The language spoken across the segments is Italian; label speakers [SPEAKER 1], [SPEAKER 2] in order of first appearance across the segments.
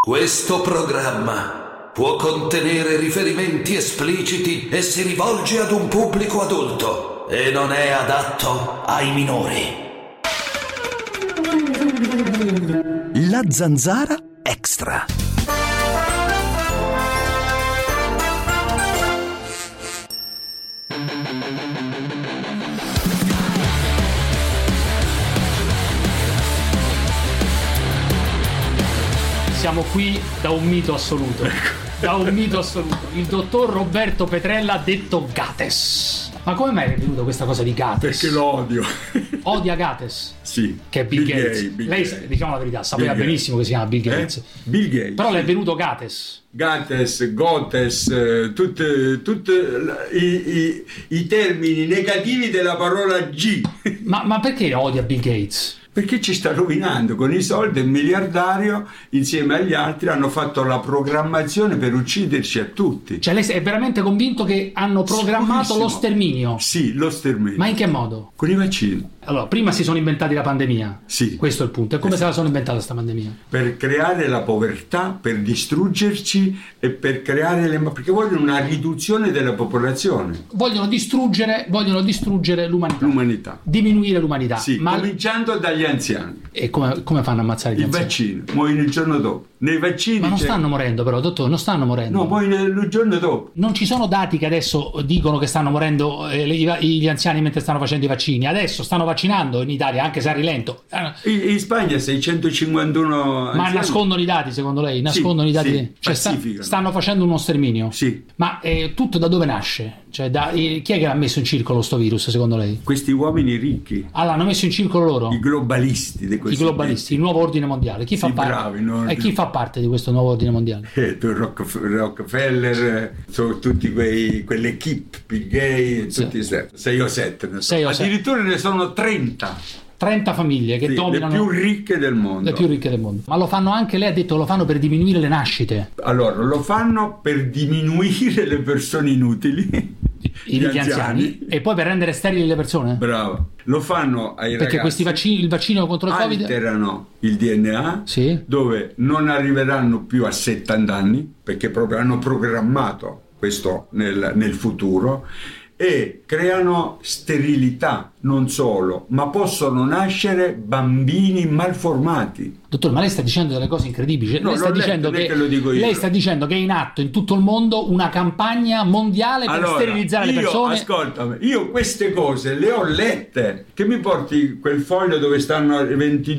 [SPEAKER 1] Questo programma può contenere riferimenti espliciti e si rivolge ad un pubblico adulto e non è adatto ai minori. La zanzara extra.
[SPEAKER 2] siamo qui da un mito assoluto. Da un mito assoluto. Il dottor Roberto Petrella detto Gates. Ma come mai è venuta questa cosa di Gates?
[SPEAKER 3] Perché lo odio.
[SPEAKER 2] Odia Gates.
[SPEAKER 3] Sì.
[SPEAKER 2] Che è Bill,
[SPEAKER 3] Bill
[SPEAKER 2] Gates.
[SPEAKER 3] Gates, Bill
[SPEAKER 2] Lei,
[SPEAKER 3] Gates.
[SPEAKER 2] diciamo la verità, sapeva
[SPEAKER 3] Bill Gates.
[SPEAKER 2] benissimo che si chiama Bill Gates.
[SPEAKER 3] Eh? Bill Gates.
[SPEAKER 2] Però le è venuto Gates.
[SPEAKER 3] Gates, Gotes, eh, tutte- tutte la- i, i- i termini negativi della parola G.
[SPEAKER 2] Ma, ma perché odia Bill Gates?
[SPEAKER 3] Perché ci sta rovinando con i soldi, il miliardario insieme agli altri hanno fatto la programmazione per ucciderci a tutti.
[SPEAKER 2] Cioè lei è veramente convinto che hanno programmato lo
[SPEAKER 3] Sicurissimo.
[SPEAKER 2] sterminio?
[SPEAKER 3] Sì, lo sterminio.
[SPEAKER 2] Ma in che modo?
[SPEAKER 3] Con i vaccini.
[SPEAKER 2] Allora, prima si sono inventati la pandemia.
[SPEAKER 3] Sì. Eh.
[SPEAKER 2] Questo è il punto. E come se la sono inventata sta pandemia?
[SPEAKER 3] per creare la povertà, per distruggerci e per creare le... ma- perché vogliono una riduzione della popolazione,
[SPEAKER 2] Vogliono distruggere, vogliono distruggere l'umanità.
[SPEAKER 3] l'umanità.
[SPEAKER 2] diminuire l'umanità.
[SPEAKER 3] Sì,
[SPEAKER 2] ma
[SPEAKER 3] cominciando dagli anziani.
[SPEAKER 2] e come, come fanno a ammazzare gli
[SPEAKER 3] Il
[SPEAKER 2] anziani?
[SPEAKER 3] vaccino, muoiono il giorno dopo. Nei vaccini...
[SPEAKER 2] Ma non
[SPEAKER 3] c'è-
[SPEAKER 2] stanno morendo, però, dottore, non stanno morendo.
[SPEAKER 3] No, muoiono il giorno dopo.
[SPEAKER 2] Non ci sono dati che adesso dicono che stanno morendo eh, le- i- gli anziani mentre stanno facendo i vaccini. Adesso stanno vaccinando in Italia, anche se a rilento. Eh,
[SPEAKER 3] In, in Spagna 651...
[SPEAKER 2] Ma
[SPEAKER 3] anziani.
[SPEAKER 2] nascondono i dati, secondo lei? Nascondono
[SPEAKER 3] Sì,
[SPEAKER 2] i dati.
[SPEAKER 3] sì,
[SPEAKER 2] cioè, sta-
[SPEAKER 3] falsificano.
[SPEAKER 2] stanno facendo uno sterminio.
[SPEAKER 3] Sì,
[SPEAKER 2] Ma eh, tutto da dove nasce? Cioè, da- eh, chi è che l'ha messo in circolo sto virus, secondo lei?
[SPEAKER 3] questi uomini ricchi,
[SPEAKER 2] Allora, hanno messo in circolo loro?
[SPEAKER 3] i globalisti di
[SPEAKER 2] I
[SPEAKER 3] questi...
[SPEAKER 2] globalisti, il nuovo ordine mondiale. Chi fa
[SPEAKER 3] Sì,
[SPEAKER 2] parte?
[SPEAKER 3] bravi, no?
[SPEAKER 2] E chi fa parte di questo nuovo ordine mondiale?
[SPEAKER 3] Eh, tu Rockef- Rockefeller, eh, sono tutti quei, quell'equipe, Bill Gates,
[SPEAKER 2] Sì.
[SPEAKER 3] tutti 6 o 7.
[SPEAKER 2] Sei o sette.
[SPEAKER 3] Addirittura ne sono 30,
[SPEAKER 2] 30 famiglie che
[SPEAKER 3] sì, le
[SPEAKER 2] dominano
[SPEAKER 3] più ricche del mondo.
[SPEAKER 2] le più ricche del mondo. Ma lo fanno anche, lei ha detto, lo fanno per diminuire le nascite.
[SPEAKER 3] Allora, lo fanno per diminuire le persone inutili,
[SPEAKER 2] Gli, anziani. e poi per rendere sterili le persone.
[SPEAKER 3] Bravo. Lo fanno ai
[SPEAKER 2] Perché questi
[SPEAKER 3] ragazzi,
[SPEAKER 2] vaccini, il vaccino contro il Covid
[SPEAKER 3] alterano il DNA,
[SPEAKER 2] Sì.
[SPEAKER 3] dove non arriveranno più a 70 anni perché proprio hanno programmato questo nel, nel futuro e creano sterilità non solo ma possono nascere bambini malformati
[SPEAKER 2] Dottore, ma lei sta dicendo delle cose incredibili. Cioè,
[SPEAKER 3] No,
[SPEAKER 2] lei, sta
[SPEAKER 3] l'ho letto,
[SPEAKER 2] dicendo
[SPEAKER 3] non è che lo dico io.
[SPEAKER 2] lei sta dicendo che è in atto in tutto il mondo una campagna mondiale per sterilizzare
[SPEAKER 3] io,
[SPEAKER 2] le persone.
[SPEAKER 3] Ascoltami, io queste cose le ho lette. Che mi porti quel foglio dove stanno le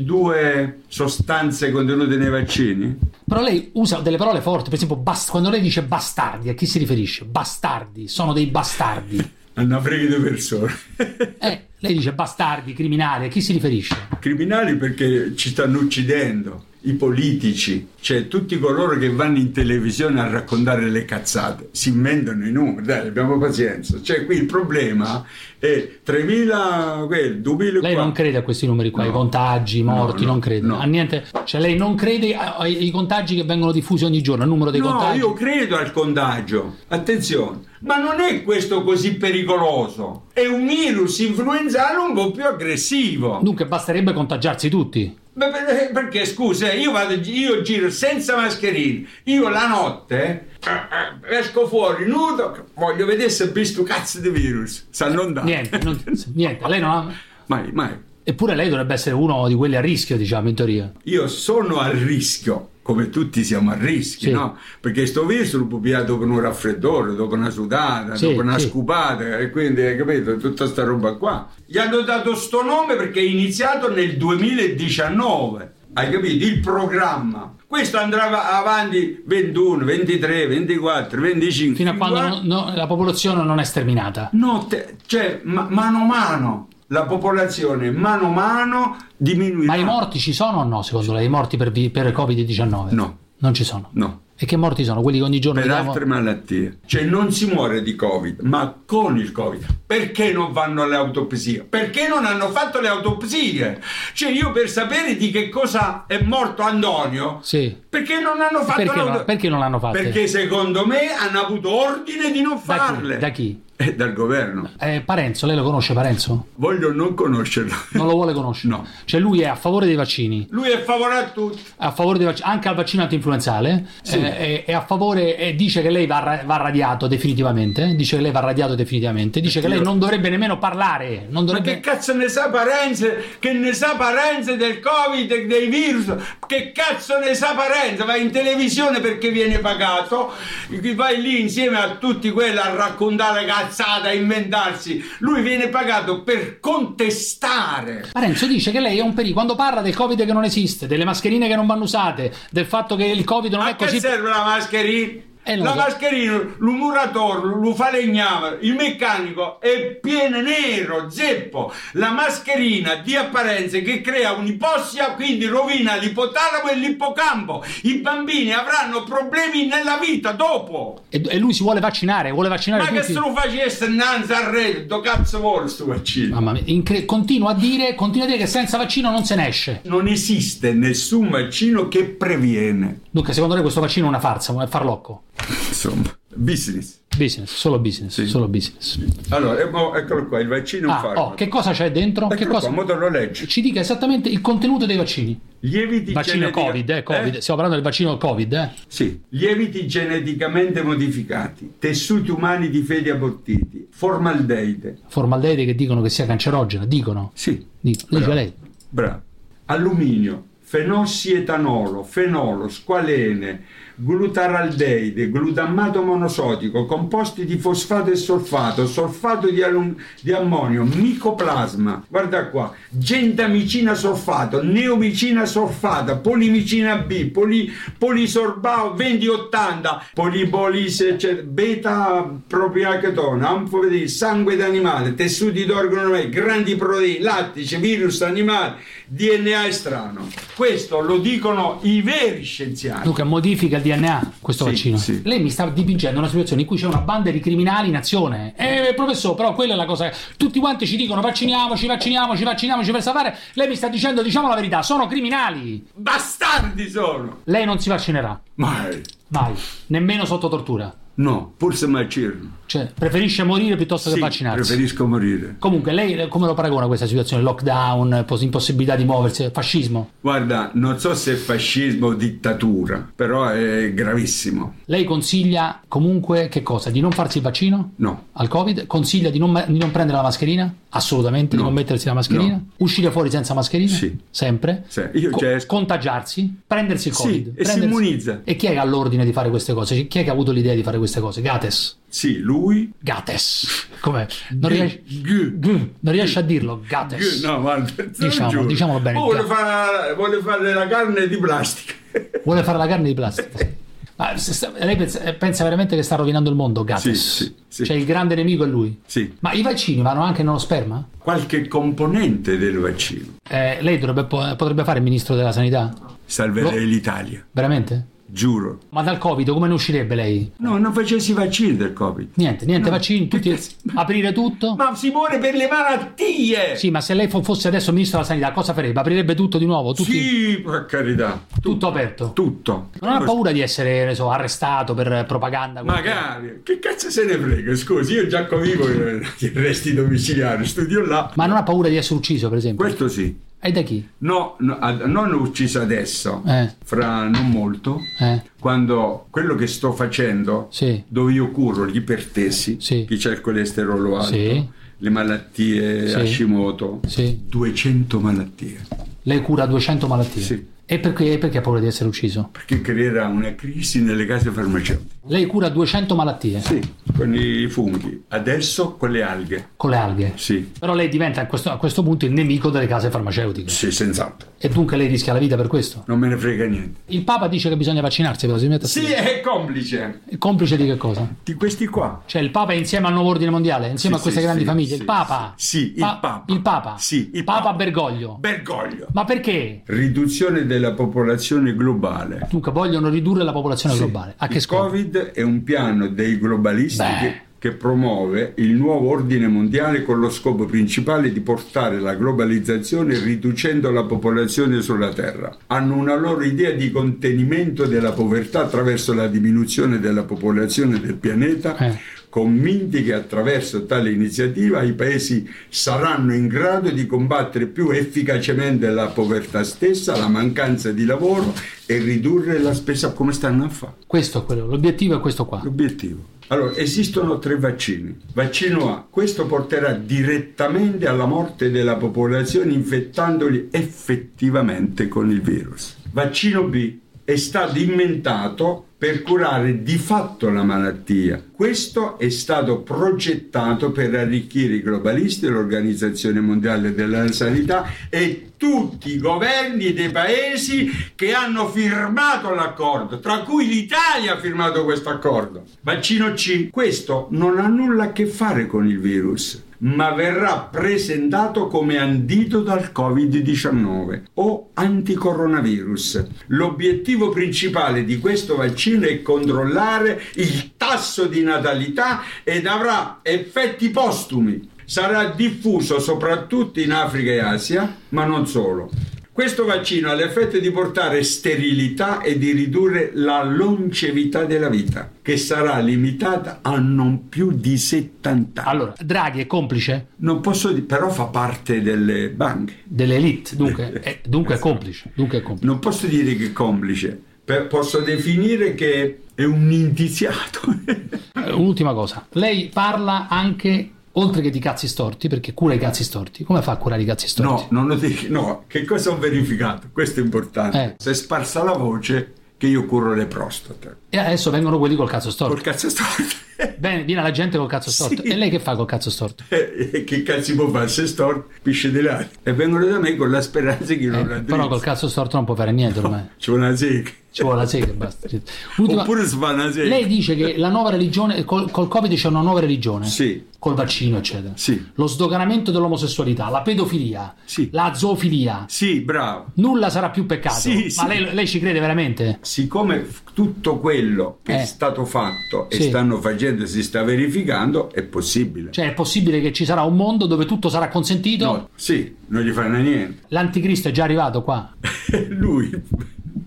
[SPEAKER 3] 22 sostanze contenute nei vaccini?
[SPEAKER 2] Però lei usa delle parole forti, per esempio, bast- quando lei dice bastardi, a chi si riferisce? Bastardi, sono dei bastardi.
[SPEAKER 3] Hanno freghi di persone.
[SPEAKER 2] Eh, lei dice bastardi, criminali, a chi si riferisce?
[SPEAKER 3] criminali perché ci stanno uccidendo i politici, cioè tutti coloro che vanno in televisione a raccontare le cazzate, si inventano i numeri, dai, abbiamo pazienza. Cioè qui il problema è 3.000, quel, 2.000
[SPEAKER 2] Lei
[SPEAKER 3] qua.
[SPEAKER 2] non crede a questi numeri qua,
[SPEAKER 3] No.
[SPEAKER 2] i contagi, i morti,
[SPEAKER 3] No, no,
[SPEAKER 2] non crede
[SPEAKER 3] no.
[SPEAKER 2] a niente. Cioè lei non crede a- ai, ai contagi che vengono diffusi ogni giorno, al numero dei
[SPEAKER 3] No,
[SPEAKER 2] contagi.
[SPEAKER 3] io credo al contagio, attenzione, ma non è questo così pericoloso, è un virus influenzale un po' più aggressivo.
[SPEAKER 2] Dunque basterebbe contagiarsi tutti.
[SPEAKER 3] Beh, per- eh, Perché scusa, io, vado, io giro senza mascherina, io la notte eh, eh, esco fuori nudo, voglio vedere se ho visto cazzo di virus, sa non dà.
[SPEAKER 2] Niente, non- niente, lei non ha-
[SPEAKER 3] Mai, mai.
[SPEAKER 2] Eppure lei dovrebbe essere uno di quelli a rischio, diciamo, in teoria.
[SPEAKER 3] Io sono a rischio, come tutti siamo a rischio,
[SPEAKER 2] Sì.
[SPEAKER 3] no? Perché sto virus lo può pigliare dopo un raffreddore, dopo una sudata,
[SPEAKER 2] Sì,
[SPEAKER 3] dopo una
[SPEAKER 2] sì.
[SPEAKER 3] scupata, e quindi hai capito, tutta sta roba qua. Gli hanno dato sto nome perché è iniziato nel 2019, hai capito? Il programma. Questo andrà av- avanti 21, 23, 24, 25.
[SPEAKER 2] Fino a quando
[SPEAKER 3] guarda-
[SPEAKER 2] non- no, la popolazione non è sterminata.
[SPEAKER 3] No, te- cioè, ma- mano a mano, la popolazione mano a mano diminuirà.
[SPEAKER 2] Ma i morti ci sono o no, secondo lei? I morti per, vi- per Covid-19?
[SPEAKER 3] No.
[SPEAKER 2] Non ci sono.
[SPEAKER 3] No.
[SPEAKER 2] E che morti sono? Quelli che ogni giorno
[SPEAKER 3] per
[SPEAKER 2] vediamo-
[SPEAKER 3] altre malattie. Cioè non si muore di Covid, ma con il Covid. Perché non vanno alle autopsie? Perché non hanno fatto le autopsie? Cioè io per sapere di che cosa è morto Antonio,
[SPEAKER 2] Sì.
[SPEAKER 3] perché non hanno fatto
[SPEAKER 2] Perché,
[SPEAKER 3] le
[SPEAKER 2] no-
[SPEAKER 3] auto-
[SPEAKER 2] perché non l'hanno fatte?
[SPEAKER 3] Perché secondo me hanno avuto ordine di non
[SPEAKER 2] da chi?
[SPEAKER 3] farle.
[SPEAKER 2] Da chi?
[SPEAKER 3] e dal governo.
[SPEAKER 2] Eh, Parenzo, lei lo conosce Parenzo?
[SPEAKER 3] Voglio non conoscerlo.
[SPEAKER 2] Non lo vuole conoscere?
[SPEAKER 3] No.
[SPEAKER 2] Cioè lui è a favore dei vaccini,
[SPEAKER 3] Lui è favorevole a tutti.
[SPEAKER 2] a favore dei vac- anche al vaccino antinfluenzale,
[SPEAKER 3] Sì.
[SPEAKER 2] eh, è, è a favore e dice che lei va, ra- va radiato definitivamente, dice che lei va radiato definitivamente, dice che lei non dovrebbe nemmeno parlare, non
[SPEAKER 3] Ma
[SPEAKER 2] dovrebbe...
[SPEAKER 3] che cazzo ne sa Parenze? Che ne sa Parenze del Covid, e dei virus? Che cazzo ne sa Parenze? Va in televisione perché viene pagato, vai lì insieme a tutti quelli a raccontare cazzate, a inventarsi. Lui viene pagato per contestare.
[SPEAKER 2] Parenzo dice che lei è un pericolo quando parla del Covid che non esiste, delle mascherine che non vanno usate, del fatto che il Covid non
[SPEAKER 3] A
[SPEAKER 2] è
[SPEAKER 3] che
[SPEAKER 2] così.
[SPEAKER 3] serve la mascherina?
[SPEAKER 2] Ecco, Eh, non
[SPEAKER 3] la
[SPEAKER 2] lo so.
[SPEAKER 3] mascherina, lo muratore, lo falegname, il meccanico è pieno nero, zeppo. La mascherina di apparenze che crea un'ipossia, quindi rovina l'ipotalamo e l'ippocampo. I bambini avranno problemi nella vita dopo.
[SPEAKER 2] E, e lui si vuole vaccinare, vuole vaccinare
[SPEAKER 3] Ma che
[SPEAKER 2] tutti.
[SPEAKER 3] se lo facesse innanzi al reddito, cazzo vuole sto vaccino?
[SPEAKER 2] Mamma mia, incre- continua a dire, continua a dire che senza vaccino non se ne esce.
[SPEAKER 3] Non esiste nessun vaccino che previene.
[SPEAKER 2] Dunque, secondo lei questo vaccino è una farsa, un farlocco?
[SPEAKER 3] Insomma, business.
[SPEAKER 2] Business, solo business, solo business.
[SPEAKER 3] Allora, ecco- eccolo qua, il vaccino è un
[SPEAKER 2] Ah,
[SPEAKER 3] farmaco.
[SPEAKER 2] oh, che cosa c'è dentro? Che
[SPEAKER 3] Eccolo
[SPEAKER 2] cosa?
[SPEAKER 3] qua, mo te lo leggi.
[SPEAKER 2] Ci dica esattamente il contenuto dei vaccini.
[SPEAKER 3] Lieviti
[SPEAKER 2] Vaccino
[SPEAKER 3] genetica-
[SPEAKER 2] Covid, eh, Covid.
[SPEAKER 3] Eh?
[SPEAKER 2] Stiamo parlando del vaccino Covid, eh.
[SPEAKER 3] Sì. Lieviti geneticamente modificati, tessuti umani di fedi abortiti, formaldeide.
[SPEAKER 2] Formaldeide che dicono che sia cancerogena, dicono.
[SPEAKER 3] Sì.
[SPEAKER 2] Dicono, dice
[SPEAKER 3] Bravo.
[SPEAKER 2] lei.
[SPEAKER 3] Bravo. Alluminio, fenossietanolo, fenolo, squalene, glutaraldeide, glutammato monosodico, composti di fosfato e solfato, solfato di, alum- di ammonio, micoplasma, guarda qua, gentamicina solfato, neomicina solfata, polimicina B, poli- polisorbao 2080, polipolise, eccetera, beta propiacetona, anfovedi, sangue d'animale, tessuti d'organo, grandi proteine, lattice, virus animale, DNA estraneo. Questo lo dicono i veri scienziati.
[SPEAKER 2] Luca, modifica il DNA questo
[SPEAKER 3] Sì,
[SPEAKER 2] vaccino.
[SPEAKER 3] sì.
[SPEAKER 2] Lei mi sta dipingendo una situazione in cui c'è una banda di criminali in azione. Eh, professore, però quella è la cosa. Tutti quanti ci dicono vacciniamoci, vacciniamoci, vacciniamoci per salvare. Lei mi sta dicendo, diciamo la verità, sono criminali.
[SPEAKER 3] Bastardi sono!
[SPEAKER 2] Lei non si vaccinerà,
[SPEAKER 3] Mai!
[SPEAKER 2] mai, nemmeno sotto tortura.
[SPEAKER 3] No, forse mai c'erano.
[SPEAKER 2] Cioè, preferisce morire piuttosto che
[SPEAKER 3] Sì,
[SPEAKER 2] vaccinarsi.
[SPEAKER 3] preferisco morire.
[SPEAKER 2] Comunque, lei eh, come lo paragona questa situazione? Lockdown, pos- impossibilità di muoversi, fascismo?
[SPEAKER 3] Guarda, non so se è fascismo o dittatura, però è gravissimo.
[SPEAKER 2] Lei consiglia comunque che cosa? Di non farsi il vaccino?
[SPEAKER 3] No.
[SPEAKER 2] Al Covid? Consiglia di non, ma- di non prendere la mascherina? Assolutamente, di
[SPEAKER 3] No.
[SPEAKER 2] non mettersi la mascherina?
[SPEAKER 3] No.
[SPEAKER 2] Uscire fuori senza mascherina?
[SPEAKER 3] Sì.
[SPEAKER 2] Sempre?
[SPEAKER 3] Sì, io ci esco.
[SPEAKER 2] Contagiarsi? Prendersi il
[SPEAKER 3] Sì,
[SPEAKER 2] Covid?
[SPEAKER 3] e si
[SPEAKER 2] prendersi-
[SPEAKER 3] immunizza.
[SPEAKER 2] E chi è che ha l'ordine di fare queste cose? Cioè, Chi è che ha avuto l'idea di fare queste cose? Gates.
[SPEAKER 3] Sì, lui...
[SPEAKER 2] Gates. Com'è? Non
[SPEAKER 3] G-
[SPEAKER 2] riesce...
[SPEAKER 3] G-
[SPEAKER 2] G- non riesce a dirlo, Gates.
[SPEAKER 3] No, guarda, te lo
[SPEAKER 2] Diciamo-
[SPEAKER 3] giuro.
[SPEAKER 2] diciamolo bene,
[SPEAKER 3] Oh, Vuole
[SPEAKER 2] Gates.
[SPEAKER 3] fare, vuole fare la carne di plastica.
[SPEAKER 2] Vuole fare la carne di plastica.
[SPEAKER 3] Eh.
[SPEAKER 2] Ma se sta- lei pensa, pensa veramente che sta rovinando il mondo, Gates?
[SPEAKER 3] Sì, sì, sì.
[SPEAKER 2] Cioè il grande nemico è lui.
[SPEAKER 3] Sì.
[SPEAKER 2] Ma i vaccini vanno anche nello sperma?
[SPEAKER 3] Qualche componente del vaccino
[SPEAKER 2] Eh, lei dovrebbe- po- potrebbe fare il ministro della sanità? Boh.
[SPEAKER 3] salverei l'Italia,
[SPEAKER 2] Veramente?
[SPEAKER 3] giuro.
[SPEAKER 2] Ma dal Covid come ne uscirebbe lei?
[SPEAKER 3] No, non facessi i vaccini del Covid.
[SPEAKER 2] Niente, niente
[SPEAKER 3] No.
[SPEAKER 2] vaccini, tutti, aprire tutto?
[SPEAKER 3] Ma si muore per le malattie!
[SPEAKER 2] Sì, ma se lei fo- fosse adesso ministro della sanità, cosa farebbe? Aprirebbe tutto di nuovo? Tutti,
[SPEAKER 3] Sì, per carità.
[SPEAKER 2] Tutto aperto.
[SPEAKER 3] Tutto.
[SPEAKER 2] Non ha paura di essere, ne so, arrestato per propaganda?
[SPEAKER 3] Magari. Che cazzo se ne frega? Scusi, io già convivo che gli arresti domiciliari, studio là.
[SPEAKER 2] Ma non ha paura di essere ucciso, per esempio?
[SPEAKER 3] Questo sì.
[SPEAKER 2] E da chi?
[SPEAKER 3] No, no, ad- non ucciso adesso,
[SPEAKER 2] Eh.
[SPEAKER 3] fra non molto,
[SPEAKER 2] Eh.
[SPEAKER 3] quando quello che sto facendo,
[SPEAKER 2] Sì.
[SPEAKER 3] dove io curo gli ipertesi,
[SPEAKER 2] Sì.
[SPEAKER 3] che c'è il colesterolo alto,
[SPEAKER 2] Sì.
[SPEAKER 3] le malattie
[SPEAKER 2] Sì.
[SPEAKER 3] Hashimoto,
[SPEAKER 2] Sì.
[SPEAKER 3] 200 malattie,
[SPEAKER 2] Lei cura 200 malattie?
[SPEAKER 3] Sì.
[SPEAKER 2] E perché, perché ha paura di essere ucciso?
[SPEAKER 3] perché creerà una crisi nelle case farmaceutiche.
[SPEAKER 2] Lei cura 200 malattie
[SPEAKER 3] Sì, con i funghi, adesso con le alghe.
[SPEAKER 2] con le alghe.
[SPEAKER 3] Sì,
[SPEAKER 2] Però lei diventa a questo, a questo punto il nemico delle case farmaceutiche.
[SPEAKER 3] sì, senz'altro.
[SPEAKER 2] E dunque lei rischia la vita per questo.
[SPEAKER 3] Non me ne frega niente.
[SPEAKER 2] Il Papa dice che bisogna vaccinarsi, però si mette a
[SPEAKER 3] Sì, è complice
[SPEAKER 2] È complice di che cosa?
[SPEAKER 3] di questi qua.
[SPEAKER 2] Cioè il Papa è insieme al nuovo ordine mondiale,
[SPEAKER 3] Ah.
[SPEAKER 2] insieme
[SPEAKER 3] Sì,
[SPEAKER 2] a queste
[SPEAKER 3] sì,
[SPEAKER 2] grandi
[SPEAKER 3] sì,
[SPEAKER 2] famiglie.
[SPEAKER 3] sì,
[SPEAKER 2] il Papa.
[SPEAKER 3] Sì, sì, il
[SPEAKER 2] Pa-
[SPEAKER 3] Papa.
[SPEAKER 2] Il Papa.
[SPEAKER 3] Sì, il
[SPEAKER 2] Papa,
[SPEAKER 3] Papa.
[SPEAKER 2] Bergoglio.
[SPEAKER 3] Bergoglio.
[SPEAKER 2] Ma perché?
[SPEAKER 3] Riduzione della popolazione globale.
[SPEAKER 2] Dunque vogliono ridurre la popolazione globale. A che
[SPEAKER 3] il
[SPEAKER 2] scopo?
[SPEAKER 3] Covid è un piano dei globalisti
[SPEAKER 2] Beh.
[SPEAKER 3] che, che promuove il nuovo ordine mondiale con lo scopo principale di portare la globalizzazione riducendo la popolazione sulla Terra. Hanno una loro idea di contenimento della povertà attraverso la diminuzione della popolazione del pianeta
[SPEAKER 2] Eh.
[SPEAKER 3] convinti che attraverso tale iniziativa i paesi saranno in grado di combattere più efficacemente la povertà stessa, la mancanza di lavoro e ridurre la spesa come stanno a fare.
[SPEAKER 2] Questo è quello, l'obiettivo è questo qua.
[SPEAKER 3] L'obiettivo. Allora, esistono tre vaccini. Vaccino A, questo porterà direttamente alla morte della popolazione infettandoli effettivamente con il virus. Vaccino B è stato inventato per curare di fatto la malattia. Questo è stato progettato per arricchire i globalisti, l'Organizzazione Mondiale della Sanità e tutti i governi dei paesi che hanno firmato l'accordo, tra cui l'Italia ha firmato questo accordo. Vaccino C, questo non ha nulla a che fare con il virus ma verrà presentato come antidoto al Covid-19 o anticoronavirus. L'obiettivo principale di questo vaccino è controllare il tasso di natalità ed avrà effetti postumi. Sarà diffuso soprattutto in Africa e Asia, ma non solo. Questo vaccino ha l'effetto di portare sterilità e di ridurre la longevità della vita, che sarà limitata a non più di 70 anni.
[SPEAKER 2] Allora, Draghi è complice
[SPEAKER 3] Non posso dire, però fa parte delle banche.
[SPEAKER 2] dell'elite, dunque, è, dunque è complice, dunque è complice.
[SPEAKER 3] Non posso dire che è complice, per- posso definire che è un indiziato.
[SPEAKER 2] Eh, Ultima cosa, lei parla anche oltre che di cazzi storti, perché cura i cazzi storti. Come fa a curare i cazzi storti?
[SPEAKER 3] no, non lo dico, no, che cosa ho verificato? Questo è importante.
[SPEAKER 2] Eh.
[SPEAKER 3] Si è sparsa la voce che io curo le prostate.
[SPEAKER 2] E adesso vengono quelli col cazzo storto.
[SPEAKER 3] Col cazzo storto.
[SPEAKER 2] Bene, viene la gente col cazzo storto.
[SPEAKER 3] Sì.
[SPEAKER 2] E lei che fa col cazzo storto?
[SPEAKER 3] Eh, che cazzo può fare se storto pisce di là e vengono da me con la speranza che io
[SPEAKER 2] Eh,
[SPEAKER 3] non la
[SPEAKER 2] però col cazzo storto non può fare niente ormai.
[SPEAKER 3] c'è una zecca
[SPEAKER 2] Ci vuole la sega e basta. Ultima-
[SPEAKER 3] oppure si fa una zecca
[SPEAKER 2] Lei dice che la nuova religione, col, col Covid c'è una nuova religione.
[SPEAKER 3] Sì.
[SPEAKER 2] Col vaccino, eccetera.
[SPEAKER 3] Sì.
[SPEAKER 2] Lo sdoganamento dell'omosessualità, la pedofilia,
[SPEAKER 3] Sì.
[SPEAKER 2] la zoofilia.
[SPEAKER 3] sì bravo
[SPEAKER 2] Nulla sarà più peccato.
[SPEAKER 3] Sì,
[SPEAKER 2] Ma
[SPEAKER 3] sì.
[SPEAKER 2] Lei, lei ci crede veramente?
[SPEAKER 3] siccome f- tutto quello che
[SPEAKER 2] Eh.
[SPEAKER 3] è stato fatto e
[SPEAKER 2] Sì.
[SPEAKER 3] stanno facendo si sta verificando è possibile
[SPEAKER 2] Cioè, è possibile che ci sarà un mondo dove tutto sarà consentito?
[SPEAKER 3] no sì non gli fanno niente
[SPEAKER 2] L'anticristo è già arrivato qua.
[SPEAKER 3] lui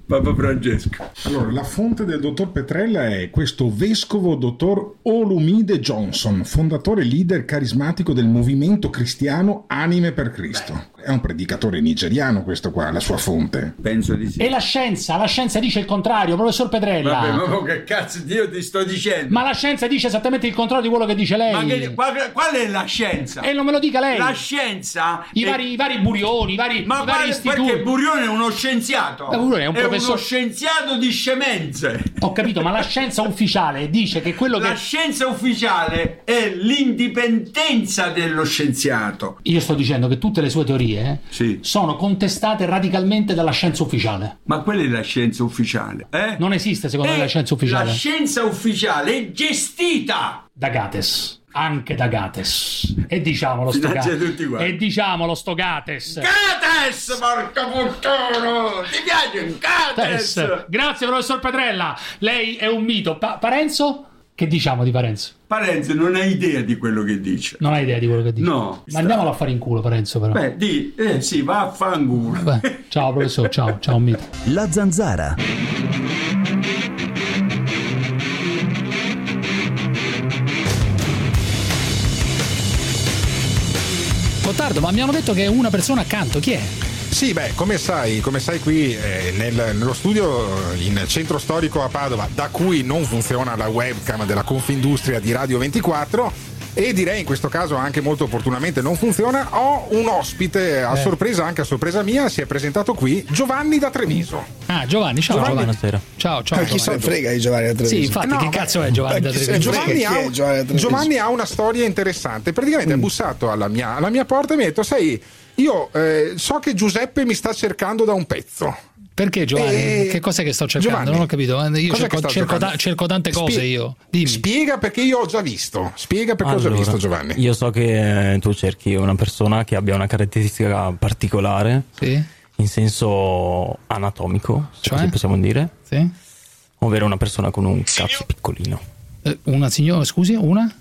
[SPEAKER 3] Papa Francesco
[SPEAKER 4] Allora, la fonte del dottor Petrella è questo vescovo dottor Olumide Johnson, fondatore e leader carismatico del movimento cristiano Anime per Cristo. È un predicatore nigeriano questo qua, la sua fonte.
[SPEAKER 3] penso di sì
[SPEAKER 2] E la scienza? La scienza dice il contrario, professor Petrella.
[SPEAKER 3] vabbè ma mo che cazzo io ti sto dicendo
[SPEAKER 2] Ma la scienza dice esattamente il contrario di quello che dice lei.
[SPEAKER 3] Ma che- qual, qual è la scienza
[SPEAKER 2] E non me lo dica lei.
[SPEAKER 3] la scienza
[SPEAKER 2] I,
[SPEAKER 3] è-
[SPEAKER 2] vari, i vari burioni, i vari,
[SPEAKER 3] Ma
[SPEAKER 2] i vari
[SPEAKER 3] guarda,
[SPEAKER 2] istituti.
[SPEAKER 3] perché Burione è uno scienziato.
[SPEAKER 2] Eh, Burione è un
[SPEAKER 3] uno
[SPEAKER 2] professor-
[SPEAKER 3] scienziato di scemenze.
[SPEAKER 2] Ho capito, ma la scienza ufficiale dice che quello
[SPEAKER 3] La
[SPEAKER 2] che.
[SPEAKER 3] scienza ufficiale è l'indipendenza dello scienziato.
[SPEAKER 2] Io sto dicendo che tutte le sue teorie
[SPEAKER 3] Sì.
[SPEAKER 2] sono contestate radicalmente dalla scienza ufficiale.
[SPEAKER 3] Ma quella è la scienza ufficiale, eh?
[SPEAKER 2] Non esiste, secondo me,
[SPEAKER 3] Eh,
[SPEAKER 2] la scienza ufficiale.
[SPEAKER 3] La scienza ufficiale è gestita.
[SPEAKER 2] da Gates. Anche da Gates. E diciamolo, sto
[SPEAKER 3] Finanzia
[SPEAKER 2] Gates.
[SPEAKER 3] tutti quanti.
[SPEAKER 2] E diciamolo, sto Gates.
[SPEAKER 3] Cates, porca puttana! oh, Ti piace un Cates?
[SPEAKER 2] Gates. Grazie, professor Petrella. Lei è un mito. Pa- Parenzo? Che diciamo di Parenzo?
[SPEAKER 3] Parenzo non ha idea di quello che dice.
[SPEAKER 2] Non hai idea di quello che dice.
[SPEAKER 3] No.
[SPEAKER 2] Ma andiamolo a fare in culo, Parenzo, però.
[SPEAKER 3] Beh, di, eh sì, va a fangulo.
[SPEAKER 2] Beh, ciao, professor. Ciao, ciao, mito.
[SPEAKER 5] La zanzara.
[SPEAKER 2] Cottardo, ma mi hanno detto che è una persona accanto. Chi è?
[SPEAKER 4] Sì, beh, come sai, come sai qui eh, nel- nello studio eh, in centro storico a Padova, da cui non funziona la webcam della Confindustria di Radio 24 e direi in questo caso anche molto opportunamente non funziona, ho un ospite a sorpresa, anche a sorpresa mia, si è presentato qui Giovanni da Treviso.
[SPEAKER 2] Ah, Giovanni, ciao.
[SPEAKER 4] Giovanni.
[SPEAKER 2] Buonasera. Ciao, ciao.
[SPEAKER 6] chi se
[SPEAKER 2] Giovanni.
[SPEAKER 6] ne frega di Giovanni da Treviso?
[SPEAKER 2] Sì, infatti,
[SPEAKER 4] No,
[SPEAKER 2] che
[SPEAKER 4] ma-
[SPEAKER 2] cazzo è Giovanni da
[SPEAKER 6] chi se
[SPEAKER 2] Treviso?
[SPEAKER 6] ne frega?
[SPEAKER 4] Giovanni,
[SPEAKER 6] chi
[SPEAKER 4] ha,
[SPEAKER 6] è Giovanni da Treviso? Mm.
[SPEAKER 4] Giovanni ha una storia interessante. Praticamente ha bussato alla mia, alla mia porta e mi ha detto: Sai, io eh, so che Giuseppe mi sta cercando da un pezzo.
[SPEAKER 2] Perché Giovanni?
[SPEAKER 4] Eh,
[SPEAKER 2] Che cos'è che sto cercando?
[SPEAKER 4] Giovanni,
[SPEAKER 2] non ho capito. eh, Io
[SPEAKER 4] cos'è
[SPEAKER 2] cerco,
[SPEAKER 4] che sto
[SPEAKER 2] cerco ta-
[SPEAKER 4] cercando?
[SPEAKER 2] cerco tante cose
[SPEAKER 4] Spie-
[SPEAKER 2] io. Dimmi.
[SPEAKER 4] Spiega perché io ho già visto. Spiega perché ho già
[SPEAKER 7] Allora,
[SPEAKER 4] visto, Giovanni.
[SPEAKER 7] Io so che eh, tu cerchi una persona che abbia una caratteristica particolare
[SPEAKER 2] Sì?
[SPEAKER 7] in senso anatomico, se
[SPEAKER 2] Cioè?
[SPEAKER 7] così possiamo dire,
[SPEAKER 2] Sì?
[SPEAKER 7] ovvero una persona con un cazzo piccolino.
[SPEAKER 2] Eh, Una signora, scusi, una?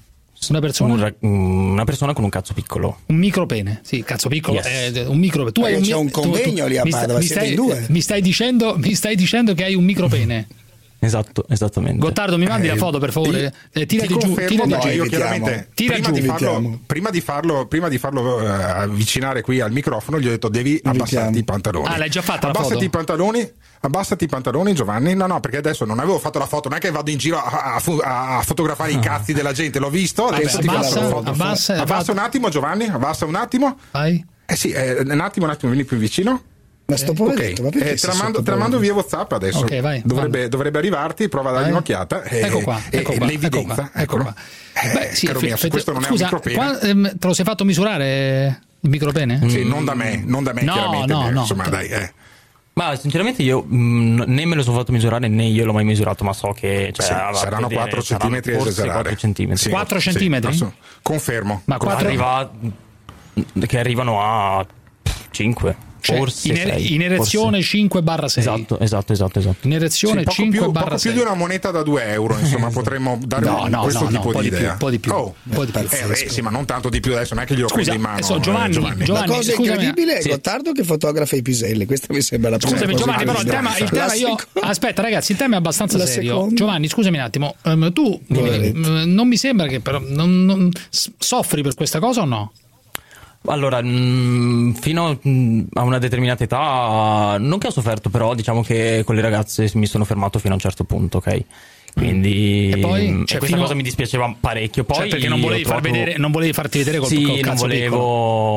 [SPEAKER 2] Una persona?
[SPEAKER 7] Un
[SPEAKER 2] Un,
[SPEAKER 7] ra- mm, una persona con un cazzo piccolo.
[SPEAKER 2] micropene. Sì, cazzo piccolo.
[SPEAKER 7] Yes.
[SPEAKER 2] eh, un micro... tu
[SPEAKER 6] Ma
[SPEAKER 2] hai
[SPEAKER 6] che
[SPEAKER 2] un mi-
[SPEAKER 6] c'è un
[SPEAKER 2] tu-
[SPEAKER 6] convegno lì a
[SPEAKER 2] mi sta-
[SPEAKER 6] Padova,
[SPEAKER 2] mi
[SPEAKER 6] siete
[SPEAKER 2] stai-
[SPEAKER 6] in due.
[SPEAKER 2] Mi stai dicendo, mi stai dicendo che hai un micropene.
[SPEAKER 7] Esatto, esattamente.
[SPEAKER 2] Gottardo, mi mandi
[SPEAKER 4] Eh,
[SPEAKER 2] la foto per favore.
[SPEAKER 4] ti-
[SPEAKER 2] Eh, tirati
[SPEAKER 4] ti
[SPEAKER 2] giù,
[SPEAKER 4] confermo,
[SPEAKER 2] tirati
[SPEAKER 4] no,
[SPEAKER 2] giù.
[SPEAKER 4] io
[SPEAKER 8] Evitiamo.
[SPEAKER 4] chiaramente
[SPEAKER 2] Tira
[SPEAKER 4] prima
[SPEAKER 2] giù,
[SPEAKER 4] di, farlo,
[SPEAKER 8] evitiamo.
[SPEAKER 4] prima di farlo, prima di farlo, eh, avvicinare qui al microfono, gli ho detto devi
[SPEAKER 8] Evitiamo.
[SPEAKER 4] abbassarti i pantaloni.
[SPEAKER 2] Ah, l'hai già fatta la
[SPEAKER 4] abbassati
[SPEAKER 2] foto?
[SPEAKER 4] i pantaloni, abbassati i pantaloni, Giovanni. No, no, perché adesso non avevo fatto la foto, non è che vado in giro a, a fu- a fotografare i cazzi della gente, l'ho visto. Adesso ti
[SPEAKER 2] Ah. abbassa,
[SPEAKER 4] faccio la foto.
[SPEAKER 2] abbassa,
[SPEAKER 4] Abbassa
[SPEAKER 2] abbassa.
[SPEAKER 4] un attimo, Giovanni, abbassa un attimo.
[SPEAKER 2] Vai.
[SPEAKER 4] Eh sì, eh, un attimo, un attimo, vieni più vicino.
[SPEAKER 8] Ma sto poveretto, ma
[SPEAKER 4] Ok,
[SPEAKER 8] perché
[SPEAKER 4] eh, te,
[SPEAKER 8] sei
[SPEAKER 4] la mando,
[SPEAKER 8] sotto
[SPEAKER 4] te la mando
[SPEAKER 8] polvere?
[SPEAKER 4] via WhatsApp adesso.
[SPEAKER 2] Ok, vai,
[SPEAKER 4] dovrebbe, dovrebbe arrivarti, prova a dargli
[SPEAKER 2] Vai.
[SPEAKER 4] un'occhiata. eh,
[SPEAKER 2] ecco qua,
[SPEAKER 4] eh,
[SPEAKER 2] ecco qua, ecco
[SPEAKER 4] l'evidenza,
[SPEAKER 2] qua, ecco
[SPEAKER 4] eccolo.
[SPEAKER 2] qua.
[SPEAKER 4] Eh,
[SPEAKER 2] Beh, sì,
[SPEAKER 4] caro
[SPEAKER 2] effe-
[SPEAKER 4] mio, se
[SPEAKER 2] effe-
[SPEAKER 4] questo non è un
[SPEAKER 2] scusa,
[SPEAKER 4] micropene.
[SPEAKER 2] qua, ehm, te lo sei fatto misurare il micropene?
[SPEAKER 4] Sì, non da me, non da me
[SPEAKER 2] No,
[SPEAKER 4] chiaramente.
[SPEAKER 2] no,
[SPEAKER 4] eh,
[SPEAKER 2] no.
[SPEAKER 4] Insomma, dai, eh.
[SPEAKER 7] Ma sinceramente io mh, né me lo sono fatto misurare né io l'ho mai misurato, ma so che cioè,
[SPEAKER 4] Sì,
[SPEAKER 7] va a
[SPEAKER 4] saranno
[SPEAKER 7] vedere,
[SPEAKER 4] 4
[SPEAKER 7] saranno
[SPEAKER 4] centimetri a
[SPEAKER 7] forse
[SPEAKER 4] esagerare.
[SPEAKER 7] 4 centimetri.
[SPEAKER 4] Sì,
[SPEAKER 2] Quattro
[SPEAKER 4] sì,
[SPEAKER 2] centimetri?
[SPEAKER 4] asso- confermo.
[SPEAKER 2] Ma
[SPEAKER 4] confermo.
[SPEAKER 2] quattro-
[SPEAKER 7] Arriva, mm, che arrivano a 5,
[SPEAKER 2] Cioè,
[SPEAKER 7] forse
[SPEAKER 2] in, er-
[SPEAKER 7] 6.
[SPEAKER 2] in erezione 5 barra 6.
[SPEAKER 7] Esatto, esatto, esatto, esatto.
[SPEAKER 2] In
[SPEAKER 4] Sì,
[SPEAKER 2] erezione
[SPEAKER 4] poco,
[SPEAKER 2] 5
[SPEAKER 4] più,
[SPEAKER 2] barra
[SPEAKER 4] poco
[SPEAKER 2] 6.
[SPEAKER 4] più di una moneta da 2 euro, insomma, potremmo dare
[SPEAKER 2] No,
[SPEAKER 4] un-
[SPEAKER 2] no,
[SPEAKER 4] questo
[SPEAKER 2] no, no,
[SPEAKER 4] tipo
[SPEAKER 2] un po'
[SPEAKER 4] di
[SPEAKER 2] di più,
[SPEAKER 4] idea.
[SPEAKER 2] un po' di più,
[SPEAKER 4] Oh,
[SPEAKER 2] un po' di più.
[SPEAKER 4] eh, beh, sì, ma non tanto di più adesso, non è che gli ho preso
[SPEAKER 2] Scusa,
[SPEAKER 4] in mano.
[SPEAKER 2] adesso
[SPEAKER 4] eh,
[SPEAKER 2] Giovanni,
[SPEAKER 8] La
[SPEAKER 2] Giovanni,
[SPEAKER 8] cosa
[SPEAKER 2] scusami.
[SPEAKER 8] incredibile
[SPEAKER 7] Sì.
[SPEAKER 8] è Gottardo che fotografa i piselli. Questa mi sembra
[SPEAKER 9] Cioè,
[SPEAKER 8] la prima
[SPEAKER 2] Scusami
[SPEAKER 8] cosa
[SPEAKER 2] Giovanni, però il
[SPEAKER 8] incredibile.
[SPEAKER 2] tema, il tema
[SPEAKER 8] La
[SPEAKER 2] io...
[SPEAKER 8] seconda-
[SPEAKER 2] Aspetta ragazzi, il tema è abbastanza
[SPEAKER 8] La
[SPEAKER 2] serio.
[SPEAKER 8] seconda.
[SPEAKER 2] Giovanni, scusami un attimo, ehm, tu dimmi,
[SPEAKER 8] Poveretto.
[SPEAKER 2] ehm, non mi sembra che però... non- non- s- soffri per questa cosa o no?
[SPEAKER 7] Allora, mh, fino mh, a una determinata età, non che ho sofferto, però diciamo che con le ragazze mi sono fermato fino a un certo punto, ok? Quindi
[SPEAKER 2] E
[SPEAKER 7] mh,
[SPEAKER 2] poi? Cioè,
[SPEAKER 7] Mm, questa
[SPEAKER 2] fino-
[SPEAKER 7] cosa mi dispiaceva parecchio. Poi
[SPEAKER 2] Cioè, perché non volevi,
[SPEAKER 7] ho
[SPEAKER 2] far
[SPEAKER 7] trovato-
[SPEAKER 2] vedere, non volevi farti vedere col,
[SPEAKER 7] sì,
[SPEAKER 2] col cazzo
[SPEAKER 7] non volevo,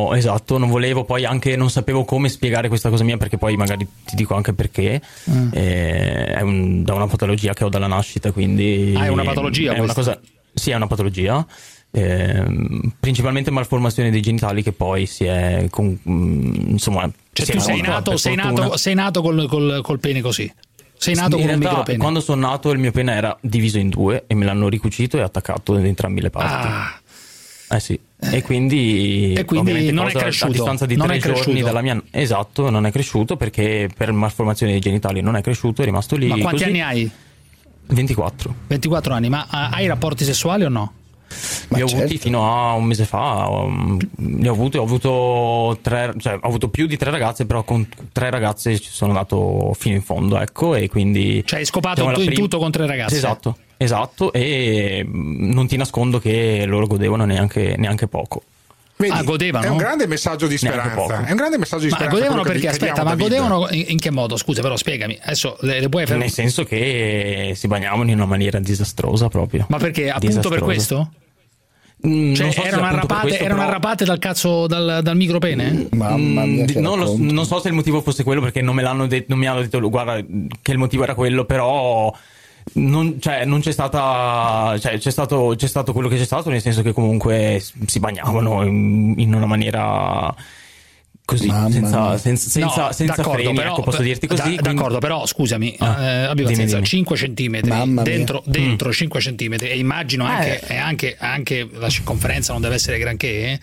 [SPEAKER 2] piccolo.
[SPEAKER 7] esatto, non volevo, poi anche non sapevo come spiegare questa cosa mia perché poi magari ti dico anche perché,
[SPEAKER 2] Mm.
[SPEAKER 7] Eh, è un- da una patologia che ho dalla nascita, quindi...
[SPEAKER 2] Ah, è una patologia
[SPEAKER 7] È una
[SPEAKER 2] questa?
[SPEAKER 7] cosa, sì, è una patologia, Ehm, principalmente malformazione dei genitali che poi si è... con- mm, insomma...
[SPEAKER 2] Cioè,
[SPEAKER 7] si è
[SPEAKER 2] tu sei
[SPEAKER 7] evoluta,
[SPEAKER 2] nato,
[SPEAKER 7] per
[SPEAKER 2] sei
[SPEAKER 7] fortuna.
[SPEAKER 2] nato, sei nato col, col- col pene così. Sei nato
[SPEAKER 7] in
[SPEAKER 2] con un
[SPEAKER 7] realtà,
[SPEAKER 2] micropene.
[SPEAKER 7] quando sono nato il mio pene era diviso in due e me l'hanno ricucito e attaccato da entrambe le parti.
[SPEAKER 2] Ah,
[SPEAKER 7] Eh sì, e quindi,
[SPEAKER 2] E quindi
[SPEAKER 7] ovviamente
[SPEAKER 2] non è
[SPEAKER 7] cosa
[SPEAKER 2] cresciuto,
[SPEAKER 7] a distanza di
[SPEAKER 2] non
[SPEAKER 7] tre
[SPEAKER 2] è
[SPEAKER 7] giorni
[SPEAKER 2] cresciuto.
[SPEAKER 7] dalla mia esatto, non è cresciuto perché per malformazione dei genitali non è cresciuto, è rimasto lì.
[SPEAKER 2] ma quanti
[SPEAKER 7] così.
[SPEAKER 2] anni hai?
[SPEAKER 7] 24.
[SPEAKER 2] 24 anni, ma ah, hai rapporti sessuali o no?
[SPEAKER 8] Ma
[SPEAKER 7] li ho
[SPEAKER 8] certo.
[SPEAKER 7] avuti fino a un mese fa. um, li ho avuti, ho avuto tre, cioè, ho avuto più di tre ragazze, però con tre ragazze ci sono andato fino in fondo, ecco, e quindi
[SPEAKER 2] Cioè, hai scopato
[SPEAKER 7] diciamo,
[SPEAKER 2] tu-
[SPEAKER 7] la
[SPEAKER 2] in
[SPEAKER 7] prim-
[SPEAKER 2] tutto con tre ragazze.
[SPEAKER 7] Esatto. Esatto, e mm, non ti nascondo che loro godevano neanche, neanche poco.
[SPEAKER 4] Vedi,
[SPEAKER 2] Ah, godevano?
[SPEAKER 4] È un grande messaggio di
[SPEAKER 7] Neanche
[SPEAKER 4] speranza.
[SPEAKER 7] poco.
[SPEAKER 4] È un grande messaggio di
[SPEAKER 2] Ma
[SPEAKER 4] speranza.
[SPEAKER 2] godevano
[SPEAKER 4] quello che
[SPEAKER 2] perché,
[SPEAKER 4] vi chiediamo
[SPEAKER 2] aspetta, ma
[SPEAKER 4] da vita.
[SPEAKER 2] godevano in, in che modo? Scusa, però spiegami. Adesso le, le puoi fermare.
[SPEAKER 7] Nel senso che si bagnavano in una maniera disastrosa proprio.
[SPEAKER 2] Ma perché? Appunto per
[SPEAKER 7] Disastrosa.
[SPEAKER 2] questo?
[SPEAKER 7] Mm,
[SPEAKER 2] Cioè,
[SPEAKER 7] non so se
[SPEAKER 2] erano,
[SPEAKER 7] appunto per
[SPEAKER 2] arrapate,
[SPEAKER 7] questo,
[SPEAKER 2] erano
[SPEAKER 7] però-
[SPEAKER 2] arrapate dal cazzo dal, dal micropene?
[SPEAKER 8] Mamma
[SPEAKER 7] Mm,
[SPEAKER 8] mia,
[SPEAKER 7] di-
[SPEAKER 8] che
[SPEAKER 7] non, lo-
[SPEAKER 8] racconto.
[SPEAKER 7] non so se il motivo fosse quello perché non me l'hanno detto, non mi hanno detto guarda che il motivo era quello, però non, cioè, non c'è stata cioè, c'è, stato, c'è stato quello che c'è stato, nel senso che comunque s- si bagnavano in, in una maniera così
[SPEAKER 8] Mamma
[SPEAKER 7] senza,
[SPEAKER 8] mia.
[SPEAKER 7] senza, senza,
[SPEAKER 2] No,
[SPEAKER 7] senza
[SPEAKER 2] d'accordo,
[SPEAKER 7] freni,
[SPEAKER 2] però-
[SPEAKER 7] ecco, posso dirti così.
[SPEAKER 2] da-
[SPEAKER 7] quindi-
[SPEAKER 2] d'accordo, però scusami,
[SPEAKER 7] Ah,
[SPEAKER 2] eh, abbi
[SPEAKER 7] dimmi,
[SPEAKER 2] pazienza,
[SPEAKER 7] dimmi. Mm.
[SPEAKER 2] 5 centimetri
[SPEAKER 8] Mamma mia.
[SPEAKER 2] dentro, dentro 5 centimetri e immagino
[SPEAKER 7] Eh.
[SPEAKER 2] anche, e anche, anche la circonferenza non deve essere granché.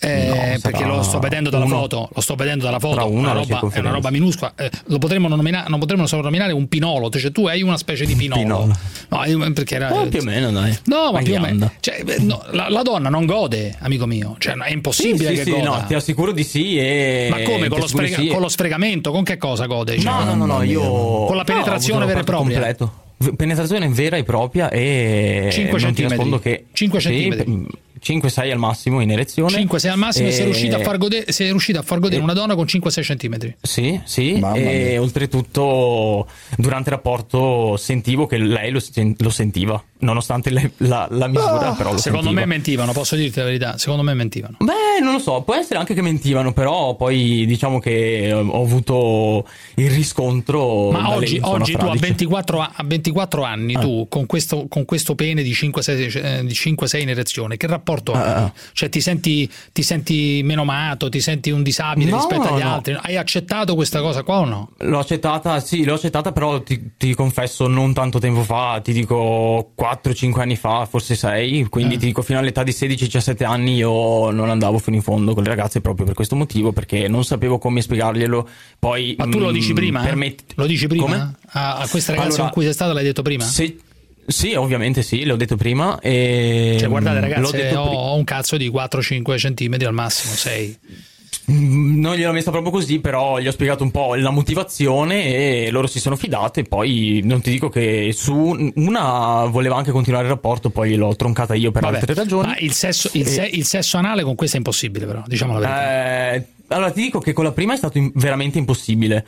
[SPEAKER 2] eh,
[SPEAKER 7] No, sarà
[SPEAKER 2] perché lo sto vedendo dalla
[SPEAKER 7] uno.
[SPEAKER 2] foto, lo sto vedendo dalla
[SPEAKER 7] Sarà
[SPEAKER 2] foto,
[SPEAKER 7] uno la
[SPEAKER 2] una roba- è una
[SPEAKER 7] circonferenza.
[SPEAKER 2] roba minuscola. eh, lo potremmo nomina- non potremmo soprannominare un pinolo, cioè tu hai una specie di pinolo.
[SPEAKER 7] pinolo.
[SPEAKER 2] No, eh, perché era,
[SPEAKER 7] Eh, più o meno, dai.
[SPEAKER 2] No, ma più o
[SPEAKER 7] Magliando.
[SPEAKER 2] meno. Cioè, beh, no, la, la donna non gode, amico mio. Cioè, è impossibile
[SPEAKER 7] sì, sì,
[SPEAKER 2] che
[SPEAKER 7] sì,
[SPEAKER 2] goda.
[SPEAKER 7] no, ti assicuro di sì. E...
[SPEAKER 2] Ma come?
[SPEAKER 7] ti
[SPEAKER 2] Con lo,
[SPEAKER 7] assicuro di
[SPEAKER 2] sfrega-
[SPEAKER 7] sì e-
[SPEAKER 2] con lo sfregamento? Con che cosa gode? Cioè,
[SPEAKER 7] No, no, no, no, io
[SPEAKER 2] Con la
[SPEAKER 7] no, ho
[SPEAKER 2] penetrazione
[SPEAKER 7] avuto
[SPEAKER 2] vera e
[SPEAKER 7] rapporto
[SPEAKER 2] propria.
[SPEAKER 7] Completo. V- Penetrazione vera e propria e
[SPEAKER 2] 5
[SPEAKER 7] non ti
[SPEAKER 2] centimetri.
[SPEAKER 7] nascondo che
[SPEAKER 2] 5 centimetri.
[SPEAKER 7] 5-6 al massimo in erezione.
[SPEAKER 2] 5-6 al massimo e sei riuscito a far godere, sei riuscito a far godere
[SPEAKER 7] e-
[SPEAKER 2] una donna con 5-6 centimetri.
[SPEAKER 7] Sì, sì,
[SPEAKER 8] Mamma
[SPEAKER 7] e
[SPEAKER 8] mia.
[SPEAKER 7] oltretutto durante il rapporto sentivo che lei lo, sen- lo sentiva, nonostante le- la, la misura, però lo
[SPEAKER 2] Ah, Secondo
[SPEAKER 7] sentiva.
[SPEAKER 2] me mentivano, posso dirti la verità. Secondo me mentivano.
[SPEAKER 7] Beh, non lo so, può essere anche che mentivano, però poi diciamo che eh, ho avuto il riscontro. da Oh,
[SPEAKER 2] Ma
[SPEAKER 7] lei, Ah.
[SPEAKER 2] oggi,
[SPEAKER 7] insomma,
[SPEAKER 2] oggi tu a
[SPEAKER 7] fradicio.
[SPEAKER 2] 24, a- a 24 anni, tu con questo, con questo pene di 5-6 eh, di 5-6 in erezione, che rapporto
[SPEAKER 7] Ah,
[SPEAKER 2] hai?
[SPEAKER 7] ah.
[SPEAKER 2] Cioè, ti senti, ti senti meno amato, ti senti un disabile
[SPEAKER 7] No,
[SPEAKER 2] rispetto agli
[SPEAKER 7] no.
[SPEAKER 2] altri? Hai accettato questa cosa qua o no?
[SPEAKER 7] L'ho accettata, sì, l'ho accettata, però ti, ti confesso non tanto tempo fa, ti dico 4-5 anni fa, forse 6, quindi
[SPEAKER 2] Eh.
[SPEAKER 7] ti dico fino all'età di 16-17 anni io non andavo fino in fondo con le ragazze proprio per questo motivo, perché non sapevo come spiegarglielo, poi...
[SPEAKER 2] Ma tu lo
[SPEAKER 7] mm,
[SPEAKER 2] dici prima? eh?
[SPEAKER 7] permetti-
[SPEAKER 2] Lo dici prima?
[SPEAKER 7] Come?
[SPEAKER 2] A, a questa ragazza
[SPEAKER 7] Allora,
[SPEAKER 2] con cui sei stata l'hai detto prima?
[SPEAKER 7] Se- sì, ovviamente sì, l'ho detto prima. E
[SPEAKER 2] Cioè, guardate
[SPEAKER 7] l'ho
[SPEAKER 2] ragazzi,
[SPEAKER 7] detto
[SPEAKER 2] ho,
[SPEAKER 7] pri-
[SPEAKER 2] ho un cazzo di 4-5 centimetri al massimo, 6.
[SPEAKER 7] Mm, Non gliel'ho messa proprio così, però gli ho spiegato un po' la motivazione e loro si sono fidate. Poi non ti dico che su un- una voleva anche continuare il rapporto, poi l'ho troncata io per
[SPEAKER 2] Vabbè,
[SPEAKER 7] altre ragioni.
[SPEAKER 2] Ma il sesso, il, se- il sesso anale con questo è impossibile, però, diciamo la verità.
[SPEAKER 7] Eh, allora ti dico che con la prima è stato im- veramente impossibile.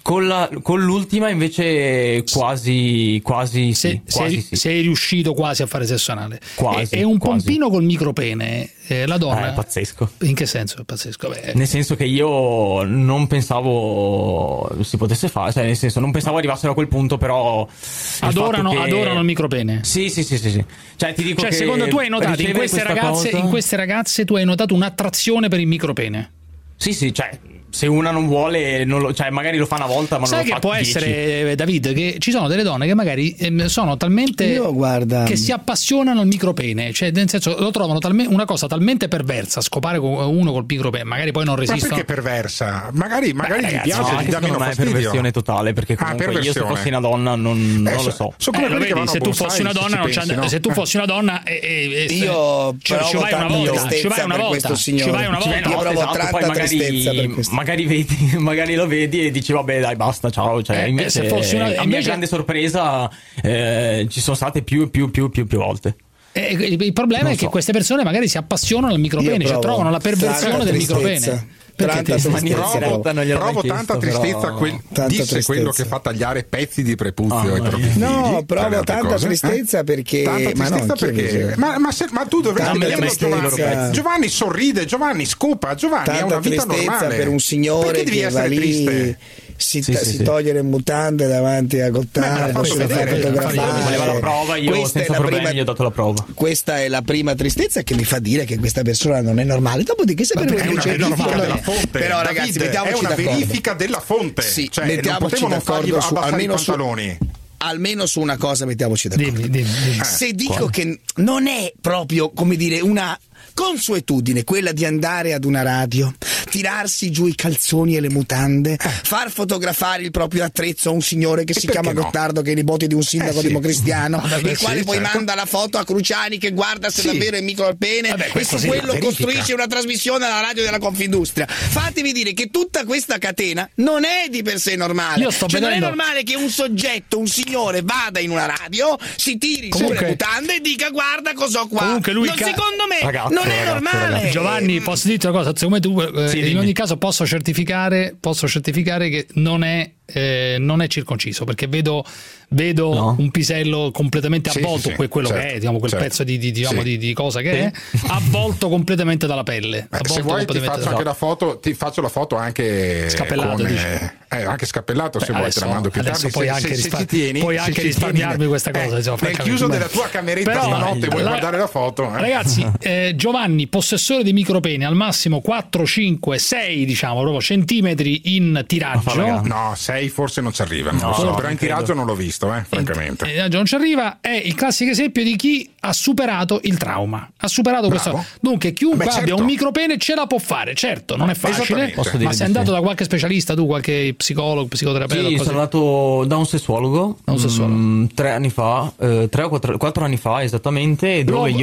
[SPEAKER 7] Con, la- con l'ultima invece quasi, quasi sì,
[SPEAKER 2] Se-
[SPEAKER 7] quasi
[SPEAKER 2] sei,
[SPEAKER 7] sì.
[SPEAKER 2] sei riuscito quasi a fare sesso anale.
[SPEAKER 7] Quasi,
[SPEAKER 2] e, e un
[SPEAKER 7] quasi.
[SPEAKER 2] pompino col micropene, eh, la
[SPEAKER 7] Eh,
[SPEAKER 2] donna. Eh.
[SPEAKER 7] è pazzesco.
[SPEAKER 2] in che senso? È pazzesco. Beh,
[SPEAKER 7] Nel senso che io non pensavo si potesse fare, cioè nel senso non pensavo arrivassero a quel punto, però il fatto
[SPEAKER 2] adorano,
[SPEAKER 7] che-
[SPEAKER 2] adorano il micropene.
[SPEAKER 7] Sì, sì, sì, sì, sì. Cioè ti dico
[SPEAKER 2] Cioè,
[SPEAKER 7] che
[SPEAKER 2] secondo tu hai notato in
[SPEAKER 7] ricevere
[SPEAKER 2] queste,
[SPEAKER 7] questa
[SPEAKER 2] ragazze,
[SPEAKER 7] cosa-
[SPEAKER 2] in queste ragazze tu hai notato un'attrazione per il micropene.
[SPEAKER 7] Sì, sì, cioè se una non vuole non lo- cioè magari lo fa una volta, ma non
[SPEAKER 2] Sai
[SPEAKER 7] lo fa
[SPEAKER 2] che può
[SPEAKER 7] 10.
[SPEAKER 2] essere, eh, David, che ci sono delle donne che magari ehm, sono talmente.
[SPEAKER 9] Io, guarda-
[SPEAKER 2] Che si appassionano al micropene, cioè nel senso lo trovano talme- una cosa talmente perversa, scopare co- uno col micropene, magari poi non
[SPEAKER 4] Ma
[SPEAKER 2] resistono.
[SPEAKER 4] perché perversa? Magari, magari gli
[SPEAKER 7] Eh, No,
[SPEAKER 4] piace,
[SPEAKER 7] anche
[SPEAKER 4] gli dà
[SPEAKER 7] secondo
[SPEAKER 4] meno
[SPEAKER 7] me è
[SPEAKER 4] fastidio.
[SPEAKER 7] perversione totale perché
[SPEAKER 4] Ah,
[SPEAKER 7] comunque io se
[SPEAKER 4] perversione.
[SPEAKER 7] fossi una donna non,
[SPEAKER 4] Eh,
[SPEAKER 7] non lo
[SPEAKER 4] so-
[SPEAKER 7] so.
[SPEAKER 4] Sono
[SPEAKER 2] Eh,
[SPEAKER 4] come
[SPEAKER 2] lo
[SPEAKER 4] quelli che
[SPEAKER 2] vedi,
[SPEAKER 4] vanno
[SPEAKER 2] se
[SPEAKER 4] a
[SPEAKER 2] tu
[SPEAKER 4] bonsai,
[SPEAKER 2] fossi una
[SPEAKER 4] se ci
[SPEAKER 2] donna, non c'è-
[SPEAKER 4] pensi, no?
[SPEAKER 2] se tu
[SPEAKER 4] Eh.
[SPEAKER 2] fossi una donna, eh, eh, eh,
[SPEAKER 9] Io
[SPEAKER 2] ci,
[SPEAKER 9] provo
[SPEAKER 2] ci vai una
[SPEAKER 9] tanta
[SPEAKER 2] volta, ci
[SPEAKER 9] tristezza
[SPEAKER 2] vai una
[SPEAKER 9] per
[SPEAKER 2] volta,
[SPEAKER 9] questo
[SPEAKER 2] ci vai
[SPEAKER 9] signore.
[SPEAKER 2] una
[SPEAKER 9] Ci vai
[SPEAKER 2] volta.
[SPEAKER 9] una
[SPEAKER 7] No,
[SPEAKER 9] provo
[SPEAKER 7] esatto,
[SPEAKER 9] tanta
[SPEAKER 7] poi
[SPEAKER 9] tristezza per
[SPEAKER 7] magari,
[SPEAKER 9] questo.
[SPEAKER 7] magari vedi, magari lo vedi e dici vabbè dai basta ciao cioè,
[SPEAKER 2] Eh, eh,
[SPEAKER 7] invece,
[SPEAKER 2] se fossi una-
[SPEAKER 7] a mia
[SPEAKER 2] invece-
[SPEAKER 7] grande sorpresa eh, ci sono state più e più più più più volte
[SPEAKER 2] Eh, il il problema
[SPEAKER 7] Non
[SPEAKER 2] è che
[SPEAKER 7] so.
[SPEAKER 2] queste persone magari si appassionano al micropene, cioè
[SPEAKER 9] provo
[SPEAKER 2] trovano la perversione
[SPEAKER 9] tanta
[SPEAKER 2] del
[SPEAKER 9] tristezza.
[SPEAKER 2] micropene.
[SPEAKER 9] Tanta
[SPEAKER 2] Perché ti-
[SPEAKER 9] tristezza.
[SPEAKER 4] Provo,
[SPEAKER 9] Provo-
[SPEAKER 7] non gliel'ho mai
[SPEAKER 4] provo
[SPEAKER 7] chiesto,
[SPEAKER 4] tanta
[SPEAKER 7] però-
[SPEAKER 4] tristezza. quel-
[SPEAKER 9] Tanta
[SPEAKER 4] disse
[SPEAKER 9] tristezza.
[SPEAKER 4] quello che fa tagliare pezzi di prepuzio
[SPEAKER 7] Ah,
[SPEAKER 4] ai
[SPEAKER 7] ma-
[SPEAKER 4] propri figli.
[SPEAKER 9] No,
[SPEAKER 4] tra le
[SPEAKER 9] provo
[SPEAKER 4] altre
[SPEAKER 9] tanta
[SPEAKER 4] cose. eh?
[SPEAKER 9] tristezza perché-
[SPEAKER 4] Tanta
[SPEAKER 9] ma no,
[SPEAKER 4] tristezza
[SPEAKER 9] chi lo
[SPEAKER 4] perché.
[SPEAKER 9] dice?
[SPEAKER 4] Ma, ma se- ma tu
[SPEAKER 9] Tanta
[SPEAKER 4] dovresti vederlo,
[SPEAKER 9] tristezza.
[SPEAKER 4] Giovanni. Giovanni sorride, Giovanni scopa, Giovanni ha
[SPEAKER 9] Tanta
[SPEAKER 4] una vita
[SPEAKER 9] tristezza
[SPEAKER 4] normale.
[SPEAKER 9] per un signore
[SPEAKER 4] Perché devi
[SPEAKER 9] che va
[SPEAKER 4] essere
[SPEAKER 9] lì, Cioè,
[SPEAKER 4] triste?
[SPEAKER 9] si,
[SPEAKER 7] Sì,
[SPEAKER 9] ta-
[SPEAKER 7] sì,
[SPEAKER 9] si
[SPEAKER 7] sì.
[SPEAKER 9] toglie le mutande davanti
[SPEAKER 4] Beh,
[SPEAKER 9] a
[SPEAKER 4] me
[SPEAKER 9] Gottare,
[SPEAKER 4] l'ha
[SPEAKER 9] poi
[SPEAKER 4] fatto
[SPEAKER 9] se la fa
[SPEAKER 4] vedere,
[SPEAKER 7] Io voleva la
[SPEAKER 9] fotografare.
[SPEAKER 7] prova io
[SPEAKER 9] Eh, Questa è
[SPEAKER 7] senza
[SPEAKER 9] la
[SPEAKER 7] problemi
[SPEAKER 9] prima-
[SPEAKER 7] gli ho dato la prova
[SPEAKER 9] Questa è la prima tristezza che mi fa dire che questa persona non è normale. Dopodiché, se per
[SPEAKER 4] È
[SPEAKER 9] me
[SPEAKER 4] una verifica
[SPEAKER 9] certificano-
[SPEAKER 4] della fonte.
[SPEAKER 9] Però,
[SPEAKER 4] Davide,
[SPEAKER 9] ragazzi,
[SPEAKER 4] è
[SPEAKER 9] mettiamoci
[SPEAKER 4] una
[SPEAKER 9] d'accordo.
[SPEAKER 4] verifica della fonte.
[SPEAKER 9] Sì,
[SPEAKER 4] cioè, non
[SPEAKER 9] mettiamoci
[SPEAKER 4] potevano non fargli
[SPEAKER 9] d'accordo su-
[SPEAKER 4] abbassare i
[SPEAKER 9] almeno su-
[SPEAKER 4] pantaloni. Eh,
[SPEAKER 9] Almeno su una cosa mettiamoci d'accordo.
[SPEAKER 2] Dimmi, dimmi, dimmi.
[SPEAKER 9] se dico che non è proprio, come dire, una consuetudine quella di andare ad una radio, tirarsi giù i calzoni e le mutande,
[SPEAKER 4] Eh.
[SPEAKER 9] far fotografare il proprio attrezzo a un signore che si
[SPEAKER 4] perché
[SPEAKER 9] chiama
[SPEAKER 4] no?
[SPEAKER 9] Gottardo, che è nipote di un
[SPEAKER 4] Eh,
[SPEAKER 9] sindaco
[SPEAKER 4] sì.
[SPEAKER 9] democristiano,
[SPEAKER 4] Vabbè,
[SPEAKER 9] il
[SPEAKER 4] sì,
[SPEAKER 9] quale poi
[SPEAKER 4] certo.
[SPEAKER 9] manda la foto a Cruciani che guarda se
[SPEAKER 4] Sì.
[SPEAKER 9] davvero è micro al pene
[SPEAKER 4] Vabbè,
[SPEAKER 9] e
[SPEAKER 4] questo
[SPEAKER 9] su
[SPEAKER 4] sì,
[SPEAKER 9] quello
[SPEAKER 4] verifica.
[SPEAKER 9] costruisce una trasmissione alla radio della Confindustria. Fatemi dire che tutta questa catena non è di per sé normale.
[SPEAKER 2] Io sto
[SPEAKER 9] cioè, non è
[SPEAKER 2] vedendo-
[SPEAKER 9] normale normale che un soggetto, un signore, vada in una radio, si tiri
[SPEAKER 2] Comunque-
[SPEAKER 9] su le mutande e dica guarda cos'ho qua.
[SPEAKER 2] Comunque lui
[SPEAKER 9] non,
[SPEAKER 2] ca-
[SPEAKER 9] secondo me
[SPEAKER 7] Ragazzi,
[SPEAKER 9] Eh, non è
[SPEAKER 7] ragazzi,
[SPEAKER 9] normale. Eh,
[SPEAKER 7] ragazzi.
[SPEAKER 2] Giovanni, posso dirti una cosa? Secondo me tu, eh,
[SPEAKER 7] Sì,
[SPEAKER 2] in
[SPEAKER 7] dimmi.
[SPEAKER 2] ogni caso, posso certificare, posso certificare che non è, eh, non è circonciso perché vedo, vedo
[SPEAKER 7] No.
[SPEAKER 2] un pisello completamente
[SPEAKER 4] Sì,
[SPEAKER 2] avvolto,
[SPEAKER 4] sì, sì,
[SPEAKER 2] que- quello
[SPEAKER 4] certo,
[SPEAKER 2] che è, diciamo, quel
[SPEAKER 4] certo.
[SPEAKER 2] pezzo di, di- diciamo,
[SPEAKER 4] Sì.
[SPEAKER 2] di- di cosa che è, avvolto completamente dalla pelle.
[SPEAKER 4] Eh,
[SPEAKER 2] avvolto
[SPEAKER 4] se vuoi ti
[SPEAKER 2] completamente
[SPEAKER 4] faccio
[SPEAKER 2] dalla-
[SPEAKER 4] anche la foto, ti faccio la foto anche
[SPEAKER 2] Scappellato,
[SPEAKER 4] con,
[SPEAKER 2] dici?
[SPEAKER 4] eh, anche scappellato se
[SPEAKER 2] Beh,
[SPEAKER 4] vuoi te
[SPEAKER 2] adesso-
[SPEAKER 4] la mando più
[SPEAKER 2] adesso
[SPEAKER 4] tardi.
[SPEAKER 2] puoi
[SPEAKER 4] se,
[SPEAKER 2] anche
[SPEAKER 4] se- se
[SPEAKER 2] rispa-
[SPEAKER 4] ci tieni,
[SPEAKER 2] puoi
[SPEAKER 4] se
[SPEAKER 2] anche
[SPEAKER 4] ci tieni,
[SPEAKER 2] risparmiarmi questa cosa,
[SPEAKER 4] Eh,
[SPEAKER 2] insomma,
[SPEAKER 4] nel
[SPEAKER 2] francamente.
[SPEAKER 4] chiuso
[SPEAKER 2] Beh.
[SPEAKER 4] della tua cameretta
[SPEAKER 2] Però-
[SPEAKER 4] stanotte vuoi
[SPEAKER 2] la-
[SPEAKER 4] guardare la foto? eh?
[SPEAKER 2] Ragazzi, eh, Giovanni, possessore di micropene al massimo 4, 5, 6 diciamo proprio centimetri in
[SPEAKER 7] Ma fa
[SPEAKER 2] tiraggio.
[SPEAKER 7] cagare.
[SPEAKER 4] No, sei forse non ci arriva, non lo
[SPEAKER 7] No,
[SPEAKER 4] so,
[SPEAKER 7] no,
[SPEAKER 4] però
[SPEAKER 7] non
[SPEAKER 4] in tiraggio
[SPEAKER 7] credo.
[SPEAKER 4] non l'ho visto, eh, francamente.
[SPEAKER 2] Eh, ragione, non ci arriva, è il classico esempio di chi ha superato il trauma. Ha superato
[SPEAKER 4] Bravo.
[SPEAKER 2] questo. Dunque, chiunque
[SPEAKER 4] Beh, certo.
[SPEAKER 2] abbia un micropene ce la può fare. Certo, non è facile.
[SPEAKER 4] Esattamente.
[SPEAKER 7] Posso dire
[SPEAKER 2] Ma
[SPEAKER 7] di
[SPEAKER 2] sei
[SPEAKER 7] sì.
[SPEAKER 2] andato da qualche specialista, tu, qualche psicologo, psicoterapeuta?
[SPEAKER 7] Sì,
[SPEAKER 2] cose-
[SPEAKER 7] sono andato da un sessuologo,
[SPEAKER 2] Da un sessuologo.
[SPEAKER 7] mm, tre anni fa, eh, tre o quattro, quattro anni fa esattamente, dove
[SPEAKER 2] Lo-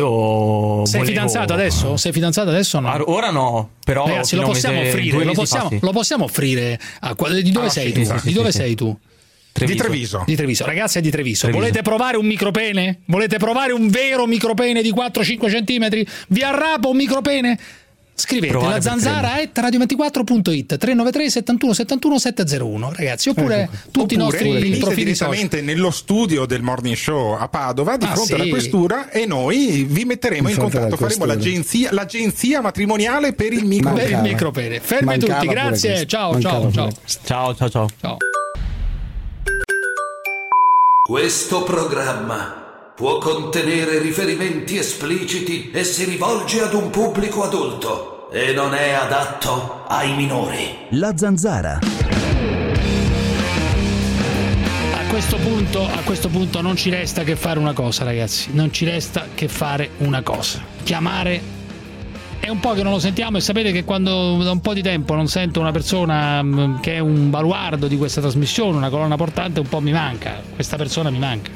[SPEAKER 7] io
[SPEAKER 2] Sei
[SPEAKER 7] volevo-
[SPEAKER 2] fidanzato adesso? Sei fidanzato adesso o no?
[SPEAKER 7] Ah, Ora no, però
[SPEAKER 2] Ragazzi,
[SPEAKER 7] fino
[SPEAKER 2] lo
[SPEAKER 7] a un
[SPEAKER 2] possiamo
[SPEAKER 7] mese-
[SPEAKER 2] offrire,
[SPEAKER 7] due
[SPEAKER 2] lo
[SPEAKER 7] mesi fa,
[SPEAKER 2] possiamo,
[SPEAKER 7] sì.
[SPEAKER 2] lo possiamo offrire a qua- di dove
[SPEAKER 4] Ah,
[SPEAKER 2] sei
[SPEAKER 4] sì,
[SPEAKER 2] tu?
[SPEAKER 4] sì,
[SPEAKER 2] di
[SPEAKER 7] sì,
[SPEAKER 2] dove
[SPEAKER 7] sì.
[SPEAKER 2] sei tu?
[SPEAKER 4] Di Treviso.
[SPEAKER 2] Di Treviso, ragazzi è di Treviso.
[SPEAKER 7] Treviso.
[SPEAKER 2] Cioè, Volete provare un micropene? Volete provare un vero micropene di 4-5 centimetri? Vi arrapa un micropene? Scrivete
[SPEAKER 7] Provate
[SPEAKER 2] la
[SPEAKER 7] per
[SPEAKER 2] zanzara at radio24.it 393 71 71 701 ragazzi oppure tutti
[SPEAKER 4] Eh, Ecco Oppure
[SPEAKER 2] i nostri
[SPEAKER 4] venite
[SPEAKER 2] profili social
[SPEAKER 4] direttamente nello studio del Morning Show a Padova di
[SPEAKER 2] Ah,
[SPEAKER 4] fronte alla
[SPEAKER 2] sì.
[SPEAKER 4] questura e noi vi metteremo
[SPEAKER 9] Di
[SPEAKER 4] in
[SPEAKER 9] fronte alla
[SPEAKER 4] contatto, faremo
[SPEAKER 9] questura.
[SPEAKER 4] l'agenzia, l'agenzia matrimoniale per il micro.
[SPEAKER 2] per il
[SPEAKER 9] Mancava.
[SPEAKER 2] micropene fermi
[SPEAKER 9] Mancava
[SPEAKER 2] tutti
[SPEAKER 9] pure
[SPEAKER 2] grazie
[SPEAKER 9] questo.
[SPEAKER 2] ciao
[SPEAKER 9] Mancava
[SPEAKER 2] ciao
[SPEAKER 9] pure
[SPEAKER 2] ciao
[SPEAKER 9] questo.
[SPEAKER 7] Ciao, ciao, ciao.
[SPEAKER 2] ciao
[SPEAKER 10] Eh,
[SPEAKER 1] Questo programma può contenere riferimenti espliciti e si rivolge ad un pubblico adulto e non è adatto ai minori.
[SPEAKER 11] La zanzara.
[SPEAKER 2] A questo, punto, a questo punto non ci resta che fare una cosa, ragazzi. Non ci resta che fare una cosa. Chiamare. È un po' che non lo sentiamo e sapete che quando da un po' di tempo non sento una persona mm, che è un baluardo di questa trasmissione, una colonna portante, un po' mi manca. Questa persona mi manca.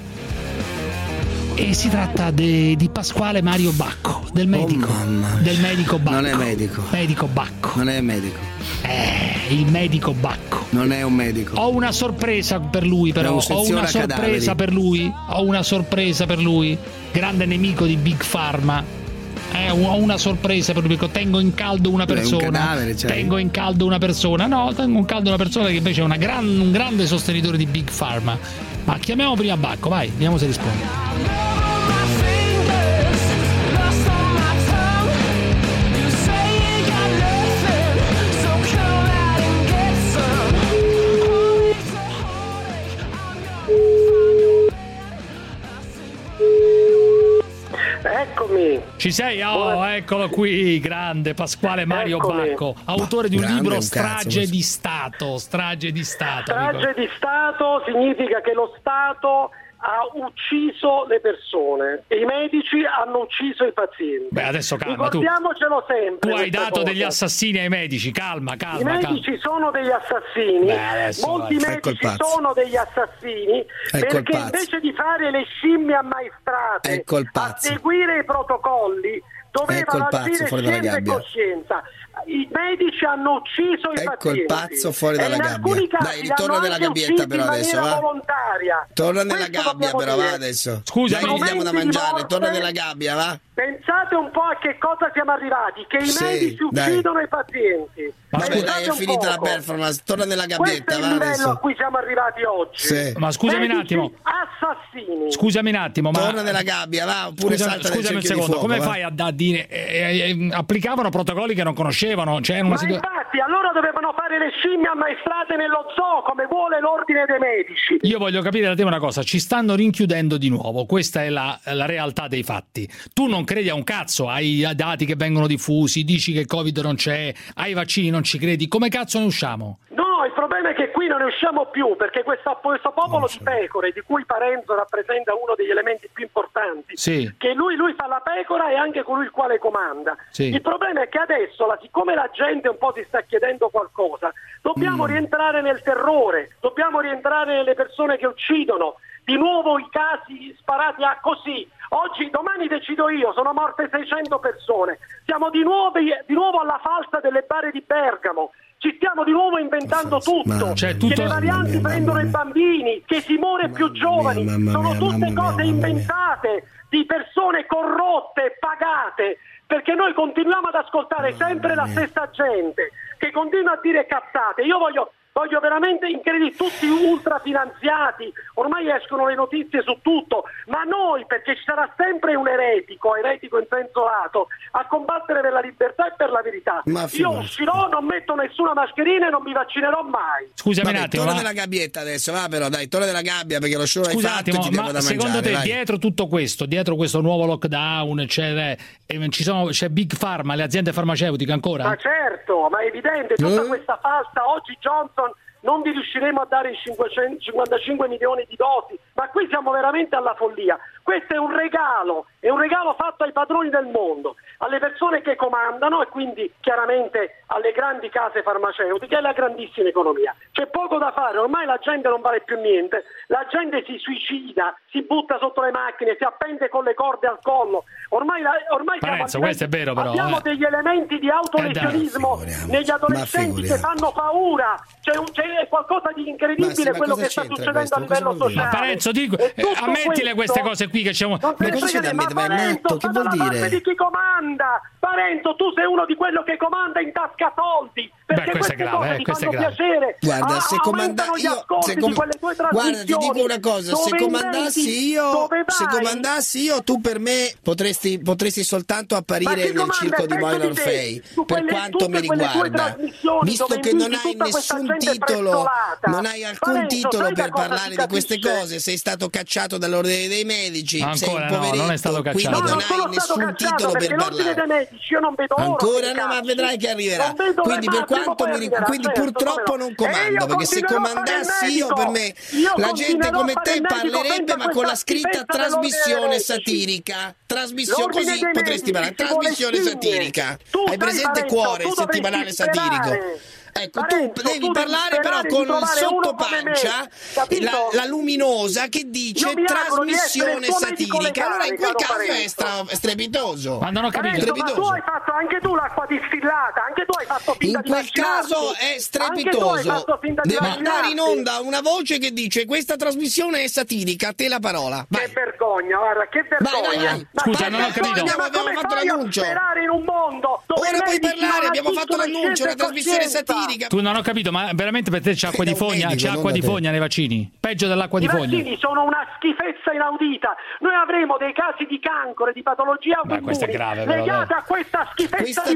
[SPEAKER 2] E si tratta de- di Pasquale Mario Bacco, del medico.
[SPEAKER 8] mamma mia.
[SPEAKER 2] del medico Bacco.
[SPEAKER 8] Non è medico.
[SPEAKER 2] Medico Bacco.
[SPEAKER 8] Non è medico,
[SPEAKER 2] Eh, il medico Bacco.
[SPEAKER 8] non è un medico.
[SPEAKER 2] Ho una sorpresa per lui, però.
[SPEAKER 8] No,
[SPEAKER 2] Ho
[SPEAKER 8] seziona
[SPEAKER 2] una sorpresa
[SPEAKER 8] cadaveri.
[SPEAKER 2] per lui. Ho una sorpresa per lui. Grande nemico di Big Pharma. Eh, ho una sorpresa per lui. perché Tengo in caldo una
[SPEAKER 8] Beh, è un
[SPEAKER 2] persona.
[SPEAKER 8] cadavere, cioè.
[SPEAKER 2] Tengo in caldo una persona. No, tengo in caldo una persona che invece è una gran- un grande sostenitore di Big Pharma. Ma chiamiamo prima Bacco, vai, vediamo se risponde.
[SPEAKER 12] Eccomi,
[SPEAKER 2] Ci sei? Oh,
[SPEAKER 12] Buona-
[SPEAKER 2] eccolo qui, grande Pasquale Mario
[SPEAKER 12] Eccomi.
[SPEAKER 2] Bacco, autore di un
[SPEAKER 8] grande
[SPEAKER 2] libro
[SPEAKER 8] un cazzo,
[SPEAKER 2] Strage
[SPEAKER 8] non so.
[SPEAKER 2] di Stato. Strage di Stato.
[SPEAKER 12] strage
[SPEAKER 2] amico.
[SPEAKER 12] di Stato significa che lo Stato ha ucciso le persone e i medici hanno ucciso i pazienti.
[SPEAKER 2] Beh, adesso calma, Ah, tu,
[SPEAKER 12] Ricordiamocelo sempre.
[SPEAKER 2] tu hai
[SPEAKER 12] questa
[SPEAKER 2] dato
[SPEAKER 12] cosa.
[SPEAKER 2] degli assassini ai medici, calma,
[SPEAKER 12] I
[SPEAKER 2] calma, calma.
[SPEAKER 12] medici sono degli assassini,
[SPEAKER 2] Beh, adesso,
[SPEAKER 12] molti
[SPEAKER 8] vai. Ecco il
[SPEAKER 12] medici
[SPEAKER 8] pazzo.
[SPEAKER 12] sono degli assassini
[SPEAKER 8] Ecco il
[SPEAKER 12] perché
[SPEAKER 8] pazzo.
[SPEAKER 12] invece di fare le scimmie ammaestrate
[SPEAKER 8] Ecco il
[SPEAKER 12] a
[SPEAKER 8] pazzo.
[SPEAKER 12] seguire i protocolli
[SPEAKER 8] Ecco il
[SPEAKER 12] dovevano
[SPEAKER 8] pazzo
[SPEAKER 12] agire
[SPEAKER 8] fuori dalla
[SPEAKER 12] scienza e
[SPEAKER 8] gabbia.
[SPEAKER 12] coscienza. I medici hanno ucciso i
[SPEAKER 8] Ecco
[SPEAKER 12] pazienti.
[SPEAKER 8] il pazzo fuori
[SPEAKER 12] E
[SPEAKER 8] dalla
[SPEAKER 12] in
[SPEAKER 8] gabbia.
[SPEAKER 12] alcuni casi
[SPEAKER 8] Dai,
[SPEAKER 12] li
[SPEAKER 8] ritorna
[SPEAKER 12] hanno
[SPEAKER 8] nella
[SPEAKER 12] anche
[SPEAKER 8] gabbietta
[SPEAKER 12] uccisi
[SPEAKER 8] però
[SPEAKER 12] in
[SPEAKER 8] adesso,
[SPEAKER 12] maniera
[SPEAKER 8] va?
[SPEAKER 12] volontaria.
[SPEAKER 8] Torna nella
[SPEAKER 12] Questo
[SPEAKER 8] gabbia
[SPEAKER 12] dobbiamo
[SPEAKER 8] però,
[SPEAKER 12] dire.
[SPEAKER 8] va adesso.
[SPEAKER 2] Scusami.
[SPEAKER 8] Dai, gli diamo da
[SPEAKER 12] Momenti di
[SPEAKER 8] mangiare,
[SPEAKER 12] morte.
[SPEAKER 8] torna nella gabbia, va?
[SPEAKER 12] Pensate un po' a che cosa siamo arrivati, che i
[SPEAKER 8] Sì,
[SPEAKER 12] medici
[SPEAKER 8] dai.
[SPEAKER 12] uccidono i pazienti.
[SPEAKER 2] Ma
[SPEAKER 8] Vabbè,
[SPEAKER 2] scusa-
[SPEAKER 8] dai,
[SPEAKER 12] Pensate
[SPEAKER 8] è
[SPEAKER 12] un
[SPEAKER 8] finita la
[SPEAKER 12] poco.
[SPEAKER 8] performance, torna nella
[SPEAKER 12] Questo è
[SPEAKER 8] gabbietta,
[SPEAKER 12] il
[SPEAKER 8] va
[SPEAKER 12] livello a
[SPEAKER 8] adesso.
[SPEAKER 12] cui siamo arrivati oggi.
[SPEAKER 8] Sì.
[SPEAKER 2] Ma scusami un
[SPEAKER 12] Medici
[SPEAKER 2] attimo,
[SPEAKER 12] Assassini.
[SPEAKER 2] scusami un attimo, ma...
[SPEAKER 8] Torna nella gabbia, va, oppure
[SPEAKER 2] Scusami,
[SPEAKER 8] salta nel
[SPEAKER 2] scusami un
[SPEAKER 8] cerchio di
[SPEAKER 2] secondo,
[SPEAKER 8] fuoco,
[SPEAKER 2] come
[SPEAKER 8] va?
[SPEAKER 2] fai a, da- dire? eh, eh, eh, applicavano protocolli che non conoscevano, cioè era una
[SPEAKER 12] Ma
[SPEAKER 2] situazione...
[SPEAKER 12] infatti, allora dovevano fare le scimmie ammaestrate nello zoo, come vuole l'ordine dei medici.
[SPEAKER 2] Io voglio capire da te una cosa, ci stanno rinchiudendo di nuovo, questa è la, la realtà dei fatti. Tu non credi a un cazzo ai dati che vengono diffusi, dici che il Covid non c'è, ai vaccini non ci credi, come cazzo ne usciamo?
[SPEAKER 12] No, il problema è che qui non ne usciamo più perché questa- questo popolo di pecore, di cui Parenzo rappresenta uno degli elementi più importanti,
[SPEAKER 2] Sì.
[SPEAKER 12] che lui, lui fa la pecora e anche colui il quale comanda.
[SPEAKER 2] Sì.
[SPEAKER 12] Il problema è che adesso, la- siccome la gente un po' ti sta chiedendo qualcosa,
[SPEAKER 2] Mm.
[SPEAKER 12] dobbiamo rientrare nel terrore, dobbiamo rientrare nelle persone che uccidono. Di nuovo i casi sparati a così. Oggi, domani decido io, sono morte 600 persone. Siamo di nuovo, di nuovo alla falsa delle bare di Bergamo. Ci stiamo di nuovo inventando tutto.
[SPEAKER 8] Mamma
[SPEAKER 2] Cioè,
[SPEAKER 12] che
[SPEAKER 2] tutto-
[SPEAKER 12] le
[SPEAKER 8] Mamma
[SPEAKER 12] varianti
[SPEAKER 8] mia,
[SPEAKER 12] prendono
[SPEAKER 8] mamma mia.
[SPEAKER 12] i bambini, che si muore più
[SPEAKER 8] Mamma
[SPEAKER 12] giovani.
[SPEAKER 8] mia, mamma
[SPEAKER 12] Sono
[SPEAKER 8] mia,
[SPEAKER 12] tutte
[SPEAKER 8] mamma mia,
[SPEAKER 12] cose
[SPEAKER 8] mamma mia.
[SPEAKER 12] inventate di persone corrotte e pagate. Perché noi continuiamo ad ascoltare sempre la stessa gente che continua a dire cazzate. Io voglio. Voglio veramente incredibili, tutti ultrafinanziati, ormai escono le notizie su tutto, ma noi, perché ci sarà sempre un eretico, eretico in senso lato, a combattere per la libertà e per la verità.
[SPEAKER 8] Ma
[SPEAKER 12] Io
[SPEAKER 8] figurati.
[SPEAKER 12] uscirò, non metto nessuna mascherina e non mi vaccinerò mai.
[SPEAKER 2] Scusami
[SPEAKER 8] Vabbè,
[SPEAKER 2] un attimo,
[SPEAKER 8] torna
[SPEAKER 2] ma-
[SPEAKER 8] nella gabbietta adesso, va però, dai, torna nella gabbia perché lo show l'hai
[SPEAKER 2] scusa un
[SPEAKER 8] fatto e
[SPEAKER 2] attimo,
[SPEAKER 8] ti diamo
[SPEAKER 2] ma
[SPEAKER 8] da
[SPEAKER 2] secondo
[SPEAKER 8] mangiare,
[SPEAKER 2] te
[SPEAKER 8] vai.
[SPEAKER 2] dietro tutto questo, dietro questo nuovo lockdown, eccetera, eh, ci sono- c'è Big Pharma, le aziende farmaceutiche ancora?
[SPEAKER 12] Ma certo, ma è evidente, tutta questa falsa, oggi Johnson non vi riusciremo a dare i 500 55 milioni di dosi, ma qui siamo veramente alla follia. Questo è un regalo, è un regalo fatto ai padroni del mondo, alle persone che comandano e quindi chiaramente alle grandi case farmaceutiche e alla grandissima economia. C'è poco da fare, ormai la gente non vale più niente, la gente si suicida, si butta sotto le macchine, si appende con le corde al collo, ormai, la- ormai siamo
[SPEAKER 2] Lorenzo,
[SPEAKER 12] al-
[SPEAKER 2] questo è vero però,
[SPEAKER 12] abbiamo
[SPEAKER 2] eh.
[SPEAKER 12] degli elementi di
[SPEAKER 8] Eh,
[SPEAKER 12] autolesionismo
[SPEAKER 8] dai, figuriamo.
[SPEAKER 12] negli
[SPEAKER 8] Ma
[SPEAKER 12] adolescenti che
[SPEAKER 8] figuriamo.
[SPEAKER 12] fanno paura. C'è, un- c'è qualcosa di
[SPEAKER 8] Ma sì,
[SPEAKER 12] incredibile
[SPEAKER 8] ma
[SPEAKER 12] quello
[SPEAKER 8] cosa
[SPEAKER 12] che sta
[SPEAKER 8] c'entra
[SPEAKER 12] succedendo
[SPEAKER 8] questo?
[SPEAKER 12] a livello
[SPEAKER 8] Cosa vuol dire?
[SPEAKER 12] sociale.
[SPEAKER 2] Ma Parenzo, dico,
[SPEAKER 12] E tutto
[SPEAKER 2] eh, ammettile
[SPEAKER 12] questo-
[SPEAKER 2] queste cose qui che c'è un-
[SPEAKER 12] Non te
[SPEAKER 8] Ma
[SPEAKER 12] ne
[SPEAKER 8] cosa ci
[SPEAKER 12] frega
[SPEAKER 8] dà,
[SPEAKER 12] niente,
[SPEAKER 8] ma è matto, che
[SPEAKER 12] sta
[SPEAKER 8] vuol
[SPEAKER 12] dalla parte
[SPEAKER 8] dire?
[SPEAKER 12] di chi comanda. Parenzo, tu sei uno di quello che comanda in tasca soldi. Perché
[SPEAKER 2] questo
[SPEAKER 12] queste
[SPEAKER 2] è grave,
[SPEAKER 12] cose
[SPEAKER 2] eh,
[SPEAKER 12] ti
[SPEAKER 2] questo è
[SPEAKER 12] fanno
[SPEAKER 2] grave.
[SPEAKER 12] piacere.
[SPEAKER 8] Guarda,
[SPEAKER 12] a-
[SPEAKER 8] se comanda-
[SPEAKER 12] aumentano gli
[SPEAKER 8] io-
[SPEAKER 12] ascolti
[SPEAKER 8] se
[SPEAKER 12] di
[SPEAKER 8] com-
[SPEAKER 12] quelle tue
[SPEAKER 8] guarda, ti dico
[SPEAKER 12] trasmissioni,
[SPEAKER 8] una cosa, se
[SPEAKER 12] dove
[SPEAKER 8] comandassi
[SPEAKER 12] inventi,
[SPEAKER 8] io,
[SPEAKER 12] dove
[SPEAKER 8] se
[SPEAKER 12] vai.
[SPEAKER 8] comandassi io, tu per me potresti, potresti soltanto
[SPEAKER 12] Ma chi
[SPEAKER 8] apparire nel
[SPEAKER 12] comanda
[SPEAKER 8] circo
[SPEAKER 12] il
[SPEAKER 8] di
[SPEAKER 12] pezzo
[SPEAKER 8] Moira
[SPEAKER 12] di te?
[SPEAKER 8] Orfei,
[SPEAKER 12] Su
[SPEAKER 8] per
[SPEAKER 12] quelle-
[SPEAKER 8] quanto
[SPEAKER 12] tutte
[SPEAKER 8] mi
[SPEAKER 12] quelle tue
[SPEAKER 8] riguarda,
[SPEAKER 12] trasmissioni
[SPEAKER 8] visto
[SPEAKER 12] dove
[SPEAKER 8] che non
[SPEAKER 12] inviti
[SPEAKER 8] hai
[SPEAKER 12] tutta questa
[SPEAKER 8] nessun
[SPEAKER 12] gente
[SPEAKER 8] titolo,
[SPEAKER 12] prezzolata.
[SPEAKER 8] non hai alcun
[SPEAKER 12] Lorenzo,
[SPEAKER 8] titolo
[SPEAKER 12] sai da
[SPEAKER 8] per
[SPEAKER 12] cosa si
[SPEAKER 8] parlare di queste
[SPEAKER 12] capisce?
[SPEAKER 8] cose, sei stato cacciato dall'ordine dei medici,
[SPEAKER 2] Ancora
[SPEAKER 8] sei un
[SPEAKER 2] no,
[SPEAKER 8] poveretto,
[SPEAKER 2] non è stato cacciato.
[SPEAKER 12] No,
[SPEAKER 8] quindi
[SPEAKER 12] non
[SPEAKER 8] non
[SPEAKER 12] sono
[SPEAKER 8] hai
[SPEAKER 12] stato
[SPEAKER 8] nessun
[SPEAKER 12] cacciato
[SPEAKER 8] titolo per
[SPEAKER 12] perché l'ordine dei
[SPEAKER 8] parlare.
[SPEAKER 12] medici io non vedo ora
[SPEAKER 8] Ancora
[SPEAKER 12] che
[SPEAKER 8] no, ma
[SPEAKER 12] cacci.
[SPEAKER 8] vedrai che arriverà.
[SPEAKER 12] Non vedo
[SPEAKER 8] Quindi
[SPEAKER 12] ora,
[SPEAKER 8] per
[SPEAKER 12] prima o
[SPEAKER 8] quanto
[SPEAKER 12] poi
[SPEAKER 8] mi
[SPEAKER 12] arriverà,
[SPEAKER 8] quindi
[SPEAKER 12] certo,
[SPEAKER 8] purtroppo
[SPEAKER 12] come no.
[SPEAKER 8] non
[SPEAKER 12] E io
[SPEAKER 8] comando, perché se
[SPEAKER 12] continuerò a fare il
[SPEAKER 8] comandassi io
[SPEAKER 12] medico.
[SPEAKER 8] per me
[SPEAKER 12] Io
[SPEAKER 8] la gente
[SPEAKER 12] continuerò a
[SPEAKER 8] come
[SPEAKER 12] fare
[SPEAKER 8] te
[SPEAKER 12] il medico,
[SPEAKER 8] parlerebbe
[SPEAKER 12] pensa
[SPEAKER 8] ma con la
[SPEAKER 12] questa
[SPEAKER 8] scritta
[SPEAKER 12] schifezza dell'ordine dei
[SPEAKER 8] trasmissione
[SPEAKER 12] medici.
[SPEAKER 8] satirica. Trasmissione
[SPEAKER 12] L'ordine
[SPEAKER 8] così
[SPEAKER 12] dei
[SPEAKER 8] potresti
[SPEAKER 12] medici
[SPEAKER 8] parlare,
[SPEAKER 12] ci vuole
[SPEAKER 8] trasmissione
[SPEAKER 12] scimmie.
[SPEAKER 8] satirica.
[SPEAKER 12] Tu
[SPEAKER 8] Hai
[SPEAKER 12] sai,
[SPEAKER 8] presente
[SPEAKER 12] Parenzo,
[SPEAKER 8] cuore,
[SPEAKER 12] tu
[SPEAKER 8] il settimanale
[SPEAKER 12] dovresti sperare.
[SPEAKER 8] satirico.
[SPEAKER 9] Ecco,
[SPEAKER 12] Lorenzo,
[SPEAKER 9] tu
[SPEAKER 12] tu
[SPEAKER 9] devi
[SPEAKER 12] devi
[SPEAKER 9] parlare però
[SPEAKER 12] sperare di
[SPEAKER 9] con il
[SPEAKER 12] trovare uno
[SPEAKER 9] sottopancia,
[SPEAKER 12] come me,
[SPEAKER 9] la,
[SPEAKER 12] capito?
[SPEAKER 9] la luminosa che dice
[SPEAKER 12] Io mi auguro di essere il
[SPEAKER 9] trasmissione
[SPEAKER 12] tuo medico
[SPEAKER 9] satirica. Allora in quel
[SPEAKER 12] legale, caro
[SPEAKER 9] caso è stra-
[SPEAKER 12] Lorenzo.
[SPEAKER 9] strepitoso.
[SPEAKER 2] Ma non ho capito.
[SPEAKER 12] Lorenzo, ma tu
[SPEAKER 9] Strepitoso.
[SPEAKER 12] hai fatto anche tu l'acqua distillata, anche tu hai fatto finta
[SPEAKER 9] In
[SPEAKER 12] di
[SPEAKER 9] quel
[SPEAKER 12] vaccinarti.
[SPEAKER 9] caso è
[SPEAKER 12] Anche tu hai
[SPEAKER 9] strepitoso.
[SPEAKER 12] fatto finta di
[SPEAKER 9] Devi mandare
[SPEAKER 12] vaccinarti.
[SPEAKER 9] in onda una voce che dice questa trasmissione è satirica, a te la parola. Vai.
[SPEAKER 12] Che vergogna, guarda, che vergogna.
[SPEAKER 9] vai, vai.
[SPEAKER 12] Ma
[SPEAKER 2] Scusa,
[SPEAKER 12] che
[SPEAKER 2] non ho
[SPEAKER 12] vergogna,
[SPEAKER 2] capito.
[SPEAKER 12] Ma
[SPEAKER 9] Abbiamo
[SPEAKER 12] eh. come
[SPEAKER 9] fatto
[SPEAKER 12] fai a
[SPEAKER 9] l'annuncio.
[SPEAKER 12] sperare in un mondo dove
[SPEAKER 9] Ora
[SPEAKER 12] i
[SPEAKER 9] puoi
[SPEAKER 12] medici non
[SPEAKER 9] parlare, abbiamo fatto
[SPEAKER 12] agiscono in
[SPEAKER 9] l'annuncio,
[SPEAKER 12] scienza
[SPEAKER 9] una
[SPEAKER 12] e
[SPEAKER 9] trasmissione
[SPEAKER 12] coscienza.
[SPEAKER 9] satirica.
[SPEAKER 2] Tu non ho capito, ma veramente per te c'è acqua
[SPEAKER 9] da
[SPEAKER 2] di
[SPEAKER 9] un
[SPEAKER 2] fogna,
[SPEAKER 9] medico,
[SPEAKER 2] c'è
[SPEAKER 9] non
[SPEAKER 2] acqua
[SPEAKER 9] da
[SPEAKER 2] di
[SPEAKER 9] te.
[SPEAKER 2] fogna nei vaccini, peggio dell'acqua
[SPEAKER 12] I
[SPEAKER 2] di fogna.
[SPEAKER 12] vaccini sono una schifezza inaudita. Noi avremo dei casi di cancro e di patologie
[SPEAKER 2] Ma questo è
[SPEAKER 12] autoimmuni
[SPEAKER 2] grave, però,
[SPEAKER 12] legate
[SPEAKER 2] dai.
[SPEAKER 12] a questa schifezza
[SPEAKER 9] Questa
[SPEAKER 12] di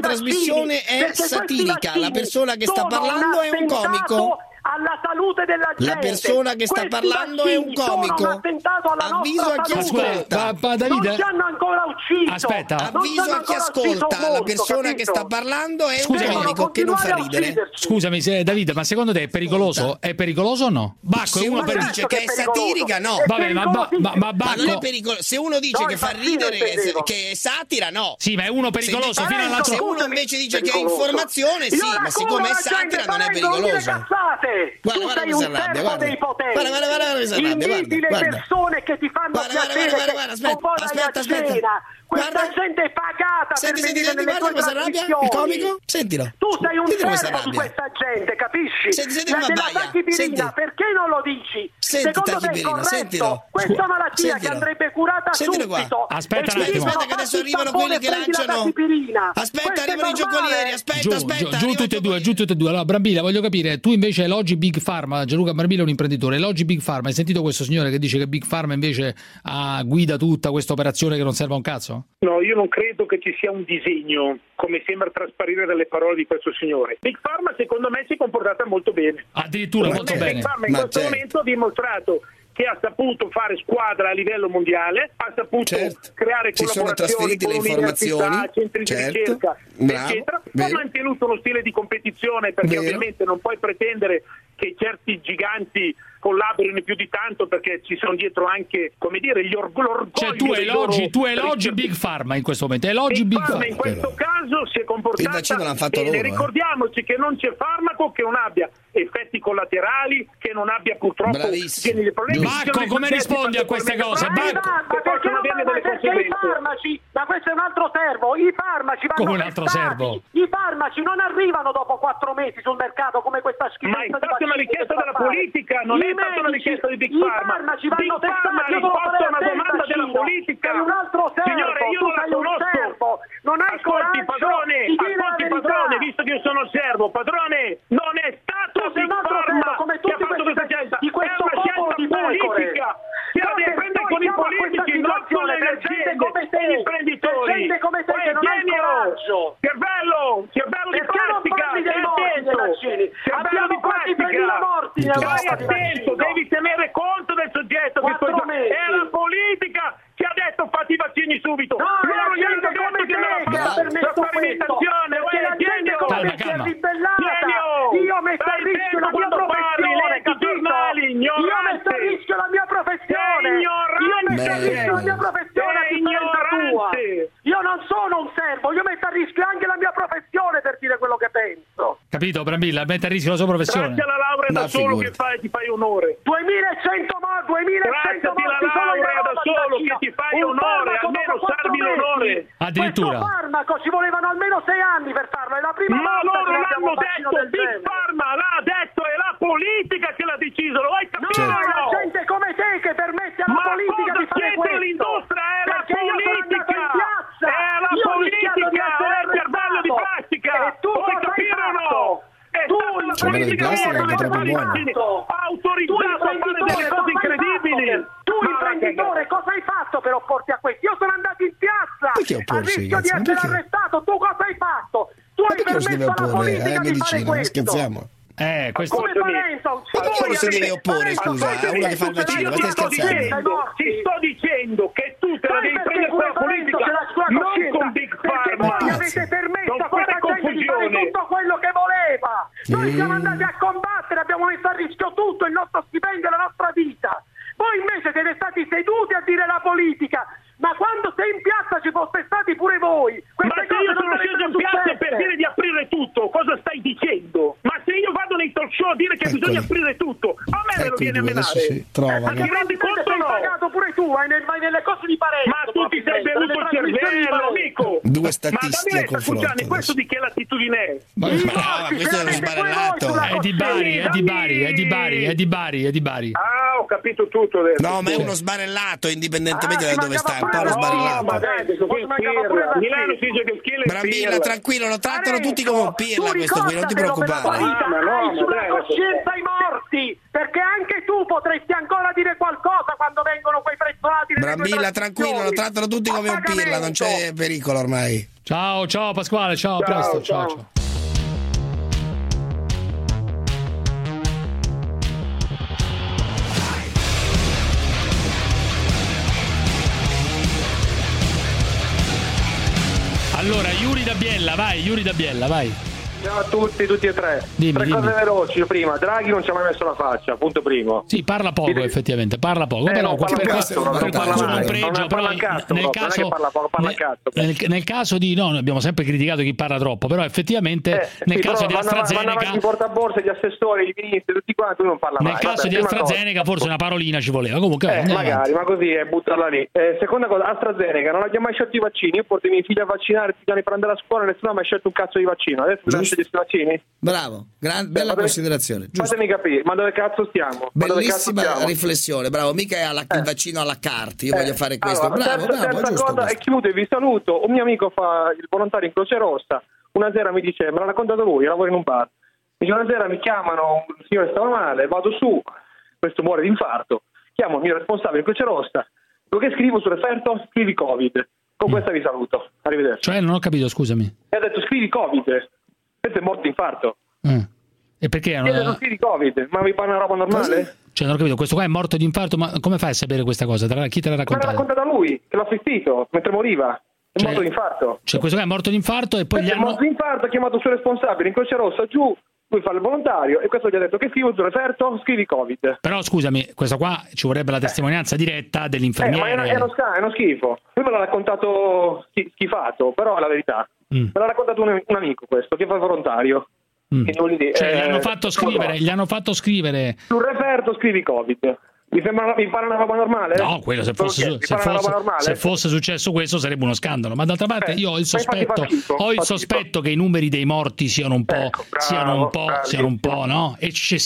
[SPEAKER 12] vaccini,
[SPEAKER 9] trasmissione è
[SPEAKER 12] perché questi
[SPEAKER 9] satirica,
[SPEAKER 12] vaccini
[SPEAKER 9] la persona che sta
[SPEAKER 12] sono
[SPEAKER 9] parlando è un comico.
[SPEAKER 12] attentato alla salute della gente.
[SPEAKER 9] La persona che sta
[SPEAKER 12] Questi
[SPEAKER 9] parlando è un
[SPEAKER 12] vaccini sono
[SPEAKER 9] comico.
[SPEAKER 12] un attentato alla
[SPEAKER 9] Avviso
[SPEAKER 12] nostra
[SPEAKER 9] a chi
[SPEAKER 12] salute.
[SPEAKER 9] ascolta.
[SPEAKER 2] Ma- ma Davide-
[SPEAKER 12] non ci hanno ancora ucciso.
[SPEAKER 2] Aspetta.
[SPEAKER 12] Non ci
[SPEAKER 9] Avviso
[SPEAKER 12] hanno
[SPEAKER 9] a chi
[SPEAKER 12] ancora ucciso
[SPEAKER 9] ascolta, la
[SPEAKER 12] molto,
[SPEAKER 9] persona che
[SPEAKER 12] capito?
[SPEAKER 9] sta parlando è un
[SPEAKER 2] Scusami.
[SPEAKER 9] comico che non fa
[SPEAKER 12] Devono continuare a
[SPEAKER 9] ridere.
[SPEAKER 12] ucciderci.
[SPEAKER 2] Scusami, se, Davide, ma secondo te è pericoloso? È pericoloso o no? Bacco
[SPEAKER 9] Se
[SPEAKER 2] è uno
[SPEAKER 9] uno
[SPEAKER 2] per
[SPEAKER 9] dice che è
[SPEAKER 12] pericoloso.
[SPEAKER 9] satirica, no.
[SPEAKER 12] È
[SPEAKER 2] Vabbè, ma, ba- ma- ma
[SPEAKER 9] Ma non è
[SPEAKER 2] Bacco
[SPEAKER 9] pericolo- Se uno dice
[SPEAKER 12] No,
[SPEAKER 9] che
[SPEAKER 12] il
[SPEAKER 9] fa
[SPEAKER 12] vaccino
[SPEAKER 9] ridere,
[SPEAKER 12] intendevo.
[SPEAKER 9] che è satira, no.
[SPEAKER 2] Sì, ma è uno pericoloso
[SPEAKER 9] Se-
[SPEAKER 2] fino
[SPEAKER 9] Lorenzo,
[SPEAKER 2] all'altro
[SPEAKER 9] se uno
[SPEAKER 12] Scusami,
[SPEAKER 9] invece dice che è
[SPEAKER 12] pericoloso.
[SPEAKER 9] informazione, sì,
[SPEAKER 12] Io
[SPEAKER 9] ma
[SPEAKER 12] racconto
[SPEAKER 9] signore,
[SPEAKER 12] alla
[SPEAKER 9] è satira,
[SPEAKER 12] gente,
[SPEAKER 9] non è
[SPEAKER 12] Lorenzo, dire
[SPEAKER 9] pericoloso.
[SPEAKER 12] cazzate. tu sei
[SPEAKER 9] Guarda, guarda come si
[SPEAKER 12] un
[SPEAKER 9] arrabbia,
[SPEAKER 12] servo
[SPEAKER 9] guarda.
[SPEAKER 12] dei poteri.
[SPEAKER 9] Guarda, guarda, guarda come si arrabbia, guarda,
[SPEAKER 12] Inviti le
[SPEAKER 9] guarda.
[SPEAKER 12] persone che ti fanno
[SPEAKER 9] Guarda, guarda,
[SPEAKER 12] piacere,
[SPEAKER 9] guarda, guarda,
[SPEAKER 12] che
[SPEAKER 9] aspetta,
[SPEAKER 12] compongono la
[SPEAKER 9] aspetta, aspetta.
[SPEAKER 12] cena. Questa
[SPEAKER 9] Guarda.
[SPEAKER 12] gente è pagata per
[SPEAKER 9] Senti, senti,
[SPEAKER 12] venire
[SPEAKER 9] senti,
[SPEAKER 12] nelle
[SPEAKER 9] guarda
[SPEAKER 12] tue
[SPEAKER 9] come si arrabbia il
[SPEAKER 12] trasmissioni.
[SPEAKER 9] comico. Sentilo.
[SPEAKER 12] Tu sei un
[SPEAKER 9] Senti come si
[SPEAKER 12] servo di
[SPEAKER 9] arrabbia.
[SPEAKER 12] questa gente, capisci?
[SPEAKER 9] Senti, senti
[SPEAKER 12] La
[SPEAKER 9] come
[SPEAKER 12] della
[SPEAKER 9] abbaia.
[SPEAKER 12] tachipirina,
[SPEAKER 9] Senti.
[SPEAKER 12] perché non lo dici?
[SPEAKER 9] Senti,
[SPEAKER 12] Secondo te è
[SPEAKER 9] tachipirina,
[SPEAKER 12] corretto?
[SPEAKER 9] sentilo.
[SPEAKER 12] Questa
[SPEAKER 9] Scu-
[SPEAKER 12] malattia
[SPEAKER 9] sentilo.
[SPEAKER 12] che andrebbe curata
[SPEAKER 9] Sentilo qua.
[SPEAKER 12] subito.
[SPEAKER 2] Aspetta
[SPEAKER 12] E
[SPEAKER 2] un attimo.
[SPEAKER 12] dicono,
[SPEAKER 9] Aspetta che
[SPEAKER 12] fatti
[SPEAKER 9] adesso
[SPEAKER 12] il
[SPEAKER 9] arrivano
[SPEAKER 12] tampone
[SPEAKER 9] quelli
[SPEAKER 12] e prendi
[SPEAKER 9] che
[SPEAKER 12] la
[SPEAKER 9] lanciano.
[SPEAKER 12] tachipirina.
[SPEAKER 9] Aspetta,
[SPEAKER 12] Questo è
[SPEAKER 9] arrivano i
[SPEAKER 12] normale?
[SPEAKER 9] giocolieri. Aspetta,
[SPEAKER 2] Giù, giù,
[SPEAKER 9] aspetta.
[SPEAKER 2] giù
[SPEAKER 9] arrivano
[SPEAKER 2] tutte e
[SPEAKER 9] i
[SPEAKER 2] due,
[SPEAKER 9] giocolieri.
[SPEAKER 2] giù tutte e due. Allora, Brambilla, voglio capire, tu invece elogi Big Pharma, Gianluca Brambilla è un imprenditore, elogi Big Pharma. Hai sentito questo signore che dice che Big Pharma invece ah, guida tutta questa operazione che non serve a un cazzo?
[SPEAKER 13] No, io non credo che ci sia un disegno, come sembra trasparire dalle parole di questo signore. Big Pharma secondo me si è comportata molto bene.
[SPEAKER 9] Ah,
[SPEAKER 2] Addirittura
[SPEAKER 9] Ma
[SPEAKER 2] molto
[SPEAKER 9] c'è.
[SPEAKER 13] Big
[SPEAKER 2] bene.
[SPEAKER 13] Pharma in
[SPEAKER 9] Ma
[SPEAKER 13] questo
[SPEAKER 9] certo.
[SPEAKER 13] momento ha dimostrato che ha saputo fare squadra a livello mondiale, ha saputo
[SPEAKER 9] Certo.
[SPEAKER 13] creare
[SPEAKER 9] Si sono
[SPEAKER 13] collaborazioni
[SPEAKER 9] trasferite
[SPEAKER 13] con
[SPEAKER 9] le
[SPEAKER 13] università,
[SPEAKER 9] informazioni,
[SPEAKER 13] centri
[SPEAKER 9] certo.
[SPEAKER 13] di ricerca,
[SPEAKER 9] Bravo,
[SPEAKER 13] eccetera. Ha
[SPEAKER 9] vero.
[SPEAKER 13] mantenuto uno stile di competizione perché
[SPEAKER 9] Vero.
[SPEAKER 13] ovviamente non puoi pretendere che certi giganti collaborino più di tanto perché ci sono dietro anche, come dire, gli org- l'orgoglio
[SPEAKER 2] Cioè tu
[SPEAKER 13] dei
[SPEAKER 2] elogi,
[SPEAKER 13] loro
[SPEAKER 2] tu elogi
[SPEAKER 13] ricercatori.
[SPEAKER 2] Big Pharma in questo momento, elogi
[SPEAKER 13] Il
[SPEAKER 2] Big
[SPEAKER 13] farmaco in
[SPEAKER 2] Pharma.
[SPEAKER 13] questo caso si è
[SPEAKER 9] Il vaccino l'hanno
[SPEAKER 13] comportato
[SPEAKER 9] fatto
[SPEAKER 13] bene.
[SPEAKER 9] loro, eh.
[SPEAKER 13] Ricordiamoci che non c'è farmaco che non abbia effetti collaterali, che non abbia purtroppo
[SPEAKER 9] Bravissimo.
[SPEAKER 13] dei problemi.
[SPEAKER 2] Bacco,
[SPEAKER 13] Ci sono i
[SPEAKER 2] come
[SPEAKER 13] pazienti
[SPEAKER 2] rispondi a queste cose?
[SPEAKER 13] particolarmente
[SPEAKER 12] Ma, i
[SPEAKER 2] Bacco.
[SPEAKER 12] far-
[SPEAKER 13] che
[SPEAKER 12] ma perché
[SPEAKER 13] possono
[SPEAKER 12] non
[SPEAKER 13] avere delle
[SPEAKER 12] perché i
[SPEAKER 13] conseguenze.
[SPEAKER 12] farmaci, ma questo è un altro servo, i farmaci vanno
[SPEAKER 2] Come un altro
[SPEAKER 12] testati.
[SPEAKER 2] servo?
[SPEAKER 12] I farmaci non arrivano dopo quattro mesi sul mercato come questa schifezza
[SPEAKER 13] Ma è
[SPEAKER 12] di
[SPEAKER 13] stata
[SPEAKER 12] vaccini
[SPEAKER 13] una
[SPEAKER 12] che
[SPEAKER 13] richiesta
[SPEAKER 12] sta
[SPEAKER 13] della
[SPEAKER 12] a fare.
[SPEAKER 13] politica, non
[SPEAKER 12] I
[SPEAKER 13] è stata una
[SPEAKER 12] medici,
[SPEAKER 13] richiesta di Big
[SPEAKER 12] I
[SPEAKER 13] Pharma.
[SPEAKER 12] farmaci vanno
[SPEAKER 13] Big Pharma ha
[SPEAKER 12] testati, io devo
[SPEAKER 13] risposto
[SPEAKER 12] fare
[SPEAKER 13] a una
[SPEAKER 12] testa,
[SPEAKER 13] domanda della
[SPEAKER 12] Ciro.
[SPEAKER 13] politica.
[SPEAKER 12] Sei un altro servo,
[SPEAKER 13] Signore, io
[SPEAKER 12] tu
[SPEAKER 13] non la
[SPEAKER 12] sei un
[SPEAKER 13] conosco.
[SPEAKER 12] servo, non hai
[SPEAKER 13] ascolti
[SPEAKER 12] coraggio
[SPEAKER 13] padrone,
[SPEAKER 12] di dire la
[SPEAKER 13] ascolti
[SPEAKER 12] verità.
[SPEAKER 13] padrone, visto che io sono servo, padrone, non è stato Big
[SPEAKER 12] Tu sei un altro
[SPEAKER 13] Pharma
[SPEAKER 12] servo, come
[SPEAKER 13] che ha
[SPEAKER 12] tutti
[SPEAKER 13] fatto
[SPEAKER 12] questi-
[SPEAKER 13] questa scelta,
[SPEAKER 12] di questo
[SPEAKER 13] è una
[SPEAKER 12] popolo
[SPEAKER 13] scelta
[SPEAKER 12] di pecore.
[SPEAKER 13] politica. Che la
[SPEAKER 12] Noi
[SPEAKER 13] devi
[SPEAKER 12] che-
[SPEAKER 13] prendere
[SPEAKER 12] noi
[SPEAKER 13] con i
[SPEAKER 12] siamo a questa
[SPEAKER 13] politici, non con
[SPEAKER 12] situazione
[SPEAKER 13] le
[SPEAKER 12] per gente
[SPEAKER 13] aziende,
[SPEAKER 12] come te,
[SPEAKER 13] con gli imprenditori.
[SPEAKER 12] per gente come te
[SPEAKER 13] Poi
[SPEAKER 12] che non ha il
[SPEAKER 13] tienilo.
[SPEAKER 12] coraggio.
[SPEAKER 13] Cervello, cervello di
[SPEAKER 12] Perché non
[SPEAKER 13] plastica,
[SPEAKER 12] prendi dei
[SPEAKER 13] stai
[SPEAKER 12] morti dai
[SPEAKER 13] attento.
[SPEAKER 12] vaccini?
[SPEAKER 13] Cervello
[SPEAKER 12] Abbiamo
[SPEAKER 13] di
[SPEAKER 12] quasi
[SPEAKER 13] plastica.
[SPEAKER 12] 3.000 morti in Europa
[SPEAKER 13] Stai
[SPEAKER 12] di
[SPEAKER 13] attento,
[SPEAKER 12] vaccino.
[SPEAKER 13] devi tenere conto del soggetto che
[SPEAKER 12] Quattro
[SPEAKER 13] poi-
[SPEAKER 12] mesi.
[SPEAKER 13] è la politica che ha detto fate i vaccini subito.
[SPEAKER 12] No, è la
[SPEAKER 13] Loro gli hanno
[SPEAKER 12] gente
[SPEAKER 13] detto che
[SPEAKER 12] come
[SPEAKER 13] non
[SPEAKER 12] te che
[SPEAKER 13] la
[SPEAKER 12] ha
[SPEAKER 13] fanno.
[SPEAKER 12] permesso
[SPEAKER 13] La
[SPEAKER 12] questo.
[SPEAKER 13] fermentazione,
[SPEAKER 12] Perché la gente
[SPEAKER 13] tienilo.
[SPEAKER 12] come
[SPEAKER 2] Calma,
[SPEAKER 12] te si è
[SPEAKER 2] calma.
[SPEAKER 12] ribellata.
[SPEAKER 13] Tienilo.
[SPEAKER 12] Io ho messo a
[SPEAKER 13] oh, Stai
[SPEAKER 12] rischio la
[SPEAKER 13] attento
[SPEAKER 12] mia
[SPEAKER 13] quando parli,
[SPEAKER 12] professione,
[SPEAKER 13] leggi i giornali,
[SPEAKER 12] capito? Io ho messo a
[SPEAKER 13] ignorante.
[SPEAKER 12] rischio la mia professione.
[SPEAKER 13] Sei
[SPEAKER 12] Io ho messo a
[SPEAKER 9] ignorante.
[SPEAKER 12] rischio la mia professione a
[SPEAKER 13] Sei
[SPEAKER 12] differenza tua.
[SPEAKER 13] ignorante.
[SPEAKER 12] Io non sono un servo, io ho messo a rischio anche la mia professione per dire quello che penso.
[SPEAKER 2] Capito, Brambilla, mette a rischio la sua professione.
[SPEAKER 13] Grazie alla laurea da
[SPEAKER 9] Ma
[SPEAKER 13] solo
[SPEAKER 9] figurati.
[SPEAKER 13] che fai, ti fai onore. Grazie alla laurea da solo
[SPEAKER 12] 2100 morti, 2100 morti solo in Europa di vaccino.
[SPEAKER 13] che ti fai
[SPEAKER 12] Un
[SPEAKER 13] onore,
[SPEAKER 12] farmaco
[SPEAKER 13] almeno
[SPEAKER 12] dopo quattro
[SPEAKER 13] salvi
[SPEAKER 12] mesi.
[SPEAKER 13] l'onore.
[SPEAKER 2] Addirittura.
[SPEAKER 12] Questo farmaco ci volevano almeno 6 anni per farlo, è la prima
[SPEAKER 13] Ma
[SPEAKER 12] volta
[SPEAKER 13] loro
[SPEAKER 12] che
[SPEAKER 13] l'hanno
[SPEAKER 12] abbiamo un vaccino
[SPEAKER 13] detto,
[SPEAKER 12] del
[SPEAKER 13] Big
[SPEAKER 12] genere.
[SPEAKER 13] Pharma l'ha detto, è la politica che l'ha deciso, lo hai
[SPEAKER 12] No,
[SPEAKER 13] capito?
[SPEAKER 12] è
[SPEAKER 13] o
[SPEAKER 12] la
[SPEAKER 13] no?
[SPEAKER 12] gente come te che permette alla
[SPEAKER 13] Ma
[SPEAKER 12] politica
[SPEAKER 13] cosa
[SPEAKER 12] di fare
[SPEAKER 13] c'entra
[SPEAKER 12] questo.
[SPEAKER 13] l'industria? È la
[SPEAKER 12] Perché io sono andato in
[SPEAKER 13] politica!
[SPEAKER 12] piazza.
[SPEAKER 13] È la
[SPEAKER 12] Io ho rischiato di
[SPEAKER 13] politica,
[SPEAKER 12] essere
[SPEAKER 13] è il cervello di
[SPEAKER 12] arrestato.
[SPEAKER 13] plastica.
[SPEAKER 12] E tu
[SPEAKER 13] Vuoi
[SPEAKER 12] cosa hai
[SPEAKER 13] capire o no? È stata la politica Ha autorizzato a fare delle
[SPEAKER 12] fatto? Tu il imprenditore cosa hai fatto? Tu imprenditore,
[SPEAKER 9] che era troppo buona.
[SPEAKER 13] cose
[SPEAKER 12] cosa hai fatto
[SPEAKER 13] incredibili.
[SPEAKER 12] per- Tu
[SPEAKER 13] Ma
[SPEAKER 12] imprenditore
[SPEAKER 13] ragazzi.
[SPEAKER 12] cosa hai fatto per opporti a questo? Io sono andato in piazza
[SPEAKER 9] Perché
[SPEAKER 12] a
[SPEAKER 9] opporsi,
[SPEAKER 12] rischio di
[SPEAKER 9] cazzo?
[SPEAKER 12] essere
[SPEAKER 9] Perché?
[SPEAKER 12] arrestato. Tu cosa hai fatto? Tu
[SPEAKER 9] Ma
[SPEAKER 12] hai
[SPEAKER 9] perché non si deve
[SPEAKER 12] permesso alla
[SPEAKER 9] opporre?
[SPEAKER 12] politica
[SPEAKER 9] È
[SPEAKER 12] di fare
[SPEAKER 9] medicina, non
[SPEAKER 12] questo.
[SPEAKER 9] scherziamo.
[SPEAKER 2] Eh, questo
[SPEAKER 12] Come Parenzo,
[SPEAKER 9] Ma perché non si deve opporre, scusa, a uno che fa il vaccino? Ma
[SPEAKER 13] Ti
[SPEAKER 9] stai
[SPEAKER 13] sto
[SPEAKER 9] scherzando?
[SPEAKER 13] dicendo, ti sto dicendo che tu te la devi
[SPEAKER 12] Sai perché
[SPEAKER 13] prendere con la
[SPEAKER 12] quel
[SPEAKER 13] politica,
[SPEAKER 12] Parenzo c'è la sua
[SPEAKER 13] non
[SPEAKER 12] coscienza?
[SPEAKER 13] con Big
[SPEAKER 12] Perché
[SPEAKER 13] Pharma.
[SPEAKER 12] voi avete permesso
[SPEAKER 13] Non
[SPEAKER 12] a
[SPEAKER 13] fare
[SPEAKER 12] questa gente di fare
[SPEAKER 13] confusione.
[SPEAKER 12] tutto quello che voleva. Noi siamo
[SPEAKER 9] Mm.
[SPEAKER 12] andati a combattere, abbiamo messo a rischio tutto, il nostro stipendio e la nostra vita. Voi invece siete stati seduti a dire la politica. Ma quando sei in piazza ci foste stati pure voi.
[SPEAKER 13] Ma
[SPEAKER 12] Queste
[SPEAKER 13] se
[SPEAKER 12] cose
[SPEAKER 13] io
[SPEAKER 12] non
[SPEAKER 13] sono
[SPEAKER 12] sarebbero
[SPEAKER 13] sceso in piazza
[SPEAKER 12] successe.
[SPEAKER 13] per dire di aprire tutto, cosa stai dicendo? Ma se
[SPEAKER 14] bisogna
[SPEAKER 9] Eccoli. Ecco,
[SPEAKER 14] aprire tutto. A me me lo
[SPEAKER 9] Eccoli
[SPEAKER 14] viene a
[SPEAKER 9] due, adesso
[SPEAKER 14] menare.
[SPEAKER 9] si trovano.
[SPEAKER 14] Ma ti rendi conto
[SPEAKER 13] sei
[SPEAKER 14] no?
[SPEAKER 13] pagato pure tu, hai nel- vai nelle cose di Parenzo.
[SPEAKER 14] Ma tu ti sei
[SPEAKER 13] probabilmente,
[SPEAKER 14] bevuto il
[SPEAKER 13] nelle trasmissioni di
[SPEAKER 14] cervello,
[SPEAKER 13] Parenzo.
[SPEAKER 14] amico!
[SPEAKER 9] Due
[SPEAKER 14] Ma
[SPEAKER 9] statisti
[SPEAKER 14] davvero,
[SPEAKER 9] a confronto
[SPEAKER 14] Saccugiani, questo
[SPEAKER 9] adesso.
[SPEAKER 14] di che latitudine è?
[SPEAKER 9] Ma-
[SPEAKER 14] Mm,
[SPEAKER 9] brava,
[SPEAKER 14] no, ci
[SPEAKER 9] questo è uno
[SPEAKER 14] credete voi
[SPEAKER 9] sbarrellato.
[SPEAKER 14] sulla
[SPEAKER 9] È eh.
[SPEAKER 2] È di Bari, è di Bari, è di Bari, è di Bari, è di Bari.
[SPEAKER 14] Ah, ho capito tutto adesso.
[SPEAKER 9] No, ma è
[SPEAKER 14] Sì.
[SPEAKER 9] uno sbarellato, indipendentemente
[SPEAKER 13] Ah,
[SPEAKER 9] da
[SPEAKER 13] ci
[SPEAKER 9] dove sta, è un po'
[SPEAKER 13] mancava pure
[SPEAKER 9] uno
[SPEAKER 13] la-
[SPEAKER 14] No, ma
[SPEAKER 9] sbarellato.
[SPEAKER 14] dai, adesso poi
[SPEAKER 13] Mancava
[SPEAKER 14] Pirla.
[SPEAKER 13] pure la-
[SPEAKER 14] Milano si dice che il Chile è
[SPEAKER 9] Brambilla,
[SPEAKER 14] Pirla.
[SPEAKER 9] tranquillo, lo trattano
[SPEAKER 13] Parenzo,
[SPEAKER 9] tutti come un pirla
[SPEAKER 13] tu
[SPEAKER 9] questo qui, non ti
[SPEAKER 13] ricordatelo per la vita,
[SPEAKER 9] preoccupare.
[SPEAKER 14] Ma no,
[SPEAKER 13] hai
[SPEAKER 14] ma
[SPEAKER 13] sulla
[SPEAKER 14] dai,
[SPEAKER 13] coscienza i morti, perché anche tu potresti ancora dire qualcosa quando vengono quei prezzolati nelle tue
[SPEAKER 9] Brambilla, tranquillo, lo
[SPEAKER 13] trasmissioni.
[SPEAKER 9] trattano tutti
[SPEAKER 13] A
[SPEAKER 9] come un pirla, non
[SPEAKER 13] pagamento.
[SPEAKER 9] c'è pericolo ormai.
[SPEAKER 2] Ciao, ciao Pasquale, ciao, a
[SPEAKER 14] Ciao,
[SPEAKER 2] presto, ciao,
[SPEAKER 14] ciao.
[SPEAKER 2] ciao. Allora, Yuri da Biella, vai, Yuri da Biella, vai.
[SPEAKER 14] Ciao a tutti, tutti e tre.
[SPEAKER 2] Dimmi,
[SPEAKER 14] tre
[SPEAKER 2] dimmi.
[SPEAKER 14] cose veloci. Prima, Draghi non ci ha mai messo la faccia, punto primo.
[SPEAKER 2] Sì, parla poco
[SPEAKER 14] Sì.
[SPEAKER 2] effettivamente, parla poco.
[SPEAKER 14] Eh,
[SPEAKER 2] però
[SPEAKER 14] no, parla
[SPEAKER 2] per,
[SPEAKER 14] cazzo,
[SPEAKER 2] questo-
[SPEAKER 14] non
[SPEAKER 2] per
[SPEAKER 14] parla
[SPEAKER 2] qualcuno
[SPEAKER 14] male.
[SPEAKER 2] un pregio,
[SPEAKER 14] Non parla
[SPEAKER 2] però
[SPEAKER 14] cazzo,
[SPEAKER 2] nel
[SPEAKER 14] proprio, non è
[SPEAKER 2] caso
[SPEAKER 14] che parla poco, parla
[SPEAKER 2] nel-
[SPEAKER 14] cazzo.
[SPEAKER 2] nel, nel caso di no, noi abbiamo sempre criticato chi parla troppo, però effettivamente
[SPEAKER 14] Eh,
[SPEAKER 2] nel caso
[SPEAKER 14] sì, però
[SPEAKER 2] di
[SPEAKER 14] vanno av- Vanno
[SPEAKER 2] AstraZeneca
[SPEAKER 14] avanti i portaborse, gli assessori, i ministri, tutti quanti, tu non parla
[SPEAKER 2] nel
[SPEAKER 14] mai.
[SPEAKER 2] caso
[SPEAKER 14] Vabbè,
[SPEAKER 2] di
[SPEAKER 14] prima cosa.
[SPEAKER 2] AstraZeneca forse una parolina ci voleva. Comunque
[SPEAKER 14] Eh,
[SPEAKER 2] andiamo avanti.
[SPEAKER 14] magari, ma così è buttarla lì. Eh, seconda cosa, AstraZeneca, non abbiamo mai scelto i vaccini. Io porto i miei figli a vaccinare, tutti i anni per andare a scuola, nessuno ha mai scelto un cazzo di vaccino. Adesso bisogna
[SPEAKER 9] Giusto.
[SPEAKER 14] scegliere i vaccini?
[SPEAKER 9] Bravo, gran-
[SPEAKER 14] Eh,
[SPEAKER 9] bella
[SPEAKER 14] fatemi-
[SPEAKER 9] considerazione. Giusto.
[SPEAKER 14] Fatemi capire, ma dove cazzo stiamo? Ma dove cazzo
[SPEAKER 9] Bellissima
[SPEAKER 14] stiamo?
[SPEAKER 9] riflessione, bravo, mica è alla- il vaccino alla carta, io
[SPEAKER 14] Eh,
[SPEAKER 9] voglio fare questo.
[SPEAKER 14] allora,
[SPEAKER 9] Bravo,
[SPEAKER 14] terza,
[SPEAKER 9] bravo,
[SPEAKER 14] terza
[SPEAKER 9] giusto.
[SPEAKER 14] cosa, e
[SPEAKER 9] questo.
[SPEAKER 14] chiudo e vi saluto. Un mio amico fa il volontario in Croce Rossa. Una sera mi dice, me l'ha raccontato lui, lavora in un bar. Mi dice, una sera mi chiamano, un signore stava male, vado su, questo muore di infarto. Chiamo il mio responsabile in Croce Rossa. Lo che scrivo sull'offerto? Scrivi Covid.
[SPEAKER 9] Mm.
[SPEAKER 14] Con questa vi saluto. Arrivederci.
[SPEAKER 2] Cioè, non ho capito, scusami.
[SPEAKER 14] E ha detto, scrivi Covid. Questo è morto di infarto.
[SPEAKER 2] Eh. E perché?
[SPEAKER 14] E ha detto,
[SPEAKER 2] Non...
[SPEAKER 14] scrivi Covid. Ma mi pare una roba normale?
[SPEAKER 2] Cioè, non ho capito, questo qua è morto di infarto, ma come fai a sapere questa cosa? Te la- Chi te l'ha
[SPEAKER 14] Me l'ha
[SPEAKER 2] raccontata?
[SPEAKER 14] raccontata lui, che l'ha assistito mentre moriva. È
[SPEAKER 2] Cioè-
[SPEAKER 14] morto di infarto.
[SPEAKER 2] Cioè, questo qua è morto di infarto e poi gli
[SPEAKER 14] Questo è
[SPEAKER 2] hanno...
[SPEAKER 14] morto di infarto, ha chiamato il suo responsabile in Croce Rossa giù, lui fa il volontario e questo gli ha detto che scrivo sul referto, scrivi Covid.
[SPEAKER 2] Però scusami, questa qua ci vorrebbe la testimonianza diretta
[SPEAKER 14] Eh, ma è,
[SPEAKER 2] dell'infermiere.
[SPEAKER 14] una- è uno sca- è uno schifo. Lui me l'ha raccontato schi- schifato, però è la verità.
[SPEAKER 2] Mm.
[SPEAKER 14] Me l'ha raccontato un, un amico questo, che fa il volontario.
[SPEAKER 2] Mm.
[SPEAKER 14] Che non gli di-
[SPEAKER 2] Cioè, gli
[SPEAKER 14] eh,
[SPEAKER 2] hanno fatto
[SPEAKER 14] come
[SPEAKER 2] scrivere,
[SPEAKER 14] no?
[SPEAKER 2] gli hanno fatto scrivere.
[SPEAKER 14] Sul referto scrivi Covid. Mi, sembra, mi pare una roba normale?
[SPEAKER 2] No, quello se
[SPEAKER 14] Sono
[SPEAKER 2] fosse,
[SPEAKER 14] chiesti,
[SPEAKER 2] se
[SPEAKER 14] mi pare una
[SPEAKER 2] fosse-
[SPEAKER 14] roba normale?
[SPEAKER 2] se fosse successo questo sarebbe uno scandalo. Ma d'altra parte
[SPEAKER 14] Eh,
[SPEAKER 2] io ho il
[SPEAKER 14] ma infatti
[SPEAKER 2] sospetto,
[SPEAKER 14] fa schifo,
[SPEAKER 2] ho il
[SPEAKER 14] fa schifo.
[SPEAKER 2] sospetto che i numeri dei morti siano un po',
[SPEAKER 14] Ecco, bravo,
[SPEAKER 2] siano un po',
[SPEAKER 14] bravissimo.
[SPEAKER 2] siano un po', no?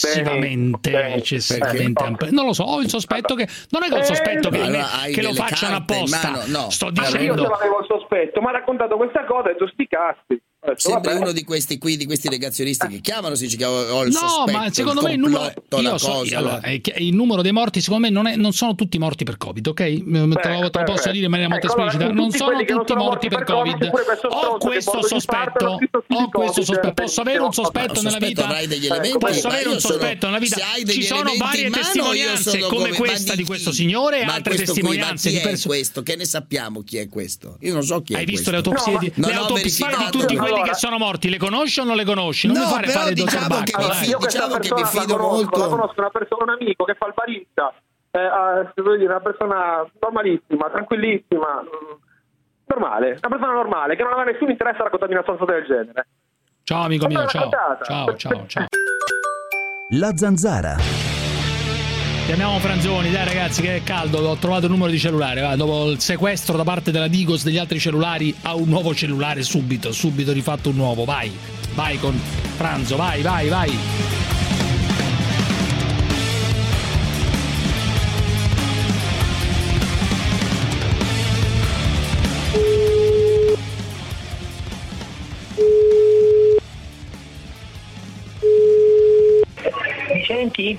[SPEAKER 2] Eccessivamente,
[SPEAKER 14] Bene, bene,
[SPEAKER 2] eccessivamente.
[SPEAKER 14] perché?
[SPEAKER 2] ampi- Non lo so, ho il sospetto che. Non è che ho il
[SPEAKER 14] Eh,
[SPEAKER 2] sospetto che,
[SPEAKER 9] allora hai
[SPEAKER 2] che lo
[SPEAKER 9] delle
[SPEAKER 2] facciano
[SPEAKER 9] carte in
[SPEAKER 2] apposta.
[SPEAKER 9] mano, no.
[SPEAKER 2] Sto
[SPEAKER 9] Allora,
[SPEAKER 14] Io ce
[SPEAKER 2] dicendo.
[SPEAKER 14] l'avevo il sospetto, mi ha raccontato questa cosa e ho detto sti cazzi. Ho detto,
[SPEAKER 9] Sembra
[SPEAKER 14] vabbè.
[SPEAKER 9] uno di questi qui, di questi negazionisti che chiamano, si dice che ho, ho il
[SPEAKER 2] No,
[SPEAKER 9] sospetto,
[SPEAKER 2] ma secondo
[SPEAKER 9] il
[SPEAKER 2] me il numero,
[SPEAKER 9] complotto,
[SPEAKER 2] io
[SPEAKER 9] la
[SPEAKER 2] so-
[SPEAKER 9] cosa.
[SPEAKER 2] allora, è che il numero dei morti, secondo me, non, è- non sono tutti morti per Covid, ok? Te lo- te lo,
[SPEAKER 14] Perfetto.
[SPEAKER 2] posso dire in maniera molto
[SPEAKER 14] Ecco, allora,
[SPEAKER 2] esplicita. Non
[SPEAKER 14] tutti
[SPEAKER 2] sono
[SPEAKER 14] quelli
[SPEAKER 2] tutti
[SPEAKER 14] che non sono
[SPEAKER 2] morti per Covid.
[SPEAKER 14] oppure questo stronzo
[SPEAKER 2] Ho
[SPEAKER 14] che
[SPEAKER 2] questo
[SPEAKER 14] muore di infarto,
[SPEAKER 2] sospetto.
[SPEAKER 14] scritto sui
[SPEAKER 2] Ho Oh, questo
[SPEAKER 14] Covid,
[SPEAKER 2] sospetto.
[SPEAKER 14] eh,
[SPEAKER 2] Posso avere un sospetto
[SPEAKER 9] No,
[SPEAKER 2] nella
[SPEAKER 9] cioè, sospetto,
[SPEAKER 2] vita?
[SPEAKER 9] avrai degli elementi,
[SPEAKER 2] Posso
[SPEAKER 9] ma
[SPEAKER 2] avere
[SPEAKER 9] io
[SPEAKER 2] un
[SPEAKER 9] sono-
[SPEAKER 2] sospetto nella vita?
[SPEAKER 9] se hai degli
[SPEAKER 2] Ci sono
[SPEAKER 9] elementi
[SPEAKER 2] varie
[SPEAKER 9] in mano,
[SPEAKER 2] testimonianze
[SPEAKER 9] io sono
[SPEAKER 2] come
[SPEAKER 9] ma
[SPEAKER 2] questa di
[SPEAKER 9] chi?
[SPEAKER 2] questo signore e
[SPEAKER 9] Ma
[SPEAKER 2] altre
[SPEAKER 9] questo qui, ma
[SPEAKER 2] testimonianze
[SPEAKER 9] chi
[SPEAKER 2] di
[SPEAKER 9] è
[SPEAKER 2] persone.
[SPEAKER 9] questo? Che ne sappiamo chi è questo? Io non so chi
[SPEAKER 2] Hai
[SPEAKER 9] è
[SPEAKER 2] visto
[SPEAKER 9] questo.
[SPEAKER 2] le autopsie,
[SPEAKER 14] No,
[SPEAKER 2] di,
[SPEAKER 9] ma-
[SPEAKER 2] le
[SPEAKER 9] non ho
[SPEAKER 2] autopsie di
[SPEAKER 9] verificato.
[SPEAKER 2] tutti quelli
[SPEAKER 14] Allora-
[SPEAKER 2] che sono morti? Le conosci o non le conosci? Non
[SPEAKER 9] No,
[SPEAKER 2] mi fare
[SPEAKER 9] però
[SPEAKER 2] fare il dottor
[SPEAKER 9] diciamo che
[SPEAKER 2] Bacco,
[SPEAKER 9] mi
[SPEAKER 2] dai.
[SPEAKER 9] fido-
[SPEAKER 14] io questa
[SPEAKER 9] diciamo che mi
[SPEAKER 14] persona
[SPEAKER 9] fido
[SPEAKER 14] la conosco,
[SPEAKER 9] molto.
[SPEAKER 14] la conosco, una persona, un amico che fa il barista, eh, eh, devo dire, una persona normalissima, tranquillissima, mm, normale, una persona normale che non aveva nessun interesse alla contaminazione del genere.
[SPEAKER 2] Ciao amico
[SPEAKER 14] Ma me
[SPEAKER 2] mio,
[SPEAKER 14] l'ha
[SPEAKER 2] ciao.
[SPEAKER 14] raccontata.
[SPEAKER 2] Ciao, ciao, ciao.
[SPEAKER 15] La zanzara.
[SPEAKER 2] Chiamiamo Franzoni, dai ragazzi che è caldo, ho trovato il numero di cellulare, va, dopo il sequestro da parte della Digos degli altri cellulari a un nuovo cellulare subito, subito rifatto un nuovo, vai, vai con Franzo, vai, vai, vai.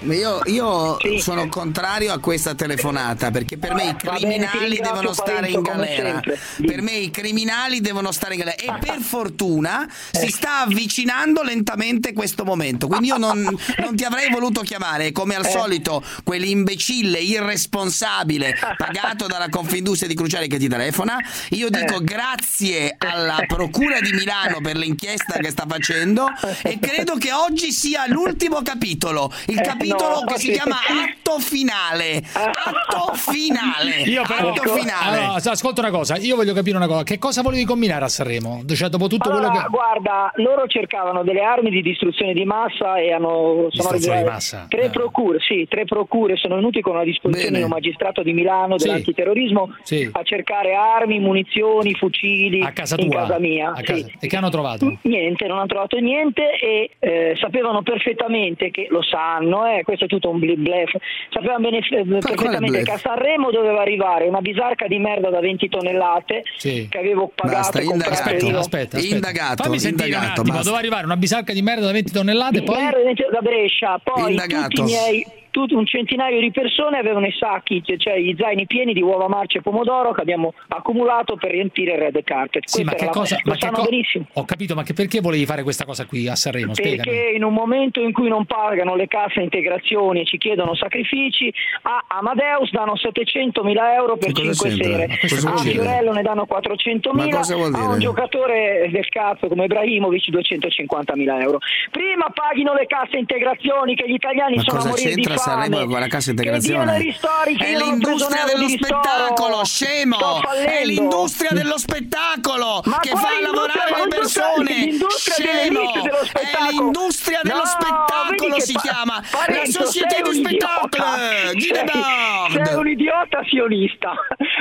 [SPEAKER 9] Io, io sono contrario a questa telefonata perché per me i criminali devono stare in galera. Per me i criminali devono stare in galera. E per fortuna
[SPEAKER 2] Eh.
[SPEAKER 9] si sta avvicinando lentamente questo momento. Quindi io non, non ti avrei voluto chiamare. Come
[SPEAKER 2] Eh.
[SPEAKER 9] al solito, quell'imbecille irresponsabile pagato dalla Confindustria di Cruciale che ti telefona.
[SPEAKER 2] Eh.
[SPEAKER 9] Io dico grazie alla Procura di
[SPEAKER 2] Eh,
[SPEAKER 9] Milano per l'inchiesta che sta facendo e credo che oggi sia l'ultimo capitolo. Il capitolo
[SPEAKER 16] no,
[SPEAKER 9] che si
[SPEAKER 16] sì.
[SPEAKER 9] chiama Atto Finale. Atto Finale.
[SPEAKER 2] Io però
[SPEAKER 9] Atto Finale.
[SPEAKER 2] Allora, sa- ascolta una cosa, io voglio capire una cosa, che cosa volevi combinare a Sanremo? Cioè, dopo tutto
[SPEAKER 16] Allora,
[SPEAKER 2] quello che
[SPEAKER 16] guarda, loro cercavano delle armi di distruzione di massa e hanno sono
[SPEAKER 2] Distruzione
[SPEAKER 16] arrivate
[SPEAKER 2] di massa,
[SPEAKER 16] Tre,
[SPEAKER 2] eh.
[SPEAKER 16] procure, sì, tre procure sono venute con la disposizione
[SPEAKER 9] Bene.
[SPEAKER 16] di un magistrato di Milano
[SPEAKER 2] Sì.
[SPEAKER 16] dell'antiterrorismo
[SPEAKER 2] Sì.
[SPEAKER 16] a cercare armi, munizioni, fucili
[SPEAKER 2] a casa
[SPEAKER 16] in
[SPEAKER 2] tua
[SPEAKER 16] casa mia.
[SPEAKER 2] a
[SPEAKER 16] sì.
[SPEAKER 2] casa- e che hanno trovato?
[SPEAKER 16] Niente, non hanno trovato niente e eh, sapevano perfettamente che lo sanno, eh, questo è tutto un bli- bluff. Sapevano bene- eh, perfettamente
[SPEAKER 9] bluff?
[SPEAKER 16] che a Sanremo doveva arrivare una bisarca di merda da 20 tonnellate
[SPEAKER 2] Sì.
[SPEAKER 16] che avevo pagato.
[SPEAKER 9] Basta,
[SPEAKER 16] comprato
[SPEAKER 9] indagato.
[SPEAKER 16] io.
[SPEAKER 2] Aspetta, aspetta, aspetta.
[SPEAKER 9] Indagato,
[SPEAKER 2] Fammi sentire un
[SPEAKER 9] indagato,
[SPEAKER 2] attimo,
[SPEAKER 9] basta.
[SPEAKER 2] doveva arrivare una bisacca di merda da 20 tonnellate e
[SPEAKER 16] Di
[SPEAKER 2] poi
[SPEAKER 16] Berro dentro- da Brescia, poi
[SPEAKER 9] Indagato.
[SPEAKER 16] tutti i miei, tut- un centinaio di persone avevano i sacchi, cioè- cioè gli zaini pieni di uova marce e pomodoro che abbiamo accumulato per riempire il red carpet.
[SPEAKER 2] Sì,
[SPEAKER 16] Questa
[SPEAKER 2] ma
[SPEAKER 16] era
[SPEAKER 2] che
[SPEAKER 16] la-
[SPEAKER 2] cosa
[SPEAKER 16] Lo
[SPEAKER 2] ma che
[SPEAKER 16] sanno
[SPEAKER 2] co-
[SPEAKER 16] benissimo.
[SPEAKER 2] Ho capito, ma che perché volevi fare questa cosa qui a Sanremo? Spiegami.
[SPEAKER 16] Perché in un momento in cui non pagano le casse integrazioni e ci chiedono sacrifici, a Amadeus danno 700.000 euro per
[SPEAKER 9] Che cosa
[SPEAKER 16] 5
[SPEAKER 9] c'entra?
[SPEAKER 16] sere,
[SPEAKER 9] Ma questo
[SPEAKER 16] a
[SPEAKER 9] vuol dire?
[SPEAKER 16] Fiorello ne danno
[SPEAKER 9] Ma cosa vuol
[SPEAKER 16] 400.000, a
[SPEAKER 9] dire?
[SPEAKER 16] un giocatore del cazzo come Ibrahimovic 250.000 euro. Prima paghino le casse integrazioni che gli italiani
[SPEAKER 9] Ma
[SPEAKER 16] sono a
[SPEAKER 9] cosa
[SPEAKER 16] morire Diciamo di
[SPEAKER 9] c'entra
[SPEAKER 16] fame.
[SPEAKER 9] Sanremo con la cassa integrazione?
[SPEAKER 16] Che diano i ristori, che
[SPEAKER 9] È
[SPEAKER 16] io non ho preso
[SPEAKER 9] l'industria
[SPEAKER 16] un euro
[SPEAKER 9] dello
[SPEAKER 16] di ristoro.
[SPEAKER 9] spettacolo, scemo!
[SPEAKER 16] Sto
[SPEAKER 9] È
[SPEAKER 16] fallendo.
[SPEAKER 9] l'industria dello spettacolo
[SPEAKER 16] Ma
[SPEAKER 9] che fa
[SPEAKER 16] quale industria?
[SPEAKER 9] lavorare
[SPEAKER 16] Ma
[SPEAKER 9] le
[SPEAKER 16] l'industria-
[SPEAKER 9] persone!
[SPEAKER 16] l'industria
[SPEAKER 9] Scemo!
[SPEAKER 16] dell'elite dello
[SPEAKER 9] È
[SPEAKER 16] spettacolo.
[SPEAKER 9] l'industria dello
[SPEAKER 16] No,
[SPEAKER 9] spettacolo
[SPEAKER 16] vedi che
[SPEAKER 9] si
[SPEAKER 16] fa-
[SPEAKER 9] chiama! La
[SPEAKER 16] Parenzo,
[SPEAKER 9] società
[SPEAKER 16] sei
[SPEAKER 9] di
[SPEAKER 16] un
[SPEAKER 9] spettacolo!
[SPEAKER 16] idiota. Cioè, Sei, sei un
[SPEAKER 9] Gidebord!
[SPEAKER 16] idiota sionista.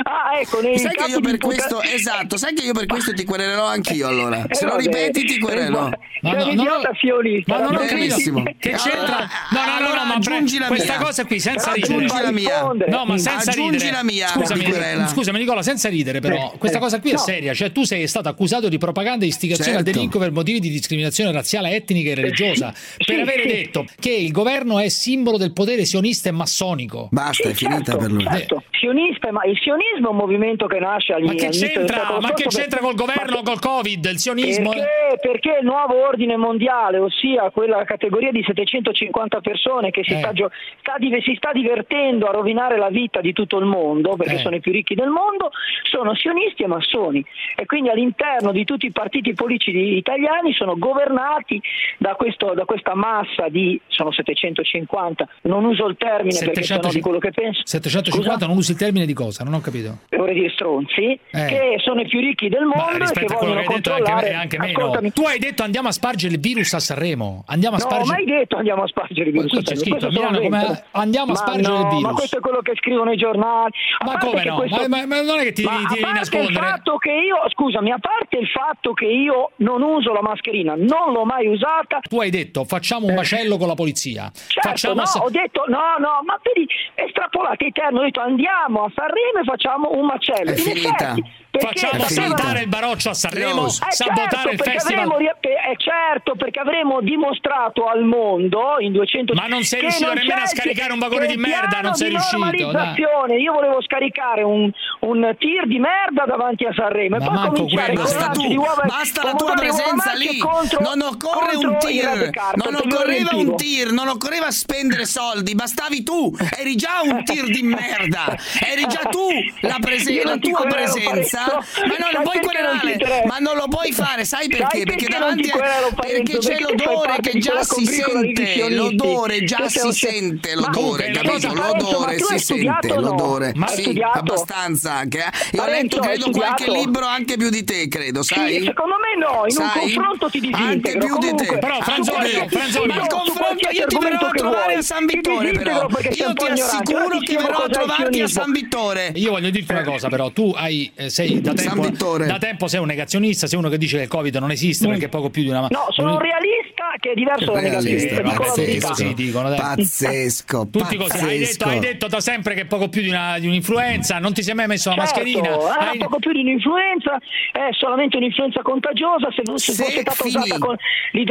[SPEAKER 16] Ah, ecco, nei
[SPEAKER 9] Sai che
[SPEAKER 16] casi
[SPEAKER 9] io per
[SPEAKER 16] di puta-
[SPEAKER 9] questo, esatto, sai che io per questo ti quererò anch'io allora.
[SPEAKER 16] Eh,
[SPEAKER 9] Se lo
[SPEAKER 16] vabbè.
[SPEAKER 9] ripeti ti
[SPEAKER 16] Eh,
[SPEAKER 9] quererò.
[SPEAKER 2] Ma
[SPEAKER 16] Sei
[SPEAKER 2] no,
[SPEAKER 16] un
[SPEAKER 2] no,
[SPEAKER 16] idiota
[SPEAKER 2] no.
[SPEAKER 16] sionista.
[SPEAKER 2] Ma non lo
[SPEAKER 16] Vabbè,
[SPEAKER 2] credo.
[SPEAKER 9] Benissimo.
[SPEAKER 2] Che
[SPEAKER 9] Allora,
[SPEAKER 2] c'entra? No, no, no,
[SPEAKER 9] allora
[SPEAKER 2] no, ma
[SPEAKER 9] aggiungi la
[SPEAKER 2] questa
[SPEAKER 9] mia.
[SPEAKER 2] cosa qui senza
[SPEAKER 16] Però
[SPEAKER 2] ridere.
[SPEAKER 9] Aggiungi la mia.
[SPEAKER 16] rispondere.
[SPEAKER 2] No, ma senza
[SPEAKER 9] Aggiungi
[SPEAKER 2] ridere.
[SPEAKER 9] la mia,
[SPEAKER 2] Scusami,
[SPEAKER 9] Picurella.
[SPEAKER 2] scusami, Nicola, senza ridere però.
[SPEAKER 16] Eh,
[SPEAKER 2] Questa
[SPEAKER 16] eh,
[SPEAKER 2] cosa qui è
[SPEAKER 16] no.
[SPEAKER 2] seria, cioè tu sei stato accusato di propaganda e istigazione al
[SPEAKER 9] Certo.
[SPEAKER 2] delinquo per motivi di discriminazione razziale, etnica e religiosa,
[SPEAKER 16] Eh, sì,
[SPEAKER 2] per avere
[SPEAKER 16] sì.
[SPEAKER 2] detto che il governo è simbolo del potere sionista e massonico.
[SPEAKER 9] Basta, è
[SPEAKER 16] Sì,
[SPEAKER 9] finita
[SPEAKER 16] certo,
[SPEAKER 9] per lui.
[SPEAKER 16] certo. Sionista, ma il sionismo è un movimento che nasce agli
[SPEAKER 2] Eh. Ma che
[SPEAKER 16] all'inizio del
[SPEAKER 2] c'entra?
[SPEAKER 16] secolo
[SPEAKER 2] Ma che
[SPEAKER 16] scorso per-
[SPEAKER 2] c'entra col governo,
[SPEAKER 16] Ma- Eh,
[SPEAKER 2] col Covid, il sionismo?
[SPEAKER 16] Perché, perché il nuovo ordine mondiale, ossia quella categoria di 750 persone che si,
[SPEAKER 2] Eh.
[SPEAKER 16] sta, gio- sta div- si sta divertendo a rovinare la vita di tutto il mondo, perché
[SPEAKER 2] Eh.
[SPEAKER 16] sono i più ricchi del mondo, sono sionisti e massoni. E quindi all'interno di tutti i partiti politici italiani sono governati da, questo- da questa massa di, sono 750, non uso il termine perché sono di quello che penso.
[SPEAKER 2] 750
[SPEAKER 16] Scusa?
[SPEAKER 2] non usi il termine di cosa? Non ho capito.
[SPEAKER 16] vorrei dire stronzi,
[SPEAKER 2] Eh.
[SPEAKER 16] che sono i più ricchi del
[SPEAKER 2] Ma
[SPEAKER 16] mondo e che
[SPEAKER 2] rispetto a quello
[SPEAKER 16] vogliono
[SPEAKER 2] che hai detto è anche,
[SPEAKER 16] controllare.
[SPEAKER 2] è anche meno.
[SPEAKER 16] Ascoltami.
[SPEAKER 2] Tu hai detto andiamo a spargere il virus a Sanremo. Andiamo a
[SPEAKER 16] No, ho
[SPEAKER 2] spargere
[SPEAKER 16] mai detto andiamo a spargere il virus.
[SPEAKER 2] Qui c'è
[SPEAKER 16] Questo
[SPEAKER 2] scritto,
[SPEAKER 16] sono
[SPEAKER 2] Milano, come-
[SPEAKER 16] ventro.
[SPEAKER 2] andiamo a
[SPEAKER 16] Ma
[SPEAKER 2] spargere il
[SPEAKER 16] no,
[SPEAKER 2] virus.
[SPEAKER 16] Ma questo è quello che scrivono i giornali. A
[SPEAKER 2] Ma
[SPEAKER 16] parte
[SPEAKER 2] come
[SPEAKER 16] che
[SPEAKER 2] no?
[SPEAKER 16] questo-
[SPEAKER 2] Ma, ma- ma non è che ti,
[SPEAKER 16] Ma
[SPEAKER 2] ti devi
[SPEAKER 16] a parte il
[SPEAKER 2] nascondere.
[SPEAKER 16] fatto che io, scusami, a parte il fatto che io non uso la mascherina, non l'ho mai usata. Eh.
[SPEAKER 2] Tu hai detto facciamo un macello con la polizia.
[SPEAKER 16] Certo,
[SPEAKER 2] facciamo
[SPEAKER 16] no,
[SPEAKER 2] ass-
[SPEAKER 16] ho detto no, no, ma vedi, estrapolate i termini, ho detto andiamo a Sanremo e facciamo un macello.
[SPEAKER 9] È
[SPEAKER 16] In
[SPEAKER 9] finita.
[SPEAKER 16] effetti, perché
[SPEAKER 2] facciamo
[SPEAKER 9] È finita.
[SPEAKER 2] saltare il baroccio a Sanremo,
[SPEAKER 9] Eh,
[SPEAKER 16] Eh,
[SPEAKER 2] sabotare
[SPEAKER 16] certo,
[SPEAKER 2] il
[SPEAKER 16] perché
[SPEAKER 2] festival.
[SPEAKER 16] avremo ri- eh, certo, perché avremo dimostrato al mondo in 200
[SPEAKER 2] Ma non sei
[SPEAKER 16] che
[SPEAKER 2] riuscito
[SPEAKER 16] non
[SPEAKER 2] nemmeno
[SPEAKER 16] c'è
[SPEAKER 2] a
[SPEAKER 16] il-
[SPEAKER 2] scaricare un vagone
[SPEAKER 16] che
[SPEAKER 2] di
[SPEAKER 16] il
[SPEAKER 2] merda,
[SPEAKER 16] piano
[SPEAKER 2] non sei
[SPEAKER 16] di
[SPEAKER 2] riuscito, dai.
[SPEAKER 16] normalizzazione. Io volevo scaricare un, un tir di merda davanti a
[SPEAKER 2] Ma
[SPEAKER 16] Sanremo e poi
[SPEAKER 2] manco
[SPEAKER 16] cominciare
[SPEAKER 2] quello.
[SPEAKER 16] con
[SPEAKER 9] Basta
[SPEAKER 16] lanci
[SPEAKER 9] tu,
[SPEAKER 16] di uova e
[SPEAKER 9] basta la tua
[SPEAKER 16] pomodori e uova
[SPEAKER 9] presenza
[SPEAKER 16] marce
[SPEAKER 9] lì.
[SPEAKER 16] contro-
[SPEAKER 9] non occorre
[SPEAKER 16] contro
[SPEAKER 9] un
[SPEAKER 16] il
[SPEAKER 9] tir,
[SPEAKER 16] red carpet,
[SPEAKER 9] non
[SPEAKER 16] io lo
[SPEAKER 9] occorreva un
[SPEAKER 16] riempivo.
[SPEAKER 9] tir, non occorreva spendere soldi, bastavi tu, eri già un tir di merda, eri già tu la, prese-
[SPEAKER 16] Io non
[SPEAKER 9] la
[SPEAKER 16] ti
[SPEAKER 9] tua
[SPEAKER 16] querelo,
[SPEAKER 9] presenza.
[SPEAKER 16] Parenzo.
[SPEAKER 9] Ma non lo
[SPEAKER 16] Sai
[SPEAKER 9] puoi
[SPEAKER 16] perché non ti
[SPEAKER 9] querelare,
[SPEAKER 16] interessa?
[SPEAKER 9] ma non lo puoi fare, sai
[SPEAKER 16] Sai
[SPEAKER 9] perché?
[SPEAKER 16] perché non
[SPEAKER 9] davanti
[SPEAKER 16] ti querelo,
[SPEAKER 9] perché c'è
[SPEAKER 16] Parenzo? Perché tu fai
[SPEAKER 9] l'odore
[SPEAKER 16] parte
[SPEAKER 9] che
[SPEAKER 16] di
[SPEAKER 9] già
[SPEAKER 16] quella
[SPEAKER 9] si
[SPEAKER 16] combricola di
[SPEAKER 9] sente,
[SPEAKER 16] visionisti.
[SPEAKER 9] l'odore già
[SPEAKER 16] Tu
[SPEAKER 9] si
[SPEAKER 16] sei un-
[SPEAKER 9] sente,
[SPEAKER 16] Ma-
[SPEAKER 9] l'odore,
[SPEAKER 2] Ma-
[SPEAKER 9] capito?
[SPEAKER 2] Lorenzo, ma
[SPEAKER 9] L'odore
[SPEAKER 16] tu
[SPEAKER 9] si
[SPEAKER 16] hai studiato
[SPEAKER 9] sente,
[SPEAKER 16] o no?
[SPEAKER 9] l'odore.
[SPEAKER 16] Ma hai
[SPEAKER 9] Sì,
[SPEAKER 16] studiato?
[SPEAKER 9] abbastanza anche. eh. Io ho
[SPEAKER 16] Lorenzo,
[SPEAKER 9] letto
[SPEAKER 16] hai
[SPEAKER 9] credo qualche
[SPEAKER 16] studiato?
[SPEAKER 9] libro anche più di te, credo,
[SPEAKER 16] Sì,
[SPEAKER 9] sai?
[SPEAKER 16] secondo me no, in un
[SPEAKER 9] Sai?
[SPEAKER 16] confronto ti disintegro.
[SPEAKER 9] Anche più di
[SPEAKER 16] Comunque,
[SPEAKER 9] te.
[SPEAKER 2] Però,
[SPEAKER 16] su
[SPEAKER 2] Franzolino,
[SPEAKER 16] qualsiasi-
[SPEAKER 2] Franzolino.
[SPEAKER 9] Ma il
[SPEAKER 16] su
[SPEAKER 9] confronto
[SPEAKER 16] qualsiasi
[SPEAKER 9] io ti verrò a
[SPEAKER 16] argomento certo che
[SPEAKER 9] trovare
[SPEAKER 16] vuoi.
[SPEAKER 9] a San
[SPEAKER 16] Ti
[SPEAKER 9] Vittore
[SPEAKER 16] disintegro
[SPEAKER 9] però.
[SPEAKER 16] perché sei
[SPEAKER 9] Io
[SPEAKER 16] un po'
[SPEAKER 9] ti
[SPEAKER 16] ignorante. Ora
[SPEAKER 9] assicuro
[SPEAKER 16] ti
[SPEAKER 9] che
[SPEAKER 16] spiego
[SPEAKER 9] verrò a
[SPEAKER 16] cos'è il
[SPEAKER 9] trovarti a
[SPEAKER 16] sionismo.
[SPEAKER 9] San Vittore.
[SPEAKER 2] Eh, Io voglio dirti una cosa, però, tu hai, eh, sei da
[SPEAKER 9] San
[SPEAKER 2] tempo,
[SPEAKER 9] Vittore.
[SPEAKER 2] da tempo sei un negazionista, sei uno che dice che il Covid non esiste perché è poco più di una
[SPEAKER 16] No, sono un realista che è diverso da
[SPEAKER 9] Realista,
[SPEAKER 16] negativista, dico la
[SPEAKER 2] sì,
[SPEAKER 16] verità.
[SPEAKER 2] pazzesco, sì, dicono, dai.
[SPEAKER 9] pazzesco,
[SPEAKER 2] Tutti così, hai detto, hai detto da sempre che è poco più di, una- di un'influenza, non ti sei mai messo la mascherina.
[SPEAKER 16] Certo, era
[SPEAKER 2] hai-
[SPEAKER 16] poco più di un'influenza, è solamente un'influenza contagiosa, se, se
[SPEAKER 9] Se
[SPEAKER 16] fosse stata
[SPEAKER 9] finì.
[SPEAKER 16] usata con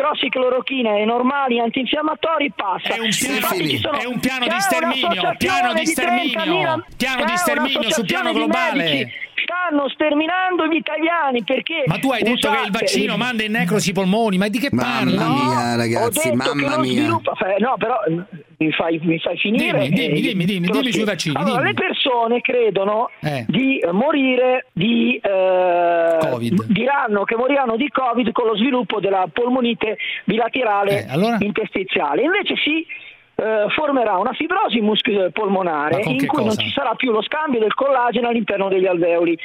[SPEAKER 16] l'idrossiclorochina e i normali antinfiammatori passa.
[SPEAKER 2] È un piano,
[SPEAKER 16] Infatti ci sono-
[SPEAKER 2] è un piano di
[SPEAKER 16] c'è
[SPEAKER 2] sterminio,
[SPEAKER 16] un'associazione
[SPEAKER 2] piano di
[SPEAKER 16] di
[SPEAKER 2] sterminio,
[SPEAKER 16] 30.000
[SPEAKER 2] piano di sterminio
[SPEAKER 16] c'è
[SPEAKER 2] su piano
[SPEAKER 16] un'associazione di
[SPEAKER 2] globale.
[SPEAKER 16] medici. Stanno sterminando gli italiani perché
[SPEAKER 2] Ma tu hai detto che il
[SPEAKER 16] usate-
[SPEAKER 2] vaccino manda in necrosi i polmoni, ma di che parli?
[SPEAKER 9] Mamma
[SPEAKER 16] No,
[SPEAKER 9] mia, ragazzi,
[SPEAKER 16] ho detto che
[SPEAKER 9] mamma
[SPEAKER 16] non
[SPEAKER 9] mia.
[SPEAKER 16] sviluppa- eh, no, però eh, mi fai, mi fai finire.
[SPEAKER 2] Dimmi, dimmi,
[SPEAKER 16] eh,
[SPEAKER 2] dimmi, dimmi,
[SPEAKER 16] te lo
[SPEAKER 2] dimmi sui
[SPEAKER 16] spiego.
[SPEAKER 2] vaccini,
[SPEAKER 16] Allora,
[SPEAKER 2] dimmi.
[SPEAKER 16] le persone credono
[SPEAKER 2] Eh.
[SPEAKER 16] di eh, morire di eh,
[SPEAKER 2] Covid.
[SPEAKER 16] Diranno che moriranno di Covid con lo sviluppo della polmonite
[SPEAKER 2] Eh,
[SPEAKER 16] bilaterale
[SPEAKER 2] allora?
[SPEAKER 16] interstiziale. Invece sì. eh, formerà una fibrosi muscolo- polmonare
[SPEAKER 2] Ma con
[SPEAKER 16] in
[SPEAKER 2] che
[SPEAKER 16] cui non
[SPEAKER 2] cosa?
[SPEAKER 16] ci sarà più lo scambio del collagene all'interno degli alveoli.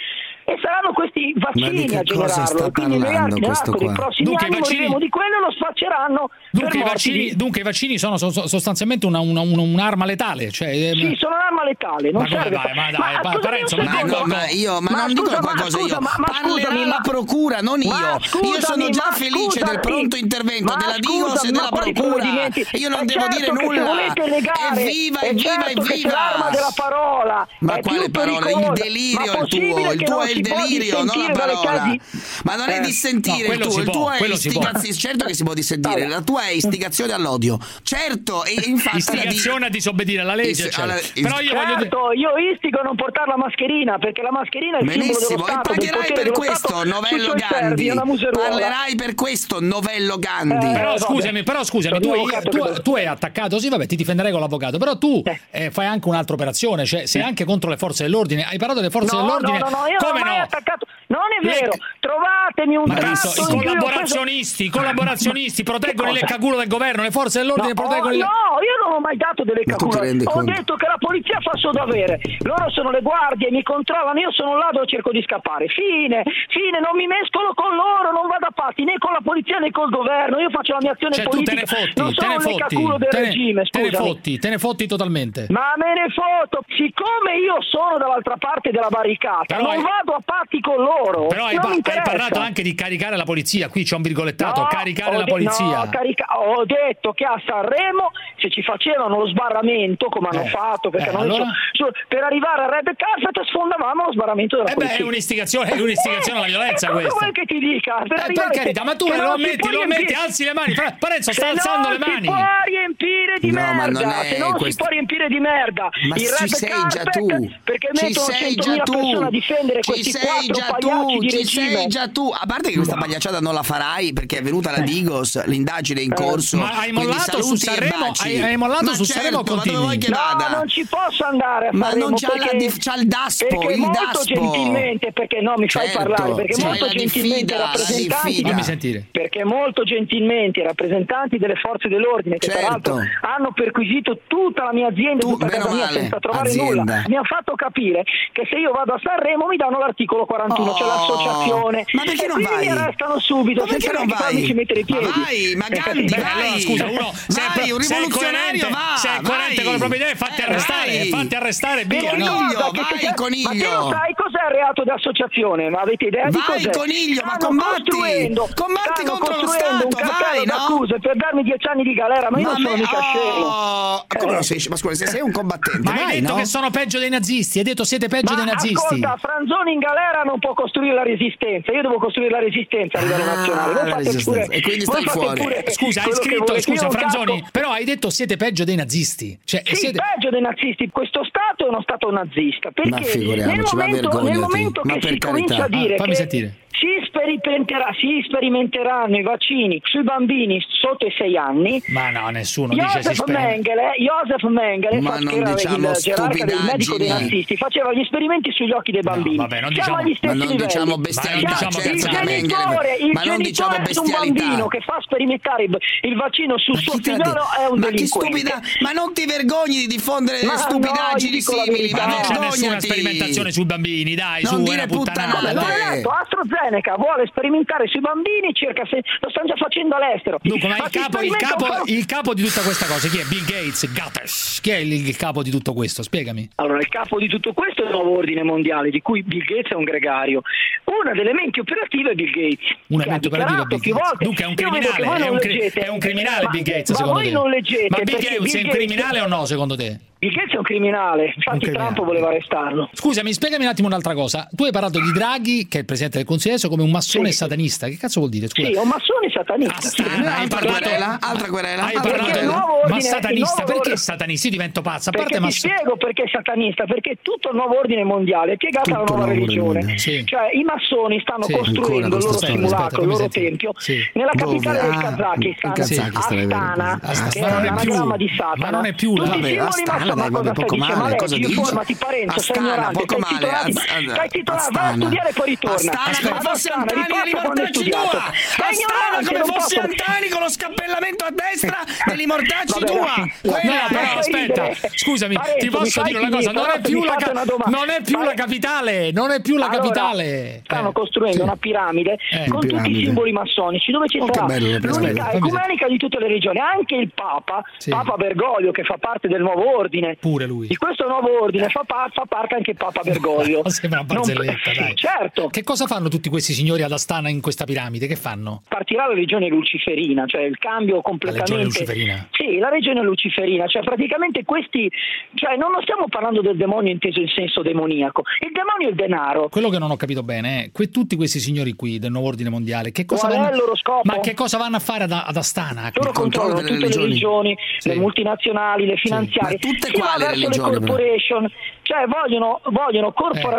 [SPEAKER 16] E saranno questi
[SPEAKER 9] Ma di
[SPEAKER 16] vaccini
[SPEAKER 9] che
[SPEAKER 16] a
[SPEAKER 9] cosa sta
[SPEAKER 16] generarlo. Quindi noi
[SPEAKER 9] parlando questo
[SPEAKER 16] nell'arco dei
[SPEAKER 9] qua?
[SPEAKER 16] prossimi
[SPEAKER 2] Dunque, i
[SPEAKER 16] anni
[SPEAKER 2] vaccini-
[SPEAKER 16] moriremo di quello e lo sfacceranno
[SPEAKER 2] Dunque,
[SPEAKER 16] per
[SPEAKER 2] i
[SPEAKER 16] morti
[SPEAKER 2] vaccini,
[SPEAKER 16] di-
[SPEAKER 2] dunque i vaccini sono so- so- sostanzialmente una- una- una- un'arma letale. Cioè, ehm,
[SPEAKER 16] Sì, sono un'arma letale, non
[SPEAKER 2] Ma come
[SPEAKER 16] serve.
[SPEAKER 2] dai, ma dai, pa- ecco.
[SPEAKER 16] scusami,
[SPEAKER 2] Parenzo, ma
[SPEAKER 16] un
[SPEAKER 9] Ma
[SPEAKER 16] secondo.
[SPEAKER 9] no, Ecco, ma io, ma non dico
[SPEAKER 16] scusa,
[SPEAKER 9] qualcosa
[SPEAKER 16] scusa,
[SPEAKER 9] io.
[SPEAKER 16] ma- ma
[SPEAKER 9] Parlerà
[SPEAKER 16] scusami,
[SPEAKER 9] la
[SPEAKER 16] ma-
[SPEAKER 9] procura, non
[SPEAKER 16] ma
[SPEAKER 9] io. io sono
[SPEAKER 16] scusami,
[SPEAKER 9] già
[SPEAKER 16] ma
[SPEAKER 9] felice del
[SPEAKER 16] scusami,
[SPEAKER 9] pronto intervento
[SPEAKER 16] ma
[SPEAKER 9] della Dios
[SPEAKER 16] scusami,
[SPEAKER 9] e
[SPEAKER 16] ma
[SPEAKER 9] della
[SPEAKER 16] quali
[SPEAKER 9] procura.
[SPEAKER 16] provvedimenti?
[SPEAKER 9] Io non
[SPEAKER 16] È
[SPEAKER 9] devo
[SPEAKER 16] certo
[SPEAKER 9] dire
[SPEAKER 16] che se
[SPEAKER 9] nulla.
[SPEAKER 16] volete legare,
[SPEAKER 9] Evviva,
[SPEAKER 16] è
[SPEAKER 9] evviva,
[SPEAKER 16] certo che c'è
[SPEAKER 9] evviva.
[SPEAKER 16] l'arma della parola.
[SPEAKER 9] Ma
[SPEAKER 16] è
[SPEAKER 9] quale
[SPEAKER 16] più
[SPEAKER 9] parola? Il
[SPEAKER 16] pericolosa.
[SPEAKER 9] delirio è
[SPEAKER 16] Ma
[SPEAKER 9] il tuo,
[SPEAKER 16] possibile
[SPEAKER 9] il
[SPEAKER 16] che
[SPEAKER 9] tuo
[SPEAKER 16] non
[SPEAKER 9] è il
[SPEAKER 16] si può
[SPEAKER 9] delirio, non la
[SPEAKER 16] dissentire dalle
[SPEAKER 9] parola.
[SPEAKER 16] casi-
[SPEAKER 9] Ma non è
[SPEAKER 16] Eh,
[SPEAKER 2] no,
[SPEAKER 9] dissentire il
[SPEAKER 2] quello
[SPEAKER 9] tuo,
[SPEAKER 2] si
[SPEAKER 9] il
[SPEAKER 2] può,
[SPEAKER 9] tuo è
[SPEAKER 2] quello si può.
[SPEAKER 9] istigazione. Certo che si può dissentire, la tua è istigazione all'odio. Certo, e infatti la di-
[SPEAKER 2] istigazione a disobbedire alla legge.
[SPEAKER 9] Is-
[SPEAKER 2] eccetera.
[SPEAKER 9] alla- is-
[SPEAKER 2] Però io voglio dire.
[SPEAKER 16] Certo, io istigo a non portare la mascherina perché la mascherina è il
[SPEAKER 9] Benissimo,
[SPEAKER 16] simbolo dello
[SPEAKER 9] e
[SPEAKER 16] Stato, del
[SPEAKER 9] pagherai
[SPEAKER 16] potere
[SPEAKER 9] per
[SPEAKER 16] dello
[SPEAKER 9] questo,
[SPEAKER 16] Stato sui
[SPEAKER 9] Novello
[SPEAKER 16] suoi servi,
[SPEAKER 9] Gandhi.
[SPEAKER 16] è una museruola.
[SPEAKER 9] Parlerai per questo, Novello Gandhi.
[SPEAKER 16] Eh,
[SPEAKER 2] Però
[SPEAKER 16] vabbè.
[SPEAKER 2] scusami, però scusami, tu,
[SPEAKER 16] Sono un avvocato
[SPEAKER 2] tu-
[SPEAKER 16] che-
[SPEAKER 2] tu hai attaccato, sì, vabbè, ti difenderai con l'avvocato, però tu
[SPEAKER 16] Eh.
[SPEAKER 2] eh, fai anche un'altra operazione, cioè sei anche contro le forze dell'ordine. Hai parlato delle forze
[SPEAKER 16] No, no,
[SPEAKER 2] dell'ordine?
[SPEAKER 16] no, no, io non
[SPEAKER 2] Come
[SPEAKER 16] ho mai
[SPEAKER 2] no?
[SPEAKER 16] attaccato. Non è
[SPEAKER 2] Le-
[SPEAKER 16] vero, trovatemi un
[SPEAKER 2] Ma che ne so,
[SPEAKER 16] cazzo
[SPEAKER 2] i
[SPEAKER 16] in cui ho
[SPEAKER 2] collaborazionisti, i collaborazionisti proteggono il
[SPEAKER 16] cosa?
[SPEAKER 2] leccaculo del governo, le forze
[SPEAKER 16] preso-
[SPEAKER 2] dell'ordine
[SPEAKER 16] No,
[SPEAKER 2] proteggono il
[SPEAKER 16] no, io non ho mai dato delle
[SPEAKER 9] Ma tu ti
[SPEAKER 16] cacure.
[SPEAKER 9] rendi
[SPEAKER 16] Ho
[SPEAKER 9] conto?
[SPEAKER 16] detto che la polizia fa il suo dovere. Loro sono le guardie, mi controllano, io sono un ladro e cerco di scappare. Fine, fine, non mi mescolo con loro, non vado a patti né con la polizia né col governo. Io faccio la mia azione
[SPEAKER 2] Cioè tu te
[SPEAKER 16] politica.
[SPEAKER 2] ne fotti,
[SPEAKER 16] non
[SPEAKER 2] te
[SPEAKER 16] sono
[SPEAKER 2] ne
[SPEAKER 16] un
[SPEAKER 2] fotti,
[SPEAKER 16] leccaculo del
[SPEAKER 2] te ne-
[SPEAKER 16] regime,
[SPEAKER 2] te ne
[SPEAKER 16] scusami.
[SPEAKER 2] fotti, te ne fotti totalmente.
[SPEAKER 16] Ma me ne foto! Siccome io sono dall'altra parte della barricata,
[SPEAKER 2] Però
[SPEAKER 16] non
[SPEAKER 2] hai-
[SPEAKER 16] vado a patti con loro.
[SPEAKER 2] Però hai,
[SPEAKER 16] non
[SPEAKER 2] pa- hai
[SPEAKER 16] mi interessa.
[SPEAKER 2] parlato anche di caricare la polizia, qui c'è un virgolettato,
[SPEAKER 16] No,
[SPEAKER 2] caricare
[SPEAKER 16] ho
[SPEAKER 2] la
[SPEAKER 16] de-
[SPEAKER 2] polizia.
[SPEAKER 16] no, carica- ho detto che a Sanremo se ci facevano lo sbarramento, come hanno
[SPEAKER 2] Eh,
[SPEAKER 16] fatto, perché
[SPEAKER 2] eh,
[SPEAKER 16] non
[SPEAKER 2] allora?
[SPEAKER 16] so- so- per arrivare al red carpet sfondavamo lo sbarramento della
[SPEAKER 2] Eh beh,
[SPEAKER 16] polizia.
[SPEAKER 2] è un'istigazione, è un'istigazione alla
[SPEAKER 16] Eh,
[SPEAKER 2] violenza
[SPEAKER 16] eh, cosa
[SPEAKER 2] questa.
[SPEAKER 16] vuoi che ti dica? Per,
[SPEAKER 2] Eh, per
[SPEAKER 16] arrivare-
[SPEAKER 2] carità, ma tu
[SPEAKER 16] che
[SPEAKER 2] lo
[SPEAKER 16] non si
[SPEAKER 2] ammetti,
[SPEAKER 16] può
[SPEAKER 2] lo ammetti,
[SPEAKER 16] riempire-
[SPEAKER 2] alzi le mani. Fra- Parenzo sta
[SPEAKER 16] se
[SPEAKER 2] alzando
[SPEAKER 16] non
[SPEAKER 2] le mani.
[SPEAKER 16] Si può riempire di
[SPEAKER 9] No, ma
[SPEAKER 16] merda,
[SPEAKER 9] non è
[SPEAKER 16] se non si
[SPEAKER 9] questo-
[SPEAKER 16] può riempire di merda.
[SPEAKER 9] Ma
[SPEAKER 16] il
[SPEAKER 9] ci
[SPEAKER 16] red
[SPEAKER 9] sei già
[SPEAKER 16] carpet,
[SPEAKER 9] tu,
[SPEAKER 16] perché
[SPEAKER 9] ci
[SPEAKER 16] mettono
[SPEAKER 9] sei
[SPEAKER 16] 100.000
[SPEAKER 9] già tu,
[SPEAKER 16] persone a difendere
[SPEAKER 9] ci
[SPEAKER 16] questi
[SPEAKER 9] sei
[SPEAKER 16] quattro
[SPEAKER 9] già
[SPEAKER 16] pagliacci
[SPEAKER 9] tu,
[SPEAKER 16] di
[SPEAKER 9] ci
[SPEAKER 16] regime. Eh.
[SPEAKER 9] sei già tu. A parte che questa pagliacciata non la farai perché è venuta la Digos, l'indagine è in corso.
[SPEAKER 2] Ma hai
[SPEAKER 9] quindi
[SPEAKER 2] mollato su
[SPEAKER 9] saluti e
[SPEAKER 2] Sanremo,
[SPEAKER 9] baci.
[SPEAKER 2] hai- hai mollato
[SPEAKER 9] Ma
[SPEAKER 2] su
[SPEAKER 9] certo,
[SPEAKER 2] Sanremo,
[SPEAKER 9] ma dove
[SPEAKER 2] continui.
[SPEAKER 9] vuoi che
[SPEAKER 16] No,
[SPEAKER 9] vada?
[SPEAKER 16] non ci posso andare a
[SPEAKER 9] Ma
[SPEAKER 16] Sanremo
[SPEAKER 9] non c'ha la
[SPEAKER 16] perché-
[SPEAKER 9] dif- c'ha il daspo,
[SPEAKER 16] perché
[SPEAKER 9] il
[SPEAKER 16] molto
[SPEAKER 9] daspo.
[SPEAKER 16] gentilmente, perché no, mi fai
[SPEAKER 9] Certo,
[SPEAKER 16] parlare, perché
[SPEAKER 9] c'hai
[SPEAKER 16] molto
[SPEAKER 9] la
[SPEAKER 16] gentilmente
[SPEAKER 9] diffida,
[SPEAKER 16] i
[SPEAKER 9] la
[SPEAKER 16] rappresentanti
[SPEAKER 9] diffida.
[SPEAKER 2] Fammi sentire.
[SPEAKER 16] perché molto gentilmente i rappresentanti delle forze dell'ordine che tra
[SPEAKER 9] Certo.
[SPEAKER 16] l'altro hanno perquisito tutta la mia azienda e
[SPEAKER 9] Tu-
[SPEAKER 16] tutta
[SPEAKER 9] meno
[SPEAKER 16] casa mia
[SPEAKER 9] male,
[SPEAKER 16] senza trovare
[SPEAKER 9] azienda.
[SPEAKER 16] nulla mi hanno fatto capire che se io vado a Sanremo mi danno l'articolo 41
[SPEAKER 9] Oh,
[SPEAKER 16] cioè l'associazione
[SPEAKER 9] Ma perché
[SPEAKER 16] e
[SPEAKER 9] non
[SPEAKER 16] quindi
[SPEAKER 9] vai?
[SPEAKER 16] mi arrestano subito
[SPEAKER 9] Ma perché
[SPEAKER 16] senza
[SPEAKER 9] non
[SPEAKER 16] neanche farmi
[SPEAKER 9] vai?
[SPEAKER 16] ci mettere i
[SPEAKER 9] Ma vai,
[SPEAKER 16] piedi
[SPEAKER 9] ma Gandhi,
[SPEAKER 2] Beh,
[SPEAKER 9] vai.
[SPEAKER 2] allora scusa, uno se è
[SPEAKER 9] Vai,
[SPEAKER 2] pro-
[SPEAKER 9] un
[SPEAKER 2] se è
[SPEAKER 9] rivoluzionario,
[SPEAKER 2] coerente-
[SPEAKER 9] va,
[SPEAKER 2] se è coerente
[SPEAKER 9] vai.
[SPEAKER 2] con le proprie idee, fatti
[SPEAKER 9] Eh,
[SPEAKER 2] arrestare,
[SPEAKER 9] vai.
[SPEAKER 2] fatti arrestare,
[SPEAKER 9] Vai,
[SPEAKER 2] via, no?
[SPEAKER 9] Coniglio,
[SPEAKER 16] Ricorda che
[SPEAKER 9] vai,
[SPEAKER 16] se- Ma te
[SPEAKER 9] coniglio.
[SPEAKER 16] lo sai cos'è il reato di associazione? Ma avete idea di
[SPEAKER 9] Vai,
[SPEAKER 16] cos'è?
[SPEAKER 9] coniglio, ma
[SPEAKER 16] Stanno
[SPEAKER 9] combatti.
[SPEAKER 16] costruendo-
[SPEAKER 9] Combatti
[SPEAKER 16] stanno
[SPEAKER 9] contro lo
[SPEAKER 16] costruendo un
[SPEAKER 9] Stato,
[SPEAKER 16] cartello
[SPEAKER 9] vai, no?
[SPEAKER 16] d'accuse per darmi dieci anni di galera, ma io non sono
[SPEAKER 9] me-
[SPEAKER 16] mica scemo.
[SPEAKER 9] oh, ma come non sei? Ma scusa, se sei un combattente,
[SPEAKER 2] Ma hai
[SPEAKER 9] vai,
[SPEAKER 2] detto
[SPEAKER 9] no?
[SPEAKER 2] che sono peggio dei nazisti, hai detto siete peggio dei
[SPEAKER 16] Ma
[SPEAKER 2] nazisti.
[SPEAKER 16] ascolta, Franzoni in galera non può costruire la resistenza, io devo costruire la resistenza a livello
[SPEAKER 9] Ah,
[SPEAKER 16] nazionale. Voi
[SPEAKER 9] la
[SPEAKER 16] fate
[SPEAKER 9] resistenza.
[SPEAKER 16] pure-
[SPEAKER 9] E quindi
[SPEAKER 16] voi
[SPEAKER 9] stai
[SPEAKER 16] fate
[SPEAKER 9] fuori.
[SPEAKER 16] pure
[SPEAKER 2] Scusa, hai
[SPEAKER 16] quello che
[SPEAKER 2] scritto,
[SPEAKER 16] volete.
[SPEAKER 2] scusa
[SPEAKER 16] Io
[SPEAKER 2] Franzoni,
[SPEAKER 16] cazzo-
[SPEAKER 2] però hai detto siete peggio dei nazisti. Cioè,
[SPEAKER 16] Sì,
[SPEAKER 2] siete...
[SPEAKER 16] peggio dei nazisti, questo Stato è uno Stato nazista.
[SPEAKER 9] Ma
[SPEAKER 16] Perché
[SPEAKER 9] figuriamoci,
[SPEAKER 16] nel
[SPEAKER 9] ma
[SPEAKER 16] momento,
[SPEAKER 9] vergognati.
[SPEAKER 16] nel momento
[SPEAKER 9] Ma
[SPEAKER 16] che
[SPEAKER 9] per
[SPEAKER 16] si
[SPEAKER 9] carità.
[SPEAKER 16] comincia a dire
[SPEAKER 2] Ah, fammi
[SPEAKER 16] che
[SPEAKER 2] sentire.
[SPEAKER 16] Si, sperimenterà- si sperimenteranno i vaccini sui bambini sotto i 6 anni.
[SPEAKER 2] Ma no, nessuno dice si
[SPEAKER 16] Joseph
[SPEAKER 2] spegne.
[SPEAKER 16] Mengele, Joseph Mengele
[SPEAKER 9] Ma
[SPEAKER 16] fa-
[SPEAKER 9] non
[SPEAKER 16] che era
[SPEAKER 9] diciamo
[SPEAKER 16] il gerarca del medico dei
[SPEAKER 9] stupidaggini.
[SPEAKER 16] nazisti, faceva gli esperimenti sugli occhi dei bambini.
[SPEAKER 2] vabbè, non
[SPEAKER 16] Siamo
[SPEAKER 2] diciamo-
[SPEAKER 16] agli stessi
[SPEAKER 9] ma non
[SPEAKER 16] livelli.
[SPEAKER 9] diciamo
[SPEAKER 2] Ma
[SPEAKER 9] bestialità,
[SPEAKER 2] non diciamo
[SPEAKER 9] certo,
[SPEAKER 16] il
[SPEAKER 2] cazzate,
[SPEAKER 9] Mengele.
[SPEAKER 16] genitore, il
[SPEAKER 9] ma non diciamo
[SPEAKER 16] genitore di un
[SPEAKER 9] bestialità.
[SPEAKER 16] bambino che fa sperimentare il- il vaccino sul
[SPEAKER 9] Ma
[SPEAKER 16] suo
[SPEAKER 9] chi te l'ha
[SPEAKER 16] figliolo
[SPEAKER 9] detto?
[SPEAKER 16] è un
[SPEAKER 9] ma che
[SPEAKER 16] delinquente.
[SPEAKER 9] stupida, ma non ti vergogni di diffondere
[SPEAKER 16] Ma
[SPEAKER 9] delle
[SPEAKER 16] no,
[SPEAKER 9] Eh, stupidaggini
[SPEAKER 16] io dico la
[SPEAKER 9] simili,
[SPEAKER 16] verità.
[SPEAKER 2] Ma
[SPEAKER 9] ma
[SPEAKER 2] non c'è
[SPEAKER 9] vergognati.
[SPEAKER 2] nessuna sperimentazione sui bambini, dai,
[SPEAKER 9] Non
[SPEAKER 2] su,
[SPEAKER 9] dire
[SPEAKER 2] è una puttanata.
[SPEAKER 9] puttanate.
[SPEAKER 16] Allora,
[SPEAKER 9] Vabbè.
[SPEAKER 2] Eh.
[SPEAKER 16] adesso Ecco, AstraZeneca vuole sperimentare sui bambini, cerca se- lo stanno già facendo all'estero.
[SPEAKER 2] Dunque, ma il
[SPEAKER 16] Faccio
[SPEAKER 2] capo, il,
[SPEAKER 16] esperimento
[SPEAKER 2] capo,
[SPEAKER 16] ancora-
[SPEAKER 2] il capo di tutta questa cosa chi è? Bill Gates, Gates. Chi è il, il capo di tutto questo? Spiegami.
[SPEAKER 16] Allora, il capo di tutto questo è il nuovo ordine mondiale, di cui Bill Gates è un gregario. Una delle menti operative è Bill Gates.
[SPEAKER 2] Un
[SPEAKER 16] che ha
[SPEAKER 2] evento operativo
[SPEAKER 16] dichiarato
[SPEAKER 2] è Bill
[SPEAKER 16] più
[SPEAKER 2] Gates.
[SPEAKER 16] volte.
[SPEAKER 2] Dunque è un
[SPEAKER 16] Io vedo che
[SPEAKER 2] criminale,
[SPEAKER 16] voi
[SPEAKER 2] è
[SPEAKER 16] non
[SPEAKER 2] un, cri-
[SPEAKER 16] leggete.
[SPEAKER 2] è un criminale
[SPEAKER 16] Ma-
[SPEAKER 2] Bill Gates,
[SPEAKER 16] ma
[SPEAKER 2] secondo
[SPEAKER 16] voi
[SPEAKER 2] te.
[SPEAKER 16] non leggete.
[SPEAKER 2] Ma Bill
[SPEAKER 16] perché
[SPEAKER 2] Gates è un criminale o no, secondo te?
[SPEAKER 16] Bill Gates è un criminale, infatti
[SPEAKER 2] criminale.
[SPEAKER 16] Trump voleva arrestarlo.
[SPEAKER 2] Scusami, spiegami un attimo un'altra cosa. Tu hai parlato di Draghi, che è il presidente del Consiglio adesso, come un massone
[SPEAKER 16] Sì.
[SPEAKER 2] satanista. Che cazzo vuol dire? Scusa. Ah,
[SPEAKER 16] Sì, è un massone satanista.
[SPEAKER 2] Astana,
[SPEAKER 16] Sì,
[SPEAKER 2] hai
[SPEAKER 9] altra
[SPEAKER 2] parlato
[SPEAKER 9] Ah, querela, altra querela,
[SPEAKER 2] hai
[SPEAKER 9] altra
[SPEAKER 2] parlato
[SPEAKER 9] querela.
[SPEAKER 2] ma
[SPEAKER 16] Ordine,
[SPEAKER 2] satanista
[SPEAKER 16] il nuovo
[SPEAKER 2] perché
[SPEAKER 16] ordine.
[SPEAKER 2] satanista io divento pazzo a parte
[SPEAKER 16] Perché ti
[SPEAKER 2] ma
[SPEAKER 16] spiego perché è satanista, perché tutto il nuovo ordine mondiale è piegato alla
[SPEAKER 9] Tutto il
[SPEAKER 16] nuova
[SPEAKER 9] nuovo ordine
[SPEAKER 16] religione.
[SPEAKER 9] mondiale.
[SPEAKER 2] Sì.
[SPEAKER 16] Cioè i massoni stanno
[SPEAKER 2] Sì.
[SPEAKER 9] Ancora
[SPEAKER 16] costruendo il loro
[SPEAKER 9] questa storia.
[SPEAKER 16] simulacro,
[SPEAKER 2] Aspetta,
[SPEAKER 16] il loro
[SPEAKER 2] fammi sentire.
[SPEAKER 16] tempio
[SPEAKER 2] Sì.
[SPEAKER 16] nella
[SPEAKER 9] Dove?
[SPEAKER 16] capitale del
[SPEAKER 9] Ah,
[SPEAKER 16] Kazakistan,
[SPEAKER 9] il Kazakistan, è vero.
[SPEAKER 16] Astana,
[SPEAKER 2] Astana.
[SPEAKER 16] che
[SPEAKER 2] Ma
[SPEAKER 16] è
[SPEAKER 2] non è
[SPEAKER 16] un
[SPEAKER 2] più-
[SPEAKER 16] anagramma di
[SPEAKER 2] ma
[SPEAKER 16] Satana.
[SPEAKER 2] non è più la-
[SPEAKER 16] Tutti i
[SPEAKER 9] Vabbè,
[SPEAKER 16] simboli
[SPEAKER 9] Astana Ma dai,
[SPEAKER 16] ma
[SPEAKER 9] vabbè,
[SPEAKER 16] cosa
[SPEAKER 9] poco
[SPEAKER 16] stai dicendo?
[SPEAKER 9] male,
[SPEAKER 16] Ma
[SPEAKER 9] cosa
[SPEAKER 16] lei,
[SPEAKER 9] dici?
[SPEAKER 16] informati, Parenzo, sei
[SPEAKER 9] Astana,
[SPEAKER 16] ignorante,
[SPEAKER 9] poco
[SPEAKER 16] sei
[SPEAKER 9] male,
[SPEAKER 16] titolare,
[SPEAKER 9] Az- Az-
[SPEAKER 16] sei titolare, vai a
[SPEAKER 9] Astana.
[SPEAKER 16] studiare e poi ritorna.
[SPEAKER 9] Astana,
[SPEAKER 16] Aspetta.
[SPEAKER 9] come fosse
[SPEAKER 16] Astana,
[SPEAKER 9] Antani a
[SPEAKER 16] riparta quando hai
[SPEAKER 9] riportarci
[SPEAKER 16] studiato.
[SPEAKER 9] tua!
[SPEAKER 16] Sei ignorante,
[SPEAKER 9] Astana, come
[SPEAKER 16] non
[SPEAKER 9] fosse
[SPEAKER 16] posso-
[SPEAKER 9] Antani con lo scappellamento a destra degli mortacci
[SPEAKER 16] Eh, Vabbè,
[SPEAKER 9] tua!
[SPEAKER 16] ragazzi,
[SPEAKER 2] No,
[SPEAKER 9] Quella era!
[SPEAKER 2] però aspetta, scusami, ti
[SPEAKER 16] Parenzo, mi
[SPEAKER 2] posso
[SPEAKER 16] fai
[SPEAKER 2] dire una cosa? Non
[SPEAKER 16] finire,
[SPEAKER 2] è
[SPEAKER 16] Parenzo,
[SPEAKER 2] più,
[SPEAKER 16] mi
[SPEAKER 2] la,
[SPEAKER 16] fate
[SPEAKER 2] ca-
[SPEAKER 16] una domanda.
[SPEAKER 2] non è più la
[SPEAKER 16] Pare-
[SPEAKER 2] capitale, non è più la
[SPEAKER 16] Allora,
[SPEAKER 2] capitale. Eh,
[SPEAKER 16] stanno costruendo
[SPEAKER 2] sì.
[SPEAKER 16] una piramide
[SPEAKER 2] Eh.
[SPEAKER 16] con tutti i
[SPEAKER 8] Piramide.
[SPEAKER 16] simboli massonici dove ci
[SPEAKER 8] Oh, che
[SPEAKER 16] sarà
[SPEAKER 8] bello la piramide.
[SPEAKER 16] l'unità
[SPEAKER 2] Fammi
[SPEAKER 16] ecumenica di tutte le regioni anche il Papa
[SPEAKER 2] Sì.
[SPEAKER 16] Papa Bergoglio che fa parte del nuovo ordine
[SPEAKER 2] Pure lui.
[SPEAKER 16] di questo nuovo ordine fa, pa- fa parte anche Papa Bergoglio
[SPEAKER 2] Sembra una
[SPEAKER 16] Non-
[SPEAKER 2] barzelletta,
[SPEAKER 16] sì,
[SPEAKER 2] dai.
[SPEAKER 16] certo
[SPEAKER 2] Che cosa fanno tutti questi signori ad Astana in questa piramide? Che fanno?
[SPEAKER 16] partirà la regione luciferina, cioè il cambio completamente.
[SPEAKER 2] La regione luciferina?
[SPEAKER 16] Sì, la regione luciferina, cioè praticamente questi, cioè non stiamo parlando del demonio inteso in senso demoniaco, il demonio è il denaro.
[SPEAKER 2] Quello che non ho capito bene è que- tutti questi signori qui del nuovo ordine mondiale, che cosa,
[SPEAKER 16] Qual è
[SPEAKER 2] vanno,
[SPEAKER 16] il loro scopo?
[SPEAKER 2] ma che cosa vanno a fare ad, ad Astana?
[SPEAKER 16] Loro
[SPEAKER 9] Il controllo
[SPEAKER 16] controllano
[SPEAKER 9] delle
[SPEAKER 16] tutte le
[SPEAKER 9] religioni.
[SPEAKER 16] religioni,
[SPEAKER 2] Sì.
[SPEAKER 16] le multinazionali, le finanziarie,
[SPEAKER 9] Ma tutte
[SPEAKER 16] si va
[SPEAKER 9] quali
[SPEAKER 16] verso
[SPEAKER 9] religioni,
[SPEAKER 16] le
[SPEAKER 9] però?
[SPEAKER 16] corporation, cioè vogliono, vogliono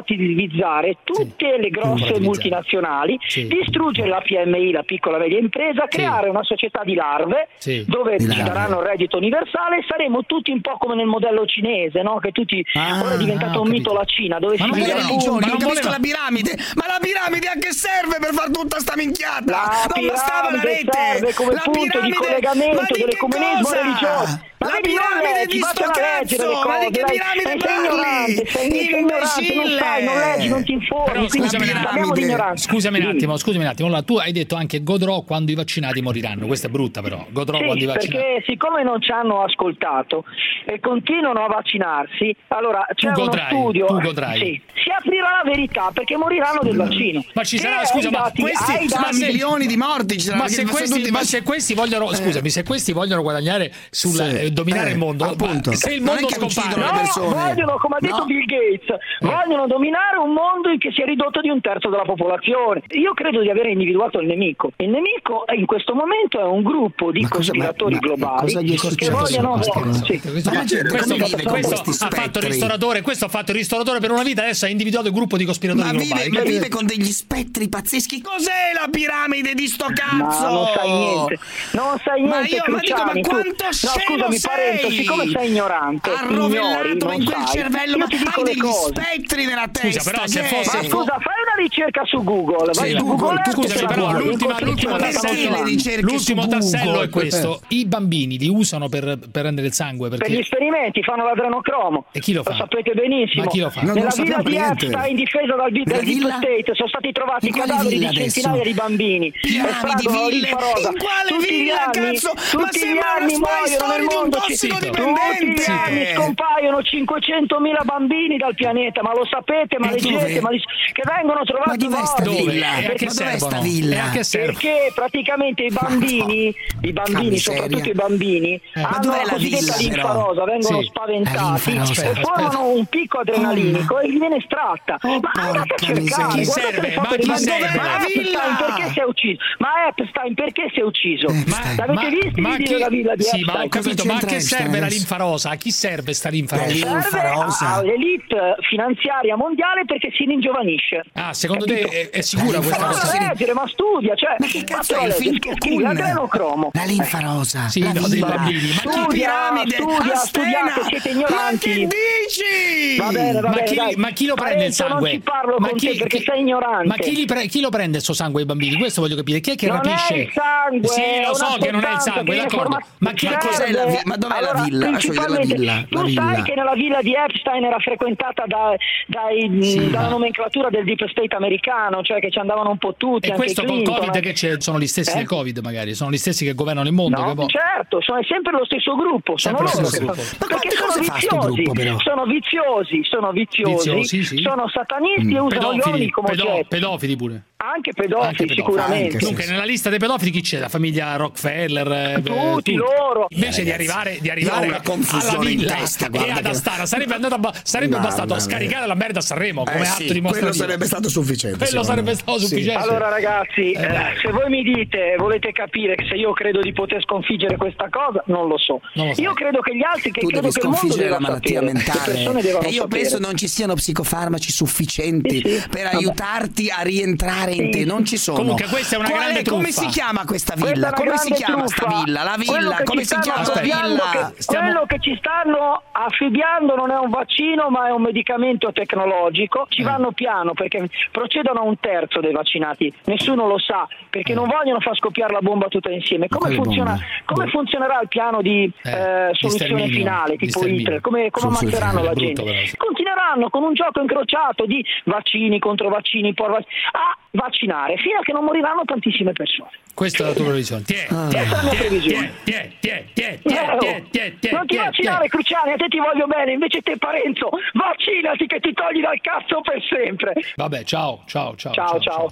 [SPEAKER 16] corporativizzare tutte le grosse
[SPEAKER 2] Eh. Corporativizzare.
[SPEAKER 16] multinazionali,
[SPEAKER 2] Sì.
[SPEAKER 16] distruggere la PMI, la piccola e media impresa,
[SPEAKER 2] Sì.
[SPEAKER 16] creare una società di larve
[SPEAKER 2] Sì.
[SPEAKER 16] dove
[SPEAKER 9] Di
[SPEAKER 16] ci
[SPEAKER 9] larve.
[SPEAKER 16] daranno il reddito universale e saremo tutti un po' come nel modello cinese, no? che tutti
[SPEAKER 2] Ah,
[SPEAKER 16] ora è diventato
[SPEAKER 2] ah, ho
[SPEAKER 16] un mito
[SPEAKER 2] capito.
[SPEAKER 16] la Cina, dove
[SPEAKER 2] Ma non
[SPEAKER 16] si
[SPEAKER 9] Ma
[SPEAKER 16] vede
[SPEAKER 9] le
[SPEAKER 2] voleva-
[SPEAKER 16] la
[SPEAKER 9] religioni,
[SPEAKER 2] ma
[SPEAKER 9] non
[SPEAKER 2] non
[SPEAKER 9] capisco
[SPEAKER 2] voleva-
[SPEAKER 9] la piramide! Ma la piramide a che serve per far tutta sta minchiata?
[SPEAKER 16] La
[SPEAKER 9] non bastava la
[SPEAKER 16] piramide
[SPEAKER 9] rete!
[SPEAKER 16] serve come
[SPEAKER 9] la
[SPEAKER 16] punto di
[SPEAKER 9] piramide-
[SPEAKER 16] collegamento
[SPEAKER 9] ma di
[SPEAKER 16] del
[SPEAKER 9] che
[SPEAKER 16] comunismo
[SPEAKER 9] cosa?
[SPEAKER 16] religioso. Ma
[SPEAKER 9] la
[SPEAKER 16] vedi, non
[SPEAKER 9] piramide
[SPEAKER 16] leggi,
[SPEAKER 9] di sto
[SPEAKER 16] basta leggere le
[SPEAKER 9] cazzo! Ma di che
[SPEAKER 16] cose, dai.
[SPEAKER 9] piramide
[SPEAKER 16] Eh, sei ignorante,
[SPEAKER 9] parli?
[SPEAKER 16] sei- sei ignorante, non sai, non leggi, non ti informi,
[SPEAKER 2] Però,
[SPEAKER 16] quindi
[SPEAKER 2] scusami,
[SPEAKER 16] parliamo di
[SPEAKER 9] piramide.
[SPEAKER 16] ignoranza.
[SPEAKER 2] Scusami un
[SPEAKER 16] Dimmi.
[SPEAKER 2] attimo, scusami un attimo. Allora, tu hai detto anche godrò quando i vaccinati moriranno. Questa è brutta, però. Godrò quando
[SPEAKER 16] Sì,
[SPEAKER 2] i vaccinati.
[SPEAKER 16] perché siccome non ci hanno ascoltato e continuano a vaccinarsi, allora c'è
[SPEAKER 2] Tu
[SPEAKER 16] uno
[SPEAKER 2] godrai,
[SPEAKER 16] studio.
[SPEAKER 2] tu godrai.
[SPEAKER 16] Sì, si aprirà la verità perché moriranno del vaccino.
[SPEAKER 2] Ma ci
[SPEAKER 16] Che
[SPEAKER 2] sarà-
[SPEAKER 16] ai
[SPEAKER 2] scusa, ma
[SPEAKER 16] dati-
[SPEAKER 2] questi-
[SPEAKER 16] ai
[SPEAKER 2] ma
[SPEAKER 16] dati-
[SPEAKER 2] se-
[SPEAKER 9] milioni di morti ci saranno
[SPEAKER 2] Ma se,
[SPEAKER 9] perché sono
[SPEAKER 2] questi,
[SPEAKER 9] tutti
[SPEAKER 2] ma
[SPEAKER 9] vac-
[SPEAKER 2] se questi vogliono, scusami, se questi vogliono guadagnare sulla
[SPEAKER 9] Sì,
[SPEAKER 2] eh, dominare
[SPEAKER 9] eh,
[SPEAKER 2] il mondo, ma
[SPEAKER 9] appunto.
[SPEAKER 2] se il
[SPEAKER 9] Non
[SPEAKER 2] mondo
[SPEAKER 9] è che
[SPEAKER 2] scompare,
[SPEAKER 9] uccidono le
[SPEAKER 16] No,
[SPEAKER 9] persone.
[SPEAKER 16] vogliono, come ha detto
[SPEAKER 9] No. Eh.
[SPEAKER 16] Bill Gates, vogliono dominare un mondo in che si è ridotto di un terzo della popolazione. Io credo di aver individuato il nemico. Il nemico è- in questo momento è un gruppo di
[SPEAKER 9] Ma cosa-
[SPEAKER 16] cospiratori
[SPEAKER 9] ma- ma- ma
[SPEAKER 16] globali
[SPEAKER 9] cosa gli è
[SPEAKER 16] che
[SPEAKER 9] successo?
[SPEAKER 16] vogliono...
[SPEAKER 9] Ma scherzo.
[SPEAKER 16] sì.
[SPEAKER 2] Questo,
[SPEAKER 9] Ma
[SPEAKER 2] fa-
[SPEAKER 9] gente,
[SPEAKER 2] questo,
[SPEAKER 9] come
[SPEAKER 2] fa-
[SPEAKER 9] vive con
[SPEAKER 2] questo
[SPEAKER 9] questi
[SPEAKER 2] ha fatto il
[SPEAKER 9] spettri?
[SPEAKER 2] ristoratore, questo ha fatto il ristoratore per una vita, adesso ha individuato il gruppo di cospiratori
[SPEAKER 9] Ma vive,
[SPEAKER 2] globali.
[SPEAKER 9] ma
[SPEAKER 2] Capito?
[SPEAKER 9] vive con degli spettri pazzeschi. Cos'è la piramide di sto cazzo?
[SPEAKER 16] Ma non sai niente, non sai
[SPEAKER 9] Ma
[SPEAKER 16] niente.
[SPEAKER 9] io- ma dico, ma
[SPEAKER 16] Cruciani, tu-
[SPEAKER 9] quanto
[SPEAKER 16] no,
[SPEAKER 9] scemo
[SPEAKER 16] scusami,
[SPEAKER 9] sei?
[SPEAKER 16] Parenzo, siccome sei ignorante,
[SPEAKER 9] Arrovellato
[SPEAKER 16] ignori, non
[SPEAKER 9] in quel
[SPEAKER 16] sai,
[SPEAKER 9] cervello,
[SPEAKER 16] io
[SPEAKER 9] ma
[SPEAKER 16] ti dico
[SPEAKER 9] hai
[SPEAKER 16] le
[SPEAKER 9] degli
[SPEAKER 16] cose.
[SPEAKER 9] spettri nella testa.
[SPEAKER 2] Scusa, però, se
[SPEAKER 9] che-
[SPEAKER 2] fosse-
[SPEAKER 16] Ma
[SPEAKER 2] Sì.
[SPEAKER 16] scusa, fai una ricerca su Google. Vai
[SPEAKER 9] Sì,
[SPEAKER 16] su
[SPEAKER 9] Google,
[SPEAKER 16] Google, Earth e
[SPEAKER 2] Certo, Scusami,
[SPEAKER 16] te la
[SPEAKER 2] però
[SPEAKER 16] guardi,
[SPEAKER 2] l'ultima-
[SPEAKER 16] incontri
[SPEAKER 2] l'ultimo
[SPEAKER 9] tassello-
[SPEAKER 16] persone che
[SPEAKER 9] le
[SPEAKER 2] tassello,
[SPEAKER 16] parlano.
[SPEAKER 9] ricerche su
[SPEAKER 2] l'ultimo tassello
[SPEAKER 9] Google, Eh.
[SPEAKER 2] è questo: i bambini li usano per, per rendere il sangue
[SPEAKER 16] Per gli
[SPEAKER 2] perché
[SPEAKER 16] esperimenti fanno l'adrenocromo.
[SPEAKER 2] E chi lo
[SPEAKER 9] Ah.
[SPEAKER 2] fa?
[SPEAKER 16] sapete benissimo.
[SPEAKER 2] Ma chi lo fa? No,
[SPEAKER 9] non
[SPEAKER 16] Nella
[SPEAKER 9] lo
[SPEAKER 16] villa
[SPEAKER 9] sappiamo
[SPEAKER 16] di
[SPEAKER 9] niente.
[SPEAKER 16] Epstein difesa dal
[SPEAKER 9] Nella
[SPEAKER 16] dal Deep
[SPEAKER 9] villa?
[SPEAKER 16] State sono stati trovati
[SPEAKER 9] In quale
[SPEAKER 16] cadaveri di
[SPEAKER 9] villa adesso?
[SPEAKER 16] centinaia di bambini.
[SPEAKER 9] Piramidi,
[SPEAKER 16] Estraggono
[SPEAKER 9] ville?
[SPEAKER 16] linfa rosa.
[SPEAKER 9] In quale
[SPEAKER 16] Tutti gli
[SPEAKER 9] villa,
[SPEAKER 16] anni-
[SPEAKER 9] cazzo? Ma
[SPEAKER 16] Tutti gli
[SPEAKER 9] sembra una
[SPEAKER 16] anni
[SPEAKER 9] spy
[SPEAKER 16] muoiono nel
[SPEAKER 9] story di un
[SPEAKER 16] mondo.
[SPEAKER 9] tossicodipendente.
[SPEAKER 16] Tutti gli anni
[SPEAKER 9] Zitto.
[SPEAKER 16] scompaiono 500.000 bambini dal pianeta. Ma lo sapete, ma
[SPEAKER 9] E
[SPEAKER 16] leggete,
[SPEAKER 9] dove?
[SPEAKER 16] ma li- che vengono
[SPEAKER 9] Ma
[SPEAKER 16] trovati
[SPEAKER 9] dov'è sta
[SPEAKER 16] morti.
[SPEAKER 2] Dove?
[SPEAKER 9] villa?
[SPEAKER 2] E a che
[SPEAKER 9] Ma dov'è sta
[SPEAKER 2] servono?
[SPEAKER 9] villa?
[SPEAKER 2] E a che servono?
[SPEAKER 16] Perché praticamente i bambini,
[SPEAKER 9] Ma no.
[SPEAKER 16] i
[SPEAKER 9] Che
[SPEAKER 16] bambini,
[SPEAKER 9] miseria. Eh,
[SPEAKER 16] soprattutto i bambini,
[SPEAKER 9] Ma
[SPEAKER 16] hanno
[SPEAKER 9] dov'è
[SPEAKER 16] la
[SPEAKER 9] la
[SPEAKER 16] cosiddetta
[SPEAKER 9] villa,
[SPEAKER 16] linfa
[SPEAKER 9] però?
[SPEAKER 16] rosa, vengono
[SPEAKER 2] Sì.
[SPEAKER 16] spaventati
[SPEAKER 9] La linfa
[SPEAKER 2] rosa.
[SPEAKER 16] e formano un picco adrenalinico e gli viene estratta.
[SPEAKER 9] Oh,
[SPEAKER 16] ma andate a
[SPEAKER 9] porca
[SPEAKER 16] cercare,
[SPEAKER 9] miseria.
[SPEAKER 16] guardate le
[SPEAKER 2] Serve,
[SPEAKER 16] foto
[SPEAKER 2] ma
[SPEAKER 16] di
[SPEAKER 2] chi
[SPEAKER 16] bambini.
[SPEAKER 2] serve?
[SPEAKER 16] Ma
[SPEAKER 9] La
[SPEAKER 16] Epstein
[SPEAKER 9] villa!
[SPEAKER 16] perché si è ucciso? Ma Epstein perché si è ucciso?
[SPEAKER 2] Ma-
[SPEAKER 16] L'avete visto i
[SPEAKER 2] ma
[SPEAKER 16] video della villa di
[SPEAKER 2] sì,
[SPEAKER 16] Epstein?
[SPEAKER 2] ma ho capito,
[SPEAKER 9] Cosa
[SPEAKER 2] ma a
[SPEAKER 9] c'entra
[SPEAKER 2] che
[SPEAKER 9] Einstein
[SPEAKER 2] serve la
[SPEAKER 9] adesso?
[SPEAKER 2] linfa rosa? A chi serve sta linfa
[SPEAKER 9] La
[SPEAKER 2] rosa?
[SPEAKER 9] linfa-
[SPEAKER 16] Serve a-
[SPEAKER 9] rosa.
[SPEAKER 16] all'elite finanziaria mondiale perché si ringiovanisce.
[SPEAKER 2] Ah, secondo te è, è sicura
[SPEAKER 9] La linfa
[SPEAKER 2] questa
[SPEAKER 16] Ma
[SPEAKER 2] cosa?
[SPEAKER 9] rosa.
[SPEAKER 16] non leggere, eh, ma studia, cioè.
[SPEAKER 9] Ma che cazzo
[SPEAKER 16] ma
[SPEAKER 9] è il
[SPEAKER 16] leggere,
[SPEAKER 9] film
[SPEAKER 16] che
[SPEAKER 9] Cocoon?
[SPEAKER 16] sì, l'adrenocromo.
[SPEAKER 9] La linfa rosa.
[SPEAKER 2] Sì,
[SPEAKER 9] la
[SPEAKER 2] no, dei bambini. Ma
[SPEAKER 9] La
[SPEAKER 16] Studia,
[SPEAKER 9] piramide.
[SPEAKER 16] studia,
[SPEAKER 9] Astena.
[SPEAKER 16] studiate, siete ignoranti.
[SPEAKER 9] Ma che dici?
[SPEAKER 16] Va bene, va
[SPEAKER 2] Ma
[SPEAKER 16] bene,
[SPEAKER 2] chi,
[SPEAKER 16] dai.
[SPEAKER 2] ma chi lo prende il
[SPEAKER 16] Lorenzo,
[SPEAKER 2] sangue?
[SPEAKER 16] Non ci parlo
[SPEAKER 2] ma
[SPEAKER 16] con te perché sei ignorante.
[SPEAKER 2] Ma chi, li pre- chi lo prende il suo sangue ai bambini? Questo voglio capire. Chi è che
[SPEAKER 16] Non
[SPEAKER 2] rapisce?
[SPEAKER 16] è il sangue,
[SPEAKER 2] Sì,
[SPEAKER 16] è
[SPEAKER 2] lo so
[SPEAKER 16] una
[SPEAKER 2] che non è il
[SPEAKER 16] sostanza che
[SPEAKER 2] sangue,
[SPEAKER 16] viene
[SPEAKER 2] d'accordo.
[SPEAKER 16] forma-
[SPEAKER 2] Ma che
[SPEAKER 16] Serve-
[SPEAKER 2] cos'è?
[SPEAKER 9] la vi- ma dov'è la
[SPEAKER 16] Allora,
[SPEAKER 9] villa? Lascio vedere la
[SPEAKER 16] principalmente,
[SPEAKER 9] villa, la
[SPEAKER 16] Tu sai
[SPEAKER 9] villa.
[SPEAKER 16] che nella villa di Epstein era frequentata da- dai- dalla nomenclatura del deep state americano, cioè che ci andavano un po' tutti.
[SPEAKER 2] E
[SPEAKER 16] anche
[SPEAKER 2] questo col
[SPEAKER 16] Clinton,
[SPEAKER 2] Covid
[SPEAKER 16] anche-
[SPEAKER 2] che c'è, sono gli stessi
[SPEAKER 16] Eh?
[SPEAKER 2] del Covid, magari, sono gli stessi che governano il mondo. che
[SPEAKER 16] No,
[SPEAKER 2] poi-
[SPEAKER 16] certo, sono è sempre lo stesso gruppo, sono
[SPEAKER 2] Sempre lo
[SPEAKER 16] loro
[SPEAKER 2] stesso
[SPEAKER 16] che
[SPEAKER 2] gruppo.
[SPEAKER 16] fanno-
[SPEAKER 9] Ma
[SPEAKER 16] perché
[SPEAKER 9] quante
[SPEAKER 16] sono
[SPEAKER 9] cose fa sto
[SPEAKER 16] viziosi,
[SPEAKER 9] gruppo, però?
[SPEAKER 16] sono viziosi, sono viziosi,
[SPEAKER 2] Viziosi, sì. Mm.
[SPEAKER 16] sono satanisti e usano gli uomini
[SPEAKER 2] pedofili,
[SPEAKER 16] come
[SPEAKER 2] pedo-
[SPEAKER 16] oggetti.
[SPEAKER 2] pedofili pure.
[SPEAKER 16] anche pedofili
[SPEAKER 2] Anche pedofili,
[SPEAKER 16] sicuramente.
[SPEAKER 9] anche, sì.
[SPEAKER 2] Dunque, nella lista dei pedofili chi c'è? La famiglia Rockefeller, eh,
[SPEAKER 16] Tutti
[SPEAKER 2] eh,
[SPEAKER 16] loro.
[SPEAKER 2] Invece
[SPEAKER 9] Eh,
[SPEAKER 2] di
[SPEAKER 9] ragazzi,
[SPEAKER 2] arrivare, di
[SPEAKER 9] io ho
[SPEAKER 2] arrivare
[SPEAKER 9] una confusione
[SPEAKER 2] alla villa
[SPEAKER 9] in testa,
[SPEAKER 2] e
[SPEAKER 9] guarda
[SPEAKER 2] ad
[SPEAKER 9] che-
[SPEAKER 2] Astana, sarebbe, andato a ba- sarebbe
[SPEAKER 9] Mamma
[SPEAKER 2] bastato a
[SPEAKER 9] mia.
[SPEAKER 2] scaricare la merda a Sanremo come
[SPEAKER 9] Eh
[SPEAKER 2] atto
[SPEAKER 9] sì,
[SPEAKER 2] dimostrativo.
[SPEAKER 9] quello sarebbe stato sufficiente.
[SPEAKER 2] Quello
[SPEAKER 9] secondo
[SPEAKER 2] sarebbe
[SPEAKER 9] me.
[SPEAKER 2] stato
[SPEAKER 9] Sì.
[SPEAKER 2] sufficiente.
[SPEAKER 16] Allora ragazzi, eh, se voi mi dite, volete capire che se io credo di poter sconfiggere questa cosa, non lo so.
[SPEAKER 2] Non lo sai.
[SPEAKER 16] io credo che gli altri, che
[SPEAKER 9] Tu
[SPEAKER 16] credo
[SPEAKER 9] devi
[SPEAKER 16] che il mondo
[SPEAKER 9] sconfiggere
[SPEAKER 16] debba
[SPEAKER 9] la malattia
[SPEAKER 16] sapere, le persone
[SPEAKER 9] mentale
[SPEAKER 16] devono
[SPEAKER 9] e io
[SPEAKER 16] sapere.
[SPEAKER 9] penso non ci siano psicofarmaci
[SPEAKER 16] Sì,
[SPEAKER 9] sufficienti
[SPEAKER 16] sì,
[SPEAKER 9] per
[SPEAKER 16] vabbè.
[SPEAKER 9] aiutarti a rientrare veramente
[SPEAKER 16] Sì.
[SPEAKER 9] non ci sono.
[SPEAKER 2] Comunque questa è una
[SPEAKER 9] Qual
[SPEAKER 2] grande
[SPEAKER 9] Come
[SPEAKER 2] truffa.
[SPEAKER 9] si chiama questa villa?
[SPEAKER 16] Questa è una
[SPEAKER 9] Come si
[SPEAKER 16] grande
[SPEAKER 9] chiama
[SPEAKER 16] truffa.
[SPEAKER 9] sta villa? La
[SPEAKER 16] Quello
[SPEAKER 9] villa,
[SPEAKER 16] che
[SPEAKER 9] come
[SPEAKER 16] ci
[SPEAKER 9] si
[SPEAKER 16] stanno
[SPEAKER 9] chiama sta
[SPEAKER 16] affibbiando
[SPEAKER 9] villa?
[SPEAKER 16] che- Quello che ci stanno affibbiando non è un vaccino ma è un medicamento tecnologico.
[SPEAKER 9] Eh.
[SPEAKER 16] Ci vanno piano perché procedono a un terzo dei vaccinati. Nessuno lo sa perché non vogliono far scoppiare la bomba tutta insieme. Come,
[SPEAKER 9] Eh. quale
[SPEAKER 16] funziona-
[SPEAKER 9] bomba?
[SPEAKER 16] come funzionerà il piano di
[SPEAKER 2] Eh,
[SPEAKER 16] eh,
[SPEAKER 2] di
[SPEAKER 16] soluzione
[SPEAKER 2] sterminio,
[SPEAKER 16] finale,
[SPEAKER 2] di
[SPEAKER 16] tipo
[SPEAKER 2] sterminio.
[SPEAKER 16] ITER? Come, come
[SPEAKER 2] Soluzione
[SPEAKER 16] ammazzeranno la
[SPEAKER 2] finale,
[SPEAKER 16] gente?
[SPEAKER 2] brutto però, sì.
[SPEAKER 16] Continueranno con un gioco incrociato di vaccini contro vaccini, por- a vaccinare fino a che non moriranno tantissime persone.
[SPEAKER 2] Questa è la tua previsione. Ah. Tiè, tiè,
[SPEAKER 16] Questa è la mia
[SPEAKER 2] tiè,
[SPEAKER 16] previsione.
[SPEAKER 2] tiè, tiè, tiè, tiè,
[SPEAKER 16] No,
[SPEAKER 2] tiè, tiè, tiè,
[SPEAKER 16] non ti
[SPEAKER 2] tiè,
[SPEAKER 16] vaccinare Cruciani, a te ti voglio bene, invece te Parenzo, vaccinati che ti togli dal cazzo per sempre.
[SPEAKER 2] tiè. Vabbè, ciao, ciao, ciao.
[SPEAKER 16] Ciao ciao.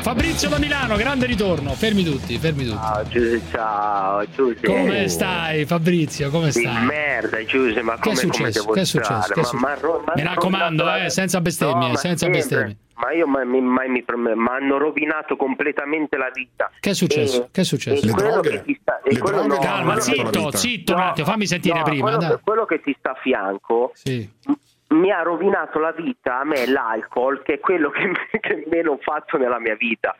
[SPEAKER 2] Fabrizio da Milano, grande ritorno. Fermi tutti, fermi tutti.
[SPEAKER 17] Ciao Giuse, ciao Giuse.
[SPEAKER 2] Come stai, Fabrizio? Come
[SPEAKER 17] Di
[SPEAKER 2] stai?
[SPEAKER 17] merda Giuse, ma
[SPEAKER 2] Che è
[SPEAKER 17] come, come
[SPEAKER 2] successo?
[SPEAKER 17] devo
[SPEAKER 2] Che è
[SPEAKER 17] stare?
[SPEAKER 2] successo? Che è
[SPEAKER 17] Ma-
[SPEAKER 2] successo?
[SPEAKER 17] ma ro- ma
[SPEAKER 2] Mi
[SPEAKER 17] rovinato
[SPEAKER 2] raccomando,
[SPEAKER 17] la-
[SPEAKER 2] eh, senza bestemmie,
[SPEAKER 17] No, ma
[SPEAKER 2] senza
[SPEAKER 17] sempre.
[SPEAKER 2] bestemmie.
[SPEAKER 17] Ma io mai, mi- mai mi, prome- ma hanno rovinato completamente la vita.
[SPEAKER 2] Che è successo?
[SPEAKER 17] E-
[SPEAKER 2] Che è successo?
[SPEAKER 17] e
[SPEAKER 4] Le
[SPEAKER 17] quello
[SPEAKER 4] droghe?
[SPEAKER 17] che ti sta- e
[SPEAKER 4] Le
[SPEAKER 17] quello
[SPEAKER 4] droghe?
[SPEAKER 17] no,
[SPEAKER 4] Calma,
[SPEAKER 17] quello che-
[SPEAKER 4] sì.
[SPEAKER 2] zitto,
[SPEAKER 4] vita.
[SPEAKER 2] zitto un
[SPEAKER 17] no,
[SPEAKER 2] attimo, fammi sentire
[SPEAKER 17] no,
[SPEAKER 2] prima.
[SPEAKER 17] quello
[SPEAKER 2] dai.
[SPEAKER 17] che- quello che ti sta a fianco
[SPEAKER 2] Sì.
[SPEAKER 17] mi ha rovinato la vita a me l'alcol, che è quello che, che meno ho fatto nella mia vita.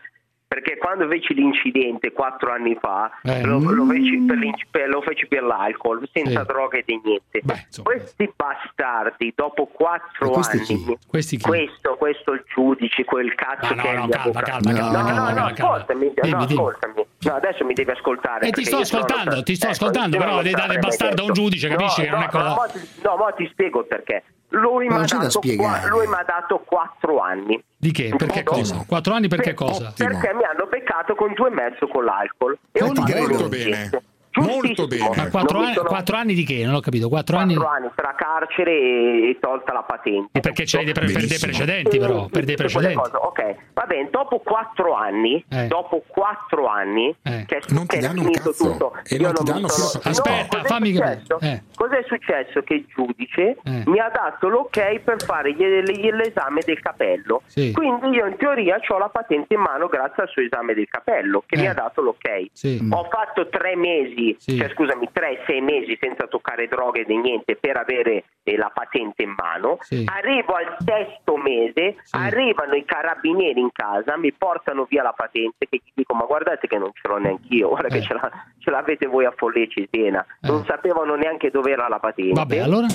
[SPEAKER 17] Perché quando feci l'incidente quattro anni fa,
[SPEAKER 2] Eh.
[SPEAKER 17] lo, lo feci per l'inc- per, lo feci per l'alcol, senza
[SPEAKER 2] Sì.
[SPEAKER 17] droghe e niente.
[SPEAKER 2] Beh, insomma.
[SPEAKER 17] Questi bastardi, dopo
[SPEAKER 4] E
[SPEAKER 17] quattro
[SPEAKER 4] questi
[SPEAKER 17] anni,
[SPEAKER 4] chi?
[SPEAKER 2] Questi chi?
[SPEAKER 17] questo, questo il giudice, quel
[SPEAKER 2] No,
[SPEAKER 17] cazzo
[SPEAKER 2] no,
[SPEAKER 17] che è
[SPEAKER 2] no,
[SPEAKER 17] gli
[SPEAKER 2] calma,
[SPEAKER 17] avvocati.
[SPEAKER 2] calma, calma, calma,
[SPEAKER 17] No, no,
[SPEAKER 2] calma,
[SPEAKER 17] no,
[SPEAKER 2] calma.
[SPEAKER 17] ascoltami, no,
[SPEAKER 2] Dimmi, dimmi.
[SPEAKER 17] ascoltami. No, adesso mi devi ascoltare.
[SPEAKER 2] Eh, ti
[SPEAKER 17] perché
[SPEAKER 2] sto
[SPEAKER 17] io sono-
[SPEAKER 2] ascoltando, ti sto
[SPEAKER 17] Ecco,
[SPEAKER 2] ascoltando,
[SPEAKER 17] io
[SPEAKER 2] però
[SPEAKER 17] non
[SPEAKER 2] devi dare
[SPEAKER 17] saprei
[SPEAKER 2] bastardo a un
[SPEAKER 17] detto.
[SPEAKER 2] giudice, capisci che non è cosa-
[SPEAKER 17] No, ma ti, no, ma ti spiego il perché. Lui mi
[SPEAKER 9] Ma
[SPEAKER 17] ha
[SPEAKER 9] non c'è da
[SPEAKER 17] dato
[SPEAKER 9] spiegare.
[SPEAKER 17] qua- lui mi ha dato quattro anni.
[SPEAKER 2] Di che? Perché
[SPEAKER 17] Ottimo.
[SPEAKER 2] cosa? Quattro anni perché
[SPEAKER 17] Per-
[SPEAKER 2] cosa?
[SPEAKER 17] oh, Perché mi hanno beccato con due e mezzo con l'alcol. E
[SPEAKER 4] Ma
[SPEAKER 17] un
[SPEAKER 4] ti credo.
[SPEAKER 17] giorno
[SPEAKER 4] Molto bene.
[SPEAKER 17] giustissimo.
[SPEAKER 4] Molto bene.
[SPEAKER 2] Ma quattro,
[SPEAKER 17] Non mi
[SPEAKER 2] anni,
[SPEAKER 17] sono-
[SPEAKER 2] quattro anni di che? Non ho capito. Quattro anni.
[SPEAKER 17] quattro anni tra carcere e, e tolta la patente.
[SPEAKER 2] E perché c'è dei pre- per dei
[SPEAKER 4] Benissimo.
[SPEAKER 2] precedenti, però.
[SPEAKER 17] Eh,
[SPEAKER 2] Per dei
[SPEAKER 17] tutte quelle
[SPEAKER 2] precedenti.
[SPEAKER 17] cose. Ok, va bene. Dopo quattro anni,
[SPEAKER 2] Eh.
[SPEAKER 17] dopo quattro anni,
[SPEAKER 2] Eh.
[SPEAKER 17] che,
[SPEAKER 4] Non ti
[SPEAKER 17] che è
[SPEAKER 4] danno un
[SPEAKER 17] finito
[SPEAKER 4] cazzo.
[SPEAKER 17] tutto,
[SPEAKER 4] E
[SPEAKER 18] Ecco,
[SPEAKER 17] io
[SPEAKER 4] non ti
[SPEAKER 17] mi
[SPEAKER 4] danno
[SPEAKER 17] sono-
[SPEAKER 4] più
[SPEAKER 17] No,
[SPEAKER 2] Aspetta,
[SPEAKER 17] cos'è
[SPEAKER 2] fammi capire.
[SPEAKER 17] successo?
[SPEAKER 18] certo.
[SPEAKER 2] Eh.
[SPEAKER 17] Cos'è successo? Che il giudice
[SPEAKER 2] Eh.
[SPEAKER 17] mi ha dato l'ok per fare gli- gli- l'esame del capello.
[SPEAKER 2] Sì.
[SPEAKER 17] Quindi io in teoria ho la patente in mano grazie al suo esame del capello che
[SPEAKER 2] Eh.
[SPEAKER 17] mi ha dato l'ok.
[SPEAKER 2] Sì.
[SPEAKER 17] Ho fatto tre mesi,
[SPEAKER 2] Sì.
[SPEAKER 17] cioè scusami, tre, sei mesi senza toccare droghe né niente per avere eh, la patente in mano.
[SPEAKER 2] Sì.
[SPEAKER 17] Arrivo al sesto mese,
[SPEAKER 2] Sì.
[SPEAKER 17] arrivano i carabinieri in casa, mi portano via la patente che gli dico ma guardate che non ce l'ho neanche io, guarda
[SPEAKER 2] Eh.
[SPEAKER 17] che ce, l'ha- ce l'avete voi a Follia Cesena. Non
[SPEAKER 2] Eh.
[SPEAKER 17] sapevano neanche dove era la patente.
[SPEAKER 2] Vabbè, allora?